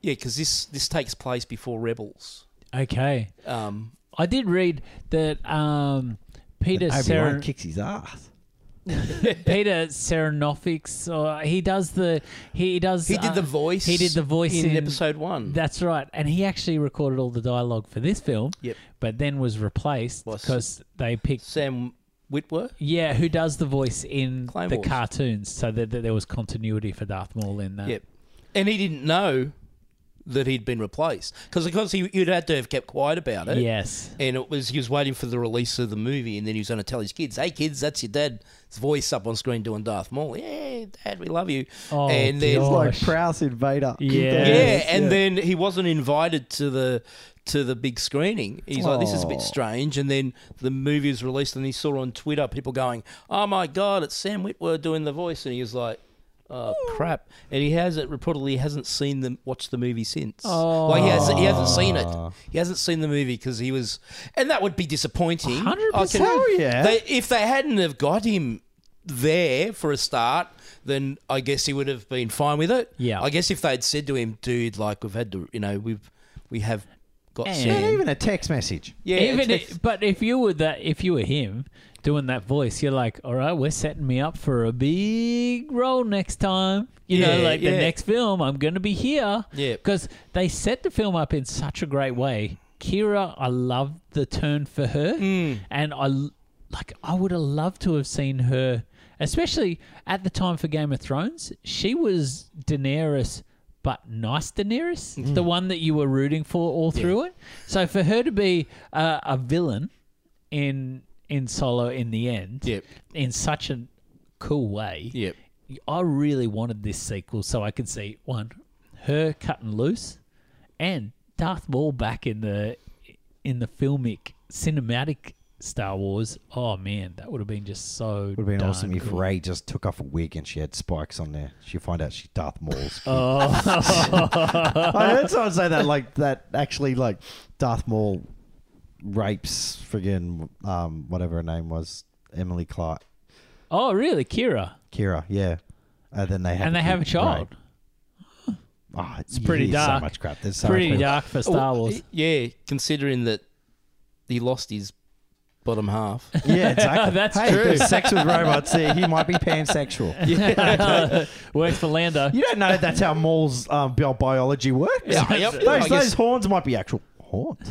Speaker 3: yeah, because this this takes place before Rebels.
Speaker 1: Okay.
Speaker 3: Um,
Speaker 1: I did read that um, Peter
Speaker 2: Obi-Wan
Speaker 1: Saren-
Speaker 2: kicks his ass.
Speaker 1: Peter Serenofics, or he does the he does
Speaker 3: he did
Speaker 1: uh,
Speaker 3: the voice.
Speaker 1: he did the voice
Speaker 3: in,
Speaker 1: in-
Speaker 3: episode one.
Speaker 1: That's right, and he actually recorded all the dialogue for this film.
Speaker 3: Yep.
Speaker 1: but then was replaced
Speaker 3: Was-
Speaker 1: because they picked
Speaker 3: Sam Whitworth.
Speaker 1: yeah who does the voice in
Speaker 3: Clone
Speaker 1: the
Speaker 3: Wars.
Speaker 1: cartoons, so that, that there was continuity for Darth Maul in that.
Speaker 3: Yep, and he didn't know that he'd been replaced because of course he, you'd had to have kept quiet about it.
Speaker 1: Yes.
Speaker 3: And it was he was waiting for the release of the movie, and then he was going to tell his kids, "Hey kids, that's your dad's voice up on screen doing Darth Maul. Yeah, Dad, we love you."
Speaker 1: Oh,
Speaker 3: and then
Speaker 1: God.
Speaker 2: Like
Speaker 1: Gosh.
Speaker 2: Prowse Invader.
Speaker 1: Yeah.
Speaker 3: Yeah,
Speaker 1: Yes,
Speaker 3: and then he wasn't invited to the to the big screening. He's like, "This is a bit
Speaker 2: Aw.
Speaker 3: strange." And then the movie was released, and he saw on Twitter people going, "Oh my god, it's Sam Witwer doing the voice," and he was like. Oh crap! And he has it reportedly hasn't seen them watched the movie since.
Speaker 1: Oh.
Speaker 3: like he hasn't he hasn't seen it. He hasn't seen the movie because he was, and that would be disappointing. I can-
Speaker 1: 100%. Hell
Speaker 2: yeah.
Speaker 3: They, if they hadn't have got him there for a start, then I guess he would have been fine with it.
Speaker 1: Yeah.
Speaker 3: I guess if they'd said to him, dude, like we've had to, you know, we've we have got
Speaker 1: And-
Speaker 2: Yeah,
Speaker 3: Sam.
Speaker 2: even a text message.
Speaker 3: Yeah,
Speaker 1: Even
Speaker 3: it's-
Speaker 1: if, but if you were that, if you were him doing that voice, you're like, all right, we're setting me up for a big role next time. You know,
Speaker 3: Yeah,
Speaker 1: like the
Speaker 3: yeah.
Speaker 1: next film, I'm going to be here.
Speaker 3: Yeah.
Speaker 1: because they set the film up in such a great way. Kira, I love the turn for her, and I l- like. I would have loved to have seen her, especially at the time for Game of Thrones. She was Daenerys. But nice Daenerys, the one that you were rooting for all through it. So for her to be uh, a villain in in Solo in the end,
Speaker 3: Yep.
Speaker 1: in such a cool way,
Speaker 3: Yep.
Speaker 1: I really wanted this sequel so I could see one, her cutting loose, and Darth Maul back in the in the filmic cinematic Star Wars. Oh man, that would have been just so.
Speaker 2: Would have been
Speaker 1: darn
Speaker 2: awesome if
Speaker 1: cool.
Speaker 2: Ray just took off a wig and she had spikes on there. She find out she's Darth
Speaker 1: <laughs>
Speaker 2: Maul's. kid.
Speaker 1: Oh.
Speaker 2: <laughs> I heard someone say that like that actually like Darth Maul rapes friggin' um whatever her name was Emily Clark
Speaker 1: Oh really, Kira,
Speaker 2: Kira yeah, and then they have
Speaker 1: and they have a
Speaker 2: kid,
Speaker 1: child.
Speaker 2: Ray. Oh, it's
Speaker 1: pretty dark.
Speaker 2: So much crap. There's so
Speaker 1: Pretty
Speaker 2: much crap.
Speaker 1: dark for
Speaker 2: <laughs>
Speaker 1: Star Wars.
Speaker 3: Oh,
Speaker 1: <laughs>
Speaker 3: yeah, considering that he lost his bottom half. <laughs>
Speaker 2: Yeah,
Speaker 1: <laughs>
Speaker 2: exactly.
Speaker 1: That's
Speaker 2: hey,
Speaker 1: true.
Speaker 2: There's sex with robots. Here. He might
Speaker 1: <laughs>
Speaker 2: be pansexual.
Speaker 1: Works for Lando.
Speaker 2: You don't know if that's how Maul's um, bi- biology works.
Speaker 3: yep. I
Speaker 2: Those,
Speaker 3: guess-
Speaker 2: those horns might be actual horns.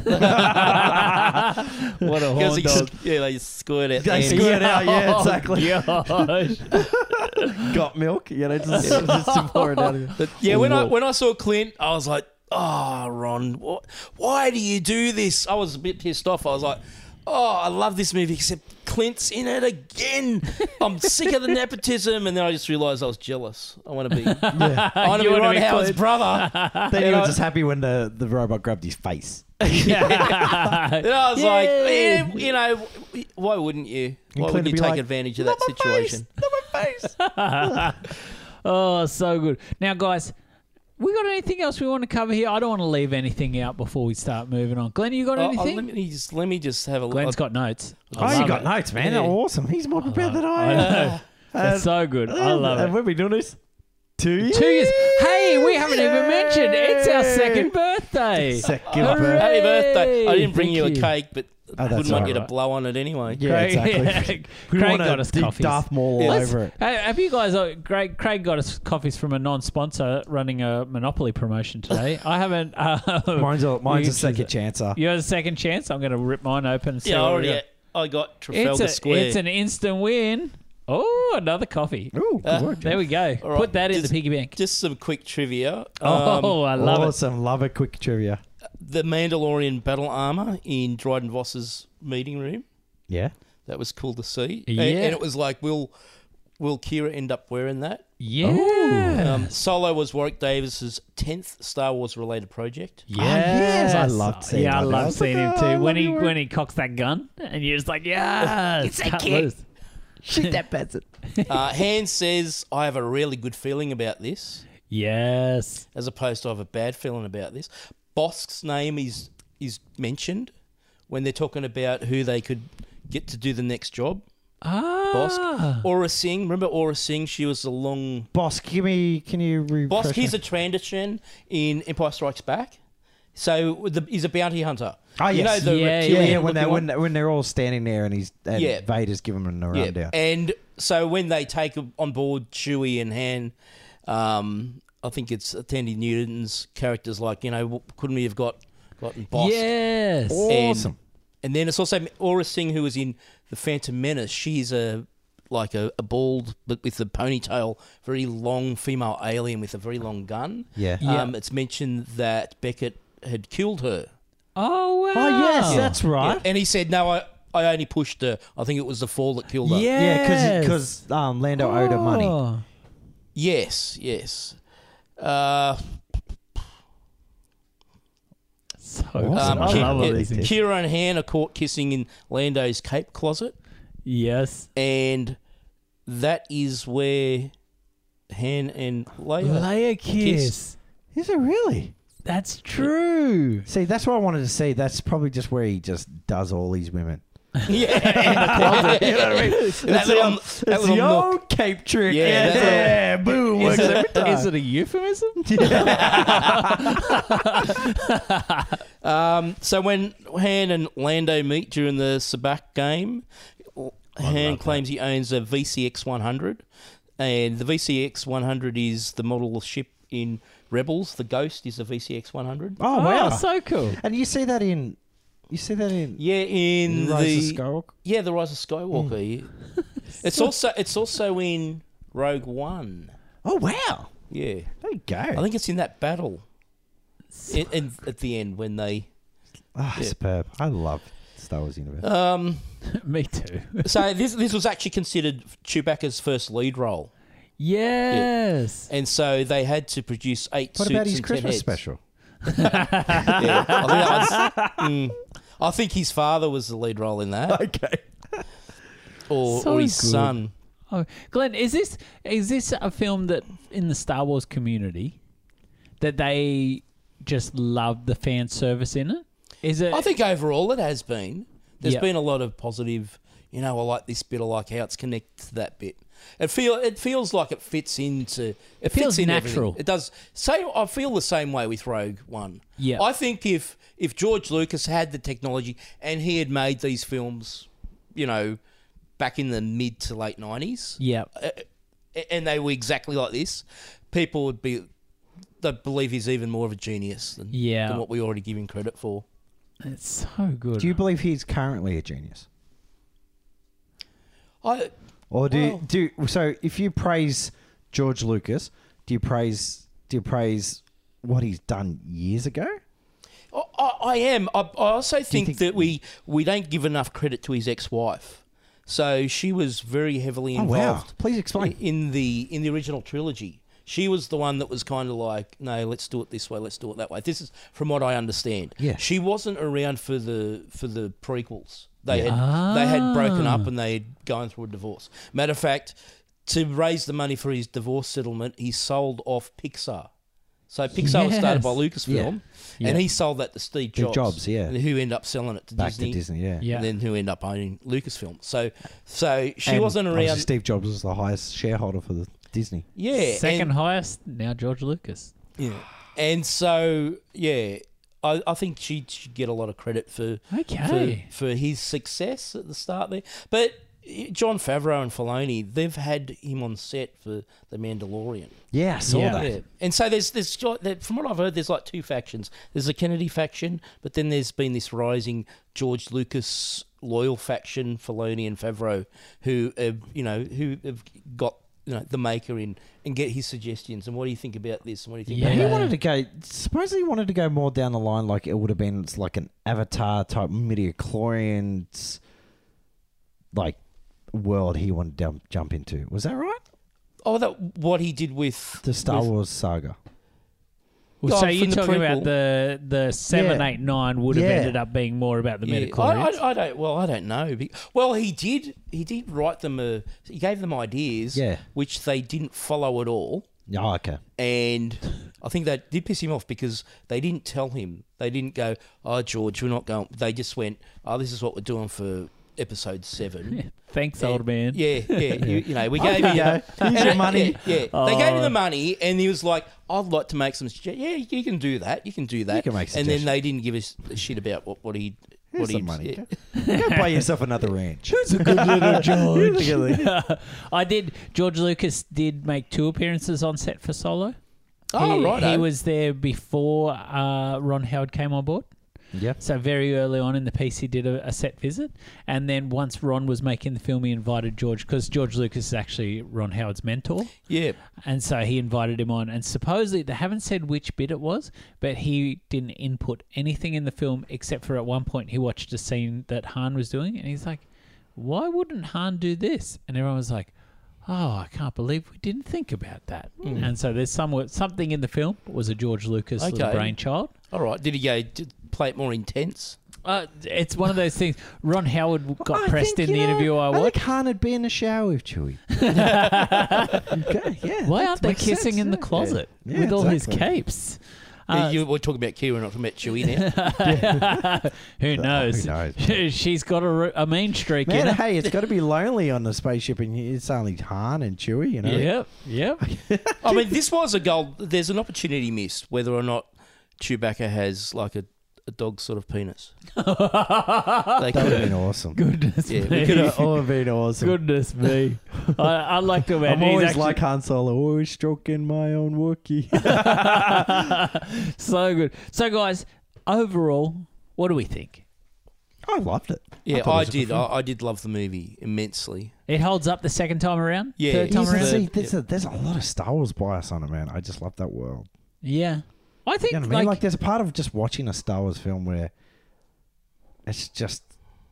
Speaker 1: What a
Speaker 3: Because
Speaker 1: horn
Speaker 3: he-
Speaker 1: dog.
Speaker 3: yeah, they squirt it.
Speaker 2: They squirt it out. <laughs> <laughs> Yeah, exactly. <laughs>
Speaker 1: Gosh.
Speaker 2: Got milk. You know, just, just pour it out. <laughs>
Speaker 3: But yeah, when I when I saw Clint, I was like, "Oh, Ron, wh- why do you do this?" I was a bit pissed off. I was like, "Oh, I love this movie, except Clint's in it again. I'm
Speaker 1: <laughs>
Speaker 3: sick of the nepotism." And then I just realised I was jealous. I want to be, <laughs> I want to
Speaker 1: You
Speaker 3: be
Speaker 1: wanna
Speaker 3: Ron
Speaker 1: be
Speaker 3: Howard's
Speaker 1: Clint.
Speaker 3: brother.
Speaker 2: Then you
Speaker 3: And I-
Speaker 2: were just happy when the, the robot grabbed his face.
Speaker 3: And I was like,
Speaker 1: Yay.
Speaker 3: eh, you know, why wouldn't you? Why
Speaker 2: Clint
Speaker 3: would
Speaker 2: would
Speaker 3: you
Speaker 2: be
Speaker 3: take
Speaker 2: like,
Speaker 3: advantage of that situation?
Speaker 1: <laughs> Oh, so good. Now, guys, we got anything else we want to cover here? I don't want to leave anything out before we start moving on. Glenn, you got
Speaker 3: Oh, oh,
Speaker 1: anything?
Speaker 3: let, me just, let me just have a look.
Speaker 1: Glenn's got notes.
Speaker 2: Oh,
Speaker 1: I
Speaker 2: you
Speaker 1: love
Speaker 2: got
Speaker 1: it.
Speaker 2: notes, man.
Speaker 3: Yeah.
Speaker 2: They're awesome. He's more prepared than I
Speaker 1: I
Speaker 2: <laughs> am.
Speaker 1: know. That's so good. I
Speaker 2: And
Speaker 1: love it.
Speaker 2: we've been doing this two years.
Speaker 1: Two years. Hey, we haven't even mentioned it's our
Speaker 2: <laughs>
Speaker 1: second birthday.
Speaker 2: Second
Speaker 1: Hooray.
Speaker 2: birthday.
Speaker 3: Happy birthday! I didn't bring
Speaker 1: Thank
Speaker 3: you a
Speaker 1: you.
Speaker 3: cake, but I
Speaker 2: that's
Speaker 3: wouldn't want you to
Speaker 2: alright.
Speaker 3: blow on it anyway.
Speaker 2: Yeah,
Speaker 1: Craig-
Speaker 2: <laughs> exactly. We
Speaker 1: Craig
Speaker 2: wanna
Speaker 1: got us
Speaker 2: dig
Speaker 1: coffees.
Speaker 2: Darth Maul all
Speaker 1: Let's-
Speaker 2: over it.
Speaker 1: Hey, have you guys? Uh, Craig, Craig got us coffees from a non-sponsor running a Monopoly promotion today. I haven't. Uh,
Speaker 2: Mine's a, mine's a
Speaker 1: used to-
Speaker 2: second chancer.
Speaker 1: You have a second chance. I'm going to rip mine open. And see
Speaker 3: Yeah, I
Speaker 1: what we
Speaker 3: already.
Speaker 1: got.
Speaker 3: I got Trafalgar
Speaker 1: It's, a,
Speaker 3: Square.
Speaker 1: it's an instant win. Oh, another coffee.
Speaker 2: Ooh, good work.
Speaker 1: There we go.
Speaker 3: All right.
Speaker 1: Put that in the
Speaker 3: Just-
Speaker 1: piggy bank.
Speaker 3: Just some quick trivia. Um,
Speaker 1: oh, I love it.
Speaker 2: Uh, awesome. Love it. Quick trivia.
Speaker 3: the Mandalorian battle armor in Dryden Voss's meeting room.
Speaker 2: Yeah.
Speaker 3: That was cool to see.
Speaker 1: Yeah.
Speaker 3: And, and it was like, we'll will Kira end up wearing that?
Speaker 1: Yeah. Oh, <sighs>
Speaker 3: Um, Solo was Warwick Davis's tenth Star Wars related project.
Speaker 1: Yes.
Speaker 2: Ah, yes, I loved seeing
Speaker 1: Yeah, I
Speaker 2: him. I
Speaker 1: loved
Speaker 2: was like,
Speaker 1: seeing him
Speaker 2: "Oh, I
Speaker 1: too. When
Speaker 2: love
Speaker 1: he
Speaker 2: you,
Speaker 1: when he cocks that gun, and you're just like, yeah,
Speaker 2: <laughs>
Speaker 1: it's cut loose.
Speaker 2: Shoot that bastard.
Speaker 3: Uh, Han says, "I have a really good feeling about this."
Speaker 1: Yes.
Speaker 3: as opposed to I have a bad feeling about this. Bosk's name is is mentioned when they're talking about who they could get to do the next job.
Speaker 1: Ah.
Speaker 3: Bosk, Aura Singh. Remember Aura Singh? She was the long
Speaker 2: Boss, give me. Can you refresh?
Speaker 3: Bosk.
Speaker 2: me?
Speaker 3: He's a transition in Empire Strikes Back. So the, he's a bounty hunter.
Speaker 2: Oh,
Speaker 3: You
Speaker 2: yes.
Speaker 3: know the
Speaker 1: Yeah, yeah,
Speaker 2: yeah,
Speaker 3: reptilian
Speaker 2: yeah. When they
Speaker 3: looking
Speaker 2: when, they- when they're all standing there and he's and
Speaker 3: Yeah.
Speaker 2: Vader's giving them a
Speaker 3: one?
Speaker 2: rundown.
Speaker 3: Yeah. And so when they take on board Chewie and Han, um, I think it's Tandy Newton's characters like you know couldn't we have got gotten Bosk?
Speaker 1: Yes.
Speaker 2: Oh.
Speaker 3: And-
Speaker 2: Awesome.
Speaker 3: And, then it's also Aura Singh, who was in The Phantom Menace. She's a like a, a bald, but with a ponytail, very long female alien with a very long gun.
Speaker 2: Yeah.
Speaker 3: Um, it's mentioned that Beckett had killed her.
Speaker 1: Oh wow.
Speaker 2: Oh yes, that's
Speaker 3: Yeah.
Speaker 2: right.
Speaker 3: And he said, no, I, I only pushed her. I think it was the fall that killed her.
Speaker 2: Yeah, because
Speaker 1: Yes.
Speaker 2: um, Lando owed her money.
Speaker 1: Oh.
Speaker 3: Yes, yes. Uh,
Speaker 1: So
Speaker 2: Awesome.
Speaker 3: um,
Speaker 1: I
Speaker 2: Ki-
Speaker 1: love all
Speaker 2: it-
Speaker 1: these things.
Speaker 3: Kira and Han are caught kissing in Lando's cape closet.
Speaker 1: Yes.
Speaker 3: and that is where Han and Leia. <laughs>
Speaker 1: Leia kiss.
Speaker 3: Kiss.
Speaker 2: Is it really?
Speaker 1: That's true.
Speaker 2: See, that's what I wanted to see. That's probably just where he just does all these women. <laughs>
Speaker 3: yeah,
Speaker 2: You know what I mean? It's
Speaker 3: <laughs> That little-
Speaker 2: it's
Speaker 3: that little
Speaker 2: the
Speaker 3: knock.
Speaker 2: old cape trick.
Speaker 3: Yeah,
Speaker 2: Yeah,
Speaker 3: that's
Speaker 2: yeah, boom. Works
Speaker 1: Is
Speaker 2: every
Speaker 1: it-
Speaker 2: time.
Speaker 1: is it a euphemism?
Speaker 3: um, so when Han and Lando meet during the Sabak game, Han claims he owns a VCX 100, and the VCX 100 is the model ship in Rebels. The Ghost is the VCX 100.
Speaker 2: Oh wow!
Speaker 1: so cool.
Speaker 2: and you see that in, you see that in
Speaker 3: Yeah, in
Speaker 2: Rise of
Speaker 3: the
Speaker 2: Skywalker.
Speaker 3: yeah, the Rise of Skywalker.
Speaker 2: Hmm. <laughs>
Speaker 3: yeah. it's also it's also in Rogue One.
Speaker 2: Oh wow!
Speaker 3: Yeah.
Speaker 2: There you go.
Speaker 3: I think it's in that battle. In, in, at the end when they
Speaker 2: Ah,
Speaker 3: Yeah.
Speaker 2: superb. I love Star Wars universe.
Speaker 3: um
Speaker 1: <laughs> Me too.
Speaker 3: so this this was actually considered Chewbacca's first lead role.
Speaker 1: Yes.
Speaker 3: And so they had to produce eight
Speaker 2: what
Speaker 3: suits
Speaker 2: about his
Speaker 3: and 10
Speaker 2: Christmas
Speaker 3: heads.
Speaker 2: special? <laughs>
Speaker 3: Yeah, I, think that one's- mm. I think his father was the lead role in that
Speaker 2: Okay.
Speaker 3: or,
Speaker 1: So
Speaker 3: or his
Speaker 1: good.
Speaker 3: son.
Speaker 1: Oh, Glenn, is this is this a film that in the Star Wars community that they just love the fan service in it? Is it?
Speaker 3: I think overall it has been. There's
Speaker 1: Yeah.
Speaker 3: been a lot of positive, you know, I like this bit, I like how it's connected to that bit. It feel it feels like it fits into it
Speaker 1: feels
Speaker 3: fits in everything.
Speaker 1: natural.
Speaker 3: It does say I feel the same way with Rogue One.
Speaker 1: Yeah.
Speaker 3: I think if if George Lucas had the technology and he had made these films, you know, back in the mid to late nineties,
Speaker 1: yeah.
Speaker 3: and they were exactly like this, people would be they believe he's even more of a genius than,
Speaker 1: Yeah.
Speaker 3: than what we already give him credit for.
Speaker 1: It's so good.
Speaker 2: Do you believe he's currently a genius?
Speaker 3: I
Speaker 2: Or do
Speaker 3: Well-
Speaker 2: do so? If you praise George Lucas, do you praise do you praise what he's done years ago?
Speaker 3: I, I- I am. I, I also think,
Speaker 2: think- Mm.
Speaker 3: that we we don't give enough credit to his ex-wife. So she was very heavily
Speaker 2: Oh, wow.
Speaker 3: involved.
Speaker 2: Please explain.
Speaker 3: In the in the original trilogy, she was the one that was kind of like, no, let's do it this way, let's do it that way. This is from what I understand.
Speaker 2: Yeah.
Speaker 3: she wasn't around for the for the prequels. They had
Speaker 1: Ah.
Speaker 3: they had broken up and they had gone through a divorce. Matter of fact, to raise the money for his divorce settlement, he sold off Pixar. So Pixar was started by
Speaker 1: Yes.
Speaker 3: Lucasfilm,
Speaker 1: Yeah.
Speaker 3: and he sold that to Steve
Speaker 2: Steve
Speaker 3: Jobs.
Speaker 2: Jobs, yeah.
Speaker 3: Who end up selling it to
Speaker 2: Back
Speaker 3: Disney,
Speaker 2: to Disney, yeah.
Speaker 1: Yeah.
Speaker 3: and then who end up owning Lucasfilm. So, so she
Speaker 2: And
Speaker 3: wasn't
Speaker 2: obviously
Speaker 3: around.
Speaker 2: Steve Jobs was the highest shareholder for the Disney.
Speaker 3: Yeah,
Speaker 1: Second
Speaker 3: and-
Speaker 1: highest now, George Lucas.
Speaker 3: Yeah. And so, yeah, I, I think she should get a lot of credit for,
Speaker 1: Okay.
Speaker 3: for for his success at the start there. But eh, John Favreau and Filoni, they've had him on set for The Mandalorian.
Speaker 2: Yeah, I saw
Speaker 1: Yeah.
Speaker 2: that.
Speaker 3: Yeah. And so there's there's jo- there- from what I've heard, there's like two factions. There's the Kennedy faction, but then there's been this rising George Lucas loyal faction, Filoni and Favreau, who have, you know who have got you know the maker in and get his suggestions and what do you think about this and what do you think
Speaker 1: Yeah.
Speaker 2: He
Speaker 3: about
Speaker 2: wanted to go. Suppose he wanted to go more down the line, like it would have been it's like an Avatar type midi chlorians, like world he wanted to dump- jump into. Was that right?
Speaker 3: Oh, that what he did with
Speaker 2: The Star
Speaker 3: with-
Speaker 2: Wars saga.
Speaker 1: Well, so
Speaker 3: Oh,
Speaker 1: you're
Speaker 3: from the
Speaker 1: talking about
Speaker 3: prequel.
Speaker 1: the the seven,
Speaker 2: Yeah.
Speaker 1: eight, nine would have
Speaker 2: Yeah.
Speaker 1: ended up being more about the
Speaker 3: Yeah,
Speaker 1: medical.
Speaker 3: I, I, I don't. Well, I don't know. Be- Well, he did. He did write them. A, he gave them ideas,
Speaker 2: Yeah.
Speaker 3: which they didn't follow at all.
Speaker 2: Yeah, oh, okay.
Speaker 3: And I think that did piss him off because they didn't tell him. They didn't go, "Oh, George, we're not going." They just went, "Oh, this is what we're doing for episode
Speaker 1: <laughs>
Speaker 3: seven.
Speaker 1: Thanks, old man.
Speaker 3: Yeah, yeah. You, you know, we gave you.
Speaker 2: Okay. <laughs> Here's your money. Oh.
Speaker 3: Yeah, yeah. they gave him the money, and he was like, "I'd like to make some. sugge- Yeah, you can do that. You can do that.
Speaker 2: can make
Speaker 3: and then
Speaker 2: suggestions.
Speaker 3: they didn't give us a shit about what what he.
Speaker 2: Here's
Speaker 3: What he
Speaker 2: some <laughs> money. Go buy yourself another ranch.
Speaker 1: It's a good <laughs> little George.
Speaker 2: Really?
Speaker 1: <laughs> I did. George Lucas did make two appearances on set for Solo.
Speaker 3: Oh,
Speaker 1: he,
Speaker 3: right.
Speaker 1: He was there before uh, Ron Howard came on board.
Speaker 2: Yep.
Speaker 1: So very early on in the piece, he did a, a set visit, and then once Ron was making the film, he invited George because George Lucas is actually Ron Howard's mentor,
Speaker 3: Yeah.
Speaker 1: and so he invited him on. And supposedly they haven't said which bit it was, but he didn't input anything in the film except for at one point he watched a scene that Han was doing, and he's like, "Why wouldn't Han do this?" And everyone was like. Oh, I can't believe we didn't think about that.
Speaker 2: Hmm.
Speaker 1: And so there's some, something in the film was a George Lucas little
Speaker 3: Okay.
Speaker 1: brainchild.
Speaker 3: All right. Did he go did, play it more intense?
Speaker 1: Uh, it's one of those things. Ron Howard got
Speaker 2: I
Speaker 1: pressed
Speaker 2: think,
Speaker 1: in the
Speaker 2: you know,
Speaker 1: interview I watched.
Speaker 2: think Han would be in the shower with Chewie. <laughs> okay, yeah.
Speaker 1: Why
Speaker 2: that
Speaker 1: aren't they
Speaker 2: makes
Speaker 1: kissing
Speaker 2: sense,
Speaker 1: in the
Speaker 2: yeah.
Speaker 1: closet
Speaker 2: Yeah,
Speaker 1: with all his
Speaker 2: exactly.
Speaker 1: capes?
Speaker 3: Yeah,
Speaker 1: Uh,
Speaker 3: you were talking about Kira, not about Chewie
Speaker 1: <laughs>
Speaker 2: <laughs>
Speaker 3: now.
Speaker 1: who knows? <laughs>
Speaker 2: Who knows?
Speaker 1: She's got a, ro- a mean streak
Speaker 2: Man,
Speaker 1: in her.
Speaker 2: hey, it's got to be lonely on the spaceship, and it's only Han and Chewie, you know.
Speaker 1: Yep, yep.
Speaker 3: I mean, this was a goal. There's an opportunity missed, whether or not Chewbacca has like a, a dog sort of penis. They
Speaker 2: That would
Speaker 3: could
Speaker 2: have
Speaker 3: have.
Speaker 2: been
Speaker 1: <laughs>
Speaker 2: awesome. <laughs>
Speaker 1: Goodness
Speaker 3: Yeah, we
Speaker 1: me. <laughs>
Speaker 2: Could have all been awesome.
Speaker 1: Goodness me. I, I like to imagine
Speaker 2: I'm
Speaker 1: he's
Speaker 2: always
Speaker 1: actually-
Speaker 2: like Han Solo, always stroking my own Wookiee.
Speaker 1: <laughs>
Speaker 2: <laughs>
Speaker 1: so good. So, guys, overall, what do we think?
Speaker 2: I loved it. thought
Speaker 3: Yeah,
Speaker 2: it
Speaker 3: I,
Speaker 2: was a good
Speaker 3: did.
Speaker 2: film.
Speaker 3: I, I did love the movie immensely.
Speaker 1: It holds up the second time around?
Speaker 3: Yeah,
Speaker 1: Third time
Speaker 2: You can
Speaker 1: around?
Speaker 2: see, there's, a, there's a lot of Star Wars bias on it, man. I just love that world.
Speaker 1: Yeah. I think,
Speaker 2: You know what I mean? Like, there's a part of just watching a Star Wars film where it's just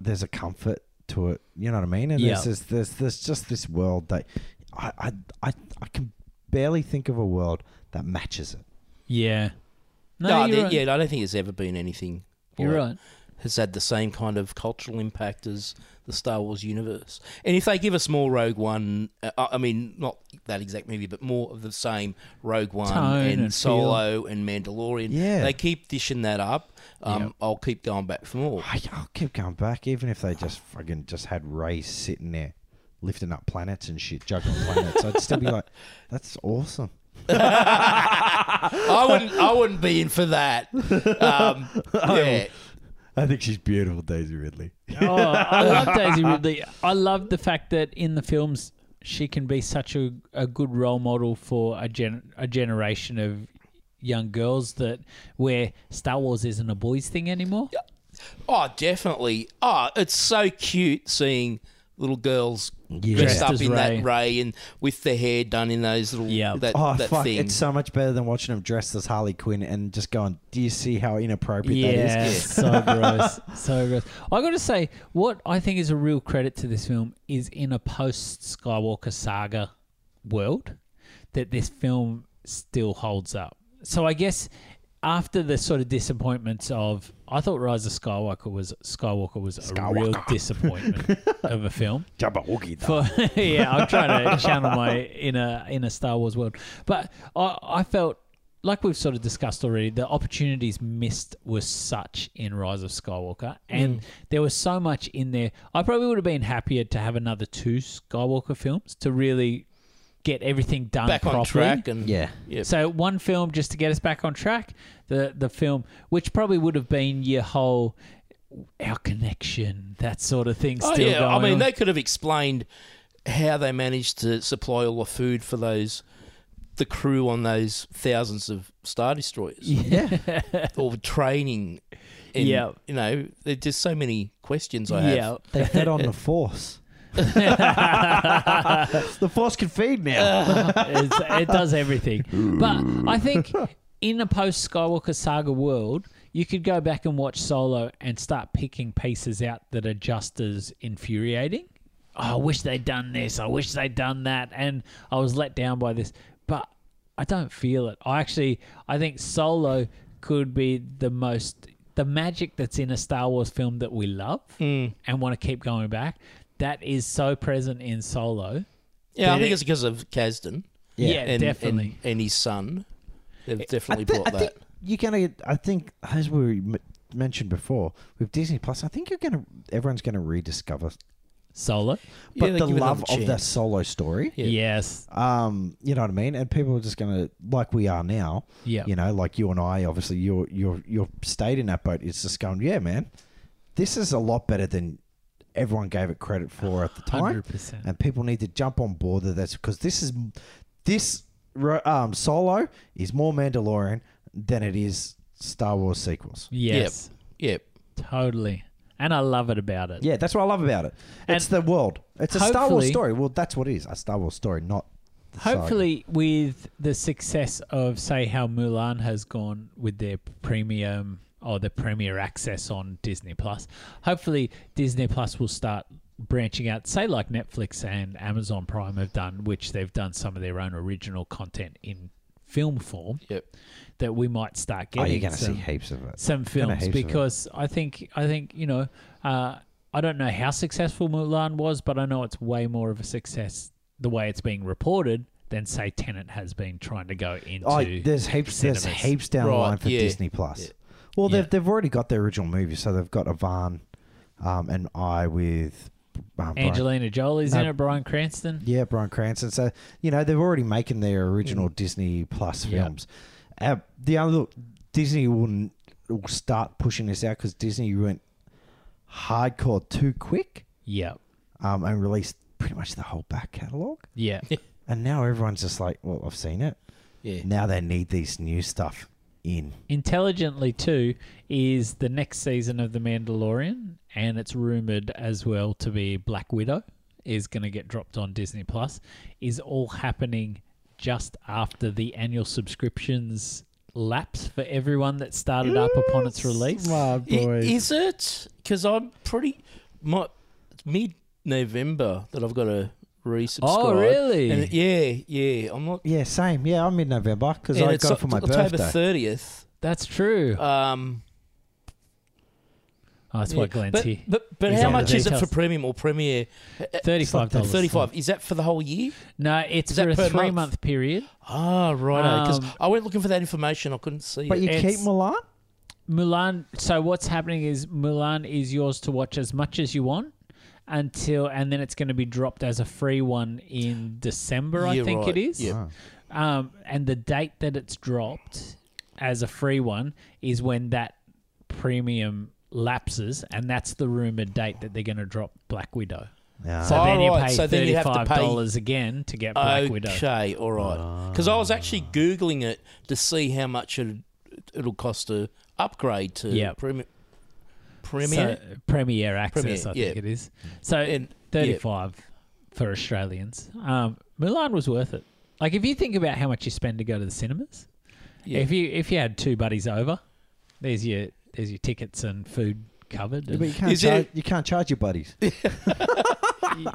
Speaker 2: there's a comfort to it. You know what I mean? And
Speaker 1: Yeah.
Speaker 2: there's, this, there's there's just this world that I, I I I can barely think of a world that matches it.
Speaker 1: yeah. No,
Speaker 3: No,
Speaker 1: you're
Speaker 3: there-
Speaker 1: right.
Speaker 3: yeah, I don't think there's ever been anything.
Speaker 1: You're
Speaker 3: that
Speaker 1: right.
Speaker 3: Has had the same kind of cultural impact as the Star Wars universe. And if they give us more Rogue One, uh, I I mean, not that exact movie, but more of the same Rogue One
Speaker 1: Tone
Speaker 3: and,
Speaker 1: and
Speaker 3: Solo and Mandalorian,
Speaker 2: Yeah.
Speaker 3: they keep dishing that up. Um, I'll keep going back for more.
Speaker 2: I, I'll keep going back, even if they just fucking just had Ray sitting there lifting up planets and shit, juggling planets. I'd still be like, <laughs> that's awesome.
Speaker 3: I wouldn't. I wouldn't be in for that. Um, yeah.
Speaker 2: I think she's beautiful, Daisy Ridley.
Speaker 1: oh, I love Daisy Ridley. I love the fact that in the films she can be such a, a good role model for a gen a generation of young girls that where Star Wars isn't a boys thing anymore.
Speaker 3: Oh, definitely. Oh, it's so cute seeing little girls dressed
Speaker 1: Dressed
Speaker 3: up
Speaker 1: as
Speaker 3: in
Speaker 1: Ray.
Speaker 3: that Ray and with their hair done in those little
Speaker 1: Yeah.
Speaker 3: that,
Speaker 2: <laughs> Oh
Speaker 3: that
Speaker 2: fuck!
Speaker 3: thing.
Speaker 2: It's so much better than watching them dressed as Harley Quinn and just going, "Do you see how inappropriate that
Speaker 1: Yeah,
Speaker 2: is?" <laughs>
Speaker 1: so gross, so gross. I got to say, what I think is a real credit to this film is in a post Skywalker saga world that this film still holds up. So I guess after the sort of disappointments of, I thought Rise of Skywalker was Skywalker was a real
Speaker 2: <laughs>
Speaker 1: disappointment of a film.
Speaker 2: Jabba Wookiee. though.
Speaker 1: For, <laughs> yeah, I'm trying to channel my inner inner Star Wars world, but I, I felt like we've sort of discussed already, the opportunities missed were such in Rise of
Speaker 3: Mm.
Speaker 1: Skywalker, and there was so much in there. I probably would have been happier to have another two Skywalker films to really get everything done
Speaker 3: back
Speaker 1: properly.
Speaker 3: on track and
Speaker 2: Yeah.
Speaker 3: yeah.
Speaker 1: So one film just to get us back on track. The the film, which probably would have been your whole our connection, that sort of thing.
Speaker 3: Oh,
Speaker 1: still
Speaker 3: yeah.
Speaker 1: going
Speaker 3: I mean,
Speaker 1: on.
Speaker 3: they
Speaker 1: <laughs>
Speaker 3: could have explained how they managed to supply all the food for those the crew on those thousands of star destroyers
Speaker 2: Yeah.
Speaker 3: or training. And,
Speaker 1: Yeah.
Speaker 3: you know, there's just <laughs> so many questions I have.
Speaker 1: Yeah.
Speaker 2: They fed
Speaker 3: <laughs>
Speaker 2: on the Force. the Force can feed now.
Speaker 1: it's, it does everything. But I think in a post Skywalker saga world, you could go back and watch Solo and start picking pieces out that are just as infuriating. oh, I wish they'd done this. I wish they'd done that. And I was let down by this. But I don't feel it. I actually, I think Solo could be the most, the magic that's in a Star Wars film that we love and want to keep going back. That is so present in Solo.
Speaker 3: Yeah, I
Speaker 1: Did
Speaker 3: think
Speaker 1: it-
Speaker 3: it's because of Kasdan.
Speaker 1: Yeah,
Speaker 3: and,
Speaker 1: definitely.
Speaker 3: And, and his son. They've definitely
Speaker 2: I thi-
Speaker 3: brought
Speaker 2: I
Speaker 3: that.
Speaker 2: Think you're gonna. Get, I think as we m- mentioned before with Disney Plus, I think you're gonna. Everyone's gonna rediscover,
Speaker 1: Solo.
Speaker 3: Yeah,
Speaker 2: but
Speaker 3: they
Speaker 2: the
Speaker 3: give it
Speaker 2: love
Speaker 3: another
Speaker 2: of the
Speaker 3: chance.
Speaker 2: solo story.
Speaker 3: Yeah.
Speaker 1: Yes.
Speaker 2: Um, you know what I mean? And people are just gonna like we are now.
Speaker 1: Yeah.
Speaker 2: You know, like you and I. Obviously, you're you're you're stayed in that boat. It's just going. Yeah, man. This is a lot better than everyone gave it credit for
Speaker 3: <sighs>
Speaker 2: at the time.
Speaker 1: 100%.
Speaker 2: And people need to jump on board of this because this is this ro- um, solo is more Mandalorian than it is Star Wars sequels.
Speaker 1: Yes.
Speaker 3: Yep.
Speaker 1: Totally. And I love it about it.
Speaker 2: Yeah, that's what I love about it. It's the world. It's a Star Wars
Speaker 1: Hopefully-
Speaker 2: story. Well, that's what it is. A Star Wars story, not the saga.
Speaker 1: Hopefully, with the success of, say, how Mulan has gone with their premium or the premier access on Disney Plus, hopefully Disney Plus will start branching out, say, like Netflix and Amazon Prime have done, which they've done some of their own original content in film form,
Speaker 3: Yep.
Speaker 1: that we might start
Speaker 2: Oh,
Speaker 1: getting.
Speaker 2: you're going to see
Speaker 1: some-
Speaker 2: heaps of it.
Speaker 1: some films
Speaker 2: heaps of it.
Speaker 1: because I think I think you know uh, I don't know how successful Mulan was, but I know it's way more of a success the way it's being reported than say Tenet has been trying to go into.
Speaker 2: Oh, there's heaps. There's
Speaker 1: cinemas.
Speaker 2: heaps down the
Speaker 3: Right,
Speaker 2: line for
Speaker 3: yeah.
Speaker 2: Disney Plus.
Speaker 3: Yeah.
Speaker 2: Well, they've
Speaker 1: Yeah.
Speaker 2: they've already got their original movie, so they've got Ivan um, and I with um, Brian-
Speaker 1: Angelina Jolie's in
Speaker 2: No.
Speaker 1: it, Brian Cranston.
Speaker 2: Yeah, Brian Cranston. So you know they're already making their original Disney Plus
Speaker 1: Yeah.
Speaker 2: films. Uh, the other look, Disney will, n- will start pushing this out because Disney went hardcore too quick
Speaker 1: Yep.
Speaker 2: um, and released pretty much the whole back catalog.
Speaker 1: Yeah.
Speaker 2: And now everyone's just like, well, I've seen it.
Speaker 3: Yeah.
Speaker 2: Now they need these new stuff in.
Speaker 1: Intelligently too is the next season of The Mandalorian, and it's rumored as well to be Black Widow is going to get dropped on Disney Plus. Is all happening just after the annual subscriptions lapse for everyone that started up upon its release.
Speaker 2: Smart
Speaker 3: I- Is it? Because I'm pretty my mid November that I've got to resubscribe.
Speaker 1: Oh, really?
Speaker 3: And it- yeah, yeah. I'm not.
Speaker 2: yeah, same. Yeah, I'm in November because
Speaker 3: and
Speaker 2: I
Speaker 3: it's
Speaker 2: got
Speaker 3: o-
Speaker 2: it for my
Speaker 3: October
Speaker 2: birthday.
Speaker 3: thirtieth.
Speaker 1: That's true.
Speaker 3: Um,
Speaker 1: Oh, that's
Speaker 3: yeah.
Speaker 1: why Glenn's
Speaker 3: but,
Speaker 1: here.
Speaker 3: But, but
Speaker 1: He's
Speaker 3: how
Speaker 1: on
Speaker 3: much
Speaker 1: the
Speaker 3: is it for
Speaker 1: details.
Speaker 3: premium or premiere?
Speaker 1: Thirty-five dollars.
Speaker 3: Thirty-five. Is that for the whole year?
Speaker 1: No, it's
Speaker 3: Is that
Speaker 1: for a
Speaker 3: per month?
Speaker 1: three-month period.
Speaker 3: Ah, right. Because
Speaker 1: Um,
Speaker 3: I went looking for that information. I couldn't see
Speaker 2: But
Speaker 3: it.
Speaker 2: you keep
Speaker 1: It's-
Speaker 2: Milan?
Speaker 1: Mulan. So what's happening is Mulan is yours to watch as much as you want until, and then it's going to be dropped as a free one in December. I
Speaker 3: Yeah,
Speaker 1: think
Speaker 3: right.
Speaker 1: it is.
Speaker 3: Yeah.
Speaker 1: Um, and the date that it's dropped as a free one is when that premium lapses, and that's the rumored date that they're going to drop Black Widow.
Speaker 2: Yeah.
Speaker 1: So
Speaker 3: Oh,
Speaker 1: then you
Speaker 3: right.
Speaker 1: pay
Speaker 3: So then you have to
Speaker 1: thirty-five
Speaker 3: pay-
Speaker 1: dollars again to get Black
Speaker 3: okay,
Speaker 1: Widow.
Speaker 3: all right. Because I was actually googling it to see how much it, it'll cost to upgrade to
Speaker 1: Yep.
Speaker 3: premi- Premier.
Speaker 1: So, Premier access,
Speaker 3: Premier,
Speaker 1: I think
Speaker 3: yeah.
Speaker 1: it is. So
Speaker 3: And-
Speaker 1: thirty-five for Australians. Um, Mulan was worth it. Like if you think about how much you spend to go to the cinemas,
Speaker 3: Yeah. <laughs>
Speaker 1: if you if you had two buddies over, there's your there's your tickets and food covered.
Speaker 2: Yeah, but you
Speaker 1: and-
Speaker 2: can't,
Speaker 3: Is it-
Speaker 2: charge, you can't charge your buddies.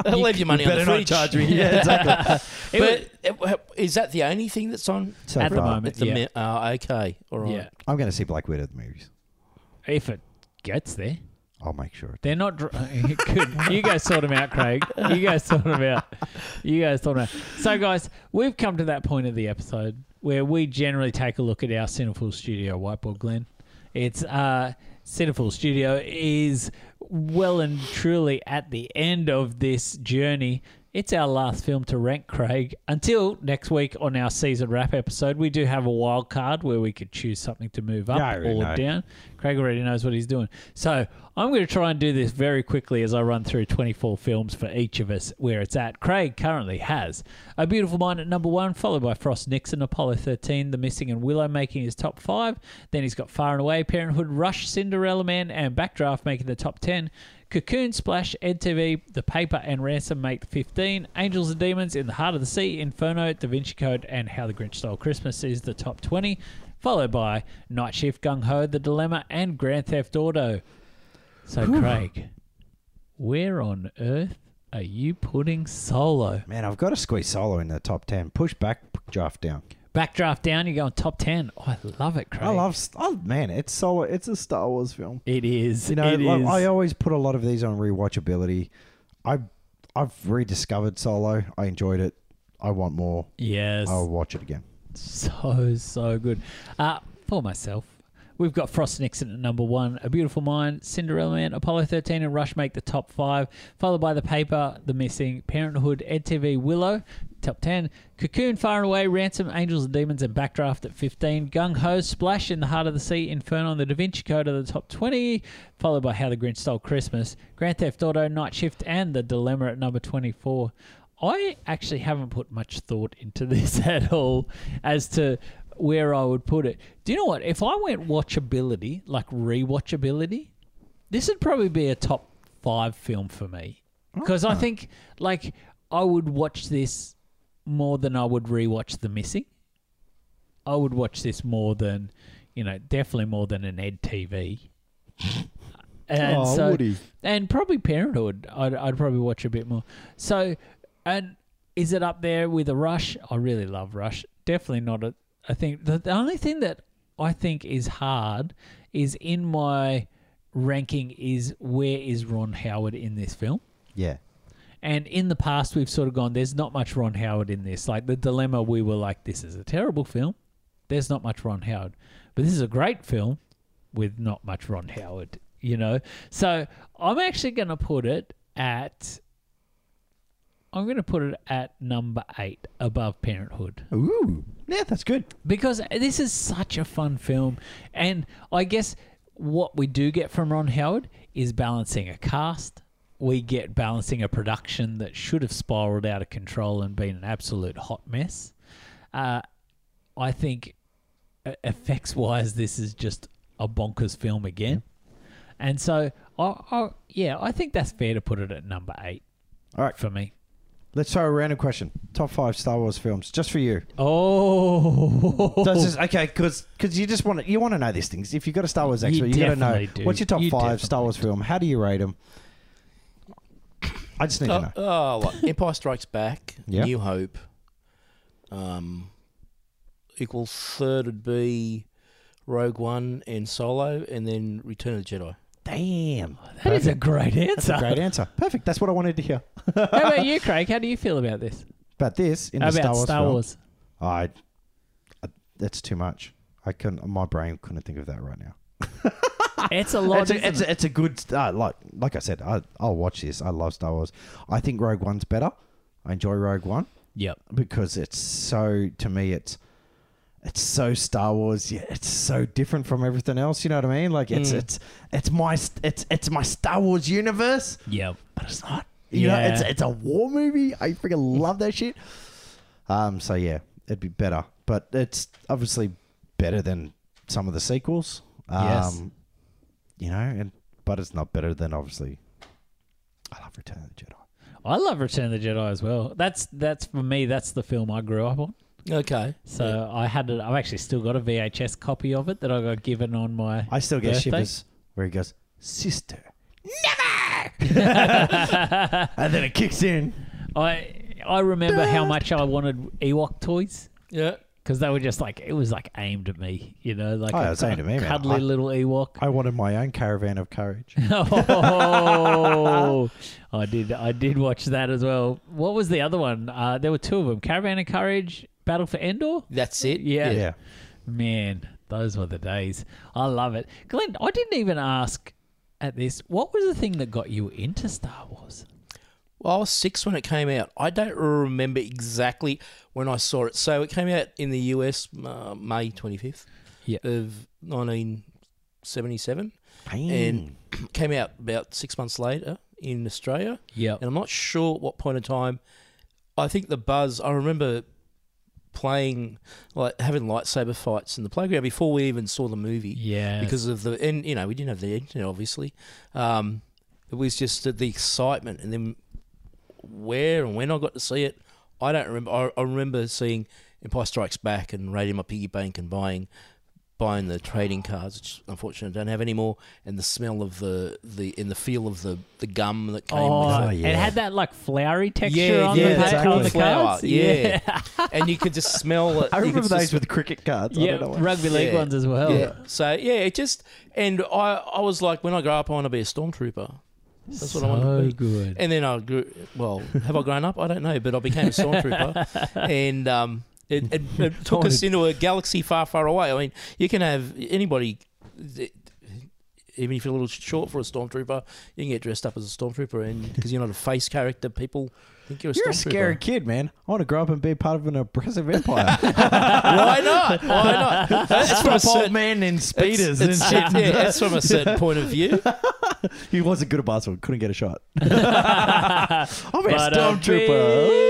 Speaker 3: They'll leave your money on the fridge. <laughs>
Speaker 2: yeah, <laughs> exactly.
Speaker 1: <laughs> It was-
Speaker 3: But it- is that the only thing that's on
Speaker 2: So
Speaker 1: At the
Speaker 2: far.
Speaker 1: moment.
Speaker 3: at the
Speaker 1: Yeah.
Speaker 3: mi- oh, okay, all right.
Speaker 1: yeah,
Speaker 2: I'm going to see Black Widow at the movies.
Speaker 1: if it gets there.
Speaker 2: I'll make sure.
Speaker 1: They're not. Dr- <laughs> Good. You guys sort them out, Craig. You guys sort them out. You guys sort them out. So, guys, we've come to that point of the episode where we generally take a look at our Cinefull Studio whiteboard, Glenn. It's uh, Cinefull Studio is well and truly at the end of this journey. It's our last film to rank, Craig. Until next week on our season wrap episode, we do have a wild card where we could choose something to move up
Speaker 2: Yeah, I already
Speaker 1: or
Speaker 2: know.
Speaker 1: down down. Craig already knows what he's doing. So I'm going to try and do this very quickly as I run through 24 films for each of us where it's at. Craig currently has A Beautiful Mind at number one, followed by Frost Nixon, Apollo 13, The Missing, and Willow making his top five. Then he's got Far and Away, Parenthood, Rush, Cinderella Man, and Backdraft making the top 10. Cocoon, Splash, EdTV, The Paper, and Ransom make 15. Angels and Demons, In the Heart of the Sea, Inferno, Da Vinci Code, and How the Grinch Stole Christmas is the top 20 followed by Night Shift, Gung Ho, The Dilemma, and Grand Theft Auto. So, Craig, where on earth are you putting Solo?
Speaker 2: Man, I've got to squeeze Solo in the top ten. Push back, draft down.
Speaker 1: Backdraft down, you're going top 10. Oh, I love it, Craig.
Speaker 2: I love. Oh man, it's Solo. It's a Star Wars film.
Speaker 1: it. Is
Speaker 2: You know,
Speaker 1: it
Speaker 2: like,
Speaker 1: is.
Speaker 2: I uh, always put a lot of these on rewatchability. I, I've rediscovered Solo. I enjoyed it. I want more.
Speaker 1: yes.
Speaker 2: I'll watch it again.
Speaker 1: So, so good. Uh, for myself, we've got Frost Nixon at number one, A Beautiful Mind, Cinderella Man, Apollo 13, and Rush make the top five, followed by The Paper, The Missing, Parenthood, EdTV, Willow, top 10, Cocoon, Far and Away, Ransom, Angels and Demons, and Backdraft at 15, Gung Ho, Splash, In the Heart of the Sea, Inferno, and The Da Vinci Code are the top 20, followed by How the Grinch Stole Christmas, Grand Theft Auto, Night Shift, and The Dilemma at number 24. I actually haven't put much thought into <laughs> this at all as to where I would put it. Do you know what? If I went watchability, like rewatchability, this would probably be a top five film for me. Because I think, like, I would watch this more than I would rewatch The Missing. I would watch this more than, you know, definitely more than an Ed TV. and
Speaker 2: Oh,
Speaker 1: so,
Speaker 2: Woody.
Speaker 1: and probably Parenthood. I'd, I'd probably watch a bit more. So, and is it up there with a Rush? I really love Rush. Definitely not a. I think the, the only thing that I think is hard is in my ranking is where is Ron Howard in this film?
Speaker 2: Yeah.
Speaker 1: And in the past, we've sort of gone, there's not much Ron Howard in this. Like the dilemma, we were like, this is a terrible film. There's not much Ron Howard. But this is a great film with not much Ron Howard, you know? So I'm actually going to put it at. I'm going to put it at number eight above Parenthood
Speaker 2: Ooh. Yeah, that's good.
Speaker 1: because this is such a fun film and i guess what we do get from ron howard is balancing a cast we get balancing a production that should have spiraled out of control and been an absolute hot mess uh, i think effects wise this is just a bonkers film again and so I, I, yeah i think that's fair to put it at number eight
Speaker 2: All right.
Speaker 1: for me
Speaker 2: Let's throw a random question. Top five Star Wars films, just for you.
Speaker 1: oh
Speaker 2: So it's just- okay, because you just want to you want to know these things. If you've got a Star Wars
Speaker 1: You
Speaker 2: expert, you got to know
Speaker 1: definitely do.
Speaker 2: what's your top
Speaker 1: You
Speaker 2: five Star
Speaker 1: definitely
Speaker 2: Wars film. How do you rate them? I just need to
Speaker 3: Oh,
Speaker 2: know.
Speaker 3: oh,
Speaker 1: <laughs>
Speaker 3: like Empire Strikes Back,
Speaker 2: Yeah.
Speaker 3: New Hope. Um, equal third would be Rogue One and Solo, and then Return of the Jedi.
Speaker 2: Damn,
Speaker 1: that is a great answer
Speaker 2: <laughs> great answer. Perfect. That's what I wanted to hear.
Speaker 1: How about you, Craig? How do you feel about this?
Speaker 2: But this in the
Speaker 1: about
Speaker 2: Star Wars, film,
Speaker 1: Wars?
Speaker 2: I, I that's too much. I couldn't. My brain couldn't think of that right now.
Speaker 1: It's a lot.
Speaker 2: it's, a, it's,
Speaker 1: isn't it?
Speaker 2: a, it's a good uh, like like I said. I, I'll watch this. I love Star Wars. I think Rogue One's better. I enjoy Rogue One.
Speaker 1: yep.
Speaker 2: because it's so to me it's it's so Star Wars. Yeah, it's so different from everything else. You know what I mean? Like it's
Speaker 3: Mm.
Speaker 2: it's it's my st- it's it's my Star Wars universe,
Speaker 1: Yep.
Speaker 2: but it's not. You know, it's
Speaker 1: Yeah.
Speaker 2: it's a war movie. I freaking love that shit. Um, so yeah, it'd be better, but it's obviously better than some of the sequels. Um,
Speaker 1: Yes.
Speaker 2: You know, and but it's not better than obviously. I love Return of the Jedi.
Speaker 1: I love Return of the Jedi as well. That's that's for me. That's the film I grew up on.
Speaker 3: Okay.
Speaker 1: So I had it. I've actually still got a VHS copy of it that I got given on my.
Speaker 2: I still get
Speaker 1: birthday.
Speaker 2: shivers where he goes, sister, never, <laughs> and then it kicks in.
Speaker 1: I I remember how much I wanted Ewok toys
Speaker 3: Yeah.
Speaker 1: because they were just like it was like aimed at me. You know, like
Speaker 2: Oh,
Speaker 1: a
Speaker 2: it's aimed at me, man.
Speaker 1: cuddly
Speaker 2: I-
Speaker 1: little Ewok.
Speaker 2: I wanted my own caravan of courage.
Speaker 1: <laughs> oh, I did. I did watch that as well. What was the other one? Uh, there were two of them: Caravan of Courage, Battle for Endor.
Speaker 3: That's it.
Speaker 1: Yeah.
Speaker 2: yeah,
Speaker 1: Man, those were the days. I love it, Glenn. I didn't even ask at this. What was the thing that got you into Star Wars?
Speaker 3: Well, I was six when it came out. I don't remember exactly when I saw it. So it came out in the US uh, May 25th
Speaker 1: Yeah.
Speaker 3: of 1977
Speaker 2: Pain.
Speaker 3: and <clears throat> came out about six months later in Australia.
Speaker 1: Yep.
Speaker 3: And I'm not sure at what point in time. I think the buzz, I remember playing, like having lightsaber fights in the playground before we even saw the movie
Speaker 1: Yeah.
Speaker 3: because of the and you know we didn't have the internet obviously um it was just the, the excitement and then where and when i got to see it i don't remember i, I remember seeing empire strikes back and raiding my piggy bank and buying buying the trading cards, which unfortunately I don't have anymore, and the smell of the the and the feel of the the gum that came with
Speaker 1: Oh,
Speaker 2: Oh, yeah.
Speaker 1: it had that like flowery texture
Speaker 3: yeah,
Speaker 1: on,
Speaker 3: yeah,
Speaker 1: the,
Speaker 3: that's
Speaker 1: pa-
Speaker 2: exactly.
Speaker 1: on the
Speaker 3: Flour,
Speaker 1: cards.
Speaker 3: yeah. it, and you could
Speaker 1: <laughs>
Speaker 3: just smell it.
Speaker 2: I
Speaker 3: You could
Speaker 2: remember those
Speaker 3: just-
Speaker 2: with cricket cards. I
Speaker 1: yeah,
Speaker 2: don't know why.
Speaker 1: rugby league
Speaker 3: Yeah.
Speaker 1: ones as well.
Speaker 3: Yeah. So yeah, it just and I I was like, when I grow up, I want to be a stormtrooper. That's what I wanted to
Speaker 1: So
Speaker 3: be. <laughs>
Speaker 1: good.
Speaker 3: And then I grew. Well, have I grown up? I don't know, but I became a stormtrooper, and um, it, it, it took us into a galaxy far, far away. I mean, you can have anybody. Even if you're a little short for a stormtrooper, you can get dressed up as a stormtrooper, and because you're not a face character, people think you're a
Speaker 2: You're a
Speaker 3: stormtrooper. <laughs>
Speaker 2: scary kid, man. I want to grow up and be part of an oppressive <laughs> empire.
Speaker 3: Why not? Why not? That's from a
Speaker 2: Stop old
Speaker 3: certain,
Speaker 2: man in speeders
Speaker 3: it's,
Speaker 2: and
Speaker 3: it's-
Speaker 2: shit.
Speaker 3: yeah, that's from a certain point of view.
Speaker 2: He wasn't good at basketball. Couldn't get a <laughs> shot. I'm a
Speaker 1: But uh, a
Speaker 2: stormtrooper.
Speaker 1: big-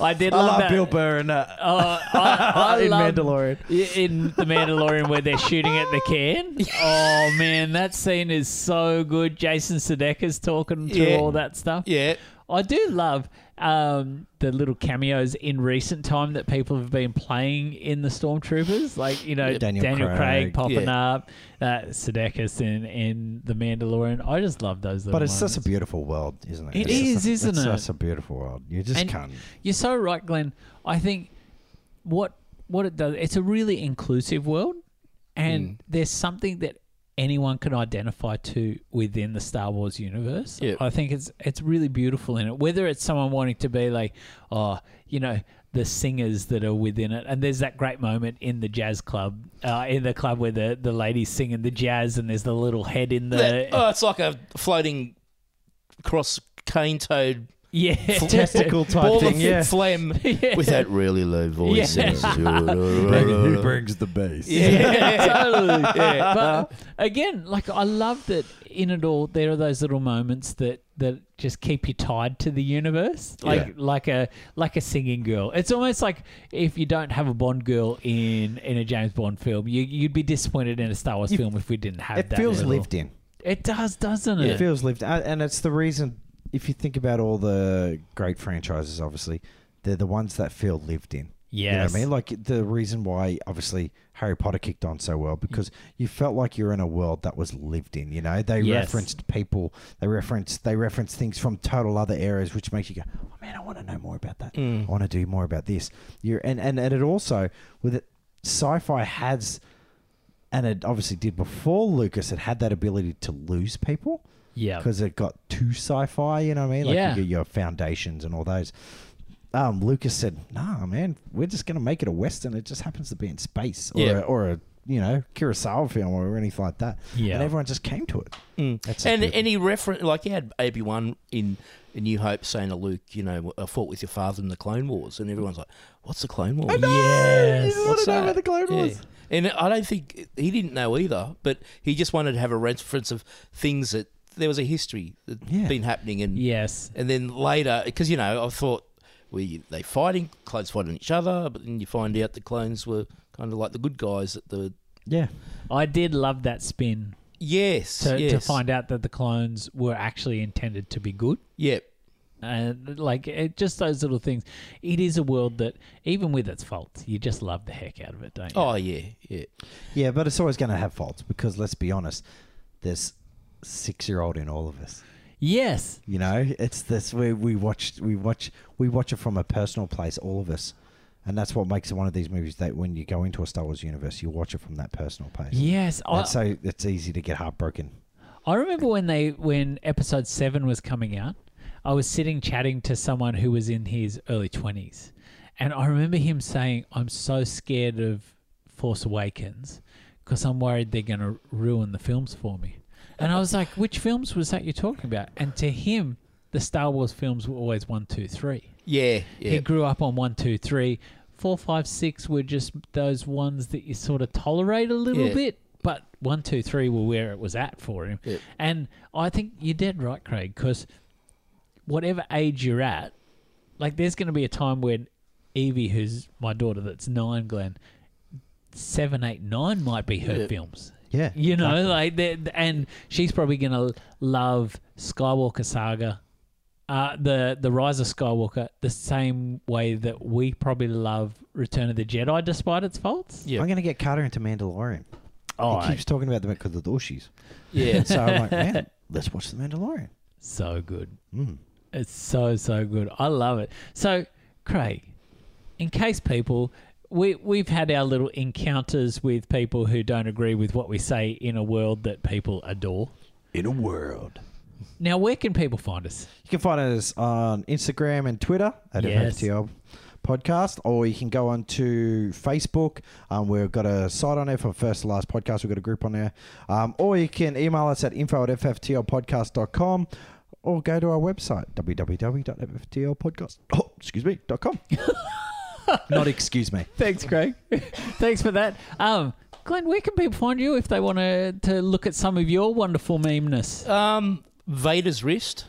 Speaker 1: I did
Speaker 2: I
Speaker 1: love,
Speaker 2: love
Speaker 1: that.
Speaker 2: Bill Burr and uh,
Speaker 1: Oh, I, I
Speaker 2: <laughs> in
Speaker 1: love
Speaker 2: Mandalorian.
Speaker 1: i- in the Mandalorian where they're shooting at the
Speaker 2: <laughs>
Speaker 1: can. Oh man, that scene is so good. Jason Sudeikis talking through
Speaker 3: Yeah.
Speaker 1: all that stuff.
Speaker 3: Yeah,
Speaker 1: I do love um, the little cameos in recent time that people have been playing in the Stormtroopers, like you know Daniel,
Speaker 2: Daniel
Speaker 1: Craig,
Speaker 2: Craig.
Speaker 1: popping
Speaker 3: Yeah.
Speaker 1: up, uh, Sudeikis in in the Mandalorian. I just love those. Little
Speaker 2: But it's
Speaker 1: moments.
Speaker 2: such a beautiful world, isn't it?
Speaker 1: It
Speaker 2: It's
Speaker 1: is,
Speaker 2: just a-
Speaker 1: isn't
Speaker 2: it's
Speaker 1: it?
Speaker 2: Such a beautiful world. You just
Speaker 1: And-
Speaker 2: can't.
Speaker 1: You're so right, Glenn. I think what what it does, it's a really inclusive world, and there's something that anyone can identify to within the Star Wars universe.
Speaker 3: Yep.
Speaker 1: I think it's it's really beautiful in it. Whether it's someone wanting to be like, oh, you know. The singers that are within it, and there's that great moment in the jazz club, uh, in the club where the the ladies singing the jazz, and there's the little head in the
Speaker 3: That- oh, it's like a floating cross cane toad
Speaker 1: <laughs> yeah
Speaker 2: Testicle type
Speaker 3: ball
Speaker 2: thing,
Speaker 3: of
Speaker 2: yeah.
Speaker 3: phlegm
Speaker 1: Yeah.
Speaker 3: with that really <laughs> low voice.
Speaker 1: Yeah.
Speaker 2: Who
Speaker 3: Yeah.
Speaker 2: brings the bass?
Speaker 1: Yeah,
Speaker 2: <laughs>
Speaker 1: <laughs> totally.
Speaker 2: Uh-huh.
Speaker 1: But again, like I love that in it all, there are those little moments that that just keep you tied to the universe, like
Speaker 3: Yeah.
Speaker 1: like a like a singing girl. It's almost like if you don't have a Bond girl in in a James Bond film, you, you'd be disappointed in a Star Wars
Speaker 2: You-
Speaker 1: film if we didn't have
Speaker 2: It
Speaker 1: that.
Speaker 2: feels
Speaker 1: little-
Speaker 2: lived in.
Speaker 1: It does, doesn't
Speaker 2: It
Speaker 1: it?
Speaker 2: feels lived, uh, and it's the reason. If you think about all the great franchises, obviously, they're the ones that feel lived in.
Speaker 1: Yes.
Speaker 2: You know what I mean? Like the reason why, obviously, Harry Potter kicked on so well because you felt like you're in a world that was lived in. You know, they
Speaker 1: Yes.
Speaker 2: referenced people, they referenced they referenced things from total other eras, which makes you go, "Oh man, I want to know more about that.
Speaker 1: Mm.
Speaker 2: I want to do more about this." You're and and, and it also with it, sci-fi has, and it obviously did before Lucas. It had that ability to lose people
Speaker 1: yeah.
Speaker 2: because it got too sci-fi. You know what I mean? Like
Speaker 1: Yeah.
Speaker 2: you get your foundations and all those. Um, Lucas said, "Nah, man, we're just gonna make it a western. It just happens to be in space, or
Speaker 3: Yeah.
Speaker 2: a, or a you know Kurosawa film or anything like that."
Speaker 1: Yeah.
Speaker 2: and everyone just came to it.
Speaker 3: Mm.
Speaker 2: That's
Speaker 3: And
Speaker 2: beautiful.
Speaker 3: any reference, like you had AB One in in New Hope saying to Luke, you know, I fought with your father in the Clone Wars, and everyone's like, "What's the Clone Wars?"
Speaker 1: Yes.
Speaker 2: You wanna
Speaker 3: What's
Speaker 2: know
Speaker 3: that?
Speaker 2: about the Clone Wars?
Speaker 3: And I don't think he didn't know either, but he just wanted to have a reference of things that there was a history that had
Speaker 2: Yeah.
Speaker 3: been happening, and
Speaker 1: Yes.
Speaker 3: and then later, because you know, I thought we they fighting clones fighting each other, but then you find out the clones were kind of like the good guys at the
Speaker 2: Yeah,
Speaker 1: I did love that spin
Speaker 3: yes
Speaker 1: to,
Speaker 3: yes.
Speaker 1: to find out that the clones were actually intended to be good.
Speaker 3: yeah
Speaker 1: and like it, just those little things. It is a world that, even with its faults, you just love the heck out of it, don't you?
Speaker 3: oh yeah yeah
Speaker 2: yeah, but it's always gonna have faults because let's be honest, there's six-year-old in all of us.
Speaker 1: yes,
Speaker 2: You know, it's this we we watch we watch we watch it from a personal place, all of us, and that's what makes one of these movies that when you go into a Star Wars universe, you watch it from that personal place.
Speaker 1: yes. I,
Speaker 2: and so it's easy to get heartbroken.
Speaker 1: I remember when they when episode seven was coming out, I was sitting chatting to someone who was in his early twenties, and I remember him saying, "I'm so scared of Force Awakens because I'm worried they're going to ruin the films for me." And I was like, "Which films was that you're talking about?" And to him, the Star Wars films were always one, two, three.
Speaker 3: yeah yeah.
Speaker 1: He grew up on one, two, three, four, five, six were just those ones that you sort of tolerate a little
Speaker 3: Yeah.
Speaker 1: bit, but one, two, three were where it was at for him.
Speaker 3: Yeah.
Speaker 1: And I think you're dead right, Craig, because whatever age you're at, like there's going to be a time when Evie, who's my daughter, that's nine, Glenn, seven, eight, nine might be her
Speaker 3: Yeah.
Speaker 1: films.
Speaker 2: Yeah,
Speaker 1: You know, like that, and she's probably gonna love Skywalker Saga uh, the the Rise of Skywalker the same way that we probably love Return of the Jedi, despite its faults.
Speaker 3: Yeah.
Speaker 2: I'm going to get Carter into Mandalorian.
Speaker 1: Oh,
Speaker 2: he keeps talking about them because of the douchies.
Speaker 3: Yeah.
Speaker 2: So
Speaker 1: <laughs>
Speaker 2: I'm like, man, let's watch The Mandalorian.
Speaker 1: so good.
Speaker 2: Mm.
Speaker 1: It's so so good. I love it. So, Craig, in case people we we've had our little encounters with people who don't agree with what we say in a world that people adore.
Speaker 2: In a world.
Speaker 1: Now, where can people find us?
Speaker 2: You can find us on Instagram and Twitter at
Speaker 1: Yes.
Speaker 2: FFTL Podcast, or you can go on to Facebook. Um, we've got a site on there for First to Last Podcast. We've got a group on there. Um, or you can email us at info at fftlpodcast.com or go to our website, www.fftlpodcast. Oh, excuse me,
Speaker 1: <laughs>
Speaker 2: dot com. Not excuse me.
Speaker 1: Thanks, Craig. <laughs> Thanks for that. Um, Glenn, where can people find you if they want to to look at some of your wonderful memeness?
Speaker 3: <laughs> Um, Vader's wrist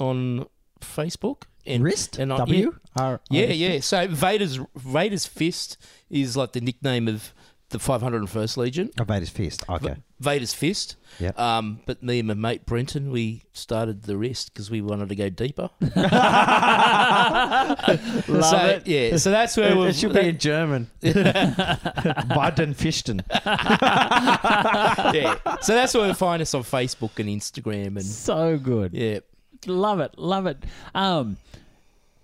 Speaker 3: on Facebook and
Speaker 2: Wrist?
Speaker 3: and I-
Speaker 2: W? R-
Speaker 3: Yeah, yeah, yeah. So Vader's Vader's fist is like the nickname of the 501st Legion.
Speaker 2: I made his fist. Okay.
Speaker 3: Vader's fist.
Speaker 2: Yep.
Speaker 3: Um, but me and my mate Brenton, we started the wrist because we wanted to go deeper.
Speaker 1: <laughs> Love
Speaker 3: so,
Speaker 1: it.
Speaker 3: Yeah. So that's where we're.
Speaker 2: it should be in German.
Speaker 1: <laughs>
Speaker 2: Baden-Fichten.
Speaker 3: <laughs> yeah. So that's where you find us on Facebook and Instagram and
Speaker 1: So good.
Speaker 3: yeah.
Speaker 1: Love it. Love it. Um,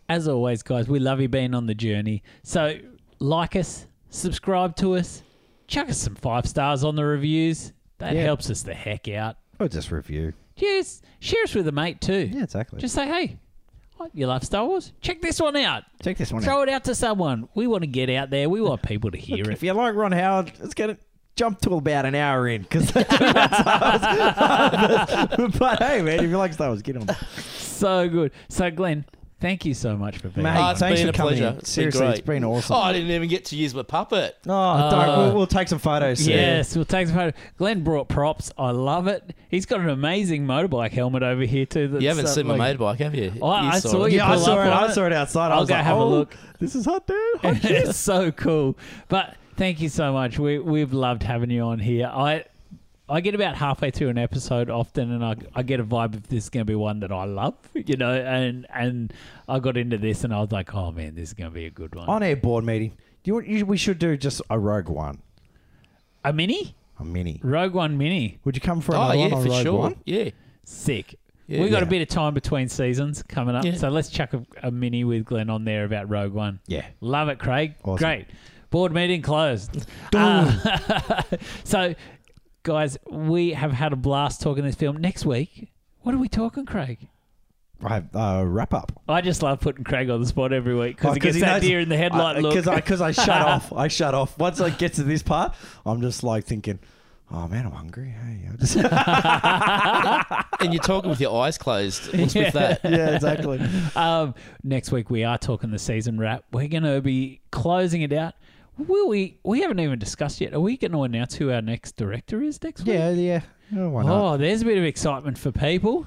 Speaker 1: as always, guys, we love you being on the journey. So like us, subscribe to us, chuck us some five stars on the reviews. That
Speaker 2: Yeah.
Speaker 1: helps us the heck out.
Speaker 2: Oh, just review.
Speaker 1: Yes, share us with a mate too.
Speaker 2: Yeah, exactly.
Speaker 1: Just say, hey, what, you love Star Wars? Check this one out.
Speaker 2: Take this one out.
Speaker 1: Throw it out to someone. We want to get out there. We want people to hear it.
Speaker 2: If you like Ron Howard, let's get it. Jump to about an hour in <laughs> because
Speaker 1: <laughs>
Speaker 2: but hey man, if you like Star Wars, get on.
Speaker 1: So good. So Glenn, thank you so much for being.
Speaker 2: Mate,
Speaker 1: on.
Speaker 3: Oh, it's
Speaker 2: thanks
Speaker 3: been
Speaker 2: for
Speaker 3: a
Speaker 2: coming
Speaker 3: pleasure.
Speaker 2: in.
Speaker 3: It's been
Speaker 2: Seriously,
Speaker 3: great.
Speaker 2: it's been awesome.
Speaker 3: Oh, I didn't even get to use my puppet.
Speaker 2: Oh, dark, we'll, we'll take some photos. soon.
Speaker 1: Yes, we'll take some photo. Glenn brought props. I love it. He's got an amazing motorbike helmet over here too. That's uh,
Speaker 3: You haven't seen my
Speaker 1: like-
Speaker 3: motorbike, have you?
Speaker 1: Oh, I
Speaker 3: You
Speaker 1: saw
Speaker 3: it.
Speaker 1: you
Speaker 2: yeah, I
Speaker 1: pull
Speaker 2: saw
Speaker 1: up
Speaker 2: it.
Speaker 1: on
Speaker 2: I
Speaker 1: it.
Speaker 2: saw it outside. I
Speaker 1: I'll
Speaker 2: was
Speaker 1: go
Speaker 2: like,
Speaker 1: have a
Speaker 2: oh,
Speaker 1: look."
Speaker 2: This is hot, dude. Hot
Speaker 1: <laughs>
Speaker 2: shit.
Speaker 1: it's so cool. But thank you so much. We we've loved having you on here. I I get about halfway through an episode often, and I I get a vibe if this is going to be one that I love, you know. And and I got into this, and I was like, oh man, this is going to be a good one.
Speaker 2: On air board meeting. Do you, want- you, we should do just a Rogue One,
Speaker 1: A mini
Speaker 2: a mini.
Speaker 1: Rogue One mini,
Speaker 2: Would you come for
Speaker 3: Oh,
Speaker 2: another
Speaker 3: yeah,
Speaker 2: one on
Speaker 3: for
Speaker 2: Rogue
Speaker 3: sure.
Speaker 2: One?
Speaker 3: Yeah.
Speaker 1: sick.
Speaker 3: Yeah.
Speaker 1: we got a
Speaker 2: Yeah.
Speaker 1: bit of time between seasons coming up,
Speaker 3: Yeah.
Speaker 1: so let's chuck a, a mini with Glenn on there about Rogue One.
Speaker 2: Yeah.
Speaker 1: Love it, Craig.
Speaker 2: Awesome.
Speaker 1: Great. Board meeting closed. <laughs> Uh, <laughs> so, guys, we have had a blast talking this film. Next week, what are we talking, Craig?
Speaker 2: I have uh, wrap up.
Speaker 1: I just love putting Craig on the spot every week because
Speaker 2: Oh,
Speaker 1: he gets that deer in the headlight
Speaker 2: I,
Speaker 1: look.
Speaker 2: Because I, 'cause
Speaker 1: <laughs>
Speaker 2: I shut off. I shut off. Once I get to this part, I'm just like thinking, oh man, I'm hungry. Hey, <laughs> I'm just,
Speaker 3: And you're talking with your eyes closed. What's with that?
Speaker 2: <laughs>
Speaker 1: <laughs>
Speaker 2: yeah, exactly.
Speaker 1: um, next week we are talking the season wrap. We're going to be closing it out. Will we? We haven't even discussed yet. Are we going to announce who our next director is next week?
Speaker 2: Yeah, yeah. Oh, why not?
Speaker 1: Oh, there's a bit of excitement for people.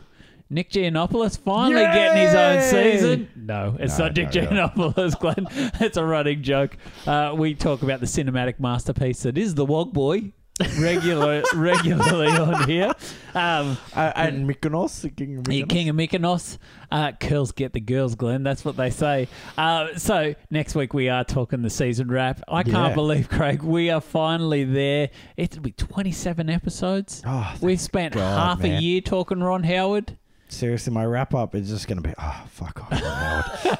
Speaker 1: Nick Giannopoulos finally getting his own
Speaker 2: Yay!
Speaker 1: season. No, it's
Speaker 2: No,
Speaker 1: not Nick
Speaker 2: no, no.
Speaker 1: Giannopoulos, Glenn. <laughs> it's a running joke. Uh, we talk about the cinematic masterpiece that is The Wog Boy
Speaker 2: <laughs>
Speaker 1: regular, regularly on here. Um,
Speaker 2: Uh, and Mykonos, the king of
Speaker 1: the
Speaker 2: Mykonos.
Speaker 1: King of Mykonos. Uh, curls get the girls, Glenn. That's what they say. Uh, so next week we are talking the season wrap. I can't
Speaker 2: Yeah.
Speaker 1: believe, Craig, we are finally there. It'll be 27 episodes.
Speaker 2: Oh, thank
Speaker 1: We've spent
Speaker 2: God,
Speaker 1: half a
Speaker 2: man.
Speaker 1: year talking Ron Howard.
Speaker 2: Seriously, my wrap up is just going to be, oh, fuck off, Ron Howard.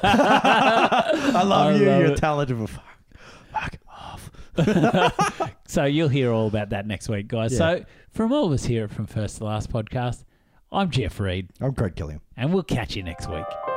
Speaker 1: <laughs>
Speaker 2: <laughs> I love
Speaker 1: I
Speaker 2: you.
Speaker 1: love
Speaker 2: You're
Speaker 1: it.
Speaker 2: talented, but fuck, fuck off.
Speaker 1: So you'll hear all about that next week, guys.
Speaker 2: Yeah.
Speaker 1: So from all of us here at From First to Last Podcast, I'm Jeff Reed,
Speaker 2: I'm Craig Gilliam.
Speaker 1: and we'll catch you next week.